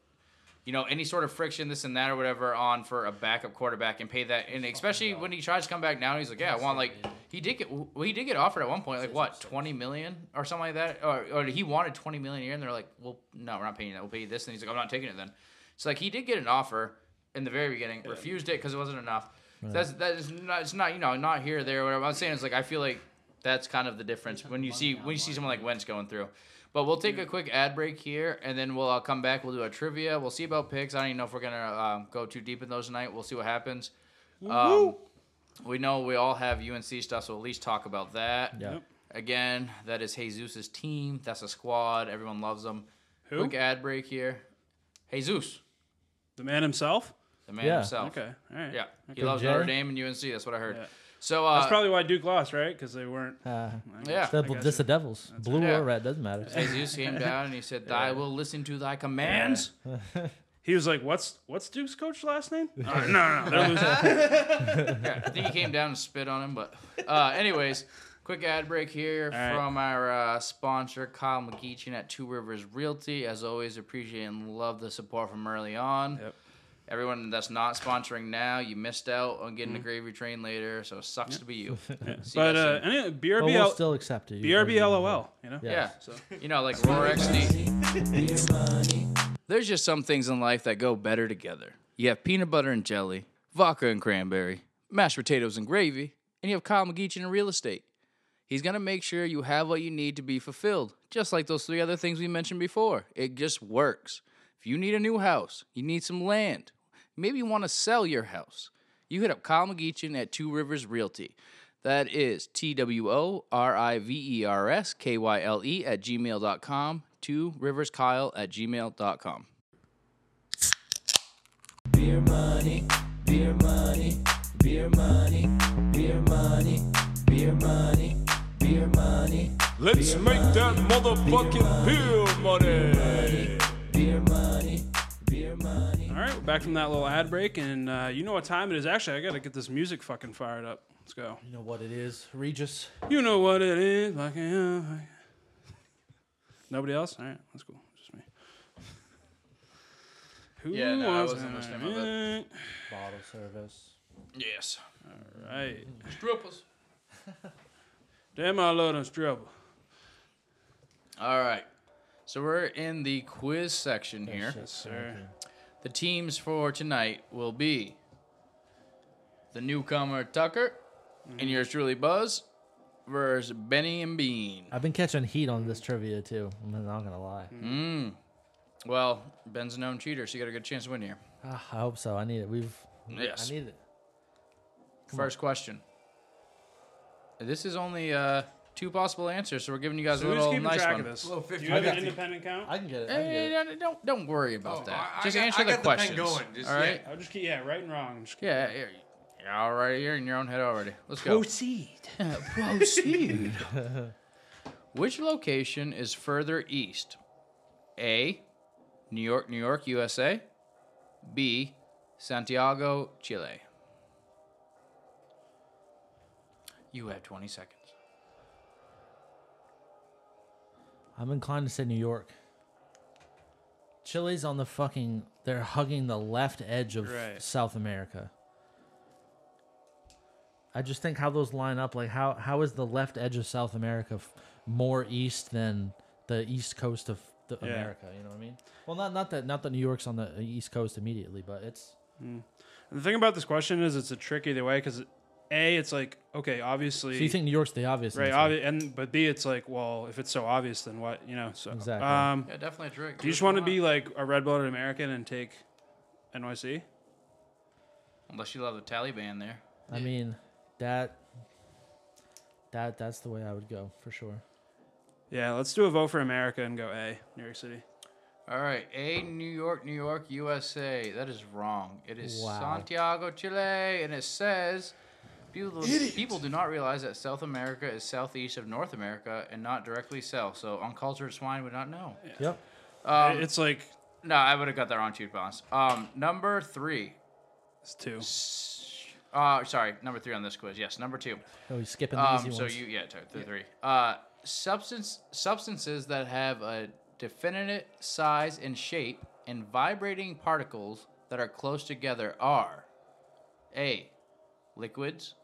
S5: you know, any sort of friction, this and that or whatever, on for a backup quarterback and pay that. And especially when he tries to come back now, he's like, yeah, I want like he did get well, he did get offered at one point like what twenty million or something like that, or, or he wanted twenty million a year, and they're like, well, no, we're not paying you that. We'll pay you this, and he's like, I'm not taking it then. So like he did get an offer in the very beginning, refused it because it wasn't enough. So that's that is not it's not you know not here there whatever. I'm saying is like I feel like that's kind of the difference when you see when you see someone like Wentz going through. But we'll take a quick ad break here, and then we'll uh, come back. We'll do a trivia. We'll see about picks. I don't even know if we're gonna um, go too deep in those tonight. We'll see what happens. Um, we know we all have UNC stuff, so at least talk about that.
S4: Yeah. Yep.
S5: Again, that is Jesus' team. That's a squad. Everyone loves them.
S3: Who?
S5: Quick ad break here. Jesus,
S3: the man himself.
S5: the man
S4: Yeah.
S5: himself.
S3: Okay, all right.
S5: Oh. Yeah, he
S4: Go
S5: loves
S4: Jay.
S5: Notre Dame and UNC. That's what I heard.
S3: Yeah.
S5: So uh,
S3: That's probably why Duke lost, right? Because they weren't.
S4: Uh,
S5: yeah.
S4: the, that's the Devils. Blue
S5: right.
S4: or red doesn't matter.
S5: Jesus came down and he said, "I will listen to thy commands."
S3: He was like, "What's what's Duke's coach last name?" All right, no, no, no, they're losing.
S5: Yeah, I think he came down and spit on him. But, uh, anyways, quick ad break here
S3: right.
S5: from our uh, sponsor, Kyle McGeechan at Two Rivers Realty. As always, appreciate and love the support from early on.
S3: Yep.
S5: Everyone that's not sponsoring now, you missed out on getting the gravy train later, so it sucks to be you. See you
S3: Mm-hmm. But
S5: guys
S3: uh,
S5: soon.
S3: anyway,
S4: But we'll
S3: BRBL,
S4: still accept it.
S3: BRBLOL, you know.
S5: yeah,
S4: yes.
S5: so you know, like Rorex There's just some things in life that go better together. You have peanut butter and jelly, vodka and cranberry, mashed potatoes and gravy, and you have Kyle McGeechan in real estate. He's going to make sure you have what you need to be fulfilled, just like those three other things we mentioned before. It just works. If you need a new house, you need some land, maybe you want to sell your house, you hit up Kyle McGeechan at Two Rivers Realty. That is T W O R I V E R S K Y L E at gmail.com, Two Rivers Kyle at gmail.com.
S1: Beer money, beer money, beer money, beer money, beer money, beer money,
S2: Let's make that motherfucking pill money.
S1: beer money, beer money.
S3: All right, we're back from that little ad break, and uh, you know what time it is. Actually, I gotta get this music fucking fired up. Let's go.
S4: You know what it is, Regis.
S3: You know what it is. Like, yeah, like- Nobody else? All right, that's cool. Just me. Who
S5: Yeah, no, I
S3: wants
S5: wasn't listening, my
S3: it?
S4: Bottle service.
S5: Yes.
S3: All right.
S5: Strippers.
S3: Damn, I love them trouble.
S5: All right. So we're in the quiz section here.
S3: Sir.
S5: The teams for tonight will be the newcomer Tucker and yours truly Buzz versus Benny and Bean.
S7: I've been catching heat on this trivia too. I'm not gonna lie.
S5: Mm-hmm. Well, Ben's a known cheater, so you got a good chance to win here.
S7: Ah, I hope so. I need it. We've
S5: Yes.
S7: I need it.
S5: First question. This is only uh, two possible answers, so we're giving you guys
S3: So
S5: a
S3: who's
S5: little
S3: keeping
S5: nice
S3: track
S5: one.
S3: of this?
S6: Little 50
S3: you have an
S6: fifty.
S3: independent count?
S7: I can get it. I can
S5: Hey,
S7: get it.
S5: don't, don't don't worry about
S6: Oh,
S5: that.
S6: I- I
S5: Just
S6: got- I
S5: answer the
S6: got the pen
S5: questions.
S6: going, just-
S5: all
S6: yeah.
S5: right.
S3: I'll just keep yeah, right and wrong. Just
S5: Yeah. you're- you're all right here in your own head already. Let's go.
S3: Proceed.
S5: Proceed. Which location is further east? A. New York, New York, USA. B. Santiago, Chile. You have 20 seconds.
S7: I'm inclined to say New York. Chile's on the fucking. They're hugging the left edge of
S3: Right.
S7: South America. I just think how those line up. Like how how is the left edge of South America f- more east than the east coast of the
S3: Yeah.
S7: America? You know what I mean? Well, not not that not that New York's on the east coast immediately, but it's
S3: The thing about this question is it's a trick either way because a it's like okay obviously
S7: so you think New York's the obvious
S3: right
S7: answer.
S3: obvi- and but b it's like well if it's so obvious then what you know so
S7: Exactly.
S3: um
S5: Yeah, definitely a trick.
S3: do you just want to be like a red blooded American and take NYC
S5: Unless you love the Taliban there.
S7: I mean that that that's the way I would go for sure.
S3: yeah let's do a vote for America and go a New York City
S5: All right, A New York, New York, USA. That is wrong. It is
S7: Wow.
S5: Santiago, Chile, and it says people people do not realize that South America is southeast of North America and not directly south. So uncultured swine would not know.
S7: Yep.
S5: Um,
S3: it's like
S5: no, I would have got that wrong too, boss. Um, number three.
S3: it's two
S5: Uh, sorry, number three on this quiz. Yes, number two.
S7: Oh, he's skipping the
S5: Um,
S7: easy
S5: so
S7: ones.
S5: you yeah, sorry, the three. Uh, substance substances that have a definite size and shape and vibrating particles that are close together are A, liquids,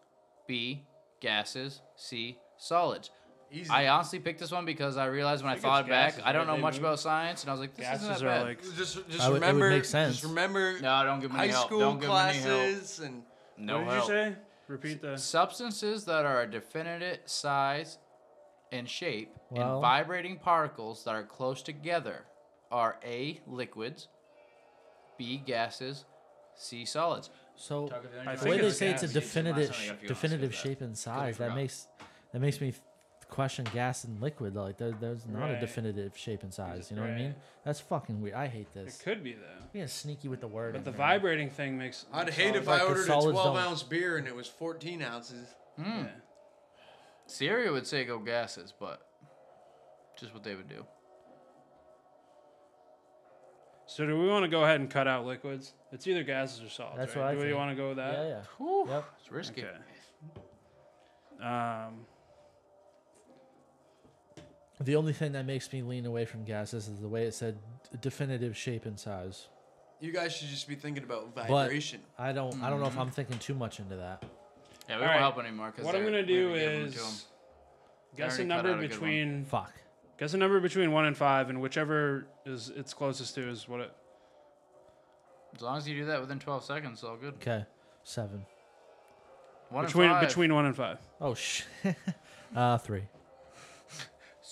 S5: B, gases, C, solids.
S6: Easy.
S5: I honestly picked this one because I realized when I,
S3: think
S5: thought
S3: it's
S5: back,
S3: gases,
S5: I don't
S3: right?
S5: know
S3: They
S5: much
S3: move.
S5: about science, and I was like, this
S3: gases
S5: isn't that
S3: are
S5: bad.
S3: like
S6: just
S7: I
S6: just
S7: would- it would
S6: remember.
S7: make sense.
S6: Just remember
S5: no, don't give me
S6: high
S5: any help.
S6: school
S5: don't give me any help.
S6: classes and
S5: No
S3: what did
S5: help.
S3: you say repeat the
S5: Substances that are a definite size and shape
S7: Well-
S5: and vibrating particles that are close together are A, liquids, B, gases, C, solids.
S7: So
S5: I
S7: the way
S3: think
S7: they
S3: it's
S7: say it's a
S3: gas.
S7: definitive,
S5: Last time I got a few
S7: definitive
S5: answers,
S7: shape and size, that
S5: forgot.
S7: makes that makes me question gas and liquid. Like there, there's not a
S3: Right.
S7: definitive shape and size. You know what I
S3: right.
S7: mean? That's fucking weird. I hate
S3: it
S7: this.
S3: could be though
S7: Being sneaky with the word.
S5: Mm-hmm.
S3: but the vibrating thing makes
S6: I'd hate if
S7: Like
S6: I
S7: the
S6: ordered a
S7: solids
S6: 12
S7: don't-
S6: ounce beer and it was 14 ounces.
S3: yeah.
S5: Syria would say go gases, but just what they would do.
S3: so do we want to go ahead and cut out liquids it's either gases or solids
S7: That's
S3: right?
S7: what I
S3: do we
S7: think.
S3: want to go with that
S7: Yeah, yeah.
S5: Whew,
S7: Yep.
S5: It's risky.
S3: Okay. Um,
S7: The only thing that makes me lean away from gases is the way it said definitive shape and size.
S6: You guys should just be thinking about
S7: But
S6: vibration.
S7: I don't. I don't know if I'm thinking too much into that.
S5: Yeah,
S3: All
S5: we won't
S3: right.
S5: help anymore. 'cause
S3: what I'm
S5: they're-
S3: gonna
S5: we
S3: do
S5: already gave them to 'em.
S3: is guess
S5: already
S3: a
S5: cut
S3: number
S5: out a good one.
S3: between
S7: Fuck.
S3: guess a number between one and five, and whichever is it's closest to is what it.
S5: As long as you do that within 12 seconds, it's all good.
S7: Okay. Seven.
S5: One and
S3: between
S5: five.
S3: between one and five.
S7: Oh shit. uh, three.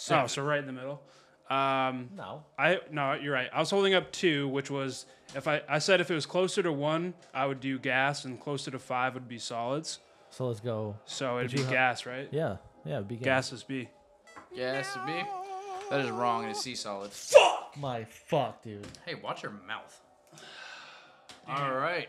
S3: So, oh, so right in the middle. Um,
S7: No.
S3: I no, you're right. I was holding up two, which was if I I said if it was closer to one, I would do gas, and closer to five would be solids.
S7: So let's go.
S3: So it'd
S7: you
S3: be
S7: ha-
S3: gas, right?
S7: Yeah. Yeah. Be gas.
S3: Gas is B.
S5: Gas to be. That is wrong, and it's C solids.
S7: My fuck, dude.
S5: Hey, watch your mouth. All right.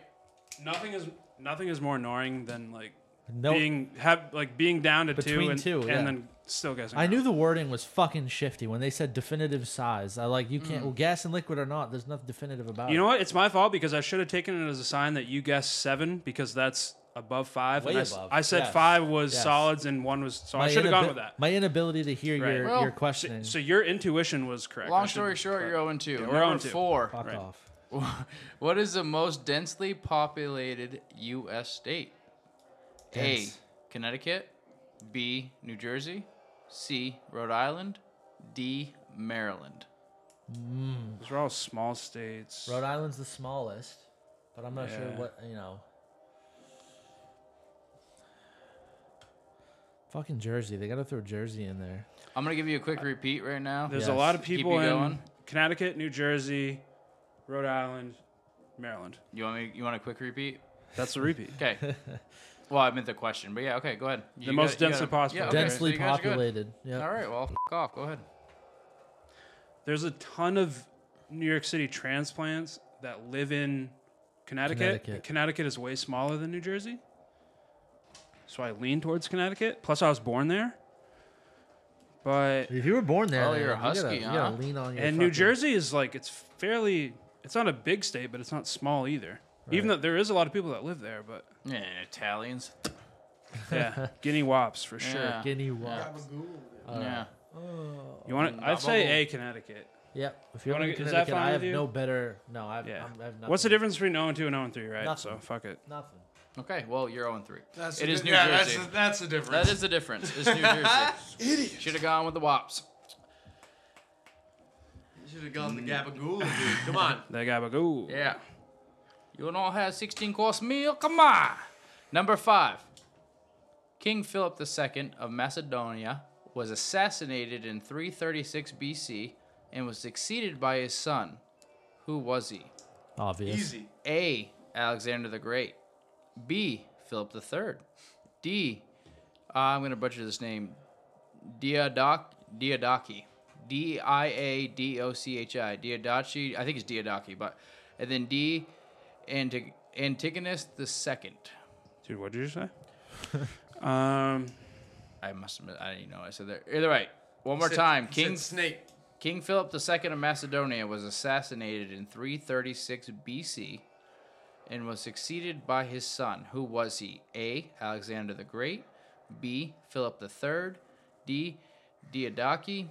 S3: Nothing is nothing is more annoying than like
S7: No.
S3: being have like being down to two
S7: Between
S3: and
S7: two,
S3: and
S7: yeah.
S3: then still guessing.
S7: I
S3: wrong.
S7: knew the wording was fucking shifty when they said definitive size. I like you can't well gas and liquid or not. There's nothing definitive about
S3: Mm. You
S7: it.
S3: know what? It's my fault because I should have taken it as a sign that you guessed seven because that's above five.
S7: Way
S3: and I s-
S7: above.
S3: I, said
S7: Yes.
S3: five was
S7: Yes.
S3: solids and one was. So I should have gone
S7: inabi-
S3: with that.
S7: My inability to hear
S3: Right.
S7: your,
S5: Well,
S7: your
S5: so-
S7: questioning.
S3: So your intuition was correct. I
S5: Long
S3: should-
S5: story short, you're 0 2.
S3: we're
S5: Number
S3: 0-2.
S5: four.
S7: Fuck
S3: right.
S7: off.
S5: What is the most densely populated U.S. state?
S7: Dense.
S5: A. Connecticut. B. New Jersey. C. Rhode Island. D. Maryland.
S3: Those are all small states.
S7: Rhode Island's the smallest, but I'm not sure
S3: Yeah.
S7: what you know.
S4: Fucking Jersey. They got to throw Jersey in there.
S5: I'm gonna give you a quick repeat right now.
S3: There's a
S4: Yes.
S3: lot of
S5: Keep
S3: people
S5: you
S3: in
S5: going.
S3: Connecticut, New Jersey, Rhode Island, Maryland.
S5: You want me? You want a quick repeat?
S3: That's the repeat.
S5: Okay. well, I meant the question, but yeah. Okay, go ahead. You
S3: most
S5: got- you
S3: densely
S5: got-
S3: possible.
S5: yeah, okay, so
S4: Densely
S5: you guys are good.
S4: populated. Yeah.
S5: All right. Well, f- off. Go ahead.
S3: There's a ton of New York City transplants that live in Connecticut.
S4: Connecticut.
S3: Connecticut, is way smaller than New Jersey. So I lean towards Connecticut. Plus, I was born there. But
S7: If you were born there,
S5: Oh,
S7: then
S5: you're a
S7: you gotta-
S5: husky,
S7: you
S5: huh?
S7: gotta lean on your
S3: and New
S7: fucking-
S3: Jersey is like it's fairly. It's not a big state, but it's not small either. Even though there is a lot of people that live there, but
S5: Yeah, Italians.
S3: yeah, Guinea wops for sure.
S5: Yeah.
S7: Guinea Walk.
S5: yeah.
S3: You want? to I'd say a Connecticut.
S7: Yep. If you're
S3: wanna
S7: in
S3: get- is that
S7: Connecticut,
S3: fine
S7: I
S3: with
S7: have
S3: you?
S7: no better. No, I've,
S3: Yeah.
S7: I'm, I have nothing.
S3: What's the difference between 0 and 2 and 0 and 3, right?
S7: Nothing.
S3: So fuck it.
S7: Nothing.
S5: Okay. Well, you're 0 3.
S6: That's
S5: it
S6: the
S5: is
S6: di-
S5: New
S6: yeah,
S5: Jersey.
S6: That's the, that's the difference.
S5: That is the difference. It's New Jersey. Idiot. Should have gone with the Wops.
S6: you should have gone the
S5: Mm.
S6: Gabagool, dude. Come on.
S3: They got a go.
S5: Yeah. You don't all have 16 course meal? Come on. Number five. King Philip II of Macedonia was assassinated in 336 BC and was succeeded by his son. Who was he?
S4: Obvious.
S6: Easy.
S5: A. Alexander the Great. B. Philip III. D. am going to butcher this name. Diodoc Diadochi. D I A D O C H I. Diadochi. I think it's Diadochi, but and then D. Antig- Antigonus the Second.
S3: Dude, what did you say? um,
S5: I must have. I didn't even know I said that. Either way, one more
S6: Said-
S5: time.
S6: said
S5: King
S6: Snake.
S5: King Philip II of Macedonia was assassinated in 336 BC and was succeeded by his son. Who was he? A. Alexander the Great. B. Philip III. D. Diadochi.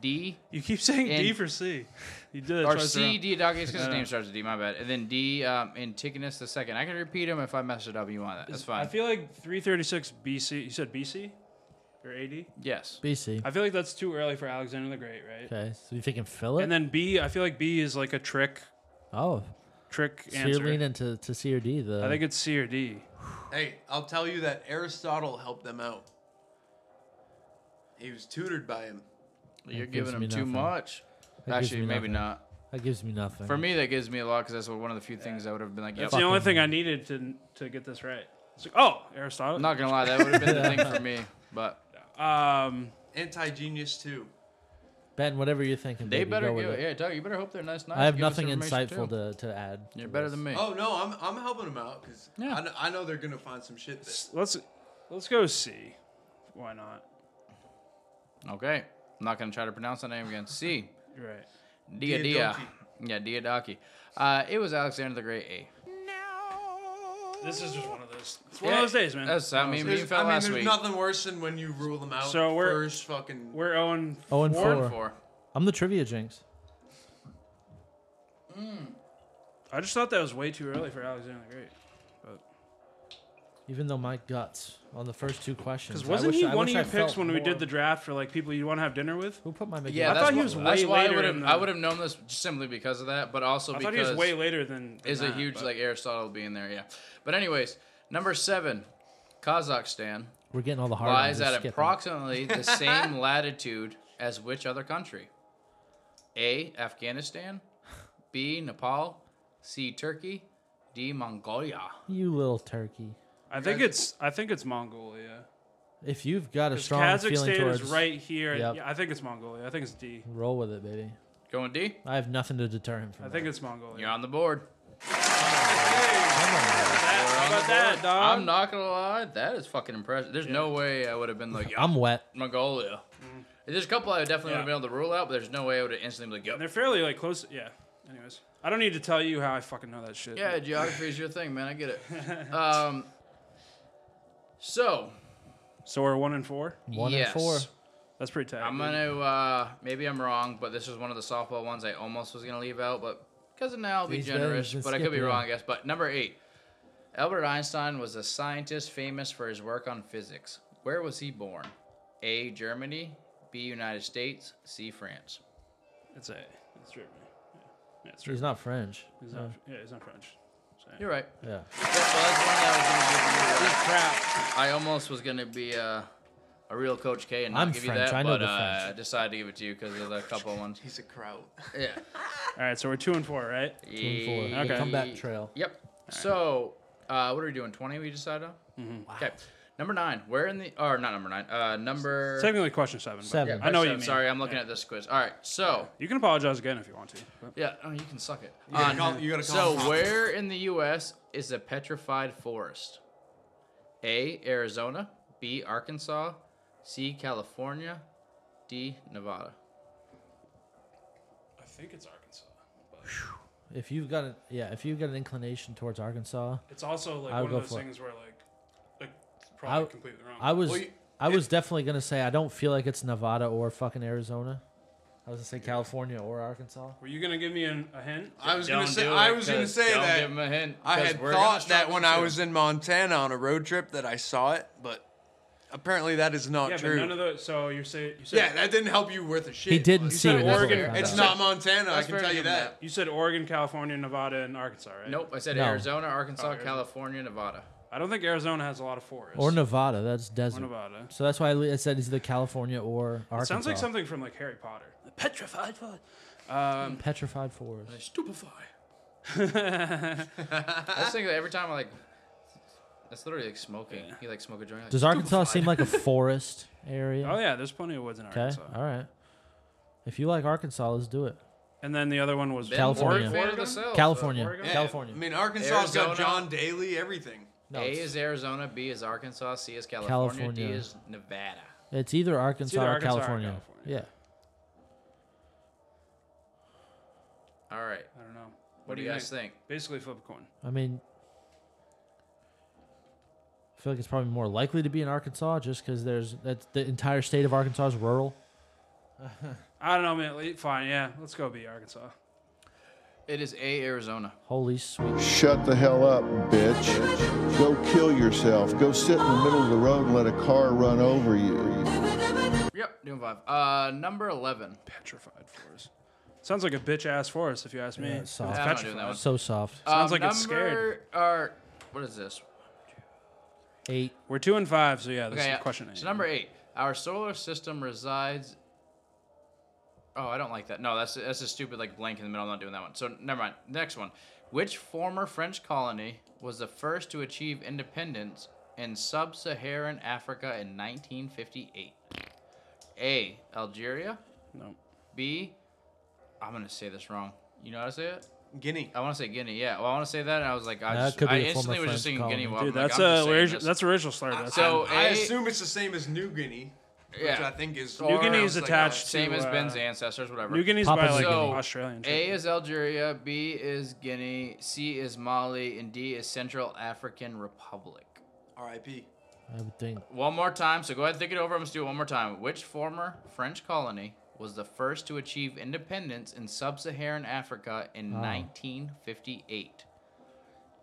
S5: D.
S3: you keep saying D
S5: And-
S3: for C. You did it
S5: or
S3: twice
S5: C.
S3: around.
S5: Diadochi. It's because
S3: Yeah.
S5: his name starts with D. My bad. And then D. Um, Antigonus II. I can repeat him if I mess it up. You want that? That's
S3: I
S5: fine.
S3: feel like 336 BC. You said BC or AD?
S5: yes.
S4: BC.
S3: I feel like that's too early for Alexander the Great, right?
S4: Okay. So you thinking Philip?
S3: And then B, I feel like B is like a trick,
S4: oh,
S3: trick
S4: so
S3: answer.
S4: you're leaning to, to C or D. The
S3: I think it's C or D.
S6: Hey, I'll tell you that Aristotle helped them out. He was tutored by him.
S5: You're
S4: gives
S5: giving him
S4: me
S5: too
S4: nothing.
S5: much.
S4: That gives
S5: Actually,
S4: me
S5: maybe
S4: nothing.
S5: not.
S4: that gives me nothing.
S5: For me, that gives me a lot because that's one of the few things I would have been like, yep.
S3: It's the only thing I needed to to get this right. It's like, oh, Aristotle.
S5: I'm not gonna lie, that would have been the thing for me. But
S3: Um,
S6: Anti genius too.
S4: Ben, whatever you're thinking,
S5: they
S4: baby,
S5: better
S4: go with
S5: give
S4: it.
S5: yeah, Doug, you better hope they're nice. nice
S4: I have
S5: Give us
S4: nothing
S5: information,
S4: insightful
S5: too.
S4: to, to add.
S5: You're
S4: to
S5: better
S4: this.
S5: than me.
S6: Oh no, I'm I'm helping him out because
S5: Yeah.
S6: I, kn- I know they're gonna find some shit. That,
S3: let's let's go C. Why not?
S5: Okay, I'm not gonna try to pronounce that name again. C.
S3: You're right.
S5: Dia Dia. Yeah, Diadochi. Uh, it was Alexander the Great. A.
S3: This is just one of those. It's one of those days, man. Um,
S5: That's I mean, me
S6: There's-
S5: and
S6: I
S5: Phil
S6: mean,
S5: last
S6: there's
S5: week.
S6: nothing worse than when you rule them out.
S3: So we're-
S6: first fucking.
S3: We're Owen.
S4: Oh, and
S5: Four
S4: four.
S5: and four.
S4: I'm the trivia jinx.
S3: I just thought that was way too early for Alexander the Great.
S4: Even though my guts on the first two questions.
S3: Because
S4: I
S3: wasn't
S4: wish-
S3: he
S4: I
S3: one
S4: wish
S3: of your
S4: I felt
S3: picks when we
S4: more-
S3: did the draft for like people you want to have dinner with?
S4: Who put my McGill?
S5: Yeah,
S3: I
S5: that's
S3: thought he
S5: why-
S3: was
S5: that's
S3: way
S5: why I
S3: later
S5: would
S3: in
S5: have
S3: the-
S5: I would have known this simply because of that, but also
S3: I thought
S5: because
S3: he was way later than.
S5: is
S3: than
S5: a
S3: that,
S5: huge
S3: but-
S5: like Aristotle being there. Yeah, but anyways, number seven, Kazakhstan.
S4: We're getting all the hard
S5: lies
S4: ones.
S5: at
S4: Just skip 'em.
S5: approximately the same latitude as which other country? A. Afghanistan. B. Nepal. C. Turkey. D. Mongolia.
S4: You little turkey.
S3: I think it's I think it's Mongolia.
S4: If you've got a
S3: 'Cause
S4: strong feeling
S3: Kazakhstan
S4: towards
S3: is right here.
S4: Yep.
S3: Yeah, I think it's Mongolia. I think it's D.
S4: roll with it, baby.
S5: Going D.
S4: I have nothing to deter him from.
S3: I think
S4: that.
S3: it's Mongolia.
S5: You're on the board.
S3: That- how about that, dog?
S5: I'm not gonna lie, that is fucking impressive. There's no way I would have been like, yeah,
S4: I'm wet.
S5: Mongolia. There's a couple I definitely
S3: Yeah.
S5: would have been able to rule out, but there's no way I would have instantly been
S3: And
S5: like,
S3: they're
S5: yep.
S3: fairly like close. Yeah. Anyways, I don't need to tell you how I fucking know that shit.
S5: Yeah, geography is your thing, man. I get it. Um, so
S3: So we're one and four.
S4: One
S5: yes.
S4: and four.
S3: That's pretty tight.
S5: I'm gonna uh, maybe I'm wrong, but this was one of the softball ones I almost was gonna leave out, but because of now I'll be
S4: These
S5: generous.
S4: guys just
S5: But I could
S4: skip
S5: be
S4: it.
S5: wrong, I guess. But number eight, Albert Einstein was a scientist famous for his work on physics. Where was he born? A. Germany. B. United States. C. France.
S3: It's a. It's Germany. Yeah, yeah it's
S7: He's
S3: Germany.
S7: not French.
S3: He's not, yeah, he's not French. So,
S5: You're right.
S7: Yeah.
S5: That- well, that's one that I was gonna give you, uh,
S3: crap.
S5: I almost was gonna be uh, a real Coach K and not
S7: I'm
S5: give you
S7: French,
S5: that,
S7: I know
S5: but
S7: the
S5: uh, I
S7: French.
S5: decided to give it to you because of the couple ones.
S6: He's a crowd.
S5: Yeah.
S3: All right, so we're two and four, right?
S7: Team four.
S5: Yeah.
S7: The
S3: Eh, Okay.
S7: comeback trail.
S5: Yep. So, uh, what are we doing? Twenty? We decided. on?
S3: Mm-hmm.
S5: Okay. Number nine. Where in the? Or not number nine. Uh, number.
S3: Technically, question seven. but
S7: Seven.
S3: I know what
S5: so-
S3: you mean.
S5: Sorry, I'm looking at this quiz. All right. So,
S3: You can apologize again if you want to. but-
S5: yeah. Oh, you can suck it.
S6: You gotta
S5: Uh,
S6: call- you gotta
S5: so,
S6: call him.
S5: where in the U.S. is a petrified forest? A. Arizona. B. Arkansas. C. California. D. Nevada.
S3: I think it's Arkansas. But
S7: If you've got a, yeah, if you've got an inclination towards Arkansas,
S3: it's also like
S7: I would
S3: one of those
S7: go for it.
S3: things where like, like probably
S7: I-
S3: completely wrong.
S7: I was
S6: Well, you-
S7: I was definitely gonna say I don't feel like it's Nevada or fucking Arizona. I was gonna say California or Arkansas.
S3: Were you gonna give me an, a hint?
S6: I was gonna
S5: Don't
S6: say.
S5: do
S6: I
S5: it,
S6: was gonna
S5: 'cause
S6: say
S5: don't
S6: that.
S5: Give him a hint.
S6: I
S5: 'cause
S6: had
S5: we're gonna
S6: thought that
S5: struggle
S6: when I
S5: too.
S6: was in Montana on a road trip that I saw it, but apparently that is not
S3: Yeah,
S6: true.
S3: but none of those. So you're saying you said
S6: yeah, that didn't help you worth a shit.
S7: He didn't
S6: but-
S7: see
S3: said
S7: it. that's what we
S3: Oregon.
S7: found
S6: It's
S7: out.
S6: not Montana. I
S5: That's
S6: can
S5: fair to
S6: tell you
S5: give him
S6: that.
S3: you said Oregon, California, Nevada, and Arkansas, right?
S5: Nope, I said
S7: No.
S5: Arizona,
S6: Oh,
S5: Arkansas,
S3: Arizona.
S5: California, Nevada.
S3: I don't think Arizona has a lot of forests.
S7: or Nevada. That's desert.
S3: Or Nevada.
S7: So that's why I li- I said it's either California or
S3: It
S7: Arkansas.
S3: sounds like something from like Harry Potter. Petrified forest. Um,
S7: petrified forest.
S5: Stupefy. I just think that every time I like, that's literally like smoking. You like smoke a joint. Like,
S7: Does Arkansas seem like a forest area?
S3: oh yeah, there's plenty of woods in
S7: Okay.
S3: Arkansas.
S7: All right. If you like Arkansas, let's do it.
S3: And then the other one was
S5: Ben,
S7: California.
S5: we're a fan of the
S3: Oregon?
S5: cells,
S7: California.
S5: Oregon?
S6: Yeah,
S7: California.
S6: I mean, Arkansas's
S5: Arizona.
S6: got John Daly, everything.
S7: No,
S5: a
S7: it's-
S5: is Arizona, B is Arkansas, C is California, D
S7: California.
S5: is Nevada.
S7: It's either Arkansas, or,
S3: Arkansas or
S7: California.
S3: California.
S7: Yeah.
S5: All right.
S3: I don't know.
S5: What, do you guys think?
S3: Basically, flip a coin.
S7: I mean, I feel like it's probably more likely to be in Arkansas just because there's that's the entire state of Arkansas is rural.
S3: I don't know, man. Like, Fine, yeah. Let's go B, Arkansas.
S5: It is A Arizona.
S7: Holy sweet.
S8: Shut the hell up, bitch. Go kill yourself. Go sit in the middle of the road and let a car run over you.
S5: Yep, doing five. Uh, number eleven.
S3: Petrified forest. Sounds like a bitch ass forest, if you ask me.
S7: Yeah,
S3: It's
S7: so- I'm
S5: not doing that
S3: petrified.
S5: one.
S7: So soft.
S3: Sounds
S5: Um,
S3: like it's
S5: number,
S3: scared.
S5: Or what is this?
S7: Eight.
S3: We're two and five, so yeah, this
S5: Okay,
S3: is
S5: yeah.
S3: question eight.
S5: So number eight, our solar system resides. Oh, I don't like that. No, that's that's a stupid like blank in the middle. I'm not doing that one. So never mind. Next one. Which former French colony was the first to achieve independence in sub-Saharan Africa in 1958? A. Algeria.
S3: No.
S5: B. I'm gonna say this wrong. You know how to say it?
S6: Guinea.
S5: I want to say Guinea. Yeah. Well, I want to say that. And I was like, I,
S7: That
S5: just,
S7: could be
S5: I
S7: a former
S5: instantly was
S7: French
S5: just singing
S7: colony.
S5: Guinea. Well,
S3: Dude,
S5: I'm
S3: that's
S5: like,
S3: a
S5: I'm just saying
S3: racial,
S5: this.
S3: that's a racial slur. That's
S5: so
S6: I
S5: A-
S6: assume it's the same as New Guinea,
S5: yeah.
S6: which I think is.
S5: New
S6: or-
S3: Guinea is
S6: like,
S3: attached
S5: Same
S3: to,
S5: as
S3: uh,
S5: Ben's ancestors, whatever.
S3: New Guinea's
S7: Papua
S3: by like
S7: New Guinea.
S3: Australian.
S5: A
S3: tribe.
S5: is Algeria, B is Guinea, C is Mali, and D is Central African Republic.
S6: uh, R.I.P.
S7: I would think.
S5: One more time, so go ahead and think it over. I'm gonna do it one more time. Which former French colony was the first to achieve independence in sub-Saharan Africa in 1958?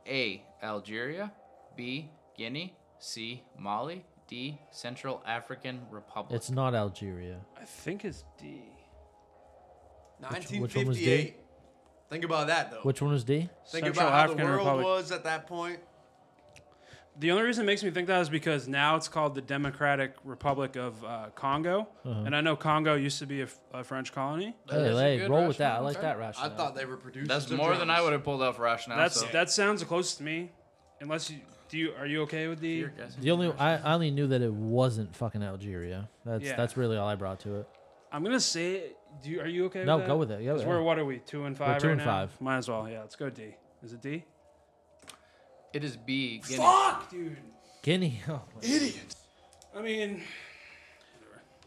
S5: A. Algeria, B. Guinea, C. Mali, D. Central African Republic.
S7: It's not Algeria.
S3: I think it's D.
S6: 1958.
S7: which one was D?
S6: Think about that though.
S7: Which one was D?
S6: think
S3: Central
S6: about how
S3: African
S6: the world
S3: Republic.
S6: was at that point.
S3: The only reason it makes me think that is because now it's called the Democratic Republic of uh, Congo,
S7: Uh-huh.
S3: and I know Congo used to be a, f- a French colony.
S5: That
S7: Hey,
S5: is a
S7: hey,
S5: good
S7: roll with that. I
S5: rationale.
S7: like that
S6: I
S7: rationale.
S6: thought they were produced.
S5: That's more than I would have pulled out for rationale.
S3: That's
S5: so.
S3: that sounds the closest to me. Unless you do, you, are you okay with the?
S5: You're guessing.
S7: the only I, I only knew that it wasn't fucking Algeria. That's
S3: Yeah.
S7: that's really all I brought to it.
S3: I'm gonna say, do you, are you okay?
S7: No,
S3: with that?
S7: go with it. Yeah,
S3: 'Cause
S7: yeah.
S3: we're what are we two and 5
S7: two
S3: right
S7: and
S3: now?
S7: five.
S3: Might as well. Yeah, let's go D. Is it D?
S5: It is B. Guinea.
S3: Fuck, dude.
S7: Guinea. Oh my-
S3: I mean,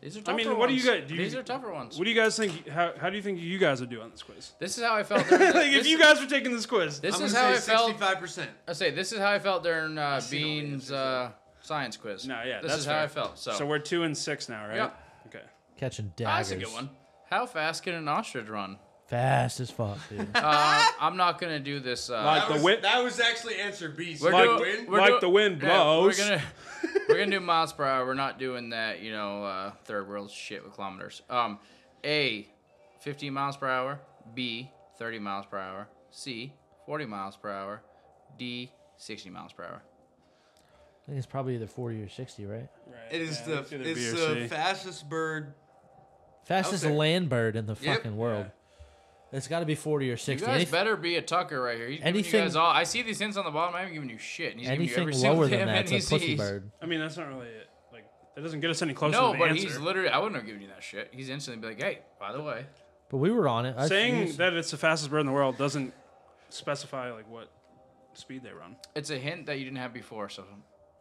S5: These are
S3: I
S5: tougher
S3: mean, what do you
S5: ones.
S3: guys- do you-
S5: These are tougher ones.
S3: what do you guys think? How, how do you think you guys would do on this quiz?
S5: This is how I felt. During the,
S3: Like, if
S5: this,
S3: you guys were taking this quiz,
S5: this
S6: I'm
S5: is
S6: gonna
S5: how I
S6: say
S5: felt.
S6: 65%.
S5: I say this is how I felt during uh,
S6: seen all the
S5: Bean's
S6: answers,
S5: uh, science quiz.
S3: No, yeah,
S5: this
S3: that's
S5: is how
S3: fair.
S5: I felt. So,
S3: so we're two and six now, right?
S5: Yep.
S3: Okay.
S7: Catching
S5: Ah,
S7: daggers.
S5: that's a good one. How fast can an ostrich run?
S7: Fast as fuck, dude.
S5: Uh, I'm not gonna do this. Uh,
S3: Like
S6: That
S3: the
S6: was,
S3: whip-
S6: that was actually answer B. So
S5: we're
S3: like
S5: doing-
S3: the-
S5: we're
S3: like
S5: doing-
S3: the wind
S5: yeah,
S3: blows.
S5: we're gonna we're gonna do miles per hour. We're not doing that. You know, uh, third world shit with kilometers. Um, A, 15 miles per hour. B, 30 miles per hour. C, 40 miles per hour. D, 60 miles per hour.
S7: I think it's probably either 40 or 60, right?
S6: It is
S3: yeah,
S6: the
S3: either B
S6: it's
S3: or
S6: the
S3: C.
S6: fastest bird.
S7: Fastest
S6: there.
S7: land bird in the
S6: Yep.
S7: fucking world. It's got to be 40 or
S5: You
S7: 60.
S5: guys
S7: Anyth-
S5: better be a Tucker right here. He's giving
S7: anything-
S5: you guys all. I see these hints on the bottom. I haven't given you shit. And he's giving you
S7: anything
S5: every single
S7: lower
S5: damn E
S7: than
S5: hint
S7: that's a
S5: he
S7: pussy
S5: sees.
S7: bird.
S3: I mean, that's not really it. Like, that doesn't get us any closer
S5: No,
S3: to the
S5: but
S3: answer.
S5: he's literally. I wouldn't have given you that shit. He's instantly be like, hey, by the way.
S7: But we were on it. I
S3: saying
S7: used-
S3: that it's the fastest bird in the world doesn't specify like what speed they run.
S5: It's a hint that you didn't have before. So,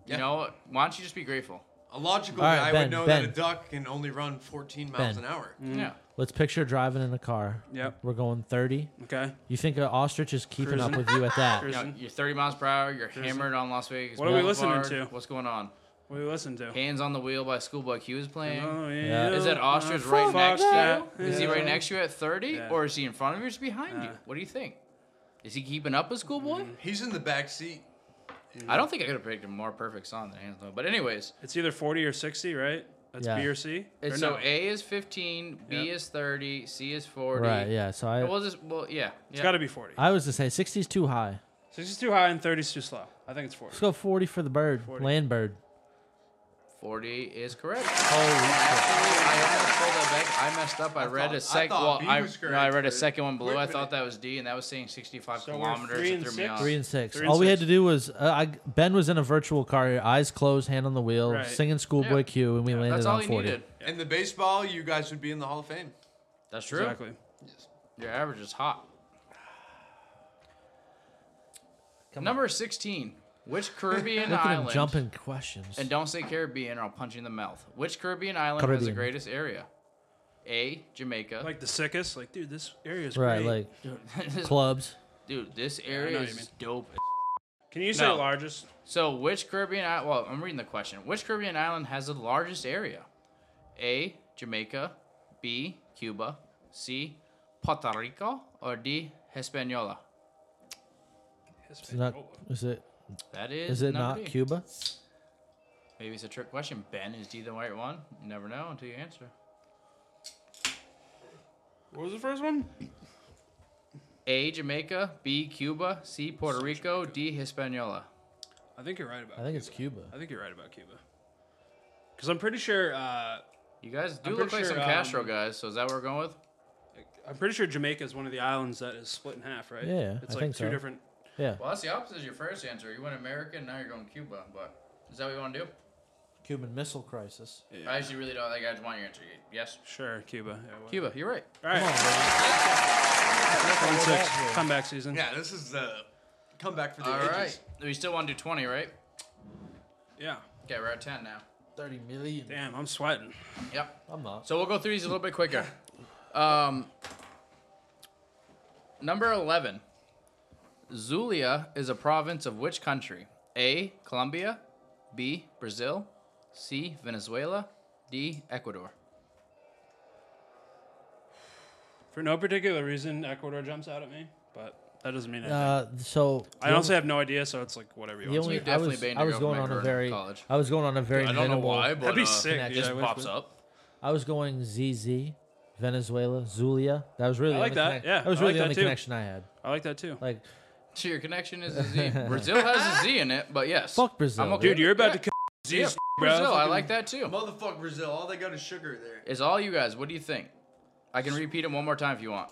S6: Yeah.
S5: you know, what? why don't you just be grateful?
S6: A logical
S7: All right,
S6: guy
S7: Ben,
S6: would know
S7: Ben.
S6: that a duck can only run 14 miles
S7: Ben.
S6: an hour.
S3: Mm-hmm.
S5: Yeah.
S7: let's picture driving in a car.
S3: Yep.
S7: We're going 30.
S3: Okay.
S7: You think an ostrich is keeping up
S3: Cruising.
S7: with you at that?
S5: You know,
S3: Kristen,
S5: you're 30 miles per hour. You're hammered on Las Vegas.
S3: Mm-hmm. What are we listening
S5: Boulevard.
S3: to?
S5: What's going on?
S3: what do you listen to? Oh,
S5: Hands on the Wheel by Schoolboy Q is playing.
S3: yeah.
S5: Is that ostrich
S3: Uh,
S5: right
S3: fuck
S5: next to
S3: that.
S5: you? Is he
S3: Yeah.
S5: right next to you at 30?
S3: Yeah.
S5: Or is he in front of you or is he behind you?
S3: Yeah. Mm-hmm.
S5: What do you think? Is he keeping up with Schoolboy?
S6: He's in the back seat.
S5: I don't think I could have picked a more perfect song than Hands on the Wheel. But, anyways,
S3: It's either 40 or 60, right? That's
S7: Yeah.
S3: B or C.
S5: it's-
S3: Or
S5: so
S3: no.
S5: A is 15, B
S3: Yep.
S5: is 30, C is 40.
S7: Right, yeah. So I,
S5: Well, just, well yeah.
S3: It's
S5: yeah.
S3: got to be 40.
S7: I was to say 60 is too high.
S3: 60 is too high and 30 is too slow. I think it's 40.
S7: Let's go 40 for the bird, land bird.
S5: 40 is correct. Holy I almost pulled that back. I messed up. I, read
S6: thought- I
S5: a second.
S6: thought
S5: Well,
S6: B
S5: I,
S6: was
S5: no, I
S6: correct
S5: read a
S6: for-
S5: second one below.
S6: Wait a
S5: I thought
S6: minute.
S5: that was D, and that was saying 65
S3: So we're
S5: kilometers.
S3: three
S5: It
S3: and
S5: threw me
S3: six?
S5: off.
S7: Three and six.
S3: Three and
S7: All we had
S3: six.
S7: to do was uh, I, Ben was in a virtual car, here, eyes closed, hand on the wheel,
S3: Right.
S7: singing Schoolboy
S5: Yeah.
S7: Q, and we landed
S5: That's
S7: on
S5: all you
S7: 40.
S5: needed.
S6: And the baseball, you guys would be in the Hall of Fame.
S5: That's true.
S3: Exactly.
S5: Your average is hot. Number 16. Which Caribbean
S7: Look at him
S5: island?
S7: jumping questions.
S5: And don't say Caribbean or I'll punch you in the mouth. Which Caribbean island has the
S7: Caribbean.
S5: greatest area? A. Jamaica.
S3: Like the sickest. Like, dude, this area is
S7: right,
S3: great.
S7: like
S5: This-
S7: clubs.
S5: dude, this
S3: know
S5: area
S3: what you mean.
S5: is dope.
S3: Can you say
S5: No.
S3: largest?
S5: So, which Caribbean island? Well, I'm reading the question. Which Caribbean island has the largest area? A. Jamaica. B. Cuba. C. Puerto Rico. Or D. Hispaniola.
S7: Is it not? Is it?
S5: That is.
S7: Is it
S5: number
S7: not
S5: D.
S7: Cuba?
S5: Maybe it's a trick question. Ben, is D the right one? You never know until you answer.
S3: What was the first one?
S5: A. Jamaica. B. Cuba. C. Puerto Rico. D. Hispaniola.
S3: I think you're right about
S7: I think it's Cuba.
S3: I think you're right about Cuba. Because I'm pretty sure. Uh,
S5: You guys do
S3: I'm
S5: look
S3: pretty
S5: like
S3: sure,
S5: some Castro
S3: um,
S5: guys, so is that what we're going with?
S3: I'm pretty sure Jamaica is one of the islands that is split in half, right?
S7: Yeah,
S3: it's
S7: I
S3: like
S7: think
S3: two
S7: so.
S3: different.
S7: Yeah,
S5: Well, that's the opposite of your first answer. You went American, now you're going Cuba, but is that what you want to do?
S7: Cuban Missile Crisis.
S5: I actually really don't think I just want your answer. Yes?
S3: Sure, Cuba. Yeah, whatever.
S5: Cuba, you're right.
S3: All right, one six comeback season.
S6: Yeah, this is the comeback for the
S5: All
S6: ages.
S5: right. We still want to do 20, right?
S3: Yeah.
S5: Okay, we're at 10 now.
S7: Thirty million.
S3: Damn, I'm sweating.
S5: Yep.
S7: I'm not.
S5: So we'll go through these a little bit quicker. Um, number 11. Zulia is a province of which country? A. Colombia. B. Brazil. C. Venezuela. D. Ecuador.
S3: For no particular reason, Ecuador jumps out at me, but that doesn't mean anything.
S7: Uh, so
S3: I honestly have no idea, so it's like whatever you
S7: the
S3: want.
S7: only
S5: You've
S7: I
S5: definitely
S7: was,
S5: been
S7: I
S5: to
S7: was
S5: go
S7: going
S5: from
S7: on a
S5: Ecuador to
S7: very
S5: college.
S7: I was going on a very
S5: I don't know
S7: minimal-
S5: why, but
S3: That'd be
S5: uh,
S3: sick,
S5: it
S3: dude.
S5: just
S3: I wish
S5: pops
S3: we-
S5: up.
S7: I was going ZZ, Venezuela, Zulia. That was really
S3: I
S7: the
S3: like
S7: only
S3: that,
S7: connec-
S3: yeah,
S7: that was
S3: I
S7: really
S3: like
S7: the
S3: that
S7: only
S3: too.
S7: connection I had.
S3: I like that too.
S7: Like
S5: So your connection is a Z. Brazil has a Z in it, but yes.
S7: Fuck Brazil.
S5: I'm okay
S3: Dude,
S5: with
S3: you're
S5: it.
S3: about
S5: Yeah.
S3: to come
S5: Yeah,
S3: Z's,
S5: f-
S3: bro.
S5: Brazil. I
S3: Fucking-
S5: like that too.
S6: Motherfuck Brazil, all they got is sugar there.
S5: It's all you guys. What do you think? I can repeat it one more time if you want.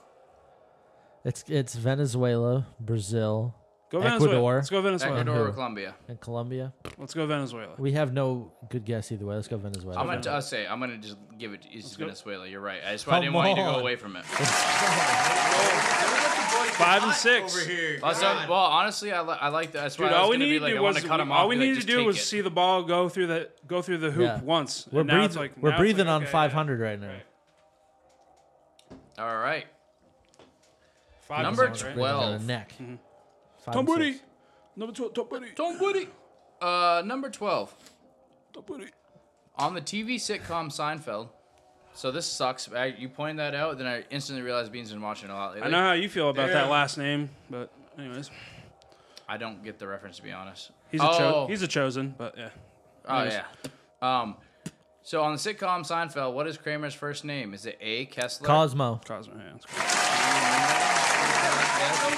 S7: it's it's Venezuela, Brazil,
S3: Go
S7: Ecuador.
S3: Venezuela. Let's go Venezuela.
S5: Ecuador or
S7: who?
S5: Colombia?
S7: and Colombia.
S3: Let's go Venezuela.
S7: We have no good guess either way. Let's go Venezuela.
S5: I'm gonna t- I'll say I'm gonna just give it. It's
S3: go.
S5: Venezuela. You're right. I just I didn't
S7: Come
S5: want you to go
S7: on.
S5: away from it.
S3: Five and six.
S6: over here.
S5: Also, well, honestly, I, li- I like that. That's why
S3: Dude,
S5: I was
S3: all we
S5: gonna be
S3: needed
S5: like, I want
S3: was
S5: to cut him off.
S3: all we
S5: and be like,
S3: needed
S5: just
S3: to do
S5: take
S3: was
S5: it.
S3: see the ball go through the go through the hoop
S7: Yeah.
S3: once.
S7: we're
S3: and now it's
S7: breathing.
S3: like- now
S7: we're
S3: it's like,
S7: breathing on
S3: okay,
S7: 500 right now.
S3: Right.
S5: All right.
S3: Five
S5: Number
S3: and six, right?
S5: twelve.
S7: Breathing on the neck. Mm-hmm. Five
S3: Tom
S7: and
S3: Brady.
S7: six.
S3: Number twelve. Tom Brady.
S5: Tom Woody. Uh, number twelve
S3: Tom Brady.
S5: on the TV sitcom Seinfeld. So this sucks. I, you pointed that out, then I instantly realized Bean's been watching it a lot lately.
S3: I know how you feel about
S6: Yeah.
S3: that last name, but anyways,
S5: I don't get the reference to be honest.
S3: he's a
S5: Oh.
S3: cho- he's a chosen, but yeah.
S5: Oh yeah. Um, so on the sitcom Seinfeld, what is Kramer's first name? Is it A. Kessler?
S7: Cosmo.
S3: Cosmo. Yeah, that's cool.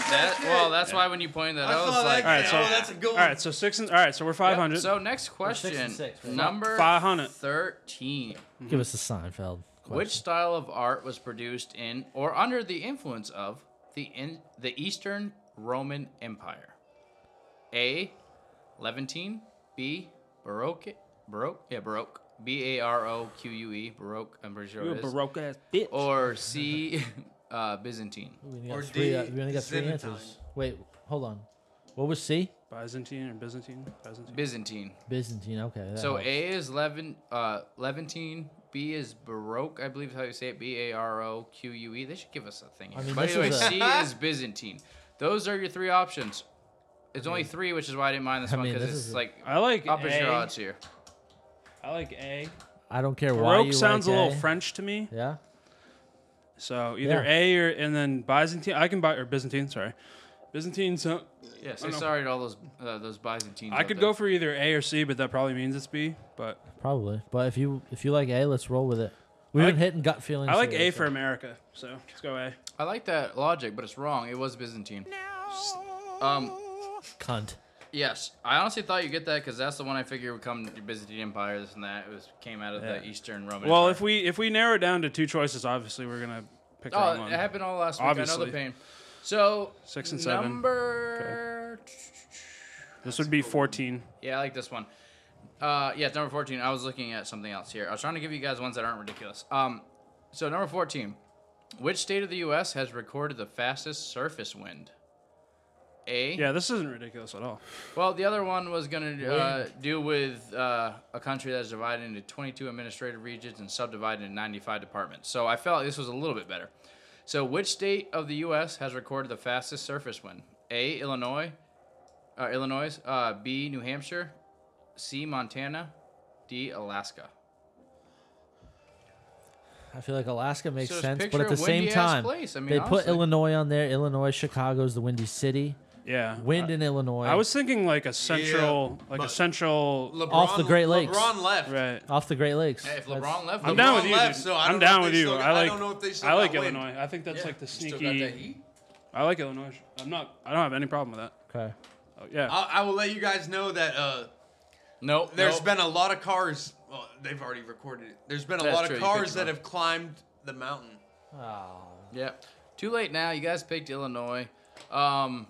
S5: That, well, that's why when you pointed that,
S6: I
S5: I, was
S6: saw
S5: like,
S6: that.
S3: All right, so
S6: oh, that's a good
S3: all
S6: one.
S3: right, so six and all right, so we're five hundred.
S5: So next question,
S7: and six, right?
S5: number
S3: 500.
S5: thirteen.
S7: Give us a Seinfeld. Question.
S5: Which style of art was produced in or under the influence of the in, the Eastern Roman Empire? A. Levantine. B. Baroque. Baroque. Yeah, Baroque. B A R O Q U E. Baroque. I'm pretty sure
S3: you a
S5: it is.
S3: baroque ass bitch.
S5: Or C. Uh, Byzantine.
S7: We only got
S6: Or
S7: three.
S6: D,
S7: uh, we only got three
S6: Xenotime.
S7: answers. Wait, hold on. What was C?
S3: Byzantine or Byzantine? Byzantine.
S5: Byzantine.
S7: Byzantine. Okay. that
S5: So
S7: helps.
S5: A is Levin, uh, Levantine. B is Baroque. I believe is how you say it. B A R O Q U E. They should give us a thing.
S7: I mean,
S5: but
S7: this
S5: anyway,
S7: is a-
S5: C is Byzantine. Those are your three options. It's only three, which is why I didn't mind this
S7: I
S5: one
S7: mean,
S5: because
S7: this
S5: it's
S7: is a-
S5: like
S3: I like
S5: up is
S3: A.
S5: your odds here.
S3: I like A.
S7: I don't care why you
S3: Baroque sounds
S7: like
S3: a little
S7: A.
S3: French to me.
S7: Yeah.
S3: So either
S7: Yeah.
S3: A or and then Byzantine. I can buy or Byzantine. Sorry, Byzantine. So
S5: Yeah.
S3: I
S5: So
S3: know.
S5: sorry to all those uh, those Byzantines.
S3: I
S5: out
S3: could
S5: there.
S3: go for either A or C, but that probably means it's B. But
S7: Probably. But if you if you like A, let's roll with it. We've
S3: like-
S7: been hitting gut feelings.
S3: I like
S7: here,
S3: A
S7: so-
S3: for America. So let's go A.
S5: I like that logic, but it's wrong. It was Byzantine. Um.
S7: cunt.
S5: Yes, I honestly thought you'd get that because that's the one I figured would come to Byzantine Empire. This and that. It was came out of the Eastern Roman.
S3: Well,
S5: Empire.
S3: if we if we narrow it down to two choices, obviously we're gonna pick the
S5: Oh,
S3: wrong
S5: it
S3: one.
S5: happened all last week. I know
S3: Obviously.
S5: the pain. So
S3: Six and seven.
S5: Number.
S3: This would be fourteen.
S5: Yeah, I like this one. Uh, yeah, it's number fourteen. I was looking at something else here. I was trying to give you guys ones that aren't ridiculous. Um, so number fourteen, which state of the U.S. has recorded the fastest surface wind? A.
S3: Yeah, this isn't ridiculous at all.
S5: Well, the other one was going to uh, do with uh, a country that is divided into 22 administrative regions and subdivided into 95 departments. So I felt this was a little bit better. So, which state of the U.S. has recorded the fastest surface wind? A. Illinois. Uh, Illinois. Uh, B. New Hampshire. C. Montana. D. Alaska.
S7: I feel like Alaska makes
S5: So just
S7: sense, but
S5: picture
S7: at the
S5: a
S7: same
S5: windy-ass
S7: time,
S5: place. I mean,
S7: they put
S5: honestly.
S7: Illinois on there. Illinois, Chicago's the windy city.
S3: Yeah.
S7: Wind in Illinois.
S3: I was thinking like a central, like a
S6: but-
S3: central.
S6: LeBron,
S7: Off the Great Lakes.
S6: LeBron left.
S3: right.
S7: off the Great Lakes.
S5: Hey, if
S7: That's-
S5: LeBron left,
S3: I'm
S5: LeBron
S3: down with you.
S6: left,
S3: dude.
S6: so I
S3: I'm
S6: don't know
S3: down
S6: if
S3: with
S6: they
S3: you.
S6: still-
S3: I
S6: I
S3: like.
S6: don't know if they still
S3: I like
S6: got wind.
S3: Illinois. I think that's like the
S5: Still got that
S3: sneaky.
S5: heat?
S3: I like Illinois. I'm not. I don't have any problem with that.
S7: Okay.
S3: Oh, yeah.
S6: I, I will let you guys know that uh,
S5: Nope.
S6: there's
S5: nope.
S6: been a lot of cars. Well, they've already recorded it. There's been a
S5: That's
S6: lot
S5: true,
S6: of
S5: you picked
S6: cars
S5: them
S6: that
S5: up.
S6: have climbed the mountain.
S3: Oh.
S5: Yeah. Too late now. You guys picked Illinois. Um,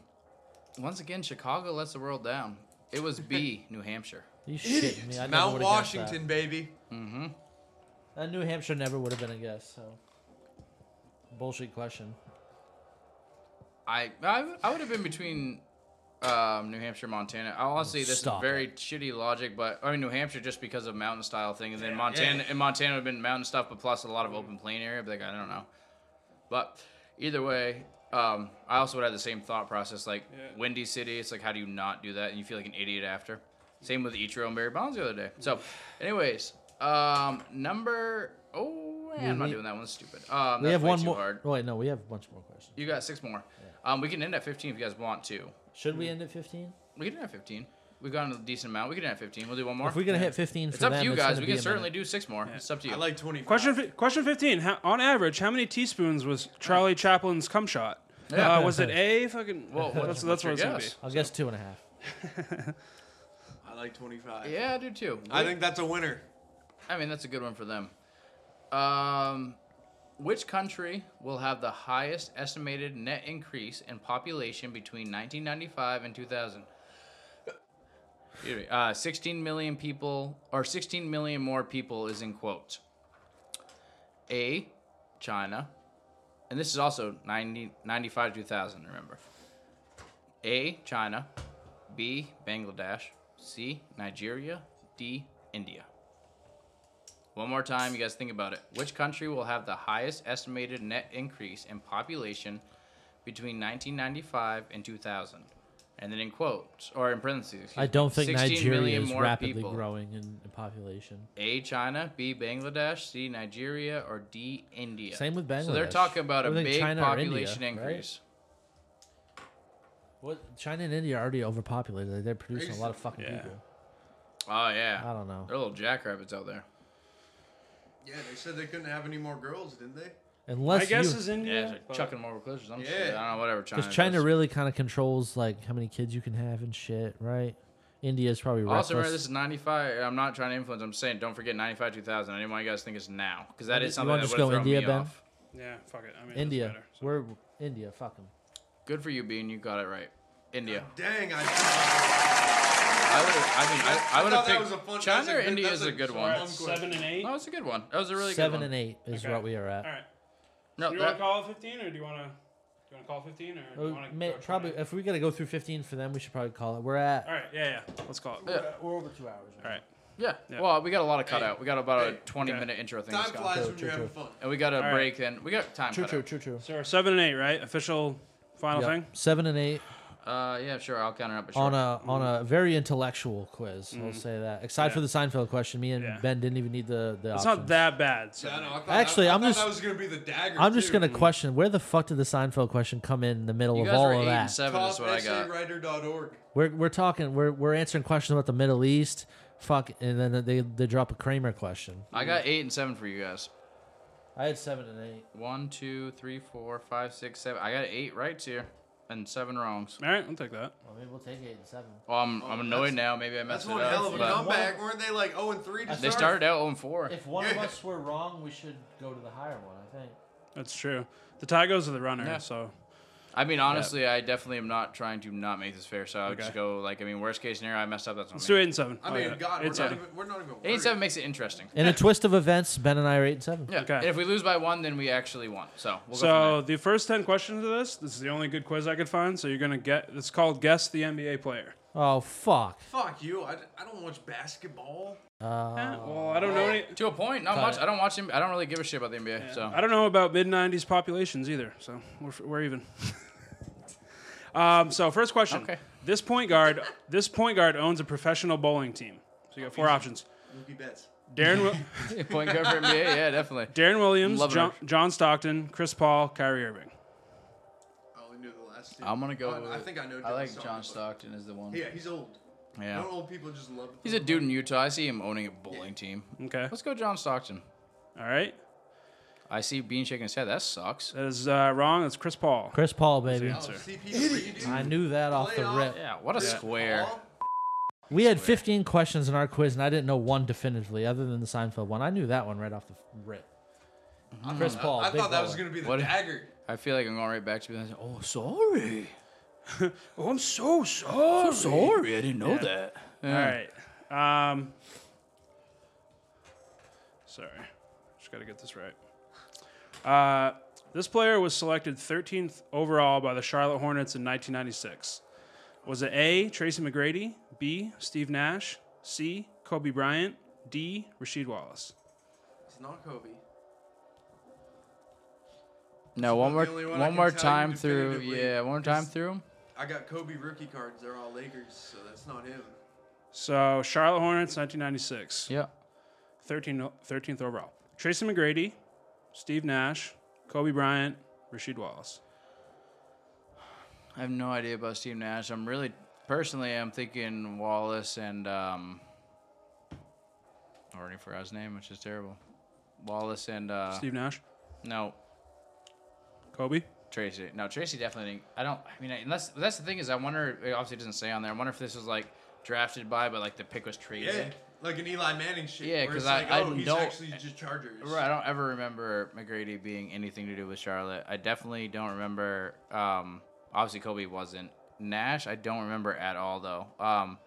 S5: once again, Chicago lets the world down. It was B, New Hampshire.
S7: You shitting me. I never
S6: Mount
S7: would've guessed
S6: Washington, baby.
S7: That. that New Hampshire never would have been a guess. So bullshit question.
S5: I I, I would have been between um, New Hampshire, Montana. I'll honestly, this
S7: Stop
S5: is very shitty logic, but I mean New Hampshire just because of mountain style thing, and then Montana and Montana would have been mountain stuff, but plus a lot of open plain area. But like I don't know. But either way, um, I also would have the same thought process. Like Windy City, it's like how do you not do that, and you feel like an idiot after. Same with Ichiro and Barry Bonds the other day. So, anyways, um, number oh, man, I'm not
S7: need-
S5: doing that one. Stupid. Um,
S7: We
S5: that's
S7: have
S5: way
S7: one
S5: too
S7: more.
S5: Hard.
S7: Wait, no, we have a bunch more questions.
S5: You got six more. Um, we can end at 15 if you guys want to.
S7: Should
S5: Hmm.
S7: we end at 15?
S5: We can end at 15. We've gotten a decent amount. We can end at 15. We'll do one more.
S7: If we're gonna hit 15 for
S5: it's up
S7: them,
S5: to you
S7: it's
S5: guys.
S7: gonna
S5: We
S7: be
S5: can
S7: a
S5: certainly
S7: minute.
S5: do six more. It's up to you.
S6: I like 25.
S3: Question fi- question fifteen. How, on average, how many teaspoons was Charlie Chaplin's cum shot? Uh, was it A? Fucking.
S5: Well, what's-
S3: that's
S5: what's
S3: that's what it's
S5: your
S3: gonna be.
S5: guess?
S7: I'll guess two and a half.
S6: I like 25.
S5: yeah, I do too.
S6: I think that's a winner.
S5: I mean, that's a good one for them. Um, which country will have the highest estimated net increase in population between 1995 and 2000? Excuse me, Uh, 16 million people, or 16 million more people, is in quotes. A, China, and this is also 90, 95 to 2000, remember. A, China, B, Bangladesh, C, Nigeria, D, India. One more time, you guys think about it. Which country will have the highest estimated net increase in population between 1995 and 2000? And then in quotes or in parentheses. excuse
S7: I don't
S5: me,
S7: think
S5: 16 million
S7: Nigeria is
S5: more
S7: rapidly
S5: people.
S7: growing in, in population.
S5: A China, B Bangladesh, C Nigeria, or D India.
S7: Same with
S5: So they're
S7: Bangladesh.
S5: talking about
S7: I
S5: a
S7: would think
S5: big
S7: China or
S5: population
S7: India, right?
S5: increase.
S7: What China and India are already overpopulated. Like, They're producing a lot of fucking
S3: Yeah.
S7: people.
S5: Oh yeah.
S7: I don't know.
S5: They're little jackrabbits out there.
S6: Yeah, they said they couldn't have any more girls, didn't they?
S3: I
S7: Unless you,
S3: guess
S7: because
S3: is
S5: Yeah,
S3: India.
S5: they're chucking them over cliffs or something.
S6: Yeah.
S5: shit. I don't know, whatever. China.
S7: China
S5: does.
S7: really kind of controls like how many kids you can have and shit, right? India's probably
S5: Also, remember,
S7: reckless.
S5: this is 95. I'm not trying to influence. I'm saying don't forget 95 2000. I didn't want you guys to think it's now. Because that is
S7: You
S5: something
S7: want
S5: that
S7: to just
S5: would
S7: go
S5: throw
S7: India,
S5: me
S7: Ben?
S5: off.
S3: Yeah, fuck it. I mean, it doesn't
S7: India,
S3: matter, so.
S7: we're India. Fuck them.
S5: Good for you, Bean. You got it right. India.
S6: Dang, I,
S5: I would have I mean, I, I would have
S6: thought that
S5: picked
S6: was a fun-
S5: China
S6: that's a
S5: or
S6: good-
S5: India
S6: that's
S5: is
S6: a
S5: a good
S6: fun
S5: one.
S3: All right, seven and eight.
S7: Oh.
S5: That was a good one. That was a really
S7: Seven
S5: good one.
S7: and eight is
S3: Okay.
S7: what we are at.
S3: All right.
S5: No,
S3: Do you want
S5: that,
S3: to call it fifteen, or do you want to? Do you want to call fifteen, or do
S7: Uh,
S3: you want to
S7: may- probably if we got to go through 15 for them, we should probably call it. We're at
S3: All right. Yeah, yeah. Let's call it.
S5: Yeah.
S7: we're over two hours. Right?
S3: All right.
S5: yeah.
S3: Yeah.
S5: Well, we got a lot of cutout. we got about a
S6: hey,
S5: 20
S3: okay.
S5: minute intro thing.
S6: time
S5: that's gone.
S6: flies
S7: True,
S6: when
S7: true,
S6: you're having
S7: true.
S6: fun.
S5: And we got a
S3: right.
S5: break then. We got time.
S7: True,
S5: cut
S7: true,
S5: out.
S7: true, true.
S3: So we're seven and eight, right? Official final
S7: Yeah.
S3: thing.
S7: Seven and eight
S5: Uh, yeah, sure. I'll count it up. But sure.
S7: on a on a very intellectual quiz. I'll say that. Aside for the Seinfeld question, me and
S3: Mm-hmm. Yeah.
S7: Ben didn't even need the the.
S3: It's not that bad. So.
S6: Yeah, I know, I thought
S7: Actually,
S6: that, I
S7: I'm
S6: thought
S7: just-
S6: that was gonna be the dagger.
S7: I'm just
S6: too.
S7: gonna question where the fuck did the Seinfeld question come in the middle
S5: you
S7: of
S5: guys
S7: all
S5: were
S7: of
S5: 8 and
S7: that?
S5: 7 is what I got.
S6: TopSAwriter.org.
S7: We're we're talking we're we're answering questions about the Middle East. Fuck, and then they they drop a Kramer question.
S5: I got 8 and 7 for you guys.
S7: I had seven and eight.
S5: One, two, three, four, five, six, seven. I got eight rights here and seven wrongs.
S3: All right, I'll take that.
S7: Well, maybe we'll take eight and seven.
S5: Well, I'm, I'm annoyed now. Maybe I
S6: Oh, That's
S5: messed it
S6: one
S5: up.
S6: hell of a
S5: but
S6: comeback. Weren't they like 0 and 3 to
S5: they
S6: start?
S5: started out 0 4.
S7: If one of
S6: Yeah.
S7: us were wrong, we should go to the higher one. I think.
S3: That's true. The tie goes to the runner.
S5: Yeah.
S3: So
S5: I mean, honestly, I definitely am not trying to not make this fair. So I would
S3: Okay.
S5: just go, like, I mean, worst case scenario, I messed up. That's
S3: let's
S5: what I
S3: do
S5: mean.
S3: eight and seven.
S6: I
S3: Oh,
S6: mean,
S3: yeah.
S6: God,
S3: eight
S6: we're
S3: and
S6: not,
S3: seven.
S6: even, we're not even.
S5: 8 and 7 makes it interesting.
S7: In a twist of events, Ben and I are eight and seven.
S5: Yeah.
S3: Okay.
S5: And if we lose by one, then we actually won. So we'll go.
S3: So the first ten questions of this, this is the only good quiz I could find. So you're gonna get. It's called guess the NBA player.
S7: Oh fuck.
S6: Fuck you. I, I don't watch basketball.
S7: Oh.
S3: Eh, well, I don't know any.
S5: From there. To a point, not much. I don't watch him. I don't really give a shit about the NBA. So
S3: I don't know about mid '90s populations either. So we're, we're even. um, so first question.
S5: Okay.
S3: This point guard. This point guard owns a professional bowling team. So you got four options.
S6: Mookie Betts.
S3: Darren. Wi-
S5: point guard for NBA. Yeah, definitely.
S3: Darren Williams,
S5: Loving
S3: John,
S5: it.
S3: John Stockton, Chris Paul, Kyrie Irving.
S6: I only knew the last two.
S5: I'm gonna go.
S6: I,
S5: with,
S6: I think I know.
S5: I
S6: John
S5: like
S6: Stockton,
S5: John
S6: but-
S5: Stockton is the one.
S6: Yeah, he's old.
S5: Yeah.
S6: Not old people just love.
S5: He's a dude in Utah. I see him owning a bowling team.
S3: Okay.
S5: Let's go, John Stockton.
S3: All right.
S5: I see Bean shaking his head. That sucks.
S3: That is uh, wrong. That's Chris Paul.
S7: Chris Paul, baby.
S6: Oh,
S3: Sir.
S6: CP3, dude.
S7: I knew that off the
S6: Playoff.
S7: rip.
S5: Yeah, what a square.
S6: Paul?
S7: We had 15 questions in our quiz, and I didn't know one definitively, other than the Seinfeld one. I knew that one right off the rip. Chris Paul.
S6: I
S7: big
S6: thought that was
S7: baller.
S6: gonna be the
S5: Oh, What-
S6: dagger.
S5: I feel like I'm going right back to being like, oh, sorry.
S3: Oh, I'm so sorry.
S5: Sorry, I didn't know that.
S3: All right. Um, sorry. Just got to get this right. Uh, this player was selected 13th overall by the Charlotte Hornets in 1996. Was it A, Tracy McGrady, B, Steve Nash, C, Kobe Bryant, D, Rasheed Wallace?
S6: It's not Kobe.
S5: No, one more,
S6: the only
S5: one,
S6: one I can
S5: more
S6: tell you
S5: time through.
S6: definitively.
S5: Yeah, one more time through.
S6: I got Kobe rookie cards. They're all Lakers, so that's not him.
S3: So, Charlotte Hornets, 1996,
S5: Yeah.
S3: 13, o- 13th overall. Tracy McGrady, Steve Nash, Kobe Bryant, Rasheed Wallace.
S5: I have no idea about Steve Nash. I'm really, personally, I'm thinking Wallace and, um, I already forgot his name, which is terrible. Wallace and, uh,
S3: Steve Nash,
S5: no,
S3: Kobe?
S5: Tracy. No, Tracy definitely. Didn't, I don't. I mean, unless that's the thing is, I wonder. It obviously doesn't say on there. I wonder if this was like drafted by, but like the pick was traded.
S6: Yeah, like an Eli Manning shit.
S5: Yeah,
S6: where
S5: 'cause
S6: it's
S5: I-
S6: like,
S5: I
S6: oh, he's
S5: don't-
S6: actually just Chargers.
S5: Right, I don't ever remember McGrady being anything to do with Charlotte. I definitely don't remember. Um, obviously Kobe wasn't. Nash, I don't remember at all though. Um,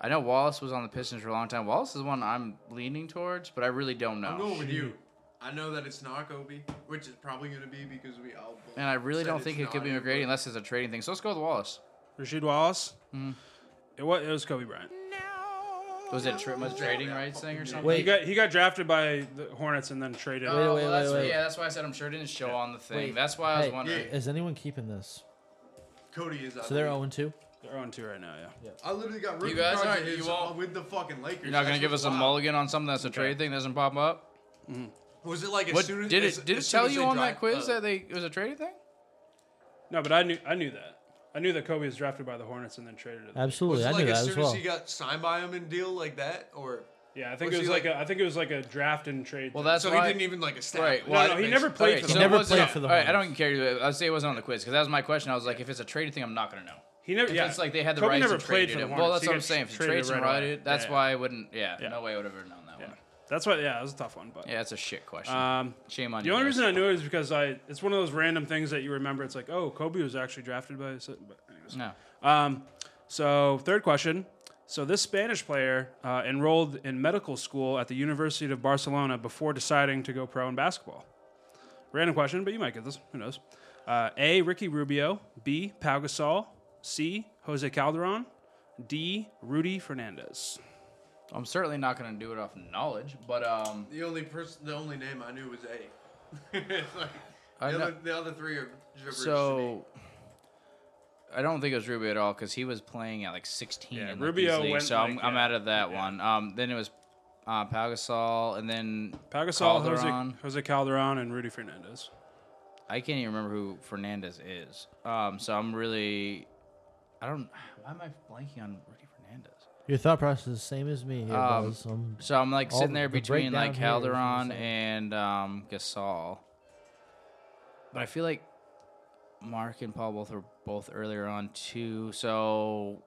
S5: I know Wallace was on the Pistons for a long time. Wallace is the one I'm leaning towards, but I really don't know.
S6: I'm going with you. I know that it's not Kobe, which is probably going to be because we all. both
S5: and I really
S6: said
S5: don't
S6: it's
S5: think it could
S6: not
S5: be
S6: him,
S5: McGrady unless it's a trading thing. So let's go with Wallace.
S3: Rasheed Wallace.
S5: Mm.
S3: It was it was Kobe Bryant.
S5: Was it tra- was trading
S6: Oh, yeah,
S5: rights thing or something?
S3: He
S7: Wait,
S3: got he got drafted by the Hornets and then traded.
S5: Oh, well,
S7: wait,
S5: that's-
S7: wait, wait.
S5: Yeah, that's why I said I'm sure it didn't show on the thing.
S7: Wait.
S5: That's why I was
S7: Hey.
S5: wondering.
S7: is anyone keeping this?
S6: but Cody is.
S7: So they're 0 2?
S3: They're 0 2 right now. Yeah.
S6: I literally got rookie
S5: guys
S6: cards
S5: aren't-
S6: of
S5: you
S6: his
S5: won't-
S6: with the fucking Lakers.
S5: You're not gonna
S6: That's
S5: give us
S6: what's
S5: a
S6: wild.
S5: mulligan on something that's a trade thing that doesn't pop up.
S6: Was it like as
S5: What
S6: soon as
S5: did
S6: as,
S5: it? Did
S6: as
S5: it
S6: soon
S5: tell
S6: as
S5: you
S6: they
S5: on that
S6: drive-
S5: quiz
S6: uh,
S5: that they it was a trading thing?
S3: No, but I knew I knew that. I knew that Kobe was drafted by the Hornets and then traded. To the
S7: Absolutely.
S6: was it
S7: I
S6: like
S7: knew
S6: as
S7: that as
S6: soon as
S7: well.
S6: he got signed by him and deal like that, or
S3: Yeah, I think
S6: Was
S3: it was
S6: he
S3: like,
S6: like-
S3: a I think it was like a draft and trade.
S5: Well,
S3: thing.
S5: that's
S6: So
S5: why,
S6: he didn't even like establish.
S5: Right.
S3: no, he
S6: anything.
S3: never played for
S5: so
S3: the
S5: it
S4: Never
S5: wasn't-
S4: played for the
S5: All right, I
S4: Hornets.
S5: don't care. I would say it wasn't on the quiz because that was my question. I was like, if it's a trade thing, I'm not gonna know.
S3: he never.
S5: If
S3: Yeah,
S5: it's like they had the
S3: Kobe
S5: rights
S3: never
S5: and
S3: played
S5: traded
S3: for the
S5: him. Well,
S3: Hornets.
S5: that's
S3: He
S5: what I'm
S3: gets
S5: saying. If the
S3: traded
S5: trades and
S3: right away.
S5: righted, that's
S3: Yeah,
S5: why I wouldn't. Yeah,
S3: Yeah.
S5: no way I would have ever known that one.
S3: That's why. Yeah, it was a tough one, but.
S5: Yeah, that's a shit question.
S3: Um,
S5: Shame on
S3: the
S5: you.
S3: only
S5: guys.
S3: reason I knew it is because I. It's one of those random things that you remember. It's like, oh, Kobe was actually drafted by. so- But anyways.
S5: No.
S3: Um, so third question. So this Spanish player uh, enrolled in medical school at the University of Barcelona before deciding to go pro in basketball. Random question, but you might get this. Who knows? Uh, A. Ricky Rubio. B. Pau Gasol. C. Jose Calderon. D. Rudy Fernandez.
S5: I'm certainly not gonna do it off knowledge, but um,
S6: The only person, the only name I knew was A. Like,
S5: I
S6: the,
S5: know-
S6: other, the other three are gibberish to me.
S5: so. I don't think it was Rubio at all because he was playing at like 16.
S3: Yeah,
S5: in, like,
S3: Rubio
S5: these leagues,
S3: went,
S5: so I'm,
S3: like,
S5: I'm
S3: yeah,
S5: out of that one. Um, then it was uh, Pau Gasol, and then
S3: Pau Gasol,
S5: Calderon.
S3: Jose, Jose Calderon, and Rudy Fernandez.
S5: I can't even remember who Fernandez is. Um, so I'm really, I don't. Why am I blanking on Rudy Fernandez?
S7: Your thought process is the same as me. Here,
S5: Um,
S7: Buzz. I'm-
S5: So I'm like
S7: All
S5: sitting there
S7: the
S5: between
S7: breakdown
S5: like
S7: here is what I'm
S5: Calderon
S7: saying.
S5: and um, Gasol, but I feel like Mark and Paul both were both earlier on too. So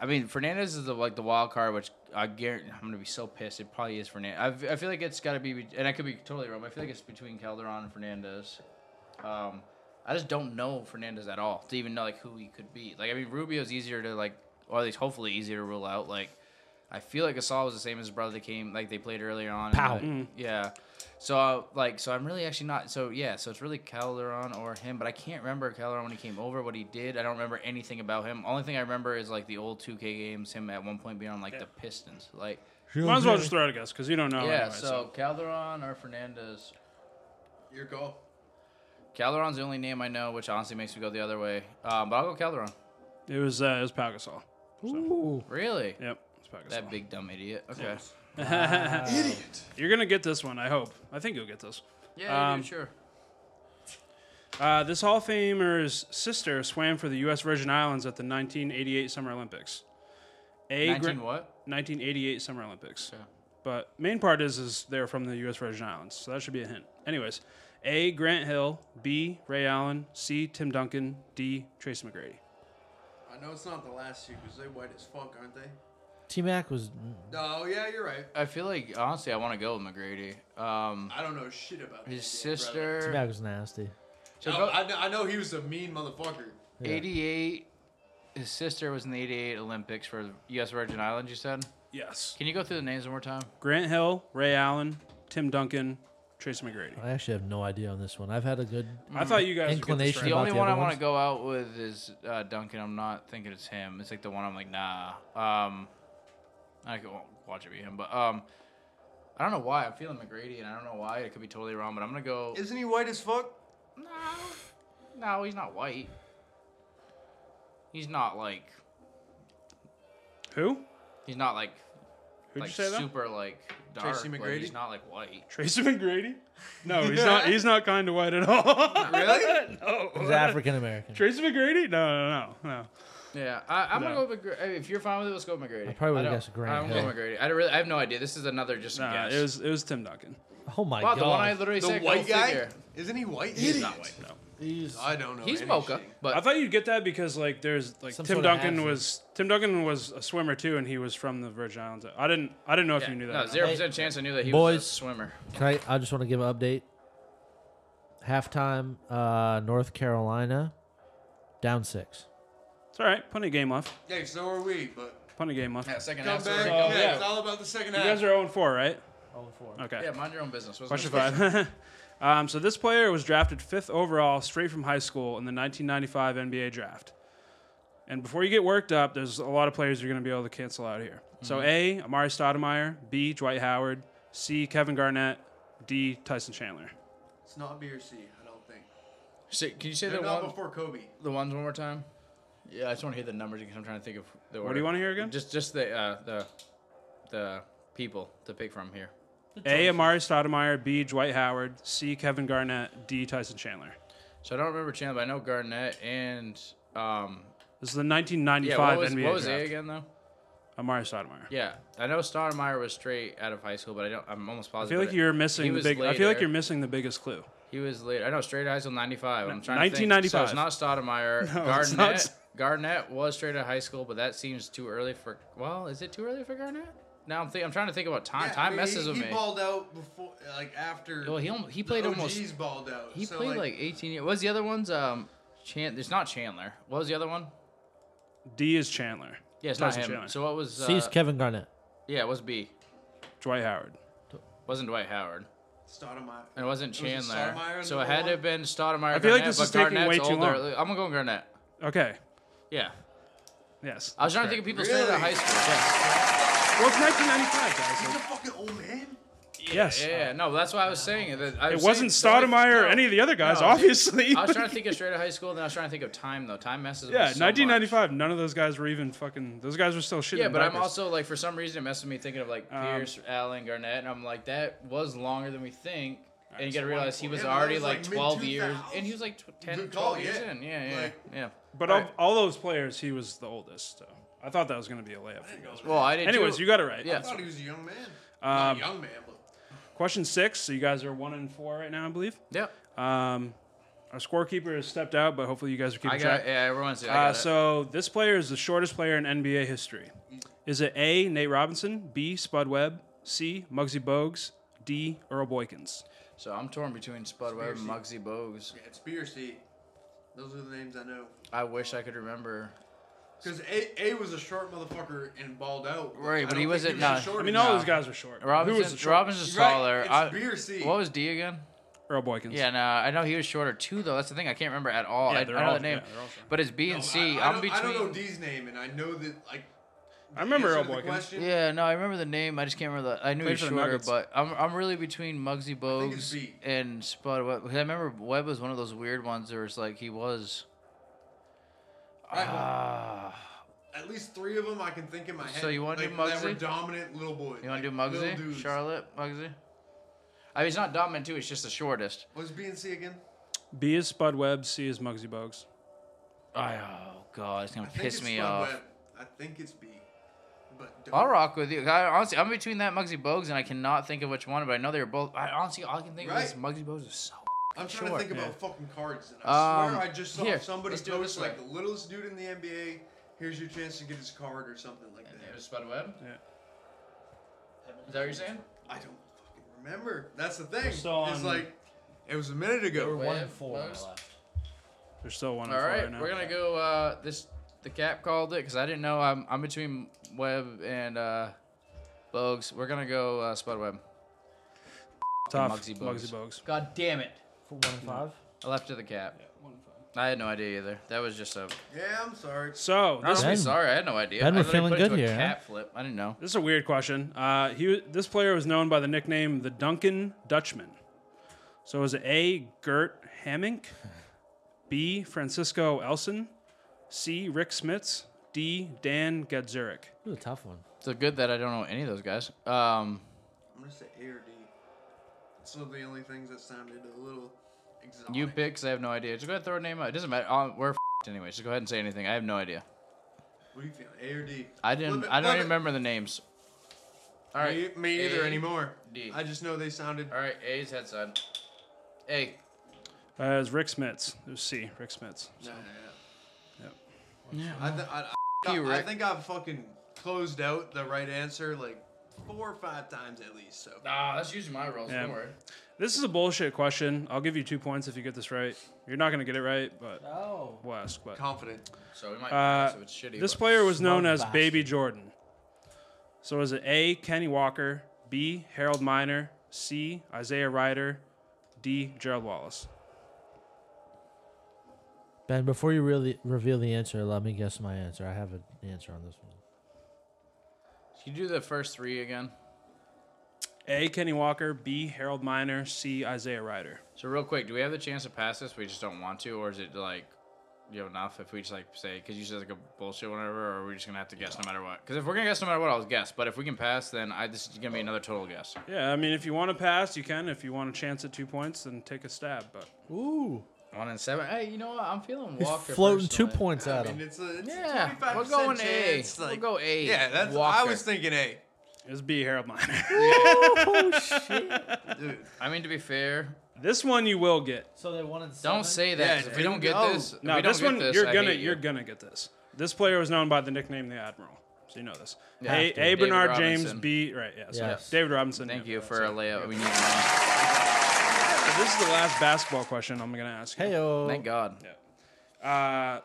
S5: I mean, Fernandez is the like the wild card, which I guarantee I'm gonna be so pissed. It probably is Fernandez. I, I feel like it's gotta be, and I could be totally wrong. But I feel like it's between Calderon and Fernandez. Um, I just don't know Fernandez at all to even know like who he could be. Like I mean, Rubio's easier to like, or at least hopefully easier to rule out. Like I feel like Gasol was the same as his brother that came like they played earlier on. and,
S7: Pow.
S5: like, Yeah. So uh, like so I'm really actually not so yeah so it's really Calderon or him but I can't remember Calderon when he came over what he did I don't remember anything about him only thing I remember is like the old 2K games him at one point being on like the Pistons like
S3: Might as well just throw out a guess because you don't know.
S5: yeah
S3: anyway,
S5: so, Calderon or Fernandez
S6: Your call.
S5: Calderon's the only name I know which honestly makes me go the other way um, but I'll go Calderon
S3: it was uh, it was Pau Gasol.
S5: really
S3: Yep, it's Pau Gasol.
S5: that big dumb idiot okay
S3: You're gonna get this one, I hope. I think you'll get this.
S5: yeah
S3: Um,
S5: dude, sure
S3: Uh, this Hall of Famer's sister swam for the U.S. Virgin Islands at the 1988 Summer Olympics. A
S5: 19
S3: gran-
S5: what
S3: 1988 Summer Olympics.
S5: Okay.
S3: But main part is is they're from the U.S. Virgin Islands, so that should be a hint. Anyways, A. Grant Hill, B. Ray Allen, C. Tim Duncan, D. Tracy McGrady.
S6: I know it's not the last two because they white as fuck, aren't they?
S7: T Mac was
S6: No, yeah, you're right.
S5: I feel like honestly I want to go with McGrady um,
S6: I don't know shit about
S5: his
S6: this dude, brother.
S7: T
S5: sister
S7: Mac was nasty.
S5: So
S6: No,
S5: go-
S6: I, kn- I know he was a mean motherfucker.
S5: 88. His sister was in the 88 Olympics for the U.S. Virgin Islands, you said?
S3: Yes.
S5: Can you go through the names one more time?
S3: Grant Hill, Ray Allen, Tim Duncan, Tracy McGrady.
S7: I actually have no idea on this one. I've had a good.
S3: I
S5: Mm.
S3: thought you guys would get this
S7: Inclination
S5: The
S3: right.
S7: about
S5: only
S7: the
S5: one I
S7: other
S5: want to
S7: ones?
S5: go out with is uh, Duncan. I'm not thinking it's him. It's like the one I'm like, nah. Um, I could won't watch it be him, but um, I don't know why I'm feeling McGrady, and I don't know why. It could be totally wrong, but I'm gonna go.
S6: Isn't he white as fuck?
S5: no, no, he's not white. He's not like
S3: Who?
S5: he's not like
S3: Who'd
S5: like
S3: you say that?
S5: super like dark.
S6: Tracy
S5: like,
S6: McGrady?
S5: he's not like white.
S3: Tracy McGrady? No, he's not. He's not kind of white at all.
S6: Really?
S7: He's African American.
S3: Tracy McGrady? No, no, no, no.
S5: Yeah, I, I'm
S3: No.
S5: gonna go with McGrady. If you're fine with it, let's go with McGrady. I
S7: probably would've
S5: don't-
S7: guessed Grant
S5: I'm going with McGrady. I, don't really, I have no idea. This is another just
S3: No,
S5: guess.
S3: it was it was Tim Duncan.
S7: Oh my
S5: wow,
S7: god.
S5: the one I literally
S6: The
S5: said. go
S6: white guy?
S5: figure.
S6: Isn't he white?
S5: He's not white.
S3: No.
S6: I don't know.
S5: He's
S6: anything.
S5: mocha, but
S3: I thought you'd get that because like there's like
S7: Some
S3: Tim
S7: sort of
S3: Duncan
S7: hazard.
S3: was Tim Duncan was a swimmer too, and he was from the Virgin Islands. I didn't I didn't know if
S5: yeah,
S3: you knew that. or
S5: no
S3: not.
S5: zero percent chance I knew that he was
S7: Boys.
S5: a swimmer.
S7: Can I, I just want to give an update. Halftime, uh, North Carolina, down six.
S3: It's all right. Plenty of game left.
S6: Yeah, so are we, but.
S3: Plenty of game left.
S5: Yeah, second
S6: Come
S5: half.
S6: back.
S5: sorry.
S3: Oh,
S6: yeah,
S3: yeah.
S6: it's all about the second
S3: You
S6: half.
S3: guys are 0 4, right?
S7: Oh, four.
S3: Okay.
S5: Yeah, mind your own business. What's
S3: Question
S5: the next
S3: five. um, so this player was drafted fifth overall, straight from high school in the 1995 NBA draft. And before you get worked up, there's a lot of players you're going to be able to cancel out here. So
S5: Mm-hmm.
S3: A, Amari Stoudemire. B, Dwight Howard. C, Kevin Garnett. D, Tyson Chandler.
S6: It's not B or C, I don't think.
S5: Say- Can you say the
S6: They're not
S5: one,
S6: before Kobe.
S5: the ones one more time? Yeah, I just want to hear the numbers because I'm trying to think of the order.
S3: What do you want to hear again?
S5: Just, just the uh, the the people to pick from here.
S3: A, Amari Stoudemire. B, Dwight Howard. C, Kevin Garnett. D, Tyson Chandler.
S5: So I don't remember Chandler, but I know Garnett and um.
S3: This is the
S5: Yeah,
S3: 1995
S5: what was,
S3: NBA
S5: what was
S3: draft.
S5: A again though?
S3: Amari Stoudemire.
S5: Yeah, I know Stoudemire was straight out of high school, but I don't. I'm almost
S3: I
S5: positive.
S3: feel
S5: but
S3: like you're missing the
S5: was
S3: big. I feel like
S5: later.
S3: you're missing the biggest clue.
S5: He was late. I know straight out of high school '95. I'm trying. To think.
S3: 1995.
S5: So it's not Stoudemire.
S3: it's
S5: Garnett.
S3: not S-
S5: Garnett was straight out of high school, but that seems too early for. Well, is it too early for Garnett? Now I'm think, I'm trying to think about time.
S6: Yeah,
S5: time
S6: I mean,
S5: messes
S6: he,
S5: with
S6: he
S5: me.
S6: balled out before, like after.
S5: Well, he almo- he
S6: the
S5: played
S6: OGs
S5: almost-
S6: balled out.
S5: He
S6: so,
S5: played like, 18 years. What was the other ones? Um, Chan. It's not Chandler. What was the other one?
S3: D is Chandler.
S5: Yeah, it's not
S3: Tyson
S5: him.
S3: Chandler.
S5: So what was?
S7: C's
S5: Uh,
S7: Kevin Garnett.
S5: yeah, it was B.
S3: Dwight Howard.
S5: Wasn't Dwight Howard.
S6: Stoudemire.
S5: And it wasn't
S6: It was
S5: Chandler.
S6: Stoudemire
S5: so
S6: number
S5: it had
S6: one?
S5: to have been Stoudemire.
S3: I feel like
S5: Garnett,
S3: this is
S5: but
S3: taking
S5: Garnett's
S3: way too
S5: older.
S3: long.
S5: I'm gonna go with Garnett.
S3: Okay.
S5: Yeah.
S3: Yes.
S5: I was trying
S3: Correct.
S5: to think of people straight out of high
S6: Really?
S5: school.
S3: Well, it's 1995, guys.
S6: He's a
S3: Like,
S6: fucking old man.
S3: yes.
S5: Yeah, yeah, no, that's why I was saying it. I
S3: It
S5: was
S3: wasn't
S5: saying-
S3: Stoudemire or
S5: no,
S3: any of the other guys,
S5: no.
S3: obviously.
S5: I was trying to think of straight out of high school, then I was trying to think of time though. Time messes. with
S3: yeah,
S5: me so
S3: 1995. None of those guys were even fucking. Those guys were still shitting.
S5: Much. Yeah, but I'm
S3: diapers.
S5: also like for some reason it messed with me thinking of
S3: Um,
S5: like Pierce, Allen, Garnett, and I'm like that was longer than we think. And you got to realize he was
S6: Yeah, but that
S5: already
S6: was,
S5: like,
S6: like,
S5: 12
S6: mid-2000s.
S5: years, and he was like tw- 10,
S6: Good call,
S5: 12 years
S6: yeah.
S5: in. Yeah, yeah,
S6: Like-
S5: yeah.
S3: But
S5: all
S3: of
S5: right.
S3: all those players, he was the oldest. So I thought that was going to be a layup. For you guys.
S5: Well, I didn't.
S3: Anyways, you got it right.
S5: Yeah.
S6: I thought he was a young man. Not
S3: Um,
S6: a young man, but
S3: question six. So you guys are one and four right now, I believe.
S5: Yep.
S3: Um, our scorekeeper has stepped out, but hopefully you guys are keeping
S5: I got.
S3: track.
S5: Yeah, everyone's. I got
S3: uh,
S5: it.
S3: so this player is the shortest player in NBA history. Is it A. Nate Robinson, B. Spud Webb, C. Muggsy Bogues, D. Earl Boykins?
S5: So I'm torn between Spud Webb and Muggsy Bogues.
S6: yeah, it's Beer Seat. Those are the names I know.
S5: I wish I could remember.
S6: Because A, A was a short motherfucker and balled out.
S5: Right, but
S6: I
S5: he
S6: don't think
S5: wasn't-
S6: was
S5: nah.
S6: a short
S3: I mean,
S6: enough.
S3: all
S5: No.
S3: those guys were short. Who was the
S5: Robinson's,
S3: short?
S5: Robinson's
S6: You're right,
S5: taller.
S6: it's
S5: I-
S6: B or C.
S5: What was D again?
S3: Earl Boykins.
S5: Yeah, no, I know he was shorter too, though. That's the thing. I can't remember at all.
S3: Yeah,
S5: I, I
S3: they're
S5: know
S3: all-
S5: the name,
S3: yeah, they're all short.
S5: but it's B and
S6: No,
S5: C.
S6: I, I
S5: am
S6: don't-
S5: between.
S6: I don't know D's name, and I know that like.
S3: I remember
S6: answer
S3: Earl
S6: to the
S3: Boykins.
S6: question,
S5: Yeah, no, I remember the name. I just can't remember the. I knew he
S3: Played
S5: was
S3: for the
S5: shorter,
S3: Nuggets.
S5: but I'm I'm really between Muggsy
S6: think it's
S5: Bogues
S6: B.
S5: and Spud Webb. 'Cause I remember Webb was one of those weird ones where it's like he was.
S6: Right, well,
S5: Uh,
S6: at least three of them I can think in my head.
S5: So you wanna
S6: like,
S5: do
S6: That were
S5: Muggsy?
S6: dominant little boys.
S5: you want to do
S6: like, little
S5: Muggsy,
S6: dudes.
S5: Charlotte, Muggsy? I mean, he's not dominant too. It's just the shortest.
S6: What was B and C again?
S3: B is Spud Webb, C is Muggsy Bogues.
S5: I, oh god, it's gonna
S6: I think
S5: piss
S6: it's
S5: me
S6: Spud
S5: off.
S6: Webb. I think it's B. But don't-
S5: I'll rock with you. I, honestly, I'm between that Muggsy Bogues and I cannot think of which one, but I know they were both. I honestly, all I can think of is
S6: Right.
S5: Muggsy Bogues is so.
S6: I'm trying
S5: Sure.
S6: to think about fucking cards. And I
S5: Um,
S6: swear I just saw
S5: here,
S6: somebody
S5: let's do it
S6: post
S5: this way.
S6: like the littlest dude in the NBA. Here's your chance to get his card or something like that.
S5: Spud Webb.
S3: Yeah.
S5: Is that what you're saying?
S6: I don't fucking remember. That's the thing. It's
S3: still on-
S6: like it was a minute ago.
S7: One
S5: Webb,
S7: and four.
S5: Bogues.
S3: There's still one.
S5: All right,
S3: right now.
S5: we're gonna go. Uh, this the cap called it because I didn't know. I'm I'm between Webb and uh, Bogues. We're gonna go uh, Spud Webb.
S3: Tough.
S5: Muggsy
S3: Muggsy
S5: Bogues.
S3: Bogues.
S5: God damn it!
S7: For one and five.
S5: Hmm. I left to the cap. I had no idea either. That was just a.
S6: Yeah, I'm sorry.
S3: So this,
S5: Honestly,
S7: Ben-
S5: sorry, I had no idea.
S7: Ben, we're
S5: I literally
S7: feeling
S5: put it
S7: good
S5: to a
S7: here, huh?
S5: Cap flip. I didn't know.
S3: this is a weird question. Uh, he this player was known by the nickname the Duncan Dutchman. So is it A. Gert Hammink, B. Francisco Elson, C. Rick Smits, D. Dan Gadzurik?
S7: Ooh, tough one.
S5: So good that I don't know any of those guys. Um,
S6: I'm gonna say A or D. It's one of the only things that sounded a little exotic.
S5: you pick 'cause I have no idea. Just go ahead and throw a name out. It doesn't matter. Uh, we're f***ed anyway. Just go ahead and say anything. I have no idea.
S6: What are you feeling? A or D?
S5: I didn't.
S6: Flip it,
S5: I don't
S6: flip
S5: even
S6: it.
S5: remember the names. All right.
S6: Me, me either
S5: A,
S6: anymore.
S5: D.
S6: I just know they sounded.
S5: All right. A's head side. A.
S3: Uh, it was Rick Smits. It was C. Rick Smits.
S6: Nah, nah,
S3: Yep.
S6: nah. I, th- I, I,
S5: you,
S6: I
S5: Rick.
S6: think I've fucking closed out the right answer like four or five times at least. So
S5: Nah, that's usually my rules.
S3: Yeah. This is a bullshit question. I'll give you two points if you get this right. You're not gonna get it right, but
S7: Oh.
S3: we'll ask. But
S6: confident.
S5: So we might.
S3: Uh,
S5: so it's shitty.
S3: This
S5: but-
S3: player was known
S7: Smug
S3: as
S7: bastard.
S3: Baby Jordan. So is it A. Kenny Walker, B. Harold Miner, C. Isaiah Ryder, D. Gerald Wallace?
S7: Ben, before you really reveal the answer, let me guess my answer. I have an answer on this one.
S5: Can you do the first three again?
S3: A. Kenny Walker, B. Harold Miner, C. Isaiah Ryder.
S5: So real quick, do we have the chance to pass this? We just don't want to, or is it like? You have enough if we just like say because you said like a bullshit whatever, or we're just gonna have to guess no matter what. Because if we're gonna guess no matter what, I'll guess. But if we can pass, then I this is gonna be another total guess.
S3: Yeah, I mean, if you want to pass, you can. If you want a chance at two points, then take a stab. But
S7: Ooh.
S5: One and seven. Hey, you know what? I'm feeling
S7: He's
S5: Walker.
S7: floating two
S5: personally.
S7: points
S6: I
S7: at
S6: mean,
S7: him.
S6: it's a, it's
S5: Yeah,
S6: yeah, a 25%
S5: we'll go in A.
S6: chance.
S5: We'll
S6: Like,
S5: go A.
S6: Yeah, that's I
S5: Walker.
S6: was thinking A.
S3: It's B. Harold Miner.
S6: Dude,
S5: I mean, to be fair,
S3: this one you will get.
S7: So they wanted.
S5: don't say that.
S6: Yeah,
S5: 'cause if we
S6: dude,
S5: don't get
S6: no.
S5: this, if
S3: No,
S5: we don't
S3: this
S5: get
S3: one
S5: this,
S3: you're
S5: I
S3: gonna
S5: hate
S3: you're
S5: you.
S3: gonna get this. This player was known by the nickname the Admiral, so you know this.
S5: Yeah.
S3: a,
S5: Have to.
S3: a
S5: David
S3: Bernard James
S5: Robinson.
S3: B. Right, yeah. So
S7: Yes.
S3: David Robinson.
S5: Thank
S3: yeah,
S5: you
S3: so-
S5: for a layup. We need one.
S3: so this is the last basketball question I'm gonna ask. you.
S7: Heyo.
S5: Thank God.
S3: Uh,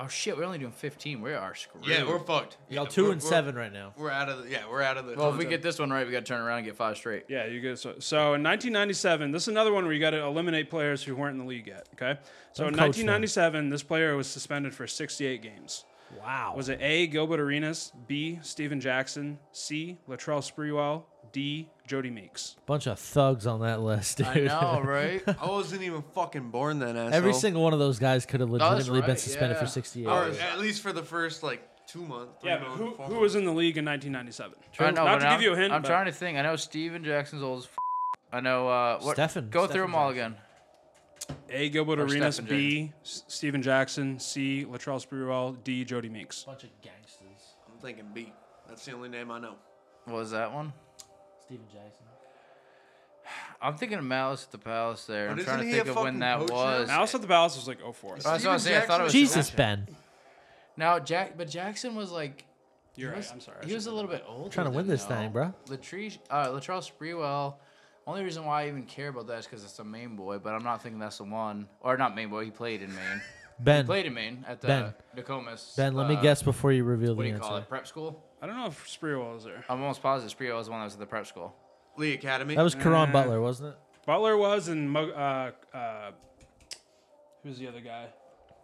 S5: Oh shit, we're only doing 15. We are screwed.
S6: yeah, we're fucked.
S7: Y'all
S6: Yeah,
S7: 2
S6: we're-
S7: and
S6: we're-
S7: 7 right now.
S6: We're out of the. Yeah, we're out of the.
S5: well, if we get this one right, we got to turn around and get five straight.
S3: yeah, you get so, so in 1997. This is another one where you got to eliminate players who weren't in the league yet. Okay, so in
S7: coach them.
S3: 1997, this player was suspended for 68 games.
S7: Wow.
S3: Was it A. Gilbert Arenas, B. Steven Jackson, C. Latrell Sprewell, D. Jody Meeks?
S7: Bunch of thugs on that list, dude.
S5: I know, right?
S6: I wasn't even fucking born then, asshole.
S7: Every single one of those guys could have
S5: that's
S7: legitimately been
S5: right,
S7: suspended for
S5: yeah.
S7: 68.
S6: Or at least for the first like two months. three
S3: Yeah, but
S6: months,
S3: who,
S6: four
S3: who
S6: months.
S3: was in the league in 1997?
S5: I know,
S3: Not
S5: but
S3: to
S5: I'm-
S3: give you a hint,
S5: I'm
S3: but-
S5: trying to think. I know Steven Jackson's old as f- I know. Uh, what,
S7: Stephen-
S5: Go
S7: Stephen
S5: through them all
S7: Jackson.
S5: again.
S3: A. Gilbert
S5: Or
S3: Arenas,
S5: Stephen
S3: B. S- Steven Jackson, C. Latrell Sprewell, D. Jody Meeks.
S7: bunch of gangsters.
S6: I'm thinking B. That's the only name I know.
S5: What was that one?
S7: Steven Jackson.
S5: I'm thinking of Malice at the Palace there. I'm
S6: But
S5: trying to
S6: isn't he a
S5: think of when
S6: fucking
S5: that
S6: coach now?
S5: was. Oh,
S3: Alice at the Palace was like 04.
S5: That's what I was
S6: Steven
S5: saying. I thought it was
S6: Jackson-
S7: Jesus, Ben.
S5: Now Jack, but Jackson was like
S3: You're
S5: he
S3: right.
S5: was-
S3: I'm sorry. I
S5: He was a
S3: should've-
S5: little bit older.
S7: Trying to win
S5: than
S7: this thing,
S5: though.
S7: bro.
S5: Latrice, uh, Latrell Sprewell. Only reason why I even care about that is because it's the main boy, but I'm not thinking that's the one. Or not main boy. He played in Maine.
S7: Ben.
S5: played in Maine at the
S7: Ben.
S5: Nokomis.
S7: Ben, let me
S5: uh,
S7: guess before you reveal
S5: What
S7: the
S5: do you call
S7: answer.
S5: it? Prep school.
S3: I don't know if Sprewell was there.
S5: I'm almost positive Sprewell was the one that was at the prep school.
S6: Lee Academy.
S7: That was
S3: Uh,
S7: Karan Butler, wasn't it?
S3: Butler was, and Mug- uh, uh, who's the other guy?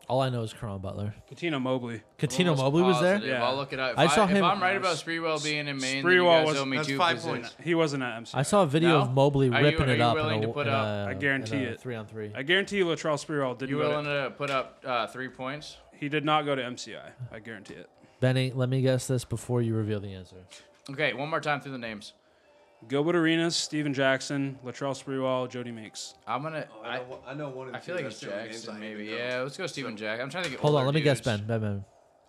S7: All I know is Karan Butler.
S3: Katino Mobley.
S7: Catino
S5: Almost
S7: Mobley was there?
S5: positive.
S3: Yeah.
S5: I'll look it up. If
S7: I
S5: I
S7: saw
S5: if
S7: him-
S5: I'm right about Sprewell being in Maine,
S3: Sprewell
S5: Sprewell then you guys
S3: was-
S5: owe me
S6: That's
S5: two
S6: five
S5: points.
S6: points.
S3: He wasn't at MC.
S7: I saw a video
S5: No?
S7: of Mobley
S5: Are you-
S7: ripping
S5: are
S7: it
S5: you
S7: up.
S5: willing
S7: in a,
S5: to put
S7: in a-
S5: up-
S3: I
S7: in
S3: guarantee
S7: a
S3: it.
S7: Three on three.
S3: I guarantee you Latrell Sprewell didn't
S5: You
S3: go
S5: willing
S3: to,
S5: to put up uh, three points?
S3: He did not go to MCI. I guarantee it.
S7: Benny, let me guess this before you reveal the answer.
S5: Okay, one more time through the names.
S3: Gilbert Arenas, Steven Jackson, Latrell Sprewell, Jody Meeks.
S5: I'm gonna.
S6: Oh, I
S5: I,
S6: know, I know one. Of
S5: I feel like it's Jackson, maybe. Yeah, let's go Steven Jackson. I'm trying to get.
S7: Hold on,
S5: older
S7: let me guess
S5: dudes.
S7: Ben. Ben, Ben.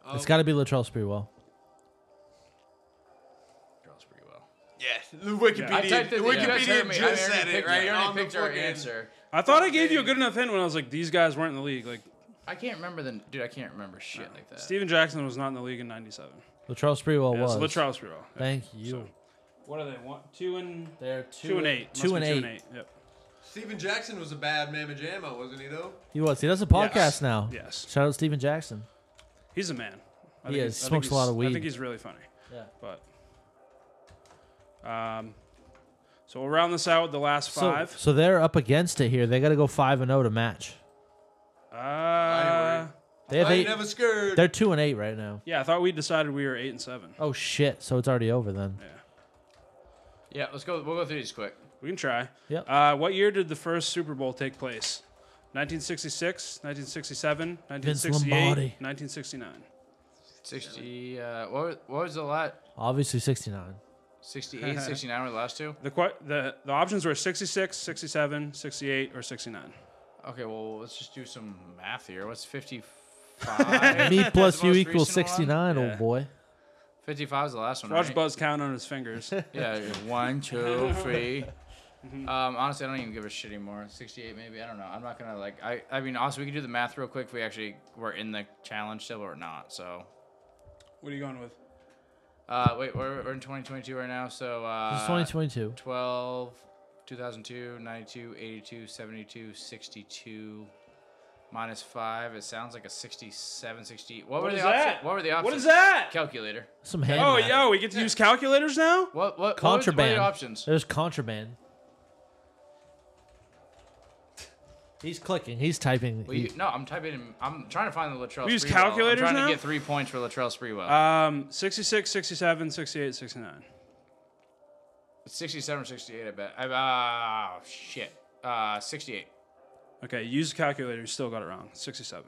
S3: Oh.
S7: It's got to be Latrell Sprewell.
S5: Charles Sprewell.
S6: Yeah, the
S5: I
S6: Wikipedia.
S5: typed it.
S6: Wikipedia
S5: yeah, I already
S6: just
S5: picked-
S6: said it right
S5: I
S6: on
S5: already
S6: the
S5: picked our
S6: fucking-
S5: answer.
S3: I thought I gave you a good enough hint when I was like, these guys weren't in the league. Like,
S5: I can't remember the dude. I can't remember shit like that.
S3: Steven Jackson was not in the league in '97.
S7: Latrell Sprewell
S3: Yeah,
S7: was.
S3: so Latrell Sprewell. Yeah.
S7: Thank you.
S3: What are they? One, two and
S7: They're
S3: two, and eight. Must
S7: Two
S3: be
S7: and
S3: Two
S7: eight.
S3: and eight. Yep.
S6: Steven Jackson was a bad mamma jamma, wasn't he though?
S7: He was. He does a podcast
S3: Yes.
S7: now.
S3: Yes.
S7: Shout out Steven Jackson.
S3: He's a man. I
S7: He
S3: think
S7: is.
S3: I think
S7: Smokes a lot
S3: he's-
S7: of
S3: I
S7: weed.
S3: think he's really funny.
S7: Yeah.
S3: But. Um. So we'll round this out with the last
S7: So,
S3: five.
S7: so they're up against it here. They got to go five and zero to match.
S3: uh.
S7: They have
S6: I
S7: eight.
S6: ain't never scared.
S7: They're two and eight right now.
S3: Yeah, I thought we decided we were eight and seven.
S7: Oh shit! So it's already over then.
S5: Yeah, let's go. We'll go through these quick.
S3: We can try.
S7: Yep.
S3: Uh, what year did the first Super Bowl take place? 1966, 1967,
S7: Vince
S3: 1968,
S7: Lombardi.
S3: 1969.
S5: Sixty. Uh, what, was- what was the lot?
S7: Obviously sixty nine.
S5: 68, 69 were the last two.
S3: The, que- the the options were 66, 67, 68, or 69.
S5: Okay, well let's just do some math here. What's fifty-five?
S7: Me plus you
S5: most
S7: equals
S5: recent one?
S7: sixty nine,
S3: Yeah.
S7: old boy.
S5: Fifty-five is the last one.
S3: Watch
S5: right?
S3: Buzz count on his fingers.
S5: Yeah, one, two, three. Um, honestly, I don't even give a shit anymore. Sixty-eight, maybe. I don't know. I'm not gonna like. I. I mean, also, we could do the math real quick if we actually were in the challenge still or not. So,
S3: what are you going with?
S5: uh, wait, we're, we're in 2022 right now. So, uh,
S7: It's twenty twenty two.
S5: 12, 2002, 92, 82, 72, 62, minus five. It sounds like a 67, 68. What, were
S3: is
S5: the options?
S3: that?
S5: What were the
S3: What
S5: options?
S3: is that?
S5: Calculator.
S7: Some hand.
S3: Oh,
S7: math.
S3: yo, we get to use calculators now?
S5: What? What?
S7: Contraband.
S5: What, was- what are the options?
S7: There's contraband. He's clicking. He's typing.
S5: Well, you, no, I'm typing. In, I'm trying to find the Latrell.
S3: We use
S5: Sprewell.
S3: calculators
S5: I'm trying
S3: now?
S5: to get three points for Latrell Sprewell.
S3: Um, 66, 67, 68, 69.
S5: 67 or 68, I bet. I, uh, shit. Uh, 68.
S3: Okay, use calculator. You still got it wrong. 67.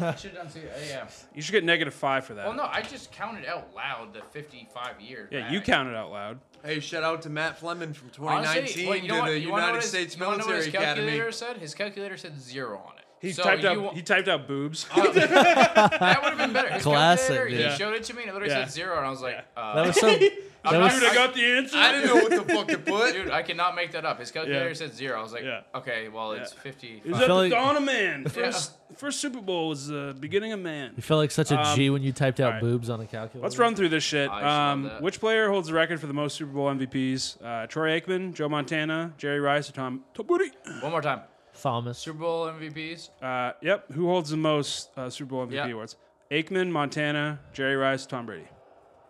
S5: I should have done. see- uh, Yeah.
S3: You should get negative five for that.
S5: Well, no, I just counted out loud the 55 years.
S3: yeah,
S5: back.
S3: you counted out loud.
S6: Hey, shout out to Matt Fleming from
S5: Honestly,
S6: 2019
S5: wait, you know
S6: to
S5: what-
S6: the
S5: you wanna know
S6: United
S5: what his-
S6: States
S5: you wanna know what
S6: Military
S5: His
S6: Academy.
S5: calculator said his calculator said zero on it.
S3: He
S5: So
S3: typed
S5: you
S3: out
S5: wa-
S3: he typed out boobs.
S5: That would have been better. His
S7: Classic,
S5: calculator, He
S7: dude.
S5: showed it to me and it literally
S3: Yeah.
S5: said zero, and I was like, uh,
S7: That was so.
S5: I'm
S7: that
S5: not
S3: Dude,
S5: gonna
S3: I got the answer.
S6: I didn't know what the fuck to put.
S5: Dude, I cannot make that up. His calculator
S3: Yeah.
S5: said zero. I was like,
S3: Yeah.
S5: okay, well, it's 50.
S3: It was at
S7: feel
S3: the
S7: like-
S3: dawn of man. First, first Super Bowl was the beginning of man.
S7: You felt like such
S5: Um,
S7: a G when you typed out
S3: right.
S7: boobs on a calculator.
S3: Let's run through this shit.
S5: I just love
S3: Um,
S5: that.
S3: which player holds the record for the most Super Bowl MVPs? Uh, Troy Aikman, Joe Montana, Jerry Rice, or Tom Taburi?
S5: One more time.
S7: Thomas.
S5: Super Bowl MVPs.
S3: Uh, yep. Who holds the most uh, Super Bowl MVP
S5: Yeah.
S3: awards? Aikman, Montana, Jerry Rice, Tom Brady.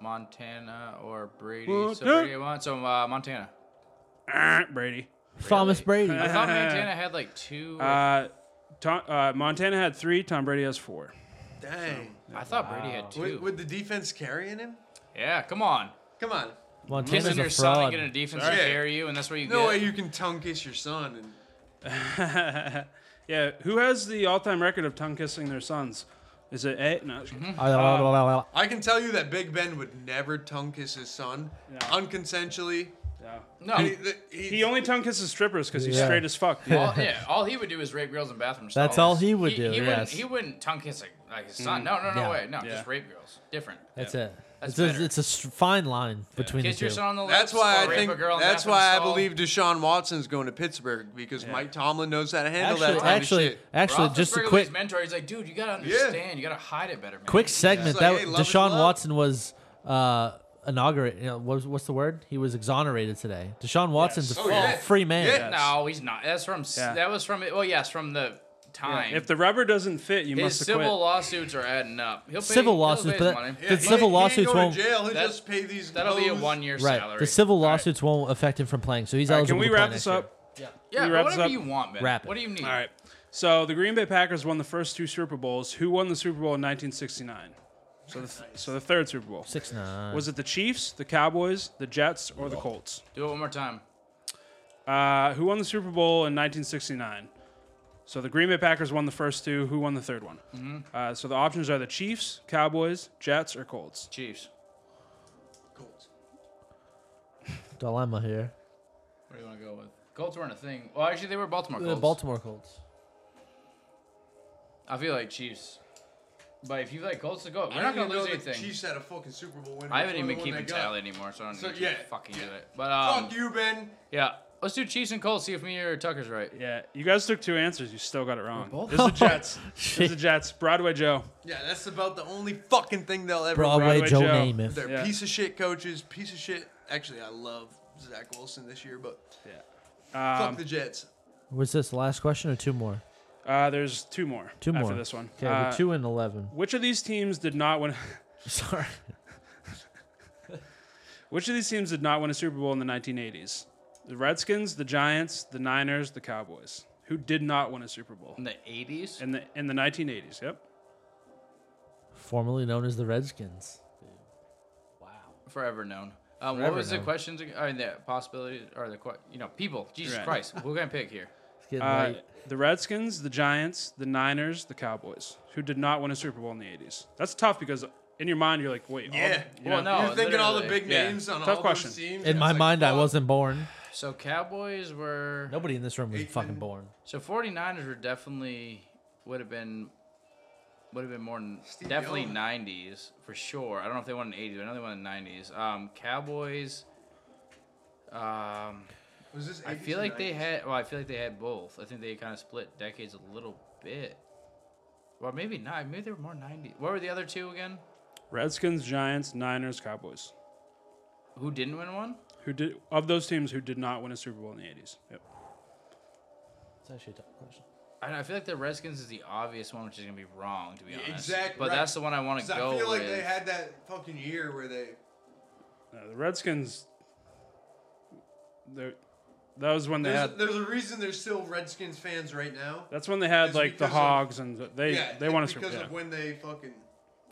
S5: Montana or Brady. So
S3: Montana.
S5: Brady won. So uh, Montana.
S3: Ah, Brady.
S7: Thomas Brady.
S5: I thought Montana had like two.
S3: Uh, Tom, uh, Montana had three. Tom Brady has four.
S6: Dang.
S5: I thought Brady had two.
S6: With, with the defense carrying him?
S5: yeah, come on.
S6: Come on.
S7: Montana's
S5: Kissing
S7: a
S5: your son and
S7: fraud.
S5: getting a defense
S6: Sorry.
S5: to carry you, and that's where you
S6: No
S5: get.
S6: way you can tongue kiss your son. And
S3: Yeah. Who has the all-time record of tongue kissing their sons? Is it A? No.
S5: Mm-hmm. Oh.
S6: I can tell you that Big Ben would never tongue kiss his son unconsensually.
S5: no.
S6: He, Um, he-
S3: He only tongue kisses strippers because he's
S7: Yeah.
S3: straight as fuck. dude.
S5: all, yeah, all he would do is rape girls in bathroom stalls.
S7: That's all he would do,
S5: He,
S7: yes.
S5: wouldn't, he wouldn't tongue kiss like, like his son. No, no, no
S7: Yeah.
S5: way. No,
S3: Yeah.
S5: just rape girls. Different.
S7: That's it.
S5: That's
S7: it's,
S5: better.
S7: a, it's a s- fine line between
S5: Kiss
S7: the
S5: your
S7: two.
S5: son on the lips.
S6: that's why
S5: or
S6: I
S5: rape
S6: think.
S5: a girl in
S6: That's
S5: bathroom
S6: why I
S5: stall.
S6: believe Deshaun Watson's going to Pittsburgh because Mike Tomlin knows how to handle
S7: Actually,
S6: that kind of
S7: actually,
S6: shit.
S7: actually, just a
S5: Roethlisberger was
S7: quick,
S5: his mentor. He's like, dude, you gotta understand. You gotta hide it better. Man.
S7: quick segment.
S6: like,
S7: that
S6: hey, love is
S7: Deshaun
S6: love.
S7: Watson was uh, inaugurated. You know, what was, what's the word? He was exonerated today. Deshaun Watson's a
S6: Oh, yeah.
S7: free man.
S6: Yeah.
S5: No, he's not. That's from. s
S3: Yeah.
S5: That was from. Well, yes, from the time.
S3: If the rubber doesn't fit, you
S5: his
S3: must have
S5: civil
S3: quit.
S5: lawsuits are adding up. He'll pay,
S7: Civil
S5: he'll
S7: lawsuits, but
S5: pay his
S7: that-
S5: money.
S7: the
S6: he-
S7: civil
S6: he ain't
S7: lawsuits
S6: going
S7: won't-
S6: to jail. He'll
S5: That-
S6: just pay these.
S5: That'll be a
S6: hoes.
S5: one year
S7: Right.
S5: salary.
S7: The civil
S5: All right.
S7: lawsuits won't affect him from playing, so he's
S3: All right,
S7: eligible.
S3: can we
S7: to play
S3: wrap
S7: next
S3: this
S7: year.
S3: up?
S5: Yeah,
S3: We wrap this
S5: whatever
S3: up.
S5: you want, man.
S7: Wrap it.
S5: What do you need?
S3: All right. So the Green Bay Packers won the first two Super Bowls. Who won the Super Bowl in 1969? So the, so the third Super Bowl.
S7: Six nine.
S3: Was it the Chiefs, the Cowboys, the Jets, or the Colts?
S5: Do it one more time.
S3: Uh, who won the Super Bowl in 1969? So the Green Bay Packers won the first two. Who won the third one? Uh, so the options are the Chiefs, Cowboys, Jets, or Colts.
S5: Chiefs.
S7: dilemma here?
S5: What do you want to go with? Colts weren't a thing. Well, actually, they were Baltimore
S7: The
S5: Colts.
S7: Baltimore Colts.
S5: I feel like Chiefs. But if you like Colts to go,
S6: I
S5: we're not gonna
S6: didn't even
S5: lose
S6: know the
S5: anything.
S6: Chiefs had a fucking Super Bowl winner.
S5: I haven't even been
S6: before the one
S5: keeping
S6: they got.
S5: tally anymore, so I don't
S6: So,
S5: need to
S6: yeah.
S5: fucking do it. But um,
S6: Fuck you, Ben.
S5: yeah, let's do Chiefs and Colts. See if me or Tucker's right.
S3: Yeah, you guys took two answers. You still got it wrong. This is the Jets. this is the Jets. Broadway Joe.
S6: Yeah, that's about the only fucking thing they'll ever.
S7: Broadway,
S3: Broadway
S7: Joe,
S3: Joe.
S7: Namath.
S6: They're
S3: Yeah.
S6: piece of shit coaches, piece of shit. Actually, I love Zach Wilson this year, but fuck the Jets.
S5: Um,
S7: Was this the last question or two more?
S3: Uh, there's two more.
S7: Two more.
S3: after this one.
S7: Okay,
S3: Uh,
S7: we're two and eleven.
S3: Which of these teams did not win?
S7: Sorry.
S3: Which of these teams did not win a Super Bowl in the 1980s? The Redskins, the Giants, the Niners, the Cowboys. Who did not win a Super Bowl
S5: In the eighties.
S3: in the in the 1980s? Yep.
S7: Formerly known as the Redskins.
S5: forever known. Um,
S7: Forever
S5: what was
S7: known.
S5: the questions? ag- Or the possibilities? Or the que- you know people? Jesus
S3: Right.
S5: Christ, who gonna pick here?
S7: It's getting
S3: Uh,
S7: late.
S3: the Redskins, the Giants, the Niners, the Cowboys. Who did not win a Super Bowl in the 80s? That's tough because in your mind you're like, wait, all
S6: Yeah.
S3: the- you
S5: Well,
S3: know,
S5: no.
S6: You're thinking all the
S5: literally.
S6: big
S3: Yeah.
S6: names on
S3: Tough
S6: all
S3: question.
S6: those teams.
S7: In
S6: and
S7: my
S6: it's like,
S7: mind, I
S6: fuck.
S7: wasn't born.
S5: So Cowboys were.
S7: Nobody in this room was
S6: Eight
S7: fucking
S6: and-
S7: born.
S5: So 49ers were definitely would have been would have been more than definitely
S6: Young.
S5: 90s for sure. I don't know if they won in 80s. but I know they won in 90s. Um, Cowboys. Um,
S6: Was this
S5: I
S6: 80s
S5: feel
S6: or
S5: like they
S6: 90s?
S5: had. Well, I feel like they had both. I think they kind of split decades a little bit. Well, maybe not. Maybe they were more 90s. What were the other two again?
S3: Redskins, Giants, Niners, Cowboys.
S5: Who didn't win one?
S3: Who did of those teams who did not win a Super Bowl in the 80s? Yep.
S7: It's actually a tough question.
S5: I, don't know, I feel like the Redskins is the obvious one, which is gonna be wrong to be honest.
S6: exact-
S5: But
S6: right.
S5: that's the one I want to
S6: 'Cause I
S5: go
S6: feel like
S5: with.
S6: they had that fucking year where they.
S3: Uh, the Redskins. they're- That was when they
S6: There's,
S3: had.
S6: there's a reason there's still Redskins fans right now.
S3: That's when they had
S6: It's
S3: like the
S6: because of-
S3: Hogs and the- they
S6: yeah,
S3: they won a
S6: it's
S3: Super Bowl.
S6: because
S3: Yeah.
S6: of when they fucking.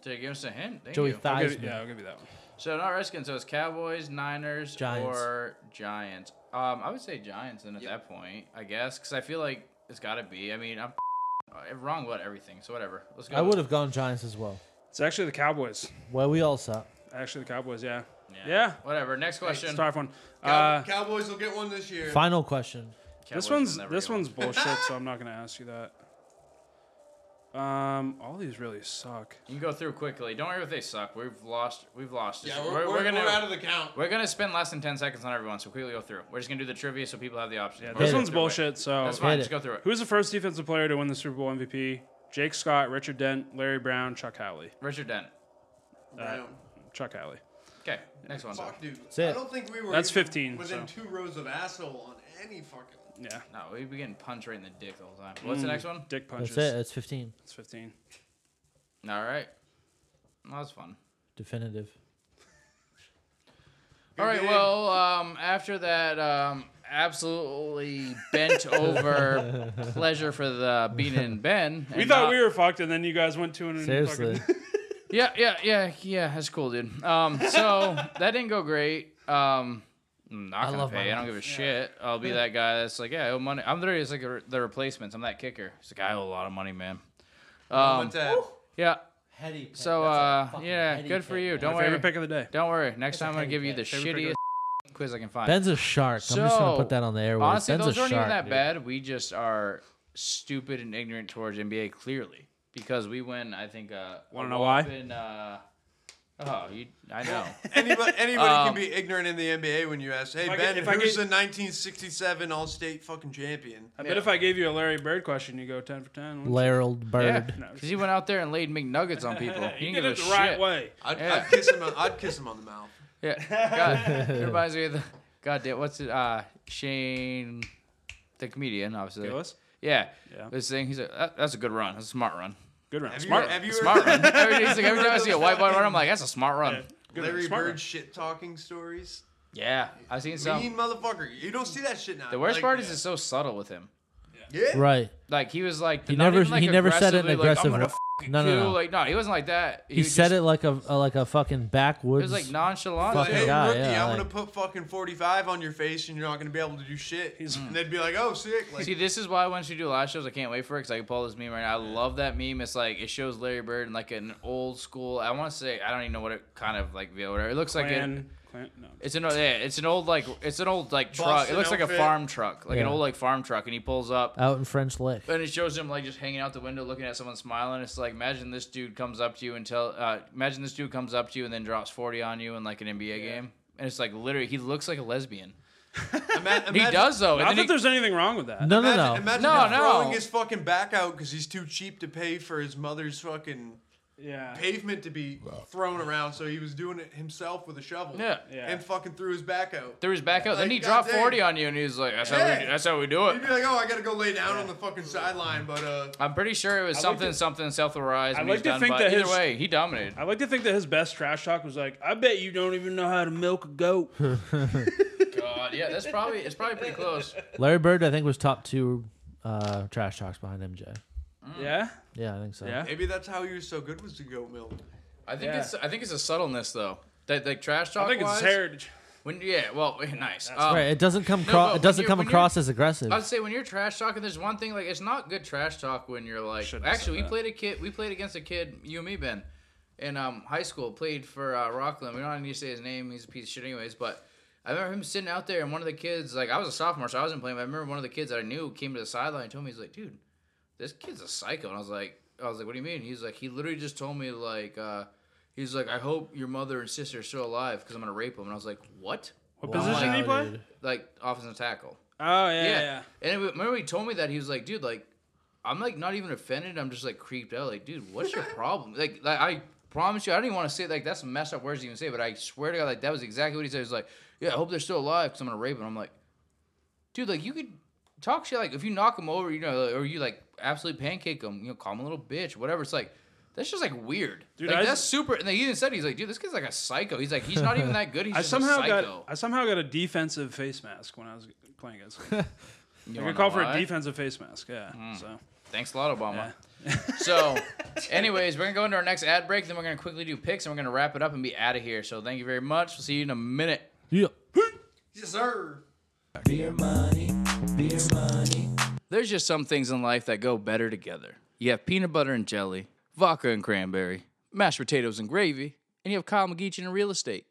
S5: to give us a hint. Thank
S7: Joey
S5: you.
S3: I'll
S7: Theismann.
S3: give, yeah, I'll give you that one.
S5: So not Redskins. So it's Cowboys, Niners,
S7: Giants.
S5: or Giants. Um, I would say Giants. Then at that point, I guess, because I feel like it's got to be. I mean, I'm uh, wrong about everything. So whatever. Let's go.
S7: I would have gone Giants as well.
S3: It's actually the Cowboys.
S7: Well, we all suck.
S3: Actually, the Cowboys. Yeah. Yeah.
S5: Whatever. Next
S3: It's a
S5: question.
S3: tough one.
S6: Cow-
S3: Uh,
S6: Cowboys will get one this year.
S7: Final question.
S5: Cowboys
S3: this
S5: will
S3: one's
S5: never
S3: this
S5: get one.
S3: one's bullshit. So I'm not gonna ask you that. Um, all these really suck.
S5: You can go through quickly. Don't worry if they suck. We've lost. We've lost.
S9: Yeah,
S5: Just-
S9: we're, we're, we're,
S5: gonna
S9: out of the count.
S5: we're gonna spend less than ten seconds on everyone. So quickly go through. We're just gonna do the trivia so people have the option.
S3: Yeah,
S5: We're
S3: this
S5: gonna
S3: one's
S5: go through it.
S3: bullshit. So
S5: That's fine.
S7: Hit it.
S5: Just go through it.
S3: Who's the first defensive player to win the Super Bowl MVP? Jake Scott, Richard Dent, Larry Brown, Chuck Howley.
S5: Richard Dent.
S6: Brown.
S3: Chuck Howley.
S5: Okay, next one.
S6: Fuck, dude.
S4: it.
S6: I don't think we were.
S3: That's
S6: even
S3: 15,
S6: Within
S3: so.
S6: two rows of asshole on any fucking.
S3: Yeah.
S5: No, we've been getting punched right in the dick the whole time. What's
S3: Hmm.
S5: the next one?
S3: Dick punches.
S7: That's it. It's 15.
S3: It's 15.
S5: All right. That was fun.
S7: Definitive.
S5: All right.
S6: game.
S5: Well, um, after that um, absolutely bent over pleasure for the bean and uh, Ben.
S3: We thought we were fucked, and then you guys went to an
S7: Seriously.
S5: Yeah, yeah, yeah, yeah. That's cool, dude. Um, so that didn't go great. Um, I'm not gonna
S7: love my
S5: pay. I don't give a shit. I'll be that guy that's like, yeah, I owe money. I'm literally just like a, the replacements. I'm that kicker. It's like I owe a lot of money, man. Um,
S6: Moment tab.
S5: yeah.
S4: Heady pick.
S5: So
S4: That's a
S5: uh,
S4: fucking
S5: yeah,
S4: heady
S5: good for
S4: pick,
S5: you.
S4: man.
S5: Don't
S3: My favorite
S5: worry.
S3: pick of the day.
S5: Don't worry. Next time I'm gonna
S4: heady
S5: give you the
S4: pick.
S3: Favorite pick
S5: shittiest quiz I can find.
S7: Ben's a shark. I'm just gonna
S5: So,
S7: put that on the airwaves.
S5: Honestly,
S7: Ben's
S5: those
S7: a
S5: aren't
S7: shark,
S5: even that
S7: dude.
S5: bad. We just are stupid and ignorant towards NBA clearly because we win. I think. Uh,
S3: Wanna
S5: a
S3: know why?
S5: whopping, uh, oh, you, I know.
S6: Anybody, anybody
S5: Um,
S6: can be ignorant in the NBA when you ask, "Hey
S3: If I
S6: Ben,
S3: get- if I
S6: who's
S3: get-
S6: the 1967 All-State fucking champion?"
S3: I bet if I gave you a Larry Bird question, you go 10 for 10. wouldn't
S7: Larald bird.
S5: Yeah, because he went out there and laid McNuggets on people.
S3: you?
S5: He
S3: You
S5: didn't give
S3: did
S5: a
S3: it the right
S5: shit.
S3: way.
S6: I'd,
S5: Yeah.
S6: I'd kiss him. on- I'd kiss him on the mouth.
S5: Yeah, God, it reminds me of the God damn. What's it? Uh, Shane, the comedian, obviously.
S3: Gillis?
S5: Yeah.
S3: Yeah.
S5: This thing, he's like, that, that's a good run. That's a smart run.
S3: Good round.
S6: Have
S3: Smart.
S6: you, have you
S5: Smart
S6: heard
S5: run. Every, he's like, every time I see a white boy run, I'm like, that's a smart run.
S3: Good round.
S6: Larry
S3: Smart
S6: Bird
S3: round.
S6: shit talking stories?
S5: Yeah, I've seen
S6: mean
S5: some.
S6: motherfucker. You don't see that shit now.
S5: um, The worst
S6: Like,
S5: part is it's so subtle with him.
S6: yeah.
S7: Right.
S5: Like he was like
S7: He
S5: not
S7: never
S5: even, like,
S7: he never said it in
S5: aggressively, like,
S7: aggressive.
S5: I'm
S7: way.
S5: gonna
S7: no,
S5: f- you.
S7: no, no.
S5: Like no, he wasn't like that.
S7: he said it like a like a fucking
S5: It
S7: backwoods.
S5: was like nonchalant.
S7: Fucking
S5: dude.
S6: Hey,
S7: Yeah,
S6: rookie,
S7: yeah, like-
S6: I'm gonna put fucking 45 on your face, and you're not gonna be able to do shit. and they'd be like, "Oh, sick."
S5: Hmm.
S6: Like,
S5: See, this is why once you do live shows, I can't wait for it because I can pull this meme right now. I love that meme. It's like it shows Larry Bird in like an old school. I want to say I don't even know what it kind of like whatever. It looks like it,
S3: Clan, Clan, no.
S5: it's an old- yeah, it's an old like it's an old like truck.
S6: Boston
S5: it looks like a
S6: outfit.
S5: farm truck, like an
S7: Yeah.
S5: old like farm truck, and he pulls up.
S7: out in French Lick.
S5: And it shows him like just hanging out the window, looking at someone smiling. It's like imagine this dude comes up to you and tell, uh, imagine this dude comes up to you and then drops forty on you in like an NBA game. And it's like literally, he looks like a lesbian.
S6: ima-
S5: He
S6: imagine-
S5: does though.
S3: Not
S5: And
S3: that
S5: then he,
S3: there's anything wrong with that.
S7: No, no,
S6: Imagine,
S7: no.
S6: imagine
S5: No,
S6: him
S5: no.
S6: throwing his fucking back out because he's too cheap to pay for his mother's fucking
S3: Yeah.
S6: pavement to be thrown around. So he was doing it himself with a shovel.
S5: Yeah.
S3: Yeah.
S6: And fucking threw his back out.
S5: threw his back out. Then
S6: Like,
S5: he dropped
S6: goddamn.
S5: forty on you, and he was like, "That's how
S6: Yeah.
S5: we, that's how we do it."
S6: He'd be like, "Oh, I gotta go lay down on the fucking sideline," but uh,
S5: I'm pretty sure it was
S3: like
S5: something
S3: to-
S5: something Seth Arise.
S3: I'd
S5: and
S3: like
S5: he's
S3: to
S5: done,
S3: think
S5: but
S3: that
S5: either
S3: his-
S5: way, he dominated.
S3: I like to think that his best trash talk was like, I bet you don't even know how to milk a goat.
S5: God, yeah, that's probably it's probably pretty close.
S7: Larry Bird, I think, was top two uh, trash talks behind MJ.
S3: Yeah?
S7: Yeah, I think so.
S3: Yeah.
S6: maybe that's how he was so good was to go milk.
S5: I think
S3: Yeah.
S5: it's I think it's a subtleness though. That like trash talk.
S3: I think it's
S5: wise,
S3: his heritage.
S5: When yeah, well, nice. Um,
S7: Right. It doesn't come
S5: but
S7: across.
S5: when
S7: it doesn't
S5: you're-
S7: come
S5: when you're-
S7: across as aggressive.
S5: I'd say when you're trash talking, there's one thing like it's not good trash talk when you're like.
S3: Shouldn't have said
S5: actually, we
S3: that.
S5: played a kid. We played against a kid. You and me, Ben, in um, high school, played for uh, Rockland. We don't need to say his name. He's a piece of shit, anyways. But I remember him sitting out there, and one of the kids, like I was a sophomore, so I wasn't playing. But I remember one of the kids that I knew came to the sideline and told me, he's like, "Dude, this kid's a psycho." And I was like, "I was like, what do you mean?" He's like, he literally just told me like, uh, he's like, "I hope your mother and sister are still alive because I'm gonna rape them." And I was like, "What?"
S3: What position did he play?
S5: Like offensive tackle.
S3: Oh, yeah,
S5: Yeah.
S3: yeah.
S5: And it, remember he told me that he was like, dude, like, I'm like not even offended. I'm just like creeped out. Like, dude, what's your problem? Like, like I promise you, I don't even want to say like that's messed up words to even say, but I swear to God, like that was exactly what he said. He was like, yeah, I hope they're still alive because I'm gonna rape them. I'm like, dude, like you could talk shit. Like if you knock them over, you know, or you like absolutely pancake them, you know, call them a little bitch, whatever. It's like. That's just like weird,
S3: Dude,
S5: Like
S3: I-
S5: that's super. And he even said he's like, dude, this kid's like a psycho. He's like, he's not even that good. He's
S3: I
S5: just a
S3: somehow
S5: psycho.
S3: got I somehow got a defensive face mask when I was playing against. him.
S5: You
S3: I
S5: wanna
S3: could call
S5: know
S3: for a
S5: why?
S3: defensive face mask. Yeah. So
S5: Thanks a lot, Obama. so, anyways, we're gonna go into our next ad break. Then we're gonna quickly do picks, and we're gonna wrap it up and be out of here. So, thank you very much. We'll see you in a minute.
S7: Yeah.
S6: Yes, sir.
S5: There's just some things in life that go better together. You have peanut butter and jelly, vodka and cranberry, mashed potatoes and gravy, and you have Kyle McGeechan in real estate.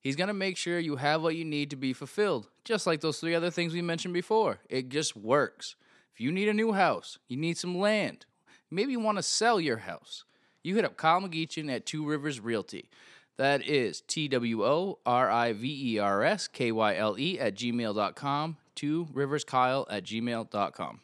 S5: He's gonna make sure you have what you need to be fulfilled, just like those three other things we mentioned before. It just works. If you need a new house, you need some land, Maybe you want to sell your house. You hit up Kyle McGeechan at Two Rivers Realty. That is T W O R I V E R S K Y L E at gmail.com. Two Rivers Kyle at gmail.com.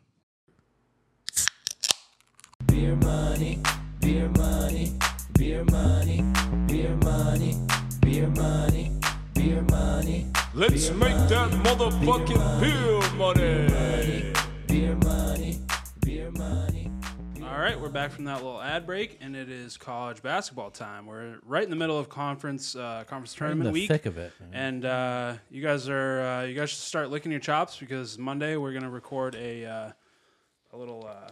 S1: Beer money, beer money, beer money, beer money, beer money, beer money,
S2: Let's make that motherfucking beer money.
S1: beer money, beer money.
S3: All right, we're back from that little ad break, and it is college basketball time. We're right in the middle of conference uh, conference tournament
S7: the
S3: week,
S7: thick of it. man.
S3: and uh, you guys are uh, you guys should start licking your chops because Monday we're gonna record a uh, a little uh,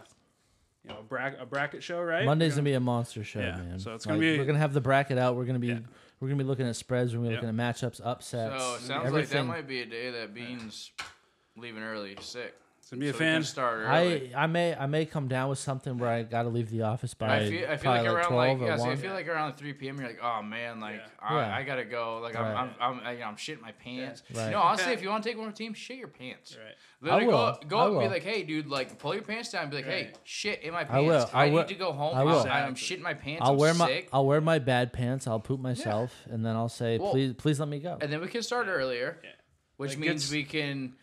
S3: you know bra- a bracket show, right?
S7: Monday's gonna be a monster show,
S3: Yeah,
S7: man.
S3: so it's gonna be-
S7: we're gonna have the bracket out. We're gonna be we're gonna be looking at spreads. We're gonna be looking at matchups, upsets.
S5: So it sounds like that
S7: everything.
S5: might be a day that Bean's leaving early. Sick. It's
S3: gonna be a fan.
S5: Start
S7: I,
S5: early.
S7: I may I may come down with something where I gotta leave the office by
S5: I, feel, I feel like
S7: probably like,
S5: around like
S7: twelve
S5: yeah,
S7: or
S5: see, I
S7: one.
S5: feel like around 3 p.m. You're like, oh man, like I,
S7: Yeah.
S5: I gotta go. Like I'm,
S7: Right.
S5: I'm, I'm, I, you know, I'm shitting my pants.
S7: Right.
S5: No, honestly, if you want to take one for the team, shit your pants.
S3: Right.
S5: Literally
S7: I
S5: go
S7: will.
S5: up, go
S7: I
S5: up and be
S7: will.
S5: like, hey, dude, like pull your pants down. And be like, hey, shit in my pants.
S7: I will. I will.
S5: need to go home.
S7: I
S5: I'm-
S7: will.
S5: I'm, shitting my pants.
S7: I'll
S5: I'm
S7: wear my
S5: sick.
S7: I'll wear my bad pants. I'll poop myself, and then I'll say,
S5: Well-
S7: please please let me go.
S5: and then we can start earlier, which
S3: Like,
S5: means
S3: it's-
S5: we can.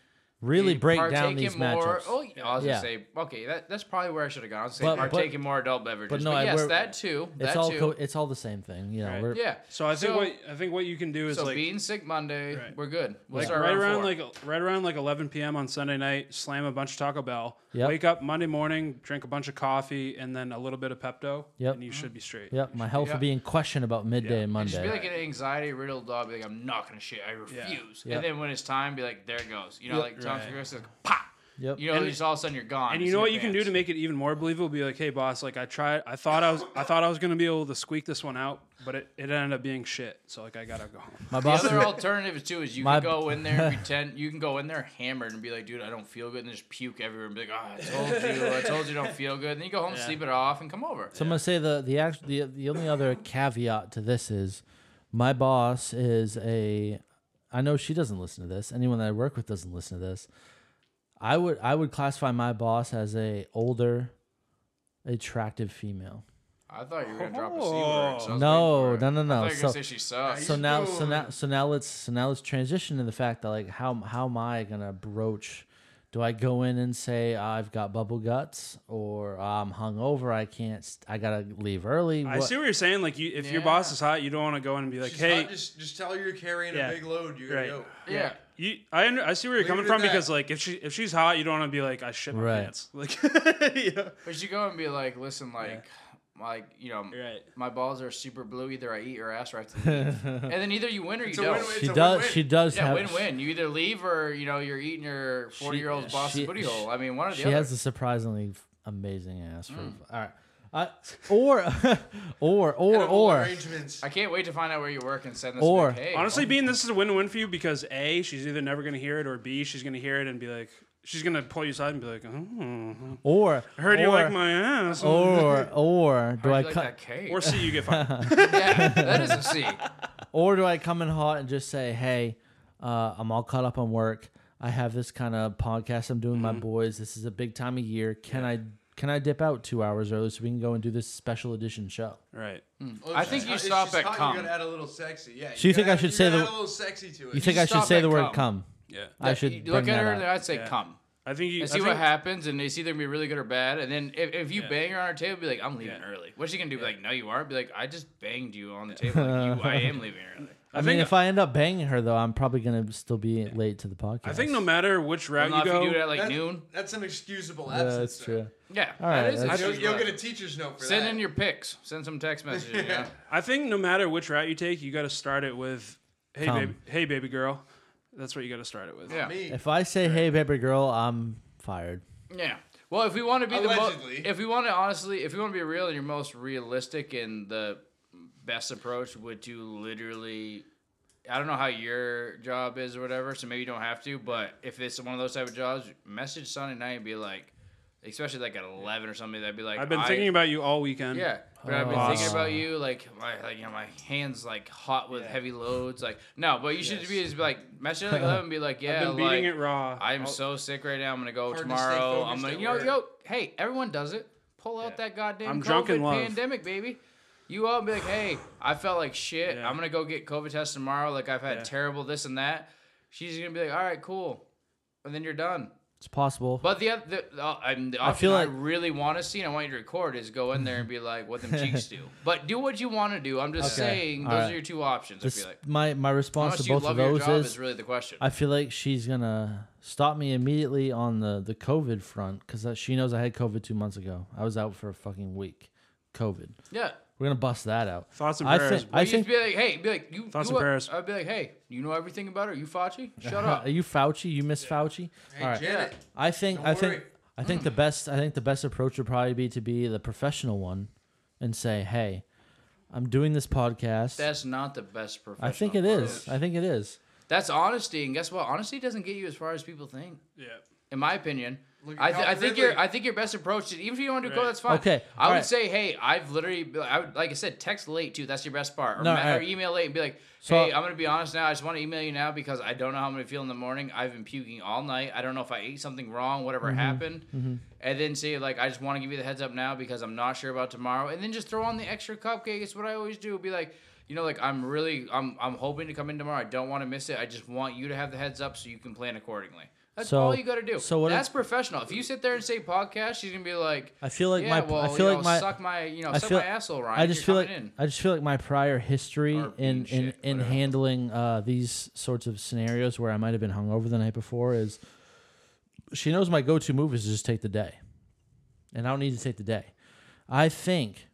S7: Really
S5: be
S7: break down
S5: partaking
S7: these
S5: more,
S7: matchups.
S5: Oh, yeah, I was
S7: Yeah.
S5: gonna say, okay, that, that's probably where I should have gone. I was
S7: But-
S5: gonna say
S7: but-
S5: partaking more adult beverages, but,
S7: no, I-
S5: yes,
S7: we're-
S5: that too.
S7: it's
S5: that
S7: all
S5: too.
S7: co- it's all the same thing. You know,
S3: Right.
S7: we're,
S5: yeah.
S3: So I think what I think what you can do is
S5: so
S3: like
S5: being sick Monday,
S3: Right.
S5: we're good. We'll
S3: Like
S5: start
S3: right around
S5: four.
S3: like right around like 11 p.m. on Sunday night, slam a bunch of Taco Bell.
S7: Yep.
S3: Wake up Monday morning, drink a bunch of coffee, and then a little bit of Pepto.
S7: Yep.
S3: And you should be straight.
S7: Yep, my health
S5: yeah.
S7: will be in question about midday and
S5: Just
S7: Monday.
S5: be like an anxiety riddled dog. Be like, I'm not gonna shit. I refuse.
S7: Yeah.
S5: And then when it's time, be like, there it goes. You know, like Tom
S3: Right.
S5: Segura says, pop.
S7: Yep.
S5: You know,
S3: And-
S5: just all of a sudden you're gone.
S3: And
S5: It's
S3: you
S5: in
S3: know what
S5: your
S3: you can do to
S5: pants.
S3: make it even more believable? Be like, hey boss, like I tried. I thought I was I thought I was gonna be able to squeak this one out, but it, it ended up being shit. So like I gotta go home.
S7: my
S5: The
S7: boss,
S5: other alternative too is you
S7: My-
S5: can go in there and pretend you can go in there hammered and be like, dude, I don't feel good, and just puke everywhere and be like, oh, I told you, I told you, I don't feel good. And then you go home, sleep it off, and come over.
S7: so I'm gonna say the the act, the the only other caveat to this is, my boss is a, I know she doesn't listen to this. Anyone that I work with doesn't listen to this. I would I would classify my boss as a older, attractive female.
S5: I thought you were gonna drop a c word. So I was
S7: Oh. No,
S5: waiting for
S7: no, no,
S5: it. I
S7: no.
S5: thought you were gonna
S7: So-
S5: say she sucks.
S7: So now, so now, so now let's so now let's transition to the fact that like how how am I gonna broach? Do I go in and say I've got bubble guts or I'm hungover? I can't. st- I gotta leave early.
S3: I
S7: What-
S3: see what you're saying. Like you, if your boss is hot, you don't want to go in and be like,
S6: Just,
S3: hey,
S6: tell- just, just tell her you're carrying
S3: Yeah.
S6: a big load. You gotta
S3: right.
S6: go.
S5: yeah.
S3: You, I, under- I see where you're coming
S6: it
S3: from
S6: at
S3: because like if she if she's hot, you don't want to be like I shit my
S7: Right.
S3: pants. Like, yeah.
S5: But you go and be like, listen, like, like you know,
S3: Right.
S5: my balls are super blue. Either I eat or ass right to leave. and then either you win or you
S6: a
S5: don't.
S6: win-win.
S7: she
S6: It's a
S7: does.
S6: win-win.
S7: She does
S5: Yeah,
S7: have.
S5: win-win. You either leave or you know you're eating your forty-year-old's boss's
S7: she-
S5: booty hole. I mean, one or the
S7: She
S5: other. Mm.
S7: has a surprisingly f- amazing ass. For, All right. Uh, or, or, or,
S6: Edible
S7: or.
S6: arrangements.
S5: I can't wait to find out where you work and send this.
S7: Or-
S5: like, hey,
S3: Honestly, being this is a win-win for you because a she's either never gonna hear it or b she's gonna hear it and be like she's gonna pull you aside and be like, oh,
S7: Or
S3: I heard
S7: or,
S3: you like my ass, or,
S7: Or or do
S5: I
S7: I
S5: like
S7: cut?
S5: that cake.
S3: c you get fired.
S5: yeah, that is a C.
S7: Or do I come in hot and just say, hey, uh, I'm all caught up on work. I have this kind of podcast I'm doing with
S5: Mm-hmm.
S7: my boys. This is a big time of year. Can I can I dip out two hours early so we can go and do this special edition show?
S3: right.
S6: Well,
S5: I
S6: if
S5: think
S6: she's
S5: you
S6: hot-
S5: stop
S6: if she's
S5: at
S6: hot,
S5: cum.
S6: You gotta add a little sexy. Yeah.
S7: So you think
S6: gotta-
S7: I should
S6: you
S7: say
S6: gotta
S7: the-
S6: add a little sexy to it.
S7: You think I should
S5: stop
S7: say
S5: at
S7: the word
S5: come.
S7: come?
S3: Yeah.
S7: I should
S5: You look
S7: bring
S5: at her
S7: that
S5: and
S7: up.
S5: I'd say,
S3: Yeah.
S5: come.
S3: I think you.
S5: And see
S3: I
S5: what
S3: think-
S5: happens, and it's either gonna be really good or bad. And then if, if you bang her on her table, be like, "I'm leaving
S3: Yeah.
S5: early." What's she gonna do? Be like, "No, you aren't." Be like, "I just banged you on the table. Like, you, I am leaving early."
S7: I, mean, if I end up banging her though, I'm probably gonna still be late to the podcast.
S3: I think no matter which route
S5: Not
S3: you
S5: if
S3: go,
S5: you do it at like
S6: That's-
S5: noon.
S6: That's an excusable
S7: Yeah,
S6: absence.
S7: that's
S6: though.
S7: true.
S5: Yeah,
S7: right,
S5: that is.
S7: that's-
S6: You'll,
S5: just
S6: you'll
S5: right.
S6: get a teacher's note for
S5: Send
S6: that.
S5: in your pics. Send some text messages. you know?
S3: I think no matter which route you take, you got to start it with, hey
S7: Come.
S3: baby, hey baby girl. That's what you got to start it with.
S5: Yeah.
S6: Me.
S7: If I say, hey, baby girl, I'm fired.
S5: Yeah. Well, if we want to be the
S6: Allegedly.
S5: most, if we want to honestly, if we want to be real, your most realistic and the best approach would to literally, I don't know how your job is or whatever, so maybe you don't have to. But if it's one of those type of jobs, message Sunday night and be like, especially like at eleven or something, that'd be like,
S3: I've been
S5: I-
S3: thinking about you all weekend.
S5: yeah, but I've been
S3: Oh.
S5: thinking about you, like my, like you know, my hands like hot with heavy loads, like no, but you should be just be like message her like eleven, and be like, yeah,
S3: I've been beating
S5: like,
S3: it raw.
S5: I'm
S3: I'll-
S5: so sick right now. I'm gonna go
S6: Hard to stay
S5: tomorrow. I'm
S6: focused
S5: gonna,
S6: at
S5: you know,
S6: work.
S5: yo, hey, everyone does it. Pull out that goddamn
S3: I'm
S5: COVID
S3: drunk in love.
S5: pandemic, baby. You all be like, hey, I felt like shit.
S3: Yeah.
S5: I'm gonna go get COVID test tomorrow. Like I've had
S3: Yeah.
S5: terrible this and that. She's gonna be like, all right, cool, and then you're done.
S7: It's possible.
S5: But the other, the, uh, I'm- the option I,
S7: feel like-
S5: really want to see, and I want you to record, is go in there and be like, "What them cheeks do." But do what you want to do. I'm just
S7: Okay.
S5: saying,
S7: All
S5: those
S7: right.
S5: are your two options.
S7: This-
S5: I feel like
S7: my my
S5: how
S7: response
S5: much
S7: to
S5: you
S7: both of
S5: love your
S7: those
S5: job
S7: is,
S5: is, really the question.
S7: I feel like she's gonna stop me immediately on the the COVID front because she knows I had COVID two months ago. I was out for a fucking week. COVID.
S5: yeah,
S7: We're gonna bust that out.
S3: Thoughts and
S7: I
S3: prayers.
S7: thi-
S5: I
S7: I
S5: used to
S7: think.
S5: be like, "Hey, be like you."
S3: Thoughts
S5: you
S3: and
S5: what?"
S3: prayers.
S5: I'd be like, "Hey, you know everything about her. You Fauci? Shut up."
S7: Are you Fauci? You miss Fauci?
S6: Hey,
S7: All right.
S6: Janet.
S7: I think
S6: Don't
S7: I think
S6: worry.
S7: I think the best I think the best approach would probably be to be the professional one and say, "Hey, I'm doing this podcast.
S5: That's not the best professional.
S7: I think it
S5: approach.
S7: is. I think it is.
S5: That's honesty, and guess what? Honesty doesn't get you as far as people think.
S3: Yeah.
S5: in my opinion.
S6: Look at
S5: I, th-
S6: Calvin
S5: I think
S6: Ridley.
S5: your I think your best approach is even if you want to do go,
S3: Right.
S5: that's fine.
S7: Okay,
S5: I would
S7: alright.
S5: say, hey, I've literally, I would, like I said, text late too. That's your best part. Or,
S7: No,
S5: ma- or
S7: alright.
S5: email late and be like,
S7: So-
S5: hey, I'm gonna be honest now. I just want to email you now because I don't know how I'm gonna feel in the morning. I've been puking all night. I don't know if I ate something wrong, whatever
S7: Mm-hmm.
S5: happened. And then say like, I just want to give you the heads up now because I'm not sure about tomorrow. And then just throw on the extra cupcake. It's what I always do. Be like. You know, like I'm really, I'm, I'm hoping to come in tomorrow. I don't want to miss it. I just want you to have the heads up so you can plan accordingly. That's
S7: So-
S5: all you got to do.
S7: so what
S5: That's
S7: if-
S5: professional. If you sit there and say podcast, she's gonna be like,
S7: I feel like
S5: yeah,
S7: my
S5: well,
S7: I
S5: you
S7: feel
S5: know,
S7: like my
S5: suck my, you know,
S7: I
S5: suck
S7: feel
S5: my asshole, Ryan.
S7: I just feel
S5: You're
S7: like
S5: coming in.
S7: I just feel like my prior history
S5: Or being
S7: in in,
S5: shit,
S7: in
S5: whatever.
S7: handling uh, these sorts of scenarios where I might have been hungover the night before is she knows my go-to move is just take the day, and I don't need to take the day. I think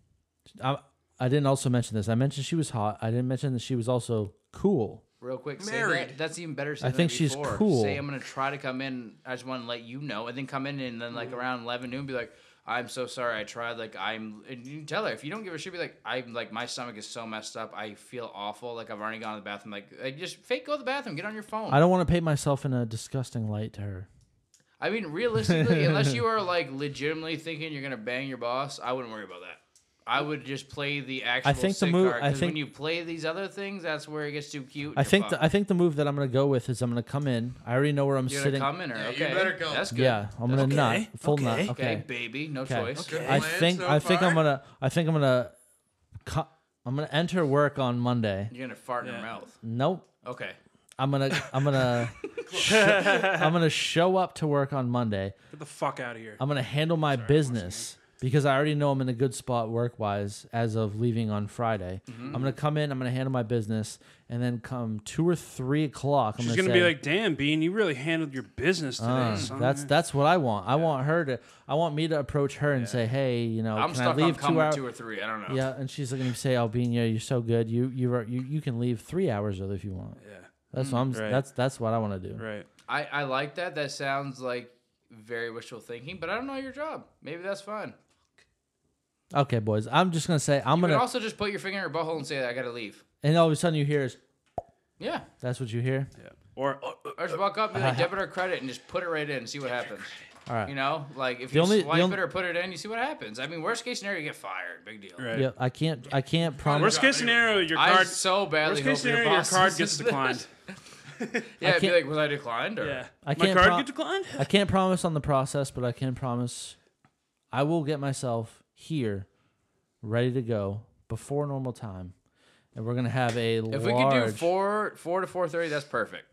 S7: I I didn't also mention this. I mentioned she was hot. I didn't mention that she was also cool.
S5: Real quick, say
S6: Married.
S5: that. That's even better.
S7: I
S5: Say that
S7: think she's
S5: before.
S7: cool.
S5: Say I'm gonna try to come in. I just want to let you know, and then come in, and then like around 11 noon, be like, I'm so sorry. I tried. Like I'm. And you tell her if you don't give a shit, be like, I'm like my stomach is so messed up. I feel awful. Like I've already gone to the bathroom. Like I just fake go to the bathroom. Get on your phone.
S7: I don't want to paint myself in a disgusting light to her.
S5: I mean, realistically, unless you are like legitimately thinking you're gonna bang your boss, I wouldn't worry about that. I would just play the actual. I think the move.
S7: I
S5: when
S7: think-
S5: you play these other things, that's where it gets too cute.
S7: I think the, I think the move that I'm going to go with is I'm going to come in. I already know where I'm
S5: you're
S7: sitting.
S5: gonna come in or
S6: Yeah, you
S5: okay.
S6: better go.
S5: That's good.
S7: Yeah, I'm gonna nut,
S3: Okay,
S7: full nut.
S3: okay.
S7: Okay.
S5: Okay, baby, no
S7: Okay.
S5: choice.
S6: Good
S7: I
S6: plan
S7: think
S6: so
S7: I think
S6: far.
S7: I'm gonna I think I'm gonna co- I'm gonna enter work on Monday.
S5: You're gonna fart in
S3: Yeah.
S5: her mouth.
S7: Nope.
S5: Okay.
S7: I'm gonna I'm gonna sho- I'm gonna show up to work on Monday.
S3: Get the fuck out of here.
S7: I'm gonna handle my business because I already know I'm in a good spot work wise as of leaving on Friday. I'm gonna come in. I'm gonna handle my business, and then come two or three o'clock. I'm
S3: She's
S7: gonna,
S3: gonna
S7: say,
S3: be like, "Damn, Bean, you really handled your business today."
S7: "Uh,
S3: son."
S7: that's that's what I want. I want her to. I want me to approach her and say, "Hey, you know,
S5: I'm
S7: can
S5: stuck
S7: I
S5: on
S7: leave two
S5: coming
S7: hours?"
S5: two or three. I don't know.
S7: Yeah, and she's gonna say, "Albina, you're so good. You you are, you you can leave three hours early if you want."
S3: Yeah.
S5: Mm,
S7: That's what I'm.
S3: right.
S7: That's that's what I want to do.
S3: right.
S5: I, I like that. That sounds like very wishful thinking, but I don't know your job. Maybe that's fine.
S7: Okay, boys. I'm just gonna say I'm
S5: You can
S7: gonna,
S5: also just put your finger in her butthole and say, "I gotta leave."
S7: and all of a sudden you hear is
S5: Yeah.
S7: that's what you hear.
S3: Yeah. Or uh, uh,
S5: Or just walk up, be like, debit or credit, and just put it right in and see what happens.
S7: All right.
S5: You know, like if
S7: The
S5: you
S7: only- the
S5: swipe
S7: only-
S5: it or put it in, you see what happens. I mean, worst case scenario, you get fired. Big deal.
S3: right.
S7: Yeah, I can't. I can't promise.
S3: Worst case scenario, your
S5: I
S3: card.
S5: so badly
S3: Worst
S5: hope
S3: case
S5: your,
S3: scenario, your
S5: boss
S3: card
S5: listens
S3: gets
S5: to
S3: declined.
S5: this. yeah, it'd be
S7: can't-
S5: like, was I declined? Or,
S3: Yeah.
S7: I
S3: My
S7: can't
S3: card
S7: pro-
S3: get declined.
S7: I can't promise on the process, but I can promise I will get myself here, ready to go before normal time, and we're gonna have a
S5: If
S7: large
S5: we could do four, four to four thirty, that's perfect.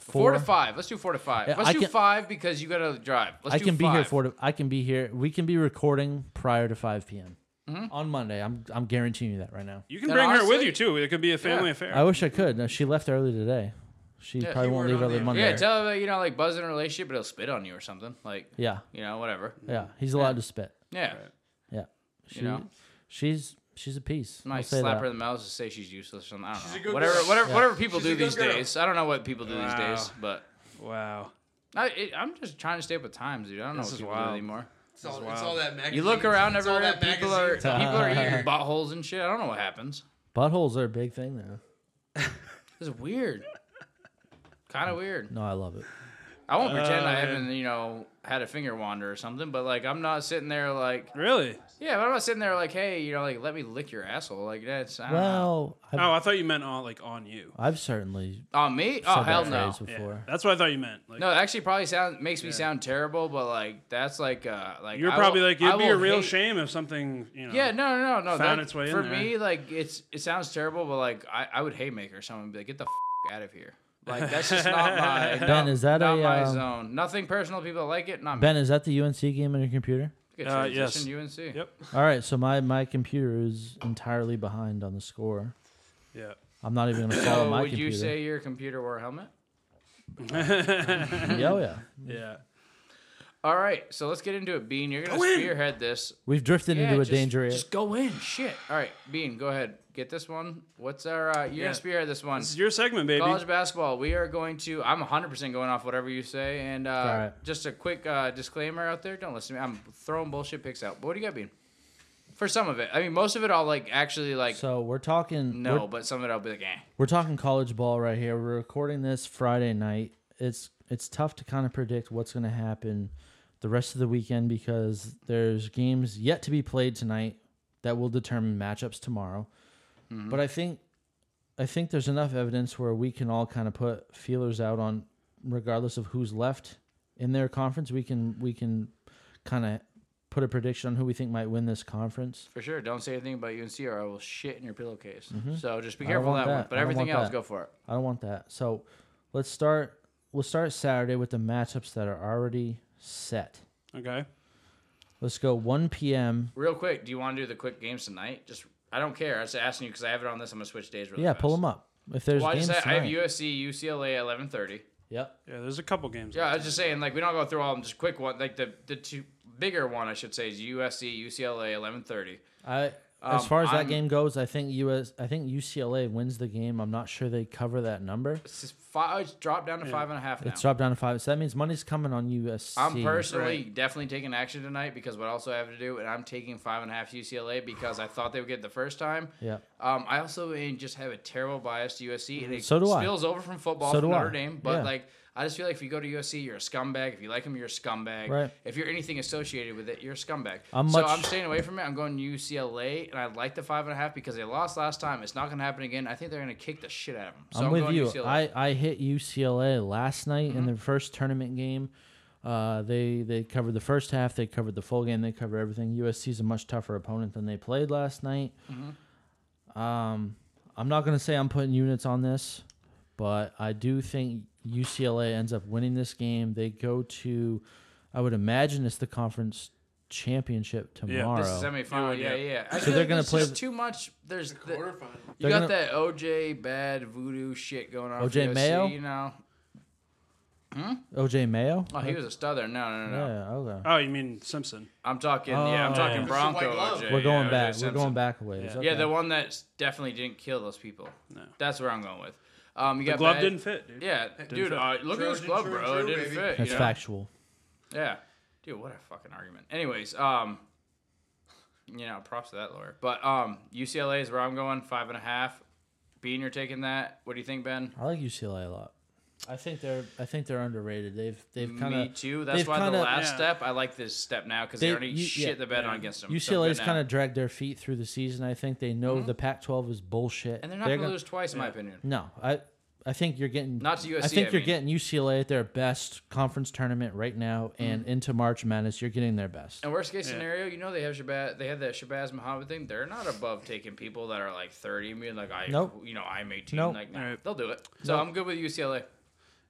S5: Four, to five. Let's do four to five.
S7: Yeah,
S5: Let's
S7: I
S5: do
S7: can-
S5: five because you gotta drive. Let's
S7: I
S5: do
S7: can be here
S5: five.
S7: for. I can be here. We can be recording prior to five p.m.
S5: Mm-hmm.
S7: on Monday. I'm I'm guaranteeing you that right now.
S3: You can
S5: And
S3: bring her with
S5: honestly-
S3: you too. It could be a family
S5: Yeah.
S3: affair.
S7: I wish I could. No, she left early today. She probably
S6: you
S7: won't
S6: were
S7: leave
S6: on
S7: early
S6: the-
S7: Monday.
S5: Yeah, tell her that, you know, like buzz in a relationship, but he'll spit on you or something. Like,
S7: yeah,
S5: you know, whatever.
S7: yeah. He's allowed to spit.
S5: Yeah.
S7: Yeah, she,
S5: know?
S7: she's she's a piece.
S5: I
S7: I'll
S5: might
S7: say
S5: slap
S7: that.
S5: her in the mouth and say she's useless. Or something. I don't
S6: a
S5: know.
S6: good
S5: whatever,
S6: girl.
S5: whatever, whatever people
S6: She's a
S5: do
S6: good
S5: these
S6: girl.
S5: days. I don't know what people do these
S3: Wow.
S5: days, but
S3: Wow.
S5: I, it, I'm just trying to stay up with times, dude. I don't know
S3: This
S5: what
S3: is
S5: people
S3: wild.
S5: do anymore.
S6: It's all, it's all that magazine.
S5: You look around
S6: it's all
S5: everywhere,
S6: that
S5: people are people
S6: magazine.
S5: are eating buttholes and shit. I don't know what happens.
S7: Buttholes are a big thing now.
S5: This is weird. Kind of weird.
S7: No, I love it.
S5: I won't pretend
S3: Uh,
S5: I haven't, you know, had a finger wander or something, but like I'm not sitting there like,
S3: Really?
S5: yeah, but I'm not sitting there like, hey, you know, like let me lick your asshole, like that's I don't know.
S7: Well, I've,
S3: Oh, I thought you meant on like on you.
S7: I've certainly
S5: on me?
S7: said
S5: Oh hell
S7: that
S5: no,
S7: phrase
S3: Yeah,
S7: before.
S3: that's what I thought you meant. Like,
S5: no, it actually probably sound makes me sound terrible, but like that's like uh like
S3: you're
S5: I
S3: probably
S5: will-
S3: like
S5: I
S3: it'd be
S5: will
S3: a real
S5: hate-
S3: shame if something you know.
S5: Yeah, no, no, no, no.
S3: Found
S5: that-
S3: its way in
S5: for
S3: there.
S5: me. Like it's it sounds terrible, but like I, I would haymaker someone and be like, get the f- out of here. Like that's just not my
S7: Ben, is that
S5: not
S7: a,
S5: my
S7: uh,
S5: zone. Nothing personal. People like it. Not
S7: Ben, is that the UNC game on your computer?
S5: Me. Good
S3: Uh,
S5: transition, UNC.
S3: Yep.
S7: All right, so my my computer is entirely behind on the score.
S3: Yeah.
S7: I'm not even going to follow
S5: So
S7: my
S5: Oh, would
S7: computer.
S5: you say your computer wore a helmet?
S7: Yeah, oh yeah,
S3: Yeah.
S5: All right, so let's get into it, Bean. You're gonna spearhead this.
S7: we've drifted
S5: Yeah,
S7: into a
S5: just,
S7: danger area.
S5: Just go in. Shit. All right, Bean, go ahead. Get this one. What's our? Uh, you're
S3: Yeah.
S5: gonna spearhead this one.
S3: This is your segment, baby.
S5: College basketball. We are going to. I'm 100% going off whatever you say. And uh,
S7: Alright.
S5: just a quick uh, disclaimer out there. Don't listen to me. I'm throwing bullshit picks out. But what do you got, Bean? For some of it, I mean, most of it, I'll like actually like
S7: So we're talking
S5: no,
S7: we're,
S5: but some of it, I'll be like, eh.
S7: we're talking college ball right here. We're recording this Friday night. It's it's tough to kind of predict what's going to happen the rest of the weekend because there's games yet to be played tonight that will determine matchups tomorrow.
S5: Mm-hmm.
S7: But I think I think there's enough evidence where we can all kind of put feelers out on regardless of who's left in their conference, we can we can kind of put a prediction on who we think might win this conference.
S5: For sure, don't say anything about UNC or I will shit in your pillowcase. So just be
S7: Mm-hmm. I don't
S5: careful of
S7: want
S5: that, one.
S7: that.
S5: But
S7: I don't
S5: everything
S7: want
S5: else,
S7: that.
S5: go for it.
S7: I don't want that. So let's start. We'll start Saturday with the matchups that are already set.
S3: okay.
S7: Let's go 1 p.m.
S5: Real quick, do you want to do the quick games tonight? Just I don't care. I was asking you because I have it on this. I'm gonna switch days. Really
S7: Yeah,
S5: fast.
S7: pull them up. If there's
S5: Well, I
S7: games
S5: just I have
S7: tonight.
S5: USC, UCLA, 11:30.
S7: Yep.
S3: Yeah. There's a couple games.
S5: Yeah, I was just saying, like we don't go through all of them. Just quick one, like the the two bigger one, I should say, is USC, UCLA, eleven thirty.
S7: I as far as that
S5: Um, I'm-
S7: game goes, I think US. I think UCLA wins the game. I'm not sure they cover that number.
S5: It's just five, it's dropped down to five and a half now.
S7: It's dropped down to five, so that means money's coming on USC.
S5: I'm personally definitely taking action tonight because what else do I have to do? And I'm taking five and a half UCLA because I thought they would get it the first time.
S7: Yeah.
S5: Um, I also eh, just have a terrible bias to USC, and it
S7: So do I.
S5: spills over from football
S7: So
S5: from
S7: do I.
S5: Notre Dame. But
S7: Yeah.
S5: like, I just feel like if you go to USC, you're a scumbag. If you like them, you're a scumbag.
S7: Right.
S5: If you're anything associated with it, you're a scumbag.
S7: I'm
S5: so
S7: much-
S5: I'm staying away from it. I'm going UCLA, and I like the five and a half because they lost last time. It's not going to happen again. I think they're going to kick the shit out of them. So
S7: I'm,
S5: I'm,
S7: with
S5: going
S7: you.
S5: UCLA.
S7: I, I hit UCLA last night
S5: Mm-hmm.
S7: in their first tournament game. Uh, they they covered the first half. They covered the full game. They covered everything. USC is a much tougher opponent than they played last night.
S5: Mm-hmm.
S7: Um, I'm not gonna say I'm putting units on this, but I do think UCLA ends up winning this game. They go to, I would imagine it's the conference championship tomorrow.
S5: This is semifinal. Yeah, yeah. I
S7: So
S5: feel
S7: they're
S5: like
S7: gonna
S5: it's
S7: play
S5: just
S7: the-
S5: too much. There's the, you
S6: Quarterfinal.
S7: They're
S5: got
S7: gonna-
S5: that OJ bad voodoo shit going on.
S7: OJ
S5: for USC,
S7: Mayo?
S5: you know.
S7: OJ Mayo.
S5: Oh, he was a stuther. No, no, no,
S7: Yeah.
S5: no.
S7: Okay.
S3: Oh, you mean Simpson?
S5: I'm talking. yeah, I'm
S3: Oh.
S5: talking
S3: Mr.
S5: Bronco
S6: White Glove.
S5: OJ.
S7: We're going
S5: Uh, yeah,
S7: back.
S5: OJ
S7: We're
S5: Simpson.
S7: going back a ways.
S3: Yeah.
S5: Yeah,
S7: Okay.
S5: the one that definitely didn't kill those people.
S3: No.
S5: That's where I'm going with. Um, you
S3: The
S5: got
S3: glove
S5: bad-
S3: didn't fit, dude.
S5: Yeah, dude.
S3: fit.
S5: Uh, look at this
S6: Trojan,
S5: glove,
S6: true,
S5: bro. It
S6: true,
S5: didn't
S6: baby.
S5: fit.
S7: That's
S5: you know?
S7: factual.
S5: Yeah. Dude, what a fucking argument. Anyways, um, you know, props to that lawyer. But um, UCLA is where I'm going, five and a half. Bean, you're taking that. What do you think, Ben?
S7: I like UCLA a lot. I think they're I think they're underrated. They've they've kind
S5: Me
S7: of
S5: too. That's
S7: they've
S5: why
S7: kinda-
S5: the last
S3: yeah.
S5: step, I like this step now because they,
S7: They-
S5: already
S7: you-
S5: shit
S7: yeah,
S5: the bed on against them. So
S7: UCLA's
S5: good now.
S7: kind of dragged their feet through the season. I think they know the Pac-12 is bullshit,
S5: and they're not going to lose twice, in my opinion.
S7: No, I I think you're getting
S5: Not to
S7: I
S5: USC,
S7: think
S5: I
S7: you're
S5: mean.
S7: getting UCLA at their best conference tournament right now,
S5: Mm-hmm.
S7: and into March Madness, you're getting their best.
S5: And worst case scenario, you know they have Shabazz, they have that Shabazz Muhammad thing. They're not above taking people that are like thirty and being like, I,
S7: Nope.
S5: you know, I'm eighteen.
S7: Nope.
S5: Like, no,
S3: Alright.
S5: they'll do it. So I'm good with UCLA.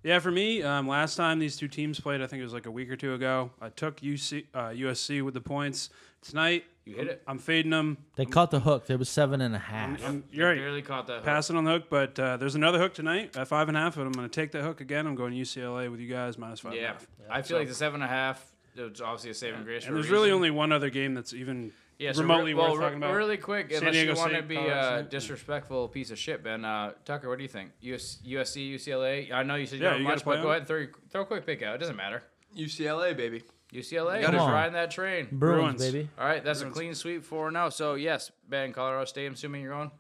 S3: Yeah, for me, um, last time these two teams played, I think it was like a week or two ago. I took UC, uh, USC with the points. Tonight,
S5: You hit it.
S3: I'm fading them.
S7: They caught the hook. There was seven and a half.
S3: I'm, you're right.
S5: Barely caught that. hook.
S3: Passing on the hook, but uh, there's another hook tonight at five and a half, and I'm going to take that hook again. I'm going UCLA with you guys minus five. and a
S5: Yeah,
S3: half.
S5: I feel like the seven and a half. It's obviously a saving grace. for
S3: And
S5: a
S3: there's really
S5: reason.
S3: only one other game that's even
S5: yeah, so re-
S3: remotely
S5: well,
S3: worth
S5: re-
S3: talking about.
S5: Really quick,
S3: San
S5: unless
S3: Diego
S5: you want to
S3: State,
S5: be
S3: Colorado
S5: a
S3: State.
S5: disrespectful piece of shit, Ben uh, Tucker, what do you think? US, USC, UCLA. I know you said you
S3: Yeah,
S5: don't
S3: you gotta
S5: much,
S3: play
S5: but go
S3: them.
S5: ahead and throw, your- throw a quick pick out. It doesn't matter.
S6: UCLA, baby.
S5: UCLA,
S6: Come
S5: just
S7: on.
S5: riding that train.
S7: Bruins,
S3: Bruins.
S7: baby.
S5: oh. All right, that's a clean sweep for now. So yes, Ben, Colorado State. I'm assuming you're going.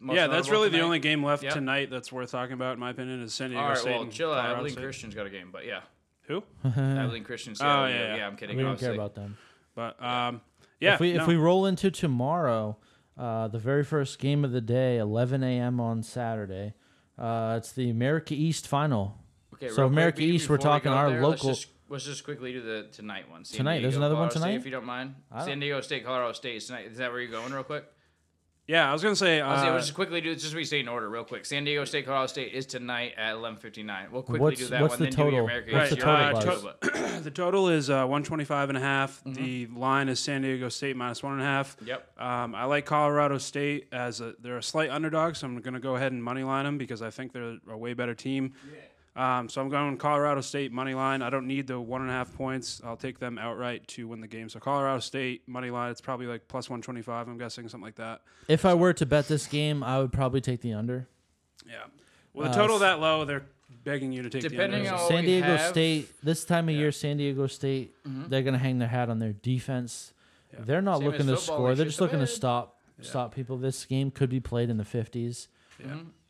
S5: most
S3: yeah, that's
S5: notable
S3: really the
S5: tonight?
S3: only game left
S5: Yep.
S3: tonight that's worth talking about, in my opinion, is San Diego
S5: All right,
S3: State.
S5: well,
S3: and
S5: chill out.
S3: Colorado
S5: Abilene
S3: State.
S5: Christian's got a game, but yeah,
S3: Who?
S5: Abilene Christian's.
S3: Oh,
S5: yeah,
S3: yeah,
S5: yeah,
S3: yeah.
S5: I'm
S7: Uh,
S5: kidding.
S7: We don't care
S5: obviously.
S7: about them.
S3: But um, yeah,
S7: if we
S3: no.
S7: if we roll into tomorrow, uh, the very first game of the day, 11 a.m. on Saturday, uh, it's the America East final.
S5: Okay,
S7: So
S5: real quick,
S7: America
S5: Beaton,
S7: East, we're
S5: before we
S7: talking
S5: go
S7: our
S5: there,
S7: local-
S5: Let's just, let's just quickly do the tonight one. San
S7: Tonight, there's
S5: Diego,
S7: another one
S5: Colorado State,
S7: tonight?
S5: if you don't mind.
S7: don't-
S5: San Diego State, Colorado State is tonight. Is that where you're going, real quick?
S3: yeah, I was gonna say, uh,
S5: I'll say, we'll just quickly do this. Just restate in order, real quick. San Diego State, Colorado State is tonight at 11:59. We'll quickly
S7: What's-
S5: do that
S7: what's
S5: one.
S7: the
S5: then do your
S7: total?
S5: America
S3: What's
S5: East.
S3: the
S5: You're
S3: total,
S5: right,
S3: Buzz?
S5: but-
S3: uh, the total is uh, 125 and a half. The line is San Diego State minus one and a half.
S5: Yep.
S3: Um, I like Colorado State as a, they're a slight underdog, so I'm going to go ahead and money line them because I think they're a way better team. Um, so I'm going Colorado State money line. I don't need the one and a half points. I'll take them outright to win the game. So Colorado State money line. It's probably like plus 125. I'm guessing something like that.
S7: If I were to bet this game, I would probably take the under.
S3: Yeah. Well, the total that low, they're begging you to take.
S5: Uh, Depending
S3: the
S5: on
S3: unders.
S5: what
S7: San
S5: we
S7: Diego
S5: have- Mm-hmm.
S7: State, this time of year, San Diego State, they're going to hang their hat on their defense. They're not
S5: Same as
S7: looking to
S5: football,
S7: score.
S5: they
S7: They're
S5: shit
S7: just
S5: the
S7: looking to
S5: bed.
S7: stop stop people. This game could be played in the 50s.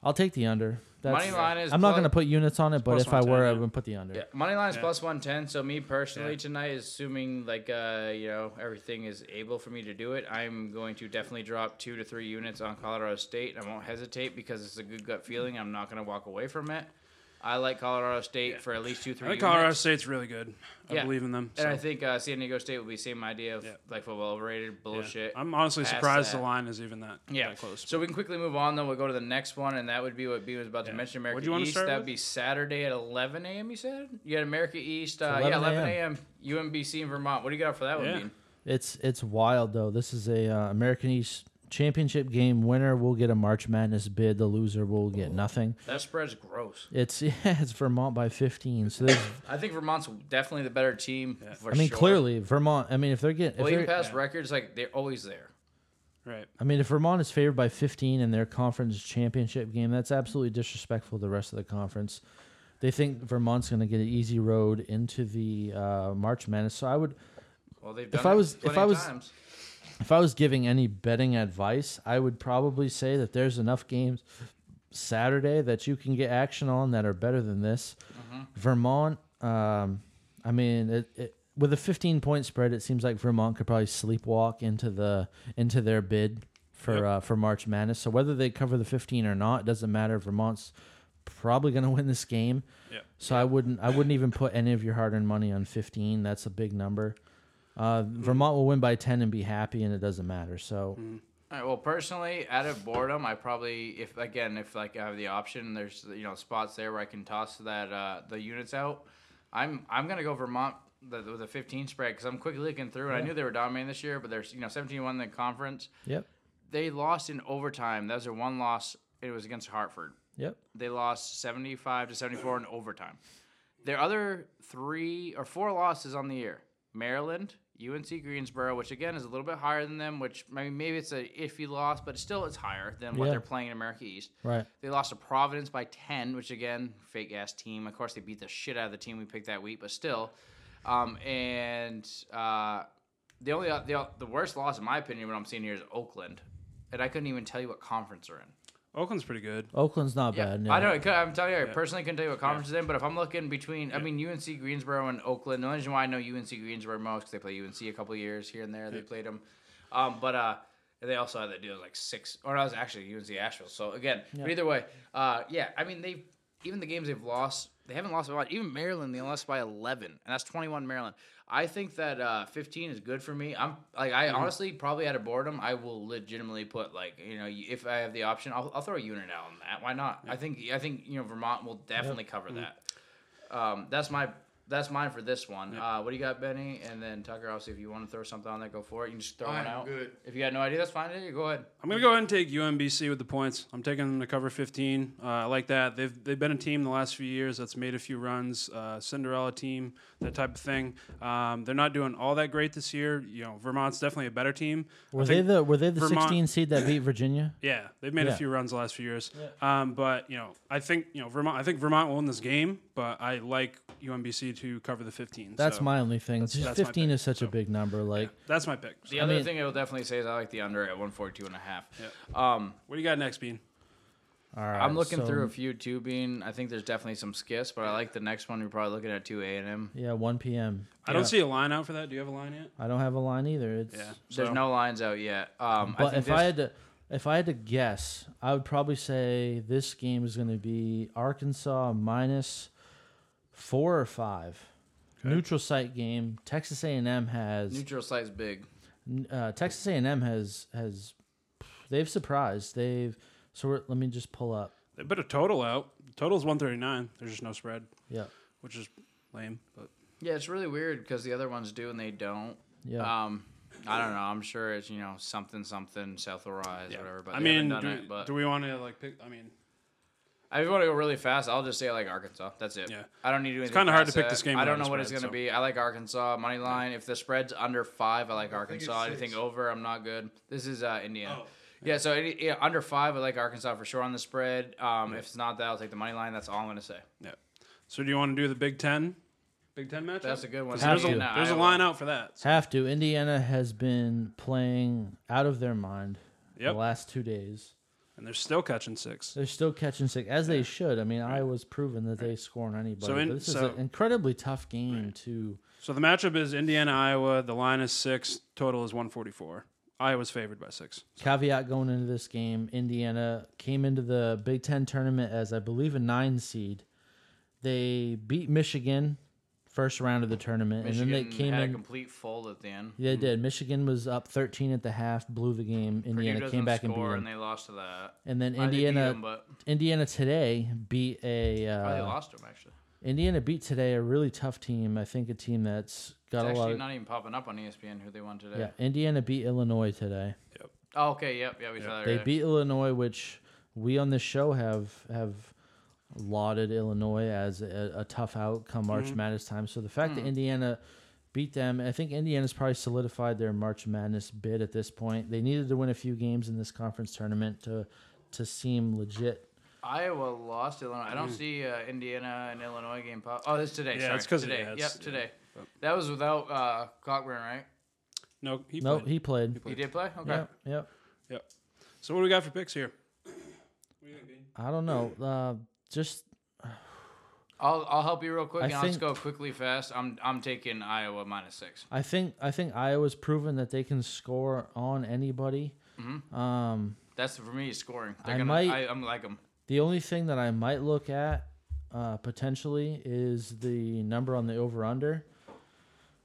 S7: I'll take the under. That's,
S5: Mm-hmm. Money line is
S7: I'm not
S5: plus-
S7: going to put units on it, but
S3: plus
S7: if I
S3: 110,
S7: were, I
S3: yeah.
S7: would put the under.
S5: Yeah, money line is plus 110. So me personally tonight, assuming like uh, you know everything is able for me to do it, I'm going to definitely drop two to three units on Colorado State. I won't hesitate because it's a good gut feeling. I'm not going to walk away from it. I like Colorado State for at least two three.
S3: I think
S5: units.
S3: Colorado State's really good. I
S5: Yeah.
S3: believe in them.
S5: And
S3: so,
S5: I think uh, San Diego State will be same idea of
S3: Yeah.
S5: like football overrated
S3: yeah.
S5: bullshit.
S3: I'm honestly
S5: Past
S3: surprised
S5: that.
S3: the line is even that,
S5: yeah,
S3: that close.
S5: So we can quickly move on though. We'll go to the next one, and that would be what B was about to mention. America
S3: What'd you wanna
S5: East.
S3: start
S5: That would
S3: with?
S5: be Saturday at 11 a.m. You said you had America East. Uh,
S7: 11
S5: yeah, 11
S7: a.m..
S5: a.m. UMBC in Vermont. What do you got for that
S3: Yeah.
S5: one? Bean?
S7: It's it's wild though. This is a uh, American East Championship game. Winner will get a March Madness bid. The loser will
S5: Oh.
S7: get nothing.
S5: That spread's gross.
S7: It's yeah, it's Vermont by 15. So there's,
S5: I think Vermont's definitely the better team. For
S7: I mean
S5: sure.
S7: clearly Vermont. I mean if they're getting,
S5: well,
S7: if
S5: even
S7: they're,
S5: past records, like they're always there.
S3: right.
S7: I mean if Vermont is favored by 15 in their conference championship game, that's absolutely disrespectful to the rest of the conference. They think Vermont's going to get an easy road into the uh, March Madness. So I would,
S5: Well, they've done
S7: I
S5: it
S7: was- if
S5: plenty
S7: I
S5: of
S7: was-
S5: times.
S7: if I was giving any betting advice, I would probably say that there's enough games Saturday that you can get action on that are better than this. Vermont, um, I mean, it, it, with a 15 point spread, it seems like Vermont could probably sleepwalk into the into their bid for uh, for March Madness. So whether they cover the 15 or not, it doesn't matter. Vermont's probably going to win this game.
S3: Yeah.
S7: So I wouldn't I wouldn't even put any of your hard earned money on 15. That's a big number. Uh, Vermont will win by 10 and be happy, and it doesn't matter. So
S5: All right, well, personally, out of boredom, I probably if again if like I have the option, there's you know spots there where I can toss that uh, the units out. I'm I'm gonna go Vermont the, with a 15 spread because I'm quickly looking through and I knew they were dominating this year, but there's you know 17 won the conference.
S7: yep,
S5: They lost in overtime. That was their one loss. It was against Hartford.
S7: yep.
S5: They lost 75 to 74 in overtime. Their other three or four losses on the year Maryland, UNC Greensboro, which again is a little bit higher than them, which maybe, maybe it's a iffy loss, but still it's higher than what
S7: Yeah.
S5: they're playing in America East.
S7: Right.
S5: They lost to Providence by 10, which again, fake ass team. Of course, they beat the shit out of the team we picked that week, but still. Um, and uh, the only the, the worst loss, in my opinion, what I'm seeing here is Oakland. And I couldn't even tell you what conference they're in.
S3: Oakland's pretty good.
S7: Oakland's not
S5: Yeah,
S7: bad. No.
S5: I know. I could- I'm telling you, I personally couldn't tell you what conference it's in, but if I'm looking between, I mean, UNC Greensboro and Oakland. The only reason why I know UNC Greensboro most because they play UNC a couple of years here and there. They played them, um, but uh, they also had that deal like six, or no, it was actually UNC Asheville. So again, but either way, uh, yeah. I mean, they even the games they've lost, they haven't lost by a lot. Even Maryland, they lost by 11, and that's 21 Maryland. I think that uh, 15 is good for me. I'm like, I honestly probably out of boredom, I will legitimately put like, you know, if I have the option, I'll, I'll throw a unit out on that. Why not? I think I think you know Vermont will definitely cover that. Um, that's my that's mine for this one. Uh, what do you got, Benny? And then Tucker, obviously, if you want to throw something on there, go for it. You can just throw one
S6: I'm
S5: out.
S6: good.
S5: If you got no idea, that's fine. Yeah, Go ahead.
S3: I'm gonna go ahead and take UMBC with the points. I'm taking them to cover 15. Uh, I like that. They've they've been a team the last few years that's made a few runs, uh, Cinderella team, that type of thing. Um, they're not doing all that great this year. You know, Vermont's definitely a better team. I
S7: Were they
S3: think-
S7: the Were they the
S3: Vermont-
S7: 16 seed that beat Virginia?
S3: Yeah, they've made
S7: Yeah.
S3: a few runs the last few years. Um, but you know, I think you know Vermont. I think Vermont will win this game, but I like UMBC to cover the 15.
S7: That's
S3: so
S7: my only thing. Just
S3: that's my
S7: 15
S3: pick,
S7: is such a big number. Like,
S3: That's my pick. So
S5: The other
S7: mean-
S5: thing I will definitely say is I like the under at 142 and a half. Um,
S3: what do you got next, Bean?
S7: all right.
S5: I'm looking
S7: so-
S5: through a few too, being I think there's definitely some skiffs, but I like the next one. You're probably looking at two A and M.
S7: Yeah, 1 p.m.
S3: I don't see a line out for that. Do you have a line yet?
S7: I don't have a line either. It's,
S3: Yeah.
S5: There's
S3: So-
S5: no lines out yet. Um, I
S7: But
S5: think
S7: if
S5: this,
S7: I had to, if I had to guess, I would probably say this game is going to be Arkansas minus four or five. Neutral site game. Texas A&M has
S5: neutral site's big.
S7: uh, Texas A&M has has they've surprised. They've so we're, let me just pull up.
S3: They put a total out. The total's 139. There's just no spread,
S7: Yeah,
S3: which is lame. But
S5: Yeah, it's really weird because the other ones do and they don't.
S3: Uh,
S7: yeah.
S5: Um, I don't know. I'm sure it's you know something something South will rise whatever. But
S3: I
S5: they
S3: mean,
S5: haven't done
S3: do,
S5: it, but
S3: do we want to like pick? I mean,
S5: I just want to go really fast. I'll just say I like Arkansas. That's it.
S3: Yeah.
S5: I don't need to. do It's
S3: kinda hard to pick this game
S5: I don't
S3: without a
S5: know what it's
S3: spread,
S5: going to
S3: so.
S5: be. I like Arkansas money line. If the spread's under five, I like Arkansas.
S6: it's
S5: Anything
S6: six.
S5: over, I'm not good. This is uh, Indiana.
S6: Oh.
S5: Yeah, so any, yeah, under five, I like Arkansas for sure on the spread. Um, If it's not that, I'll take the money line. That's all I'm going to say.
S3: yeah. So do you want to do the Big Ten? Big Ten matchup.
S5: That's a good one.
S3: There's, a,
S7: Have to.
S5: Indiana,
S3: there's a
S5: Iowa.
S3: line out for that. So-
S7: Have to. Indiana has been playing out of their mind
S3: Yep.
S7: the last two days.
S3: and they're still catching six.
S7: They're still catching sick, as they should. I mean, Iowa's proven that they score on anybody.
S3: in-
S7: but this is
S3: so-
S7: an incredibly tough game to.
S3: So the matchup is Indiana Iowa. The line is six. Total is 144. Iowa's favored by six.
S7: Caveat going into this game, Indiana came into the Big Ten tournament as, I believe, a nine seed. They beat Michigan first round of the tournament,
S5: Michigan
S7: and then they came
S5: had a
S7: in.
S5: complete fold at the end.
S7: they did. Michigan was up 13 at the half, blew the game.
S5: Purdue
S7: Indiana
S5: doesn't
S7: came back and beat
S5: score,
S7: them.
S5: and they lost to that.
S7: And then
S5: Well, they beat
S7: Indiana,
S5: 'em, but
S7: Indiana today beat a.
S5: oh, they
S7: Uh,
S5: lost to 'em, actually.
S7: Indiana beat today a really tough team. I think a team that's got
S5: It's
S7: a lot.
S5: actually
S7: Of,
S5: not even popping up on E ESPN who they won today.
S7: yeah, Indiana beat Illinois today.
S5: Oh, okay. Yep. Yeah, we saw that.
S7: They
S5: earlier.
S7: beat Illinois, which we on this show have have lauded Illinois as a, a tough outcome March Madness time. So the fact that Indiana beat them, I think Indiana's probably solidified their March Madness bid at this point. They needed to win a few games in this conference tournament to to seem legit.
S5: Iowa lost to Illinois. I don't see uh, Indiana and Illinois game pop. Oh, it's today.
S3: Hmm. Yeah,
S5: sorry.
S3: it's 'cause of-
S5: today.
S3: yeah,
S5: yep,
S3: it's- yeah.
S5: today. That was without uh, Cockburn, right?
S3: No, he
S7: No,
S3: played.
S7: he played.
S5: He did play. Okay.
S7: Yep, yep.
S3: Yep. So what do we got for picks here?
S7: I don't know. Uh, just
S5: I'll I'll help you real quick.
S7: I
S5: and I'll just
S7: think-
S5: go quickly fast. I'm I'm taking Iowa minus six.
S7: I think I think Iowa's proven that they can score on anybody. Um,
S5: That's for me scoring. They're
S7: I
S5: gonna,
S7: might-
S5: I, I'm like them.
S7: The only thing that I might look at uh, potentially is the number on the over under,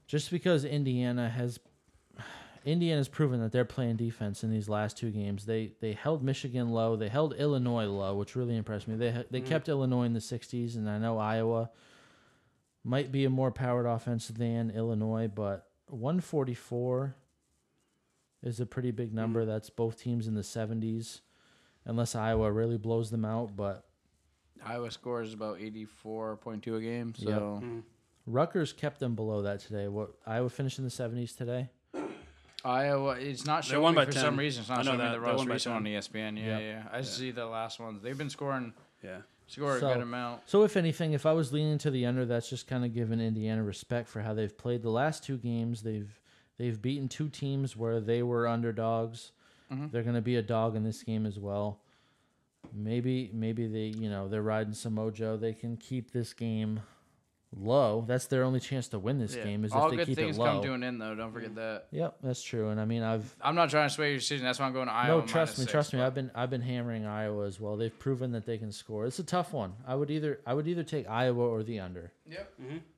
S7: just because Indiana has Indiana's proven that they're playing defense in these last two games. They they held Michigan low, they held Illinois low, which really impressed me. They they kept Illinois in the 60s, and I know Iowa might be a more powered offense than Illinois, but 144 is a pretty big number. That's both teams in the 70s unless Iowa really blows them out. But
S5: Iowa scores about eighty four point two a game. So
S7: Yep. Rutgers kept them below that today. What Iowa finished in the seventies today.
S5: Iowa, it's not showing
S3: won
S5: me
S3: by
S5: for some
S3: 10.
S5: reason. It's
S3: I
S5: not
S3: know
S5: showing me
S3: that.
S5: the
S3: They
S5: most
S3: won by
S5: recent
S3: 10.
S5: on E ESPN. Yeah, yeah. I see the last ones. They've been scoring
S3: Yeah.
S5: score
S7: So-
S5: a good amount.
S7: So if anything, if I was leaning to the under, that's just kind of giving Indiana respect for how they've played the last two games. They've they've beaten two teams where they were underdogs.
S5: Mm-hmm.
S7: They're going to be a dog in this game as well. Maybe maybe they you know they're riding some mojo. They can keep this game low. That's their only chance to win this
S5: Yeah.
S7: game is
S5: All
S7: if they
S5: good
S7: keep it
S5: things
S7: low. Hmm.
S5: come to an end, though. Don't forget that.
S7: yep, that's true. And I mean I've
S5: I'm not trying to sway your decision. That's why I'm going to
S7: No,
S5: Iowa.
S7: trust
S5: minus
S7: me,
S5: six.
S7: trust me. I've been I've been hammering Iowa as well. They've proven that they can score. It's a tough one. I would either I would either take Iowa or the under.
S5: Yep.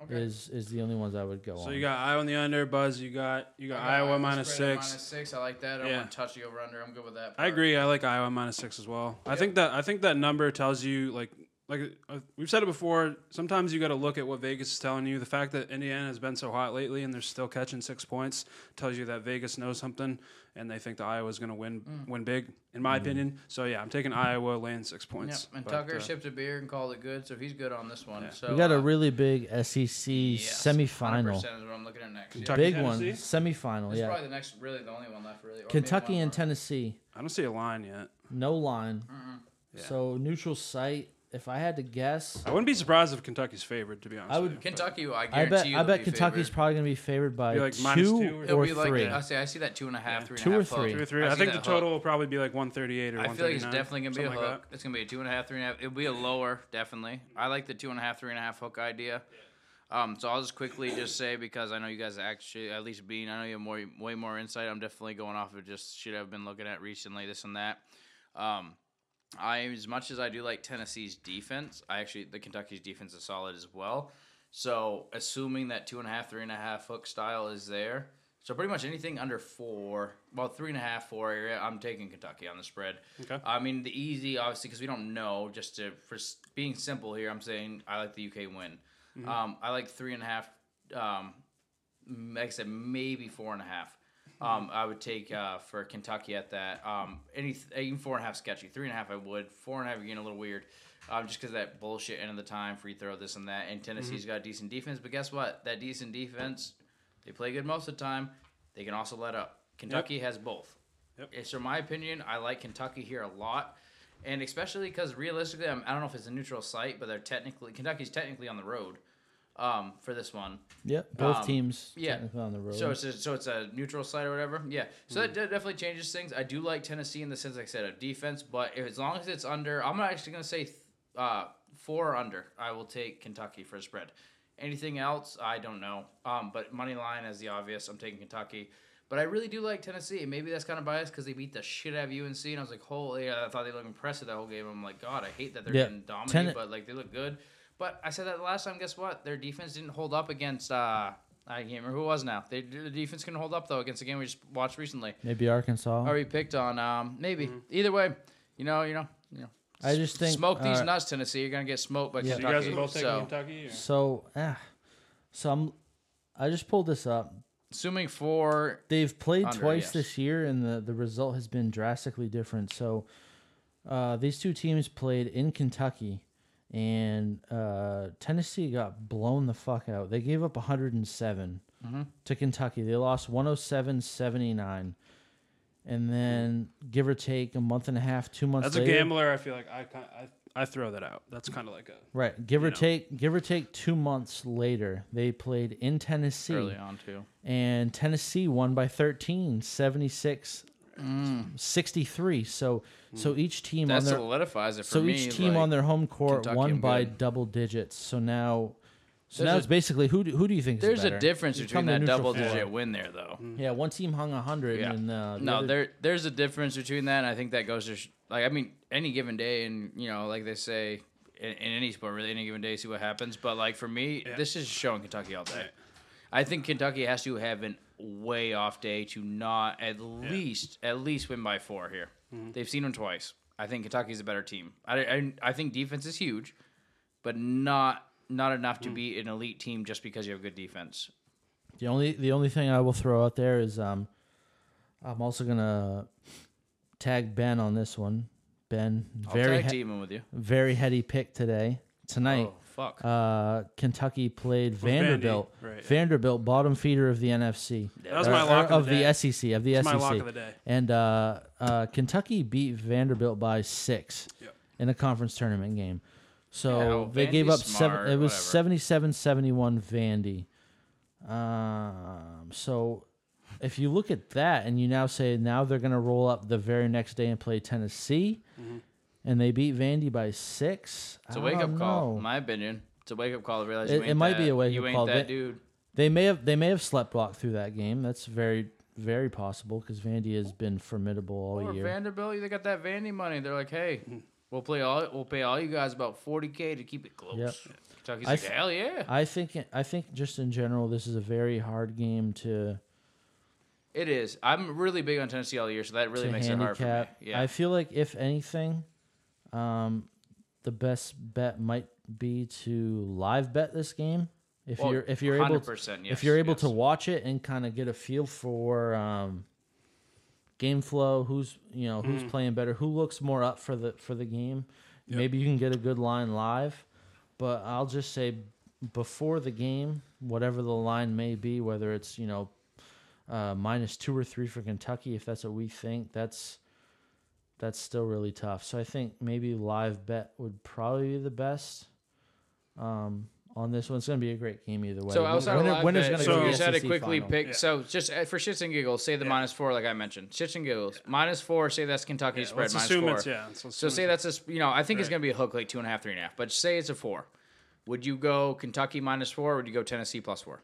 S7: Is is the only ones I would go
S3: So
S7: on.
S3: you got Iowa on the under. Buzz. You got you got Iowa minus
S5: Spread
S3: six.
S5: Minus six. I like that. I don't
S3: Yeah.
S5: want to touch the over under. I'm good with
S3: I
S5: that. part.
S3: agree. I like Iowa minus six as well. I think that I think that number tells you like like uh, we've said it before. Sometimes you got to look at what Vegas is telling you. The fact that Indiana has been so hot lately and they're still catching six points tells you that Vegas knows something and they think that Iowa's going to win
S5: Mm.
S3: win big. In
S7: Mm-hmm.
S3: my opinion, so yeah, I'm taking Iowa laying six
S5: Yep.
S3: points.
S5: And
S3: But,
S5: Tucker
S3: uh,
S5: shipped a beer and called it good, so he's good on this one. So
S7: we got a
S5: uh,
S7: really big SEC
S5: yes,
S7: semifinal.
S5: 100% is what I'm looking at next.
S3: Kentucky,
S7: Big one.
S3: Tennessee?
S7: Semifinal,
S5: It's
S7: yeah.
S5: probably the next, really the only one left, really. or maybe
S7: Kentucky
S5: one
S7: and
S5: more.
S7: Tennessee.
S5: Mm-hmm.
S3: I don't see a line yet.
S7: No line. So neutral site. if I had to guess,
S3: I wouldn't be surprised if Kentucky's favored, to be honest.
S7: I
S3: with
S7: would-
S3: you.
S5: Kentucky, I
S7: I
S5: guarantee
S7: bet
S5: you.
S7: I
S5: they'll
S7: bet
S5: be
S7: Kentucky's
S5: favored.
S7: probably going to be favored by
S3: Be like minus
S7: two,
S3: two or-
S7: or,
S3: It'll
S5: It'll be like
S7: three.
S5: I see. I see that two and a half, three and
S7: Two
S5: a
S7: or
S5: half hook.
S7: three.
S3: Two or three. I,
S5: see
S3: think
S5: that
S3: the
S5: hook.
S3: total will probably be like 138 or
S5: I feel like it's
S3: 139,
S5: definitely gonna be a
S3: something
S5: hook.
S3: like that.
S5: it's gonna be a two and a half, three and a half. It'll be a lower, definitely. I like the two and a half, three and a half hook idea. Um, so I'll just quickly just say because I know you guys actually, at least Bean, I know you have more, way more insight. I'm definitely going off of just shit I've been looking at recently, this and that. Um, I as much as I do like Tennessee's defense, I actually the Kentucky's defense is solid as well. So assuming that two and a half, three and a half hook style is there, so pretty much anything under four, well three and a half, four area, I'm taking Kentucky on the spread.
S3: Okay.
S5: I mean the easy, obviously, because we don't know. Just to for s- being simple here, I'm saying I like the UK win. Um, I like three and a half. Um, like I said, maybe four and a half. Um, I would take uh, for Kentucky at that. Um, any even four and a half sketchy. Three and a half I would. Four and a half you're getting a little weird. Um, just because that bullshit end of the time free throw this and that. And Tennessee's got decent defense, but guess what? That decent defense, they play good most of the time. They can also let up. Kentucky has both.
S3: Yep.
S5: It's in my opinion, I like Kentucky here a lot, and especially because realistically, I'm, I don't know if it's a neutral site, but they're technically Kentucky's technically on the road um, for this one.
S7: Yep, both
S5: Um,
S7: teams
S5: yeah.
S7: technically on the road. Hmm.
S5: So it's a, so it's a neutral site or whatever. Yeah. So that de- definitely changes things. I do like Tennessee in the sense, like I said, of defense. But if, as long as it's under, I'm not actually going to say th- uh, four or under. I will take Kentucky for a spread. Anything else, I don't know. Um, but money line as the obvious. I'm taking Kentucky. But I really do like Tennessee. and Maybe that's kind of biased because they beat the shit out of UNC, and I was like, holy! I thought they looked impressive that whole game. I'm like, God, I hate that they're
S7: Yeah.
S5: getting dominated,
S7: Tenn-
S5: but like they look good. But I said that last time. Guess what? Their defense didn't hold up against. Uh, I can't remember who it was now. They, the defense can hold up though against the game we just watched recently.
S7: Maybe Arkansas.
S5: Or we picked on. Um, maybe
S3: Mm-hmm.
S5: either way, you know, you know, you know.
S7: I just think
S5: smoke these
S7: uh,
S5: nuts, Tennessee. You're gonna get smoked by
S3: So
S7: Yeah.
S5: Kentucky.
S3: you guys are both taking
S5: So,
S3: Kentucky. Or?
S7: So, ah, so I'm. I just pulled this up.
S5: assuming four.
S7: They've played
S5: Under,
S7: twice
S5: yes.
S7: this year, and the, the result has been drastically different. So, uh, these two teams played in Kentucky, and uh, Tennessee got blown the fuck out. They gave up 107
S5: Mm-hmm.
S7: to Kentucky. They lost 107 79. And then, give or take, a month and a half, two months
S3: That's a
S7: later.
S3: gambler. I feel like I, kin- I I throw that out. That's kind of like a
S7: Right. Give or
S3: know.
S7: take, give or take two months later, they played in Tennessee.
S5: Early on too.
S7: and Tennessee won by 13, 76
S5: Mm.
S7: 63. So so each team
S5: That
S7: on their
S5: solidifies it for
S7: so
S5: me.
S7: each team
S5: like-
S7: on their home court
S5: Kentucky,
S7: won
S5: I'm
S7: by
S5: good.
S7: double digits. So now so
S5: There's
S7: now
S5: a-
S7: it's basically who do, who do you think is
S5: There's
S7: better?
S5: a difference
S7: You come
S5: between
S7: to
S5: that
S7: neutral
S5: double
S7: floor.
S5: digit win there though.
S3: Hmm.
S7: Yeah, one team hung 100
S5: Yeah.
S7: and uh, the
S5: no,
S7: other-
S5: there there's a difference between that. And I think that goes to sh- like I mean any given day, and you know, like they say in, in any sport, really any given day, see what happens. But like for me, this is showing Kentucky all day. I think Kentucky has to have an way off day to not at least at least win by four here.
S7: Mm-hmm.
S5: They've seen them twice. I think Kentucky's a better team. I, I, I think defense is huge, but not not enough
S7: Mm.
S5: to be an elite team just because you have good defense.
S7: The only the only thing I will throw out there is um, I'm also gonna tag Ben on this one. Ben,
S5: I'll
S7: very
S5: tag
S7: he-
S5: teaming with you.
S7: very heady pick today tonight.
S5: Oh fuck!
S7: uh, Kentucky played Vanderbilt.
S3: Vandy, right.
S7: Vanderbilt, bottom feeder of the NFC.
S3: That was my lock
S7: of
S3: of the day.
S7: SEC. Of the
S3: That's
S7: SEC.
S3: my lock of the day.
S7: And uh, uh, Kentucky beat Vanderbilt by six
S3: Yep.
S7: in a conference tournament game. So
S5: Yeah,
S7: they
S5: Vandy's
S7: gave up
S5: smart,
S7: seven. It was
S5: whatever.
S7: 77 71 Vandy. Um, so if you look at that and you now say now they're going to roll up the very next day and play Tennessee.
S3: Mm-hmm.
S7: And they beat Vandy by six.
S5: It's a
S7: I
S5: wake up
S7: don't
S5: call,
S7: know.
S5: in my opinion. It's a wake up call to realize
S7: Oh, It-
S5: you ain't
S7: it might
S5: that-
S7: be a wake-up
S5: you ain't
S7: call.
S5: that
S7: They-
S5: dude.
S7: They may have they may have slept walked through that game. That's very very possible because Vandy has been formidable all
S5: Or
S7: year. Hmm.
S5: Vanderbilt, they got that Vandy money. They're like, hey, we'll play all we'll pay all you guys about forty k to keep it close.
S7: Yep.
S5: Kentucky's
S7: I
S5: like,
S7: th-
S5: hell yeah,
S7: I think I think just in general this is a very hard game to
S5: it is. I'm really big on Tennessee all year, so that really
S7: to
S5: makes it hard for
S7: handicap.
S5: me. Yeah,
S7: I feel like if anything, um, the best bet might be to live bet this game if
S5: Well,
S7: you're if you're able
S5: 100%,
S7: if
S5: yes,
S7: you're able to
S5: yes.
S7: watch it and kind of get a feel for um, game flow, who's you know who's
S5: Mm.
S7: playing better, who looks more up for the for the game. Maybe you can get a good line live, but I'll just say before the game, whatever the line may be, whether it's you know uh, minus two or three for Kentucky, if that's what we think. That's that's still really tough. So I think maybe live bet would probably be the best. Um, on this one, it's going to be a great game either way.
S5: So outside of uh, live
S7: winner's
S5: bet,
S7: gonna
S5: so
S7: go to
S5: we
S7: the
S5: just had to
S7: SEC
S5: quickly
S7: final.
S5: pick. So just uh, for shits and giggles, say the minus four, like I mentioned. Shits and giggles, minus four. Say that's Kentucky spread.
S3: let's
S5: minus
S3: assume
S5: four.
S3: it's- yeah, let's
S5: so
S3: assume
S5: say that's a. sp- You know, I think it's going to be a hook like two and a half, three and a half. But say it's a four. Would you go Kentucky minus four? or Would you go Tennessee plus four?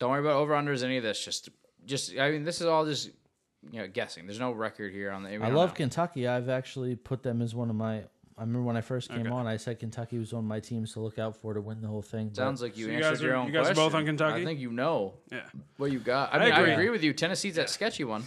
S5: Don't worry about over unders any of this. Just, just I mean, this is all just you know guessing. There's no record here on the. we
S7: I
S5: don't
S7: love
S5: know.
S7: Kentucky. I've actually put them as one of my. I remember when I first came on, I said Kentucky was one of my teams to look out for to win the whole thing. but
S5: Sounds like you,
S3: you
S5: answered
S3: guys are-
S5: your own
S3: you guys are
S5: question.
S3: both on Kentucky?
S5: I think you know
S3: Yeah.
S5: what you got. I, mean, I
S3: agree.
S5: agree. with you. Tennessee's that sketchy one.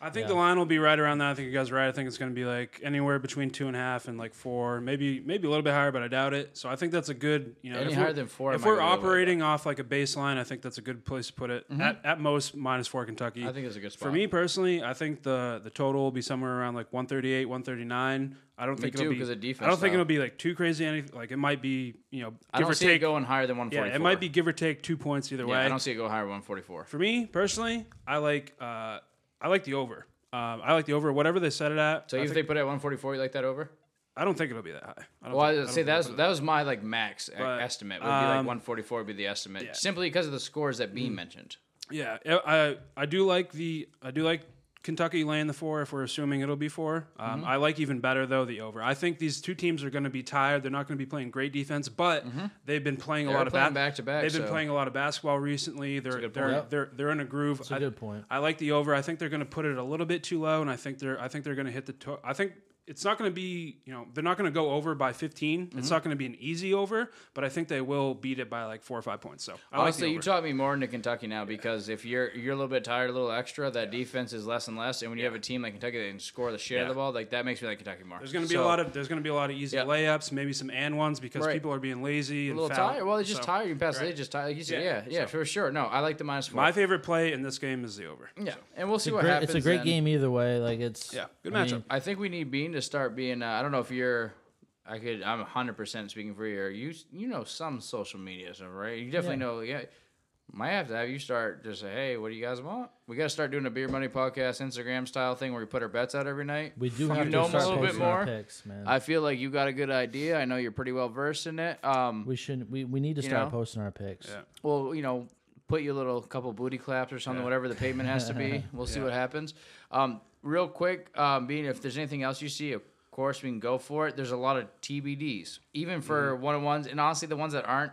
S3: I think the line will be right around that. I think you guys are right. I think it's going to be like anywhere between two and a half and like four, maybe maybe a little bit higher, but I doubt it. So I think that's a good you know
S5: Any
S3: if
S5: higher
S3: we're-
S5: than four, I
S3: If
S5: might
S3: we're
S5: go the other way,
S3: operating off like a baseline, I think that's a good place to put it. At, at most minus four Kentucky.
S5: Mm-hmm. I think it's a good spot.
S3: For me personally, I think the the total will be somewhere around like 138, 139. I don't think
S5: too,
S3: it'll be
S5: 'cause of defense,
S3: I don't think
S5: though.
S3: it'll be like too crazy. Anything like it might be you know give
S5: I don't
S3: or
S5: see
S3: take
S5: it going higher than
S3: Yeah,
S5: 144.
S3: it might be give or take two points either
S5: Yeah,
S3: way.
S5: I don't see it go higher than 144.
S3: For me personally, I like uh, I like the over. Um, I like the over, whatever they set it at.
S5: So
S3: I,
S5: even if
S3: think-
S5: they put it at 144, you like that over?
S3: I don't think it'll be that high. I don't think-
S5: Well, I
S3: I
S5: would
S3: don't
S5: say
S3: think
S5: that was,
S3: it'll be
S5: that was my like max e-
S3: But,
S5: estimate. Would be like
S3: um,
S5: 144 would be the estimate,
S3: yeah. Mm.
S5: simply because of the scores that B mentioned.
S3: Yeah, I I do like the I do like Kentucky laying the four if we're assuming it'll be four.
S5: Mm-hmm.
S3: Um, I like even better though the over. I think these two teams are going to be tired. They're not going to be playing great defense, but they've been playing
S5: They
S3: a
S5: were
S3: lot of
S5: Mm-hmm.
S3: ba-
S5: playing back-to-back,
S3: They've been
S5: so-
S3: playing a lot of basketball recently. They're
S5: good
S3: they're,
S5: point.
S3: they're they're in a groove. That's
S7: a good point.
S3: I like the over. I think they're going to put it a little bit too low, and I think they're I think they're going to hit the. To- I think it's not going to be you know they're not going to go over by 15.
S5: Mm-hmm.
S3: It's not going to be an easy over, but I think they will beat it by like four or five points. So I
S5: Honestly,
S3: like the
S5: you
S3: over.
S5: taught me more into Kentucky now because if you're you're a little bit tired, a little extra, that defense is less and less. And when you have a team like Kentucky that can score the shit out of the ball, like that makes me like Kentucky more.
S3: There's going to be a
S5: So-
S3: lot of there's going to be a lot of easy
S5: Yeah.
S3: layups, maybe some and ones because
S5: Right.
S3: people are being lazy
S5: a
S3: and
S5: little
S3: foul.
S5: tired. Well, they're just
S3: So,
S5: tired. You pass,
S3: right.
S5: they just tired. Like you said,
S3: Yeah,
S5: yeah, yeah,
S3: so-
S5: for sure. No, I like the minus four.
S3: My favorite play in this game is the over.
S5: yeah, and we'll see
S7: It's a
S5: what
S7: great-
S5: happens.
S7: It's a great
S5: then.
S7: game either way. Like it's
S3: Yeah, good
S7: I
S3: matchup.
S7: mean,
S5: I think we need Bean to start being. Uh, I don't know if you're. I could. I'm 100 percent speaking for you. You you know some social media stuff, right? You definitely know. Yeah, might have to have you start just say, hey, what do you guys want? We got to start doing a beer money podcast Instagram style thing where we put our bets out every night.
S7: we do
S5: You
S7: have
S5: know
S7: to
S5: 'em a
S7: start
S5: little bit
S7: posting our
S5: more.
S7: picks, man.
S5: I feel like you got a good idea. I know you're pretty well versed in it. Um,
S7: we should. We, we need to start
S5: know?
S7: posting our picks.
S5: well, you know, put your little couple booty claps or something, whatever the payment has to be. We'll see what happens. Um, real quick, um, being if there's anything else you see, of course we can go for it. There's a lot of TBDs, even for
S7: Mm-hmm.
S5: one on ones, and honestly, the ones that aren't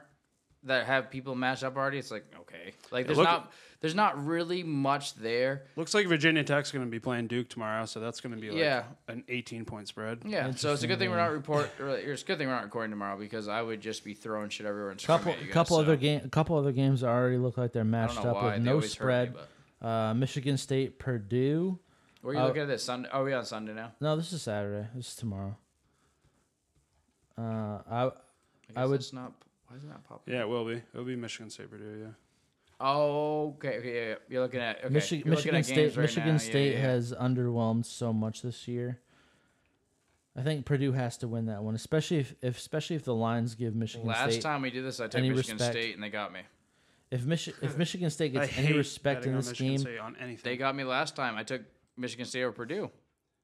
S5: that have people matched up already. It's like okay, like there's
S3: look-
S5: not there's not really much there.
S3: Looks like Virginia Tech's going to be playing Duke tomorrow, so that's going to be like
S5: Yeah.
S3: an 18 point spread.
S5: Yeah, so it's a good thing we're not report. Or it's a good thing we're not recording tomorrow because I would just be throwing shit everywhere and screaming
S7: couple
S5: at you guys,
S7: couple
S5: so.
S7: other game a couple other games that already look like they're matched
S5: know
S7: up
S5: why,
S7: with
S5: they
S7: no
S5: always hurt me,
S7: spread. uh, Michigan State, Purdue.
S5: Where are you
S7: Uh,
S5: looking at this Sunday? Are we on Sunday now?
S7: No, this is Saturday. This is tomorrow. Uh, I
S5: I,
S7: would-
S5: It's not. Why is it not popping?
S3: Yeah, it will be. It'll be Michigan State Purdue. Yeah.
S5: Oh, okay, okay, yeah, yeah. You're looking at okay.
S7: Michi-
S5: You're looking
S7: Michigan
S5: at games
S7: State.
S5: right
S7: Michigan
S5: now. Yeah,
S7: State
S5: yeah, yeah.
S7: has underwhelmed so much this year. I think Purdue has to win that one, especially if, if especially if the lines give Michigan
S5: Last
S7: State
S5: time we did this, I took
S7: any
S5: Michigan
S7: respect.
S5: State, and they got me.
S7: if Michi- if Michigan State
S3: I
S7: gets any
S3: hate
S7: respect
S3: betting
S7: in
S3: on
S7: this
S3: Michigan
S7: game.
S3: State on anything.
S5: They got me last time. I took Michigan State or Purdue.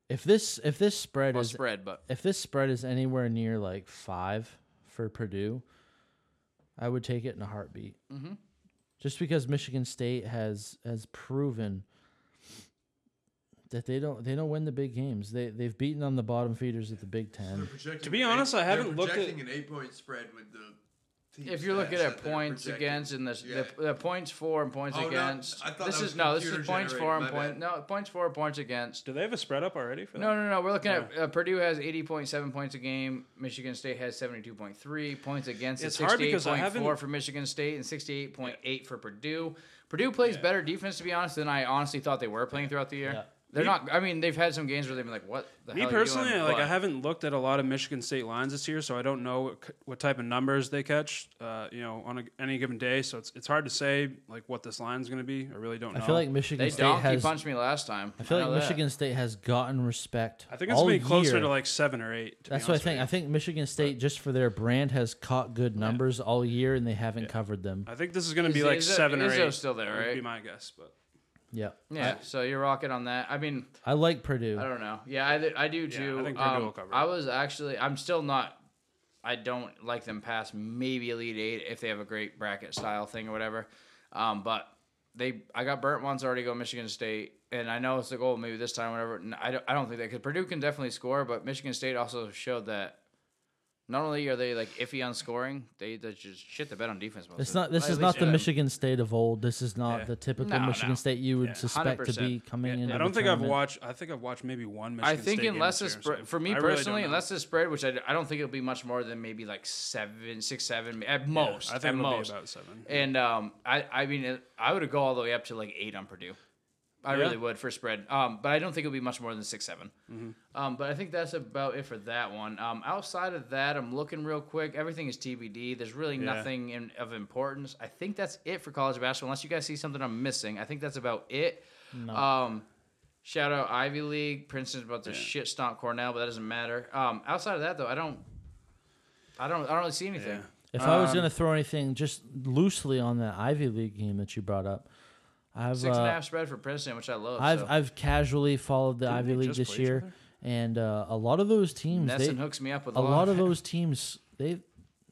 S7: If this if this spread
S5: Well,
S7: is
S5: spread, but
S7: if this spread is anywhere near like five for Purdue, I would take it in a heartbeat. Mm-hmm. Just because Michigan State has has proven that they don't they don't win the big games. They they've beaten on the bottom feeders at the Big Ten.
S6: Projecting
S3: To be
S6: an eight-
S3: honest, I
S6: they're
S3: haven't looked at-
S6: projecting an eight-point spread with the. team
S5: if you're looking
S6: stats
S5: at
S6: that they're
S5: points
S6: projecting.
S5: against and the,
S6: Yeah.
S5: the, the points for and points
S6: Oh, no,
S5: against,
S6: I thought
S5: this
S6: that
S5: is
S6: was
S5: no, this is
S6: computer
S5: points for and
S6: generated, my
S5: point no points for points against.
S3: Do they have a spread up already for
S5: No,
S3: that?
S5: no, no. We're looking at uh, Purdue has 80.7 points a game. Michigan State has 72.3 points against.
S3: It's
S5: It's
S3: hard because I
S5: 68.4
S3: haven't-
S5: for Michigan State and 68.8 for Purdue. Purdue plays better defense, to be honest, than I honestly thought they were playing throughout the year. They're not. I mean, they've had some games where they've been like, "What the
S3: Me
S5: hell?"
S3: personally,
S5: are you doing?
S3: like
S5: But
S3: I haven't looked at a lot of Michigan State lines this year, so I don't know what, c- what type of numbers they catch, uh, you know, on a, any given day. So it's it's hard to say like what this line's going to be. I really don't know.
S7: I feel like Michigan
S5: They
S7: State
S5: donkey
S7: has.
S5: punched me last time.
S7: I feel
S5: know
S7: like
S5: that.
S7: Michigan State has gotten respect.
S3: I think it's
S7: all
S3: gonna be closer
S7: year.
S3: to like seven or eight. to be
S7: That's what I
S3: honest with
S7: think. I think Michigan State, just for their brand, has caught good numbers all year, and they haven't covered them.
S3: you. I think this is going to be
S5: Is-
S3: like
S5: is it-
S3: seven or
S5: Izzo's
S3: eight.
S5: still there,
S3: Would be
S5: right?
S3: my guess, but
S7: Yeah.
S5: Yeah, so you're rocking on that. I mean,
S7: I like Purdue.
S5: I don't know. Yeah, I, I do too.
S3: I think Purdue
S5: um,
S3: will cover it.
S5: I was actually, I'm still not. I don't like them past maybe Elite Eight if they have a great bracket style thing or whatever. Um, but they, I got burnt once already. Go Michigan State, and I know it's the goal. Maybe this time, whatever. And I don't, I don't think that because Purdue can definitely score, but Michigan State also showed that. Not only are they like iffy on scoring, they, they just shit the bed on defense. Most
S7: It's
S5: of the-
S7: not. This
S5: at
S7: is
S5: least
S7: not the
S5: them.
S7: Michigan State of old. This is not
S3: Yeah.
S7: the typical
S5: No,
S7: Michigan
S5: no.
S7: State you would
S3: Yeah.
S7: suspect to be
S5: 100%.
S7: coming in.
S3: I don't think I've watched. I think I've watched maybe one. Michigan
S5: I think
S3: State game
S5: unless
S3: this
S5: it's
S3: year,
S5: spread,
S3: so
S5: for me
S3: I really don't
S5: personally,
S3: know.
S5: unless it's spread, which I, I don't think it'll be much more than maybe like seven, six, seven at most.
S3: I think
S5: at
S3: it'll
S5: most.
S3: be about seven.
S5: And um, I I mean it- I would go all the way up to like eight on Purdue. I
S3: Yeah.
S5: really would for spread. Um, but I don't think it'll be much more than six seven. Um, but I think that's about it for that one. Um, outside of that, I'm looking real quick. Everything is TBD. There's really nothing in, of importance. I think that's it for college basketball. Unless you guys see something I'm missing, I think that's about it. Um, shout out Ivy League. Princeton's about to shit stomp Cornell, but that doesn't matter. Um, outside of that though, I don't, I don't, I don't really see anything.
S7: If I was going to throw anything just loosely on that Ivy League game that you brought up, I've
S5: Six and a
S7: uh,
S5: half spread for Princeton, which I love.
S7: I've
S5: so.
S7: I've casually followed the Ivy
S3: they
S7: League
S3: just
S7: this
S3: play each
S7: year,
S3: other?
S7: and uh, a lot of those teams,
S5: Nesson
S7: they,
S5: hooks me up with
S7: a lot of
S5: it.
S7: those teams, they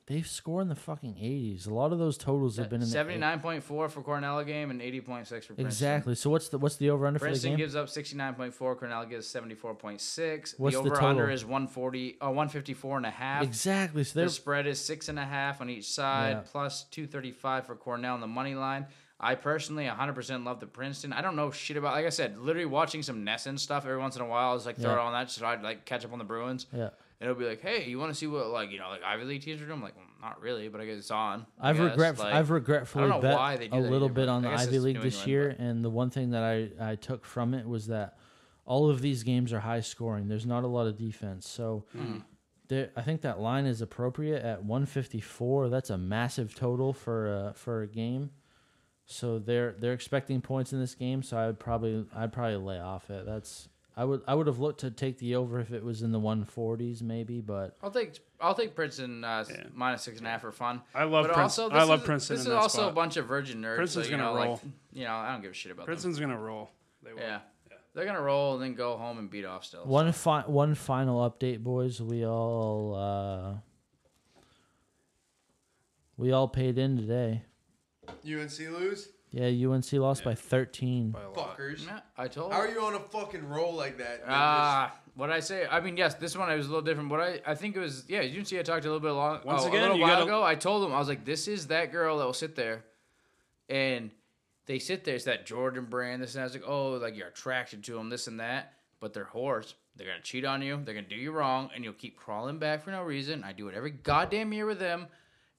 S7: they score in the fucking eighties. A lot of those totals have been in the
S5: Seventy nine point four for Cornell game and eighty point six for Princeton.
S7: Exactly. So what's the what's the over under for the
S5: Princeton
S7: game?
S5: gives up sixty nine point four. Cornell gives seventy four point six.
S7: What's the
S5: over under
S7: total?
S5: is one forty uh, one fifty four and a half.
S7: exactly. So
S5: The
S7: they're
S5: spread is six and a half on each side,
S7: Yeah.
S5: plus two thirty five for Cornell on the money line. I personally 100% love the Princeton. I don't know shit about, like I said, literally watching some Nesson stuff every once in a while. I was like, throw
S7: Yeah.
S5: it on that, so I'd like catch up on the Bruins.
S7: yeah.
S5: And it'll be like, hey, you want to see what, like, you know, like Ivy League teams are doing? I'm like, well, not really, but I guess it's on. I
S7: I've
S5: guess,
S7: regret
S5: like-
S7: I've regretfully
S5: I don't know
S7: bet
S5: why they do
S7: a
S5: that
S7: little
S5: either,
S7: bit
S5: but
S7: on
S5: I
S7: the
S5: guess
S7: Ivy
S5: it's
S7: League
S5: New
S7: this
S5: England,
S7: year,
S5: but-
S7: and the one thing that I I took from it was that all of these games are high scoring. There's not a lot of defense, so. There, I think that line is appropriate at 154. That's a massive total for a, for a game. So they're they're expecting points in this game. So I would probably I'd probably lay off it. That's I would I would have looked to take the over if it was in the 140s maybe, but
S5: I'll take I'll take Princeton uh, minus six and a half for fun.
S3: I love
S5: But
S3: Prince-
S5: also,
S3: I
S5: this
S3: love
S5: is-
S3: Princeton
S5: This
S3: in
S5: is
S3: that
S5: also
S3: spot.
S5: a bunch of virgin nerds.
S3: Princeton's
S5: so, you
S3: gonna
S5: know,
S3: roll.
S5: Like, you know, I don't give a shit about Princeton.
S3: Princeton's gonna roll. They will.
S5: Them. Yeah. they're gonna roll and then go home and beat off still.
S7: One fi- one final update, boys. We all uh, we all paid in today.
S6: UNC lose?
S7: Yeah, UNC lost by 13.
S6: Fuckers.
S5: Yeah, I told.
S6: How are you on a fucking roll like that? man?
S5: Ah, what I say? I mean, yes, this one I was a little different. What I I think it was. Yeah, you didn't see I talked a little bit long.
S3: Once
S5: oh,
S3: again,
S5: a little
S3: you
S5: while
S3: gotta-
S5: ago, I told them I was like, this is that girl that will sit there, and they sit there. It's that Jordan brand. This and I was like, oh, like you're attracted to them. This and that. But they're whores. They're gonna cheat on you. They're gonna do you wrong, and you'll keep crawling back for no reason. I do it every goddamn year with them,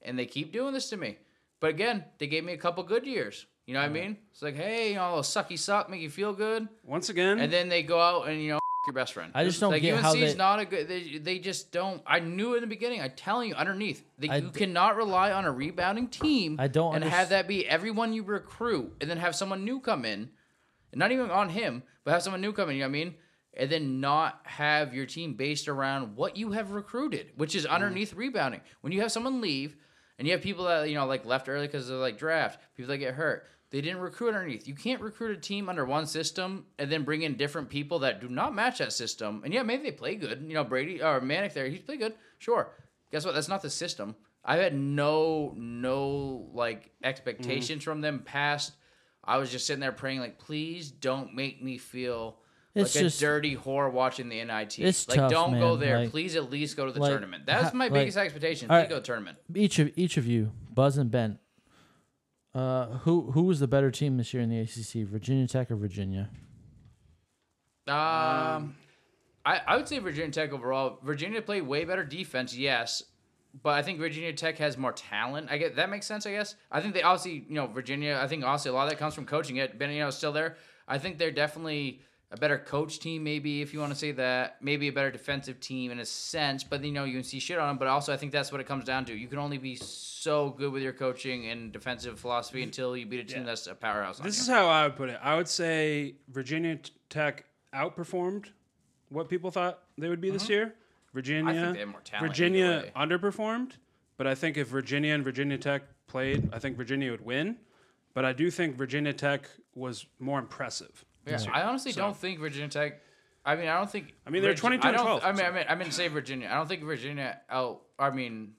S5: and they keep doing this to me. But again, they gave me a couple good years. You know
S3: Mm-hmm.
S5: what I mean? It's like, hey, you know, a little sucky suck, make you feel good
S3: Once again,
S5: and then they go out and you know your best friend.
S7: I just don't
S5: like
S7: get
S5: UNC's
S7: how they-
S5: not a good. They, they just don't. I knew in the beginning. I telling you underneath that
S7: I
S5: you
S7: d-
S5: cannot rely on a rebounding team.
S7: I don't
S5: and
S7: underst-
S5: have that be everyone you recruit, and then have someone new come in, and not even on him, but have someone new come in. You know what I mean? And then not have your team based around what you have recruited, which is underneath rebounding. When you have someone leave, and you have people that you know like left early because they're like draft, people that get hurt. They didn't recruit underneath. You can't recruit a team under one system and then bring in different people that do not match that system. And yeah, maybe they play good. You know, Brady or Manic there, he's played good. Sure. Guess what? That's not the system. I had no no like expectations from them past. I was just sitting there praying, like, please don't make me feel
S7: It's
S5: like
S7: just-
S5: a dirty whore watching the NIT.
S7: It's
S5: like,
S7: tough,
S5: don't go
S7: man.
S5: there.
S7: Like-
S5: please at least go to the
S7: like,
S5: tournament.
S7: ha-
S5: That's my
S7: like-
S5: biggest expectation.
S7: All
S5: Please
S7: right.
S5: go to the tournament.
S7: Each of each of you, Buzz and Ben. Uh, who who was the better team this year in the ACC? Virginia Tech or Virginia?
S5: Um, I, I would say Virginia Tech overall. Virginia played way better defense, yes, but I think Virginia Tech has more talent. I get that makes sense. I guess I think they obviously you know Virginia. I think obviously a lot of that comes from coaching. It Benio's still there. I think they're definitely a better coach team, maybe if you want to say that. Maybe a better defensive team in a sense, but you know you can see shit on them. But also I think that's what it comes down to. You can only be so good with your coaching and defensive philosophy until you beat a team that's a powerhouse. on
S3: This
S5: you.
S3: is how I would put it. I would say Virginia T- Tech outperformed what people thought they would be this year. Virginia,
S5: Mm-hmm. they have more talent either
S3: Virginia
S5: way.
S3: underperformed, but I think if Virginia and Virginia Tech played, I think Virginia would win. but I do think Virginia Tech was more impressive.
S5: Yeah, I honestly don't think Virginia Tech. I mean, I don't think. I
S3: mean, they're 22
S5: I
S3: and
S5: don't,
S3: 12,
S5: I mean,
S3: so-
S5: I mean, I mean, say Virginia. I don't think Virginia out. I mean,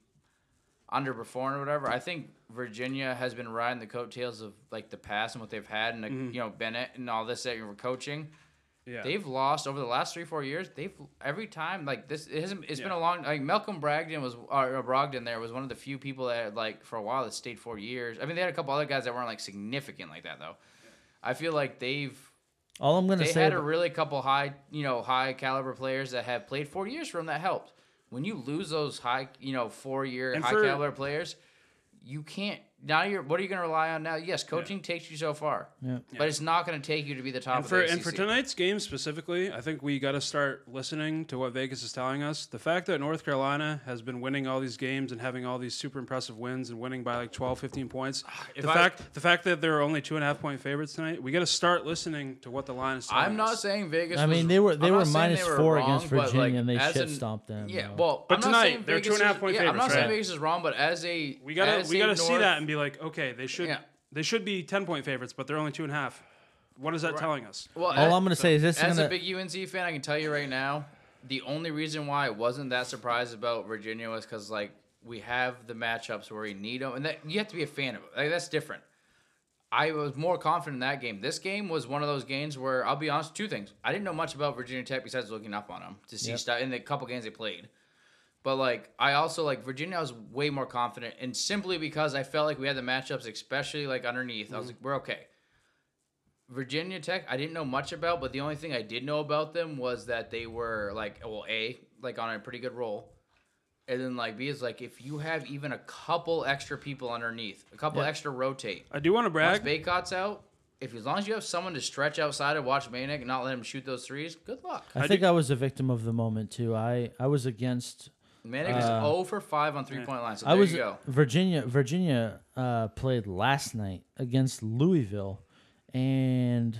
S5: underperformed or whatever. I think Virginia has been riding the coattails of like the past and what they've had, and like, you know Bennett and all this that you were coaching.
S3: Mm-hmm. Yeah,
S5: They've lost over the last three four years. They've every time like this. It hasn't. It's been
S3: Yeah.
S5: a long. Like Malcolm Brogdon was or Brogdon there was one of the few people that like for a while that stayed four years. I mean, they had a couple other guys that weren't like significant like that though. I feel like they've
S7: All I'm gonna
S5: they
S7: say,
S5: had a
S7: ab-
S5: really couple high, you know, high caliber players that have played four years for them. That helped. When you lose those high, you know, four year
S3: And
S5: high
S3: for-
S5: caliber players, you can't. Now you're. What are you going to rely on now? Yes, coaching takes you so far, but it's not going to take you to be the top
S3: and
S5: of
S3: for
S5: the ACC.
S3: and for tonight's game specifically, I think we got to start listening to what Vegas is telling us. The fact that North Carolina has been winning all these games and having all these super impressive wins and winning by like 12, 15 points, the
S5: Ah, I-
S3: fact the fact that they're only two and a half point favorites tonight, we got to start listening to what the line is telling
S5: I'm not
S3: us.
S5: saying Vegas.
S7: I
S5: was-
S7: mean, they were- they
S5: I'm
S7: were
S5: not saying
S7: minus
S5: they were
S7: four
S5: wrong,
S7: against
S5: but, like,
S7: Virginia, and they
S5: as an-
S7: shit-stomped them,
S5: Yeah,
S7: though.
S5: well,
S3: But
S5: I'm
S3: tonight,
S5: not saying
S3: they're
S5: Vegas
S3: two and a half
S5: is-
S3: point
S5: yeah, I'm not
S3: favorites,
S5: saying
S3: right?
S5: Vegas is wrong, but as a
S3: we gotta
S5: as
S3: we
S5: a
S3: gotta see
S5: North-
S3: that and be like, okay, they should
S5: Yeah.
S3: they should be ten point favorites, but they're only two and a half. What is that telling us?
S5: Well,
S7: all
S5: a-
S7: I'm gonna say is this is
S5: As
S7: gonna.
S5: a big UNC fan, I can tell you right now, the only reason why I wasn't that surprised about Virginia was because like we have the matchups where we need them, and that you have to be a fan of it. Like that's different. I was more confident in that game. This game was one of those games where I'll be honest. Two things: I didn't know much about Virginia Tech besides looking up on them to see stuff in the couple games they played. But like I also like Virginia, I was way more confident, and simply because I felt like we had the matchups, especially like underneath. I was
S7: Mm-hmm.
S5: like, we're okay. Virginia Tech, I didn't know much about, but the only thing I did know about them was that they were like, well, a like on a pretty good roll, and then like B is like if you have even a couple extra people underneath, a couple extra rotate.
S3: I do want to
S5: Once
S3: brag.
S5: Baycott's out, if as long as you have someone to stretch outside and watch Manic and not let him shoot those threes, good luck.
S7: I think I was a victim of the moment too. I I was against.
S5: Manic is
S3: Uh,
S5: 0 for 5 on three point line, so
S7: I
S5: there
S7: was
S5: you go.
S7: Virginia. Virginia uh, played last night against Louisville, and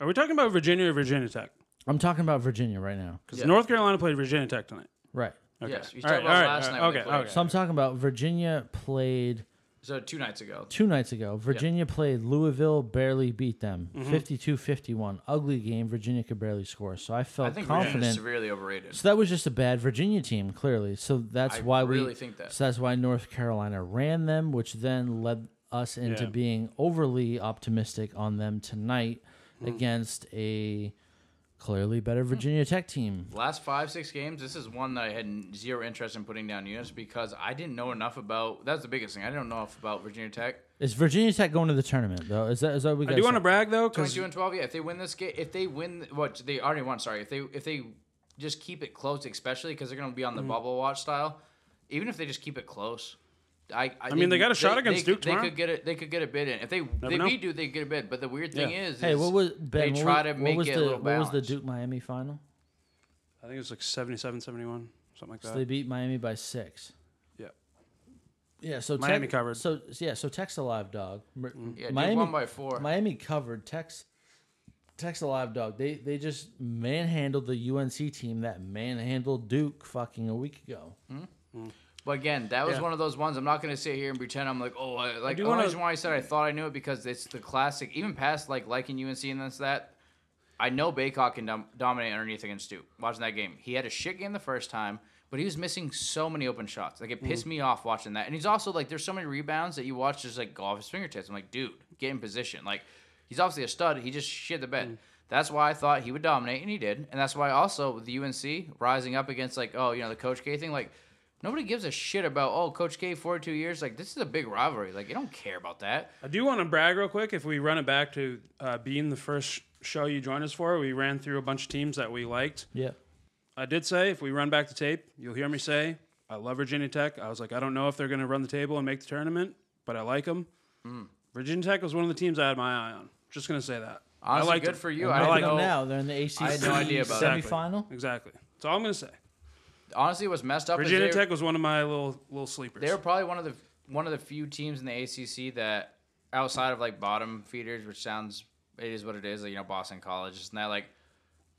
S3: Are we talking about Virginia or Virginia Tech?
S7: I'm talking about Virginia right now.
S3: Because North Carolina played Virginia Tech tonight.
S7: Right.
S5: Yes, you
S3: All
S5: talked
S3: right,
S5: about
S3: all right,
S5: last
S3: all right,
S5: night. when they
S3: okay,
S5: played.
S3: okay.
S7: So I'm talking about Virginia played
S5: So two nights ago,
S7: two nights ago. Virginia played Louisville, barely beat them 52 51. Ugly game. Virginia could barely score. So I
S5: I
S7: felt
S5: think Virginia is
S7: confident.
S5: severely overrated.
S7: So that was just a bad Virginia team, clearly. So that's
S5: I
S7: why we
S5: really think that.
S7: So that's why North Carolina ran them, which then led us into
S3: Yeah.
S7: being overly optimistic on them tonight against a clearly better Virginia Tech team.
S5: Last five, six games, this is one that I had n- zero interest in putting down units because I didn't know enough about. That's the biggest thing. I didn't know enough about Virginia Tech.
S7: Is Virginia Tech going to the tournament though? Is that is that what we
S3: I
S7: got?
S3: do want to brag though, because
S5: 22 and 12, yeah. If they win this game, if they win, what they already won, sorry. If they if they just keep it close, especially because they're going to be on
S3: Mm-hmm.
S5: the bubble watch style, even if they just keep it close. I, I,
S3: mean, they got a shot against
S5: they,
S3: Duke
S5: They
S3: tomorrow.
S5: could get it. They could get a bid in. If they they
S3: know.
S5: beat Duke, they get a bid. But the weird thing
S3: Yeah.
S5: is,
S7: Hey,
S5: is
S7: what was Ben?
S5: they
S7: what was-
S5: try to
S7: what
S5: make
S7: was
S5: it
S7: the,
S5: a little
S7: What was the
S5: balanced.
S7: Duke Miami final?
S3: I think it was like 77, 71, something like that.
S7: So they beat Miami by six.
S3: Yeah.
S7: Yeah, so
S3: Miami
S7: Tech-
S3: covered. Mm-hmm.
S7: So yeah, so Tech's a live dog. Mer-
S5: Yeah, Duke won by four.
S7: Miami covered. Tech's Tech's a live dog. They they just manhandled the UNC team that manhandled Duke fucking a week ago.
S5: Mm-hmm. But again, that was
S3: Yeah.
S5: one of those ones. I'm not going to sit here and pretend I'm like, oh, I, like
S3: do
S5: the only
S3: wanna-
S5: reason why I said I thought I knew it because it's the classic. Even past like liking UNC and this that, I know Baycock can dom- dominate underneath against Duke. Watching that game, he had a shit game the first time, but he was missing so many open shots. Like it pissed me off watching that. And he's also like, there's so many rebounds that you watch just like go off his fingertips. I'm like, dude, get in position. Like he's obviously a stud. He just shit the bed. That's why I thought he would dominate, and he did. And that's why also with the UNC rising up against like, oh, you know, the Coach K thing, like. Nobody gives a shit about oh Coach K forty two years like this is a big rivalry like you don't care about that.
S3: I do want to brag real quick. If we run it back to uh, being the first show you joined us for, we ran through a bunch of teams that we liked.
S7: Yeah.
S3: I did say if we run back the tape, you'll hear me say I love Virginia Tech. I was like, I don't know if they're going to run the table and make the tournament, but I like them.
S5: Mm.
S3: Virginia Tech was one of the teams I had my eye on. Just going to say that.
S5: Honestly,
S3: I liked
S5: good
S3: them.
S5: for you.
S3: I
S5: I,
S3: like
S5: like
S7: Now-
S3: them.
S5: know,
S7: Now they're in the ACC
S5: I had no idea about that.
S7: semifinal.
S3: Exactly. That's all I'm going to say.
S5: honestly, what's messed up
S3: Virginia
S5: is they,
S3: Tech was one of my little little sleepers.
S5: they were probably one of the one of the few teams in the ACC that outside of like bottom feeders, which sounds it is what it is, like, you know Boston College, and that like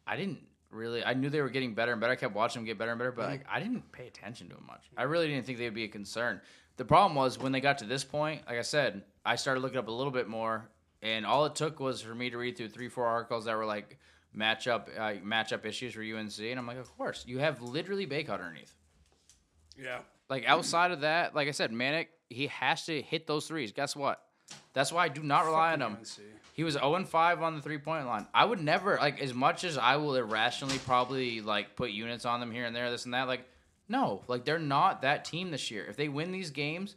S5: I didn't really. I knew they were getting better and better. I kept watching them get better and better, but like I didn't pay attention to them much. I really didn't think they'd be a concern. The problem was when they got to this point, like I said, I started looking up a little bit more, and all it took was for me to read through three, four articles that were like matchup uh, matchup issues for UNC, and I'm like, of course, you have literally Baycott underneath.
S3: Yeah.
S5: Like outside of that, like I said, Manic, he has to hit those threes. Guess what? That's why I do not rely on him. He was 0 5 on the three point line. I would never like as much as I will irrationally probably like put units on them here and there, this and that, like no, like they're not that team this year. If they win these games,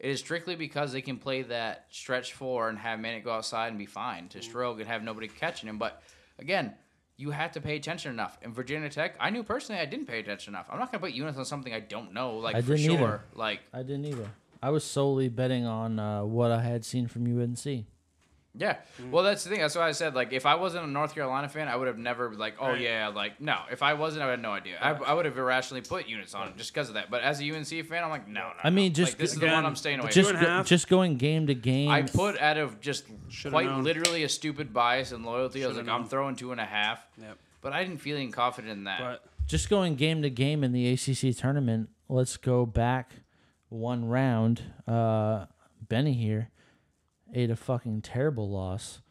S5: it is strictly because they can play that stretch four and have Manic go outside and be fine to stroke and have nobody catching him. But again, you have to pay attention enough. In Virginia Tech, I knew personally I didn't pay attention enough. I'm not gonna put units on something I don't know, like
S7: I
S5: for
S7: didn't
S5: sure.
S7: either.
S5: Like
S7: I didn't either. I was solely betting on uh, what I had seen from UNC.
S5: Yeah.
S3: Mm-hmm.
S5: Well, that's the thing. That's why I said, like, if I wasn't a North Carolina fan, I would have never, like, oh, yeah, like, no. If I wasn't, I would have no idea. I, I would have irrationally put units on him just because of that. But as a UNC fan, I'm like, no, no.
S7: I mean,
S5: no.
S7: just
S5: Like, this is the
S3: again,
S5: one I'm staying away
S7: Just
S3: and a
S5: from.
S7: go-
S3: half.
S7: just going game to game.
S5: I put out of just
S3: Should've
S5: quite
S3: known.
S5: literally a stupid bias and loyalty. I was
S3: Should've
S5: like,
S3: known.
S5: I'm throwing two and a half.
S3: Yep.
S5: But I didn't feel any confident in that.
S3: But
S7: just going game to game in the ACC tournament, let's go back one round. Uh, Benny here ate a fucking terrible loss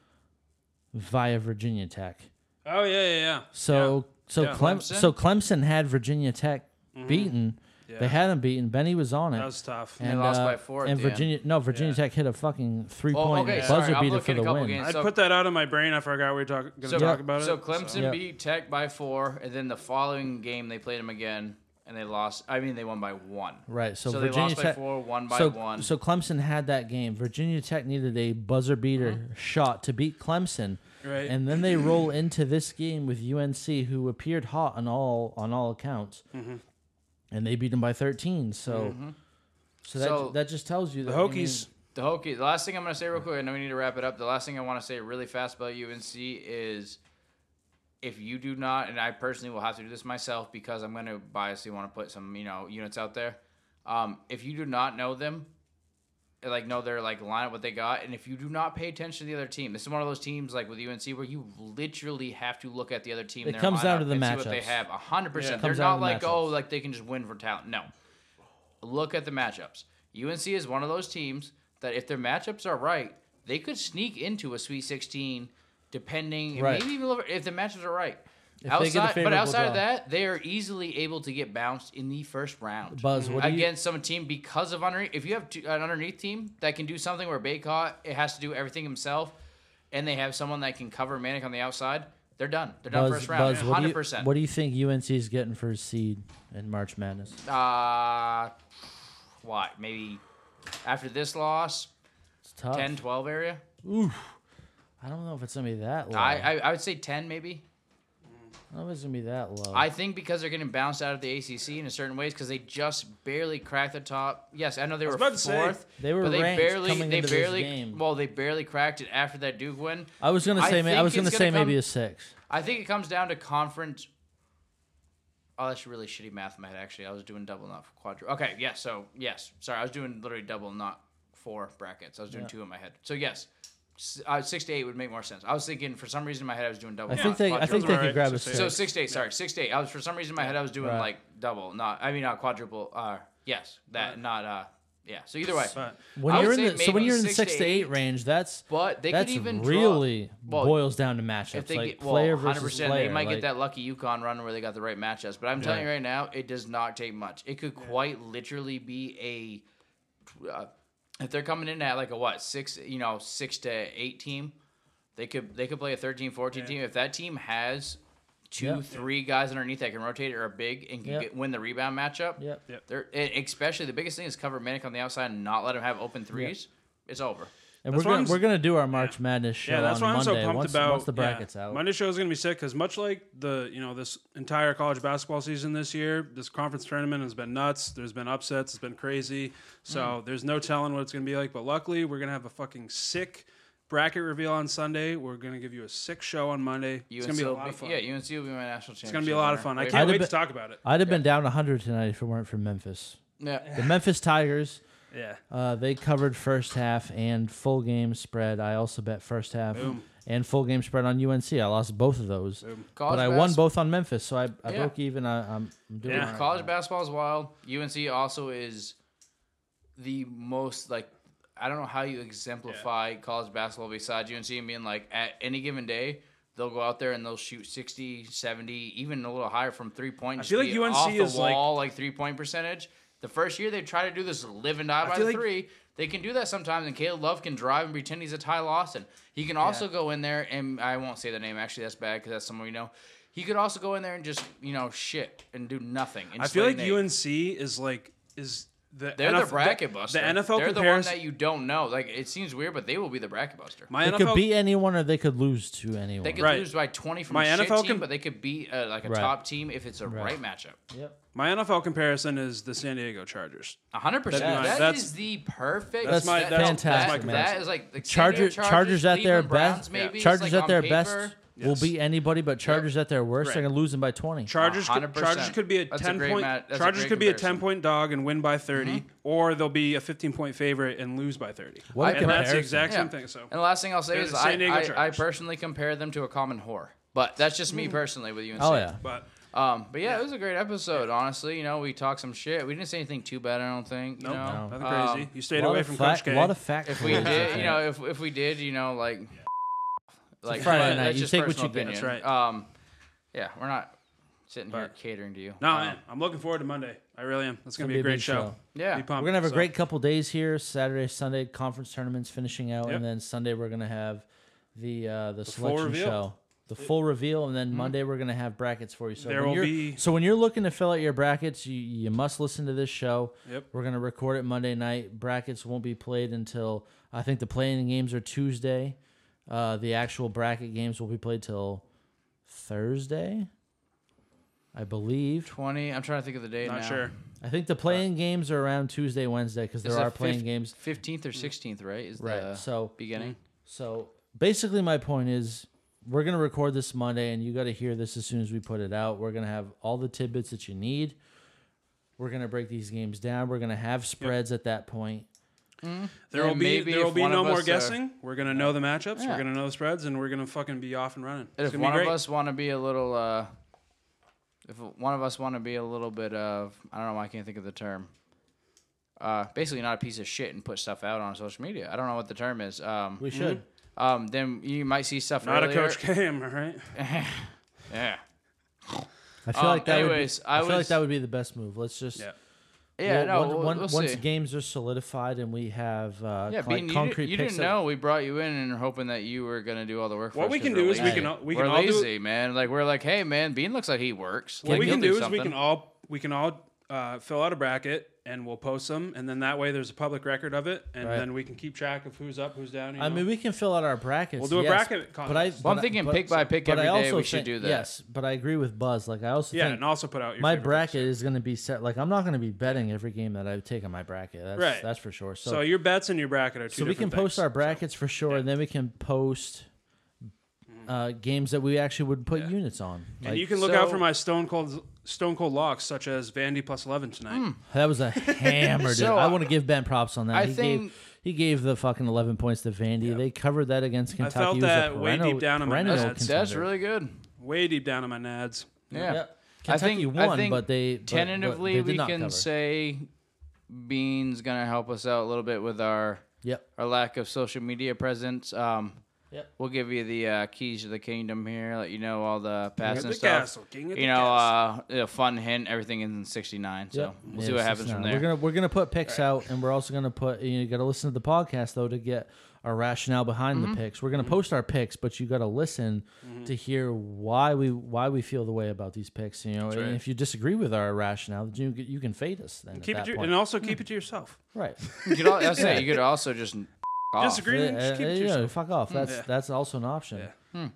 S7: via Virginia Tech.
S3: oh yeah, yeah, yeah.
S7: So so
S3: Yeah,
S7: Clem-
S5: Clemson. Mm-hmm.
S7: so Clemson had Virginia Tech beaten. They had them beaten. Benny was on it.
S3: That was tough.
S5: they lost by four at
S7: And
S5: the end.
S7: Virginia, no, Virginia Tech hit a fucking three
S5: Oh,
S7: point
S5: okay,
S7: buzzer
S5: sorry, I'm
S7: beater
S5: looking
S7: for
S5: at
S7: the
S5: a couple
S7: win.
S5: games.
S3: I
S5: so-
S3: put that out of my brain. I forgot we were talk, gonna
S5: So,
S3: talk about it.
S5: so Clemson
S7: Yeah.
S5: beat Tech by four, and then the following game they played them again, and they lost. I mean, they won by one.
S7: Right. So,
S5: So they
S7: Virginia
S5: lost by
S7: Tech,
S5: four, won by
S7: so,
S5: one.
S7: So Clemson had that game. Virginia Tech needed a buzzer beater
S5: Uh-huh.
S7: shot to beat Clemson.
S3: Right.
S7: And then they roll into this game with UNC, who appeared hot on all on all accounts,
S5: Mm-hmm.
S7: and they beat them by 13. So, so that
S5: So-
S7: that just tells you that,
S3: the
S7: I mean,
S3: Hokies.
S5: The Hokies. The last thing I'm going to say real quick, I know we need to wrap it up. The last thing I want to say really fast about UNC is if you do not, and I personally will have to do this myself because I'm going to biasly want to put some, you know, units out there. Um, if you do not know them, like know their like lineup, what they got, and if you do not pay attention to the other team, this is one of those teams like with UNC where you literally have to look at the other team.
S7: It
S5: their
S7: comes down
S5: lineup,
S7: to the
S5: and see what they
S7: matchups.
S5: have. hundred percent. They're
S7: comes down
S5: not
S7: to
S5: like
S7: the
S5: oh,
S7: matchups.
S5: like they can just win for talent. No, look at the matchups. UNC is one of those teams that if their matchups are right, they could sneak into a Sweet 16, depending
S7: Right.
S5: maybe even a little, if the matchups are right.
S7: they get a
S5: outside, but
S7: favorable
S5: outside of
S7: draw.
S5: that, they are easily able to get bounced in the first round
S7: Buzz, what do you-
S5: against some team because of underneath. If you have two, an underneath team that can do something where Baycott it has to do everything himself, and they have someone that can cover Manic on the outside, they're done. They're done
S7: Buzz,
S5: first round,
S7: Buzz, what, do
S5: hundred
S7: you,
S5: percent.
S7: what do you think UNC is getting for a seed in March Madness?
S5: uh, what maybe after this loss,
S7: It's tough.
S5: 10, 12 area?
S7: I don't know if it's gonna be that low.
S5: I,
S7: I,
S5: I I would say 10 maybe.
S7: don't know if it's gonna be that low.
S5: I think because they're getting bounced out of the ACC in a certain ways because they just barely cracked the top. Yes, I know they were
S3: about to say,
S5: fourth.
S7: They were
S5: but they
S7: ranked
S5: barely
S7: coming
S5: they
S7: into this
S5: barely
S7: game.
S5: well they barely cracked it after that Duke win.
S7: I was gonna
S5: I
S7: say, ma- I
S5: think
S7: was gonna,
S5: it's
S7: say
S5: gonna come-
S7: maybe a six.
S5: I think it comes down to conference. Oh, that's really shitty math, Matt. Actually, I was doing double, not quadruple. Okay, yeah. So yes, sorry, I was doing literally double, not four brackets. I was doing two in my head. So yes, s- uh, six to eight would make more sense. I was thinking for some reason in my head I was doing double.
S7: I
S5: not
S7: think they, I think
S5: quadruple.
S7: they
S3: Right,
S7: could grab a
S3: it's a
S7: six.
S5: So six to eight, sorry, six to eight. I was for some reason in my head I was doing
S7: Right.
S5: like double, not I mean not quadruple. Uh, yes, that not uh, yeah. So either way,
S3: But
S5: I
S7: When
S5: would
S7: you're in
S5: say
S7: the, so when
S5: maybe
S7: you're in the
S5: six
S7: six
S5: to
S7: to
S5: eight.
S7: eight range, that's
S5: but they
S7: that's
S5: could even draw-
S7: really
S5: Well,
S7: boils down to matchups, like
S5: well,
S7: player versus
S5: 100%,
S7: player.
S5: they might
S7: like,
S5: get that lucky Yukon run where they got the right matchups. But I'm telling you right now, it does not take much. It could quite literally be a uh, if they're coming in at like a what six, you know, six to eight team. They could they could play a 13, 14 team if that team has two,
S7: Yeah.
S5: three guys underneath that can rotate or are big and can
S7: Yeah.
S5: get, win the rebound matchup.
S7: Yep.
S3: Yep.
S5: They're, and especially the biggest thing is cover Manic on the outside and not let him have open threes. It's over.
S7: And we're
S3: why
S7: gonna,
S3: I'm s-
S7: we're gonna do our March Madness show
S3: yeah, that's
S7: on
S3: why I'm
S7: Monday
S3: so pumped
S7: once,
S3: about
S7: once the
S3: yeah,
S7: brackets out.
S3: Monday show is gonna be sick because much like the you know this entire college basketball season this year, this conference tournament has been nuts. There's been upsets. It's been crazy. So
S5: Mm-hmm.
S3: there's no telling what it's gonna be like. But luckily, we're gonna have a fucking sick bracket reveal on Sunday. We're gonna give you a sick show on Monday. It's gonna be a
S5: will
S3: lot of fun.
S5: Yeah, UNC will be my national championship.
S3: It's gonna be a lot of
S5: winner.
S3: fun. I
S5: Wait,
S3: can't
S7: I'd
S3: wait
S7: have
S3: to talk about it.
S7: I'd have been down 100 tonight if it weren't for Memphis.
S5: Yeah.
S7: The Memphis Tigers,
S3: Yeah.
S7: uh, they covered first half and full game spread. I also bet first half and full game spread on UNC. I lost both of those,
S5: College
S7: but I won
S5: bas-
S7: both on Memphis, so I, I
S5: Yeah.
S7: broke even. I, I'm I'm doing
S3: Yeah.
S7: all right.
S5: College basketball is wild. UNC also is the most like I don't know how you exemplify college basketball besides UNC and being like at any given day they'll go out there and they'll shoot 60, 70, even a little higher from three point. I
S3: feel like UNC
S5: off the
S3: is, like-
S5: wall like three point percentage. The first year they try to do this live and die by
S3: feel
S5: the
S3: like-
S5: three. They can do that sometimes, and Caleb Love can drive and pretend he's a Ty Lawson. He can also go in there, and I won't say the name actually. That's bad because that's someone we know. He could also go in there and just you know shit and do nothing. and
S3: I
S5: just
S3: feel
S5: lay
S3: like
S5: an egg.
S3: UNC is like is the
S5: They're
S3: NF
S5: the bracket
S3: the-
S5: buster.
S3: The NFL
S5: They're
S3: compares
S5: the one that you don't know. Like it seems weird, but they will be the bracket buster.
S3: my
S7: They
S3: NFL
S7: could beat anyone or they could lose to anyone.
S5: they could
S3: Right.
S5: lose by twenty from
S3: My
S5: a shit
S3: NFL
S5: team,
S3: com-
S5: but they could beat uh, like a
S7: Right.
S5: top team if it's a right, matchup.
S3: my NFL comparison is the San Diego Chargers.
S5: A hundred percent.
S3: That'd be nice.
S5: That
S3: That's-
S5: is the perfect.
S3: that's my-
S5: that-
S3: that's-
S7: that's my
S5: that-
S3: comparison.
S5: that is like the San
S7: Charger,
S5: Diego
S7: Chargers at their
S5: Cleveland Browns,
S7: best.
S5: Maybe
S7: Chargers
S5: It's, like,
S7: at their
S5: on
S7: best
S5: paper.
S7: will beat anybody, but Chargers at their worst,
S3: Right.
S7: they're gonna lose them by twenty.
S3: Chargers could,
S5: 100%.
S3: Chargers could be a
S5: That's a
S3: ten
S5: great
S3: point
S5: ma- that's a
S3: Chargers
S5: great
S3: could be a
S5: comparison. Mm-hmm.
S3: ten point dog and win by 30 or they'll be a fifteen point favorite and lose by thirty.
S7: What
S3: and
S7: a
S3: that's the
S7: comparison.
S3: exact
S5: Yeah.
S3: same thing. So
S5: And the last thing I'll say
S3: They're
S5: is
S3: the
S5: I,
S3: San Diego
S5: I, I
S3: Chargers. Hmm.
S5: personally compare them to a common whore, but that's just me personally with UNC.
S7: Oh yeah,
S3: but
S5: Um, but yeah, it was a great episode. Honestly, you know, we talked some shit. We didn't say anything too bad. I don't think. You
S3: no,
S5: know?
S3: nothing
S5: Um,
S3: crazy. You stayed
S7: lot
S3: away
S7: of
S3: from
S7: fa-
S3: Coach K.
S7: lot of facts.
S5: if we did, you know, if if we did, you know, like, like
S7: Friday
S5: but
S7: night,
S5: that's
S7: you
S5: just
S7: take what
S5: personal
S7: you get.
S5: opinion.
S3: That's right.
S5: Um, yeah, we're not sitting here
S3: But-
S5: catering to you.
S3: no,
S5: Um,
S3: man, I'm looking forward to Monday. I really am. That's gonna, be, a great
S7: big
S3: show.
S7: show.
S5: Yeah.
S3: Be pumped.
S7: We're gonna have a
S3: Um, So,
S7: great couple days here. Saturday, Sunday, conference tournaments finishing out,
S3: Yep.
S7: and then Sunday we're gonna have the uh, the,
S3: full
S7: selection
S3: reveal. Mm-hmm.
S7: show, the full reveal, and then Monday we're gonna have brackets for you. So
S3: There
S7: when
S3: will
S7: you're,
S3: be-
S7: so when you're looking to fill out your brackets, you you must listen to this show.
S3: Yep.
S7: We're gonna record it Monday night. Brackets won't be played until I think the playing games are Tuesday. Uh, the actual bracket games will be played till Thursday, I believe.
S5: twenty. I'm trying to think of the date.
S3: Not
S5: now.
S3: sure.
S7: I think the playing games are around Tuesday, Wednesday because there
S5: Is it
S7: are playing
S5: fif-
S7: games.
S5: 15th
S3: Mm.
S5: or 16th, right? Is
S7: Right.
S5: the
S7: so
S5: beginning.
S7: so basically, my point is, we're gonna record this Monday, and you got to hear this as soon as we put it out. We're gonna have all the tidbits that you need. We're gonna break these games down. We're gonna have spreads at that point.
S3: There will
S5: And
S3: be
S5: maybe
S3: there will
S5: if
S3: be
S5: one
S3: no
S5: of
S3: more
S5: us are-
S3: guessing. we're gonna know the matchups. We're
S5: Yeah.
S3: gonna know the spreads, and we're gonna fucking be off and running.
S5: And
S3: It's
S5: if
S3: gonna be
S5: one
S3: great.
S5: of us want to be a little, uh, if one of us want to be a little bit of, I don't know, why I can't think of the term. Uh, basically, not a piece of shit and put stuff out on social media. I don't know what the term is. Um,
S7: We should.
S5: um, then you might see stuff.
S3: not a
S5: earlier.
S3: Coach K, am I right?
S5: Yeah.
S7: I feel
S5: Um,
S7: like that.
S5: anyways,
S7: would be,
S5: I
S7: I, feel like
S5: was-
S7: that would be the best move. Let's just.
S3: Yeah.
S5: Yeah,
S7: we'll-
S5: no,
S7: one-
S5: we'll,
S7: one-
S5: we'll
S7: once
S5: see.
S7: games are solidified and we have uh,
S5: yeah,
S7: con-
S5: Bean, you,
S7: concrete
S5: you
S7: picks
S5: didn't
S7: that-
S5: know we brought you in and hoping that you were gonna do all the work. for
S3: What
S5: us
S3: we
S5: 'cause
S3: can
S5: we're
S3: do is we
S5: lazy.
S3: can all- we
S5: We're
S3: can all do-
S5: lazy, man. Like we're like, hey, man, Bean looks like he works.
S3: What
S5: Like,
S3: we
S5: he'll
S3: can do is we
S5: something.
S3: can all we can all uh, fill out a bracket and we'll post them, and then that way there's a public record of it, and then we can keep track of who's up, who's down. you
S7: I
S3: know?
S7: mean, we can fill out our brackets.
S3: We'll do a
S7: yes,
S3: bracket
S7: But I,
S3: contest.
S7: but
S5: I'm
S7: I-
S5: thinking
S7: but-
S5: pick by pick
S7: but
S5: every
S7: I
S5: day,
S7: also
S5: we should
S7: think-
S5: do that.
S7: Yes, but I agree with Buzz. Like I also
S3: yeah,
S7: think
S3: and also put out your
S7: my
S3: favorite
S7: bracket is going to be set. Like I'm not going to be betting every game that I take on my bracket. That's,
S3: Right.
S7: That's for sure.
S3: picks.
S7: So
S3: So your bets and your bracket are two.
S7: so we can
S3: different
S7: post
S3: things. Mm.
S7: our brackets for sure, and then we can post uh, games that we actually would put units on.
S3: And
S7: Like,
S3: you can look out
S5: so-
S3: for my stone cold stone cold locks, such as Vandy plus eleven tonight.
S7: that was a hammer. dude.
S5: So,
S3: uh,
S7: I want to give Ben props on that.
S5: I
S7: he
S5: think-
S7: gave he gave the fucking 11 points to Vandy. They covered that against Kentucky.
S3: felt
S7: It was a
S3: that way
S7: perennial-
S3: deep down in my
S7: perennial
S3: nuts.
S5: That's,
S3: That's
S5: that's
S7: contender.
S5: really good.
S3: Way deep down in my nads.
S5: Yeah.
S7: Yep.
S5: I
S7: Kentucky
S5: think- I
S7: won,
S5: think
S7: but they but- but
S5: Tentatively,
S7: they did
S5: we
S7: not
S5: can
S7: cover.
S5: say Bean's gonna help us out a little bit with our
S7: Yep.
S5: our lack of social media presence. Um,
S7: Yep.
S5: We'll give you the uh, keys to the kingdom here. Let you know all the paths
S3: of
S5: and
S3: the
S5: stuff.
S3: castle, king of
S5: you
S3: the
S5: know,
S3: castle.
S5: Uh, a fun hint. Everything is in '69. So
S7: Yep.
S5: we'll
S7: Yeah,
S5: see what happens
S7: 69.
S5: from there.
S7: We're gonna we're gonna put picks out, and we're also gonna put. You, got to listen to the podcast though to get our rationale behind the picks. We're gonna post our picks, but you got to listen to hear why we why we feel the way about these picks. You know, and if you disagree with our rationale, you can- you can fade us then.
S3: Keep
S7: at
S3: it to,
S7: that point. Hmm.
S3: and also keep it to yourself.
S7: right.
S5: You could, al- that's it. You could also just f- off.
S3: Disagree, then just
S7: Uh,
S3: keep it to
S7: you know,
S3: yourself.
S7: fuck off. That's
S3: Yeah.
S7: that's also an option.
S3: Yeah.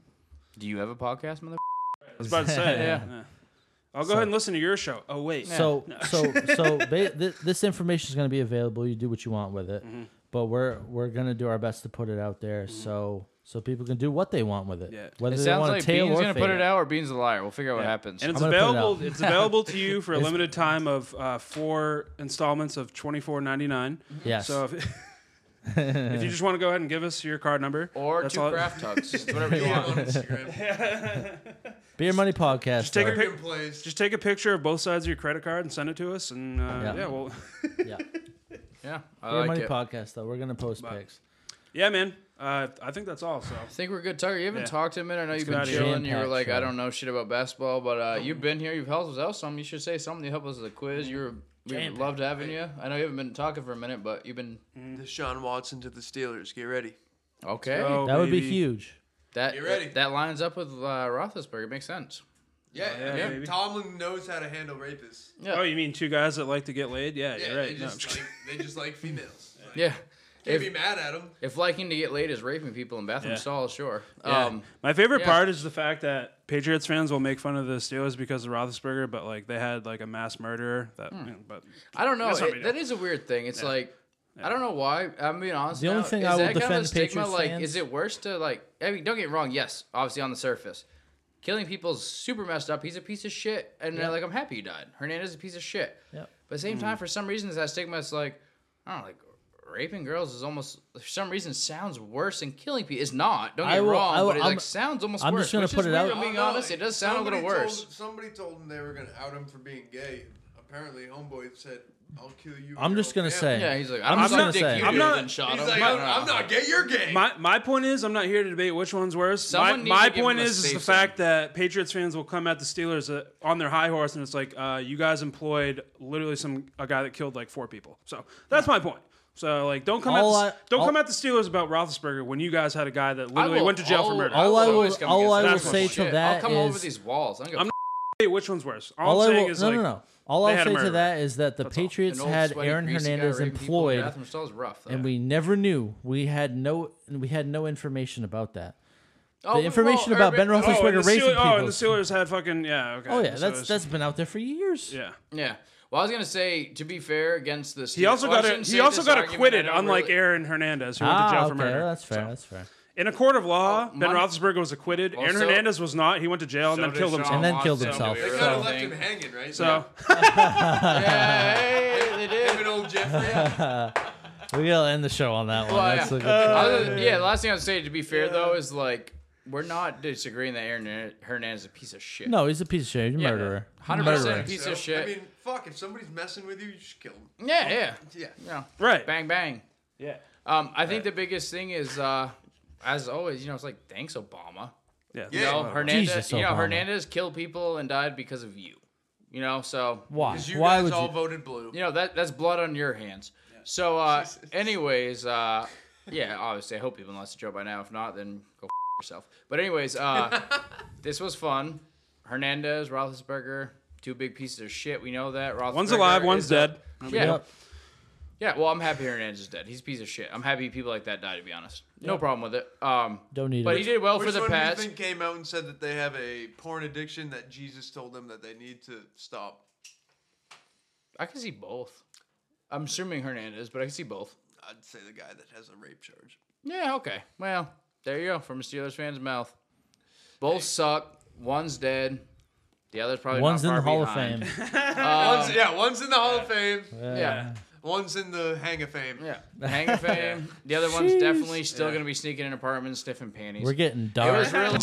S5: Do you have a podcast, mother?
S3: I was about to say.
S5: Yeah.
S3: yeah. I'll go ahead and listen to your show. Oh wait,
S7: So so so ba- th- this information is going to be available. You do what you want with it,
S3: Mm-hmm.
S7: but we're we're going to do our best to put it out there so so people can do what they want with it.
S3: Yeah.
S7: Whether
S5: It
S7: they
S5: sounds
S7: want
S5: like
S7: to tail
S5: Bean's
S7: or
S5: gonna
S7: fade
S5: put it out, or Bean's a liar. We'll figure out what
S3: Yeah.
S5: happens.
S3: And it's
S7: I'm gonna put it
S3: available.
S7: out.
S3: it's available to you for a limited time of uh, four installments of twenty four ninety nine.
S7: Yes.
S3: So if, if you just want to go ahead and give us your card number
S5: Or
S3: that's
S5: two
S3: all-
S5: craft tugs. It's whatever you
S6: Yeah, on
S5: want.
S6: Instagram.
S7: Beer Money Podcast.
S3: take a
S7: dog.
S3: pic-
S6: Friggin' plays.
S3: Just take a picture of both sides of your credit card and send it to us, and uh, yeah.
S7: Yeah.
S3: well,
S7: yeah.
S5: Yeah, I
S7: Beer
S5: like
S7: Money
S5: it.
S7: Podcast, though. We're going to post pics.
S3: yeah, man. Uh, I think that's all. So
S5: I think we're good. Tucker, you haven't
S3: Yeah.
S5: talked to him in. I know you've
S3: get
S5: been
S3: outta here.
S5: chilling. You were
S7: Jam-packed
S5: like, I
S7: show.
S5: don't know shit about basketball, but uh, you've been here. You've helped us out some. You should say something. You helped us with a quiz. You were we loved having you. I know you haven't been talking for a minute, but you've been
S6: Deshaun Watson to the Steelers. Get ready.
S5: okay.
S3: Oh,
S7: That would be
S3: baby.
S7: huge.
S5: that
S6: Get ready.
S5: that lines up with uh, Roethlisberger. It makes sense.
S6: Yeah,
S5: Oh,
S3: yeah,
S6: I mean,
S3: baby.
S6: Tomlin knows how to handle rapists.
S5: Yeah,
S3: Oh, you mean two guys that like to get laid? Yeah,
S6: Yeah,
S3: you're right.
S6: they,
S3: No, I'm
S6: just
S3: just
S6: like, they just like females. Like,
S5: yeah.
S6: Can't
S5: If-
S6: be mad at them.
S5: If liking to get laid is raping people in bathroom
S3: Yeah.
S5: stalls, sure.
S3: Yeah.
S5: Um,
S3: My favorite
S5: yeah.
S3: part is the fact that Patriots fans will make fun of the Steelers because of Roethlisberger, but like they had like a mass murderer. That,
S5: Hmm.
S3: you know, but
S5: I don't know.
S3: That's not
S5: It-
S3: me, no.
S5: that is a weird thing. It's like I don't know why. I'm being honest.
S7: The only
S5: now.
S7: thing
S5: is
S7: I will
S5: that kind of
S7: defend
S5: a stigma,
S7: Patriots
S5: like,
S7: fans-
S5: is it worse to like? I mean, don't get me wrong. Yes, obviously on the surface, killing people's super messed up. He's a piece of shit, and uh, like I'm happy he died. Hernandez is a piece of shit.
S7: Yep.
S5: But at the same
S6: Mm-hmm.
S5: time, for some reason, there's that stigma. It's like I don't know, like raping girls is almost for some reason sounds worse than killing people. It's not. Don't get
S7: I
S5: me
S7: will-
S5: wrong,
S7: I will-
S5: but it
S7: I'm-
S5: like sounds almost
S7: I'm
S5: worse.
S7: just gonna
S5: which is
S7: put it out-
S5: weird, I'm being
S6: Oh, no,
S5: honest, it does sound a little
S6: somebody
S5: worse.
S6: Told, somebody told them they were going to out him for being gay. Apparently, homeboy said, "I'll kill you."
S7: I'm
S6: and
S7: just
S6: your
S7: going to
S6: whole family."
S7: say.
S5: Yeah, he's like,
S7: I'm
S5: I don't
S7: just
S5: suck
S7: gonna
S5: dick,
S7: say-
S5: you
S3: I'm
S5: do,
S3: not-
S5: then shot him.
S6: He's like,
S5: I
S6: I'm,
S5: don't know.
S6: I'm not gay. You're gay.
S3: my my point is I'm not here to debate which one's worse.
S5: Someone
S3: my my
S5: needs to give
S3: point
S5: him a
S3: is, is
S5: safe
S3: the
S5: zone.
S3: fact that Patriots fans will come at the Steelers uh, on their high horse, and it's like uh, you guys employed literally some a guy that killed like four people. So that's my point. So like, don't come
S7: All
S3: at the,
S7: I-
S3: don't
S7: all-
S3: come at the Steelers about Roethlisberger when you guys had a guy that literally
S5: will
S3: went to jail for
S5: al-
S3: murder.
S7: All I will,
S5: always come
S7: all
S5: against
S7: I
S3: that
S7: will
S3: for
S7: say
S3: shit.
S7: to
S5: Shit,
S7: that
S5: I'll come
S7: is-
S5: over these walls. I'm gonna
S3: I'm Hey, which one's worse? All,
S7: all
S3: I'm
S7: I
S3: saying
S7: will,
S3: is
S7: no,
S3: like,
S7: no, no. All
S3: they
S7: I'll
S3: had a
S7: say to
S3: murderer.
S7: that is that the Patriets had Aaron Hernandez employed,
S5: Bathroom stalls rough.
S7: and we never knew. We had no, we had no information about that.
S5: oh,
S7: the information about Ben
S3: Oh, and the
S7: Roethlisberger raping
S3: Steelers, oh, and the
S7: people.
S3: Steelers had fucking yeah. Okay.
S7: Oh yeah,
S3: The
S7: that's
S3: Steelers-
S7: that's been out there for years.
S3: yeah.
S5: Yeah. Well, I was gonna say, to be fair, against this,
S3: He also got a, he also got acquitted, unlike Aaron Hernandez, who went to jail
S7: Ah,
S3: for
S7: okay,
S3: murder.
S7: that's fair. That's fair.
S3: In a court of law, Ben
S5: my-
S3: Roethlisberger was acquitted.
S5: Oh, Well,
S3: Aaron
S5: so-
S3: Hernandez was not. He went to jail and then killed himself.
S7: And then killed himself.
S6: They kind of left him hanging, right?
S3: so
S5: Hey, they did.
S6: him and old Jeffrey.
S7: We gotta end the show on that one.
S5: Well,
S7: That's
S5: yeah.
S7: a good-
S5: Other than- yeah, the last thing I'd say, to be fair though, is like we're not disagreeing that Aaron Hernandez is a piece of shit.
S7: no, he's a piece of shit. He's a
S5: Yeah.
S7: murderer.
S5: 100%
S7: Murderer.
S5: piece
S6: So,
S5: of shit.
S6: I mean, fuck. If somebody's messing with you, you should kill him.
S5: Yeah, yeah,
S6: Yeah.
S5: yeah.
S3: right.
S5: Bang bang.
S3: Yeah.
S5: Um, I think the biggest thing is, uh, as always, you know, it's like thanks Obama.
S3: Yeah.
S5: You know, Hernandez,
S7: Jesus,
S5: you know,
S7: Obama.
S5: Hernandez killed people and died because of you. You know, so
S7: Why?
S6: Because you
S7: Why
S6: guys
S7: would
S6: all
S7: you?
S6: voted blue.
S5: you know that that's blood on your hands. So, uh, anyways, uh, yeah, obviously, I hope you've been lost to Joe by now. If not, then go f- yourself. But anyways, uh, this was fun. Hernandez, Roethlisberger, two big pieces of shit. We know that. Roethlisberger
S3: One's alive, one's
S5: is a-
S3: dead.
S5: yeah,
S7: Yep.
S5: yeah. Well, I'm happy Hernandez is dead. He's a piece of shit. I'm happy people like that die. To be honest, no problem with it. Um,
S7: Don't need
S5: but
S7: it.
S5: he did well
S6: Which
S5: for the
S6: one
S5: Pats.
S6: do you think came out and said that they have a porn addiction that Jesus told them that they need to stop?
S5: I can see both. I'm assuming Hernandez, but I can see both.
S6: I'd say the guy that has a rape charge.
S5: Yeah, okay. Well, there you go. From a Steelers fan's mouth. Both suck. One's dead. The other's probably
S7: One's
S5: not
S7: in
S5: far
S7: the Hall of
S5: behind.
S7: Fame.
S6: one's, yeah, one's in the Hall of Fame.
S5: Yeah.
S6: One's in the Hang of Fame.
S7: Uh,
S5: Yeah. The Hang of Fame. The other one's definitely still going to be sneaking in apartments, sniffing panties.
S7: We're getting
S5: it
S7: dark.
S5: was really.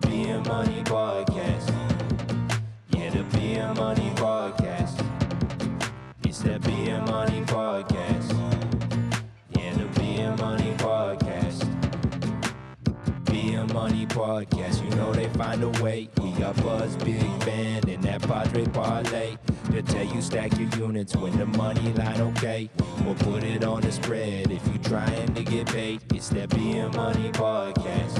S1: Beer Money Podcast. Yeah, the Beer Money Podcast. It's the Beer Money Podcast. Yeah, the Beer Money Podcast. Beer Money Podcast. You know they find a way. We got Buzz, Big Ben, and that Padre Parlay. They'll tell you stack your units when the money line okay. Or put it on the spread if you trying to get paid. It's that Beer Money Podcast.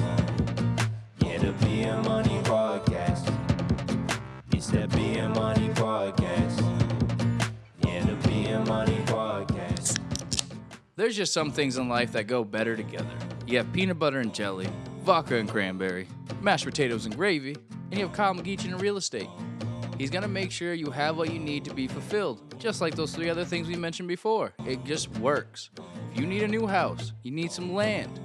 S1: Yeah, the Beer Money Podcast. It's the Beer Money Podcast. Yeah, the Beer Money Podcast.
S5: There's just some things in life that go better together. You have peanut butter and jelly, vodka and cranberry, mashed potatoes and gravy, and you have Kyle McGeechan in real estate. He's gonna make sure you have what you need to be fulfilled, just like those three other things we mentioned before. It just works. If you need a new house, you need some land,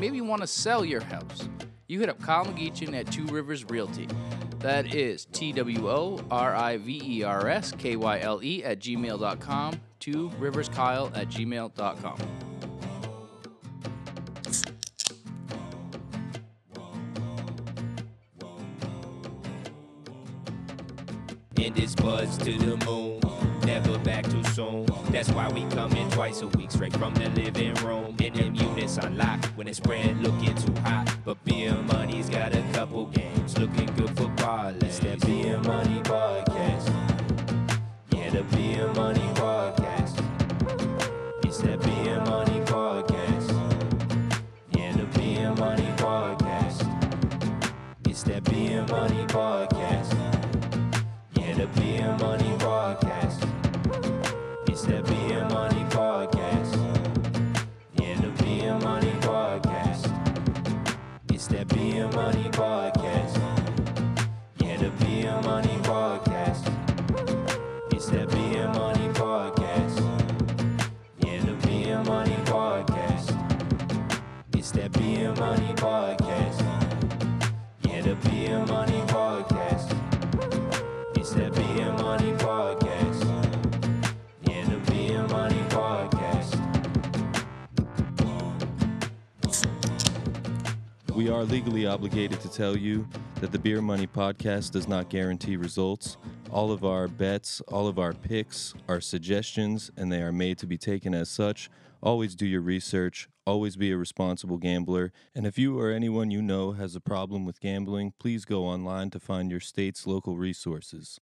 S5: maybe you want to sell your house, you hit up Kyle McGeechan at Two Rivers Realty. That is T W O R I V E R S K Y L E at gmail.com, Two Rivers Kyle at gmail.com.
S1: In this buzz to the moon, never back too soon. That's why we come in twice a week, straight from the living room. In them units unlocked when it's spread looking too hot. But being money's got a couple games looking good for parlays. That being money podcast, yeah, the being money podcast. It's that being money podcast, yeah, the being money podcast. It's that being money podcast. Yeah, the Beer Money Podcast. It's the Beer Money Podcast. Yeah, the Beer Money Podcast. It's the Beer Money Podcast. Yeah, the Beer Money Podcast. It's the Beer Money Podcast. Yeah, the Beer Money Podcast. It's the Beer Money Podcast. Yeah, the Beer Money Podcast. It's that Beer Money Podcast. Yeah, the Beer Money Podcast.
S9: We are legally obligated to tell you that the Beer Money Podcast does not guarantee results. All of our bets, all of our picks are suggestions, and they are made to be taken as such. Always do your research, always be a responsible gambler. And if you or anyone you know has a problem with gambling, please go online to find your state's local resources.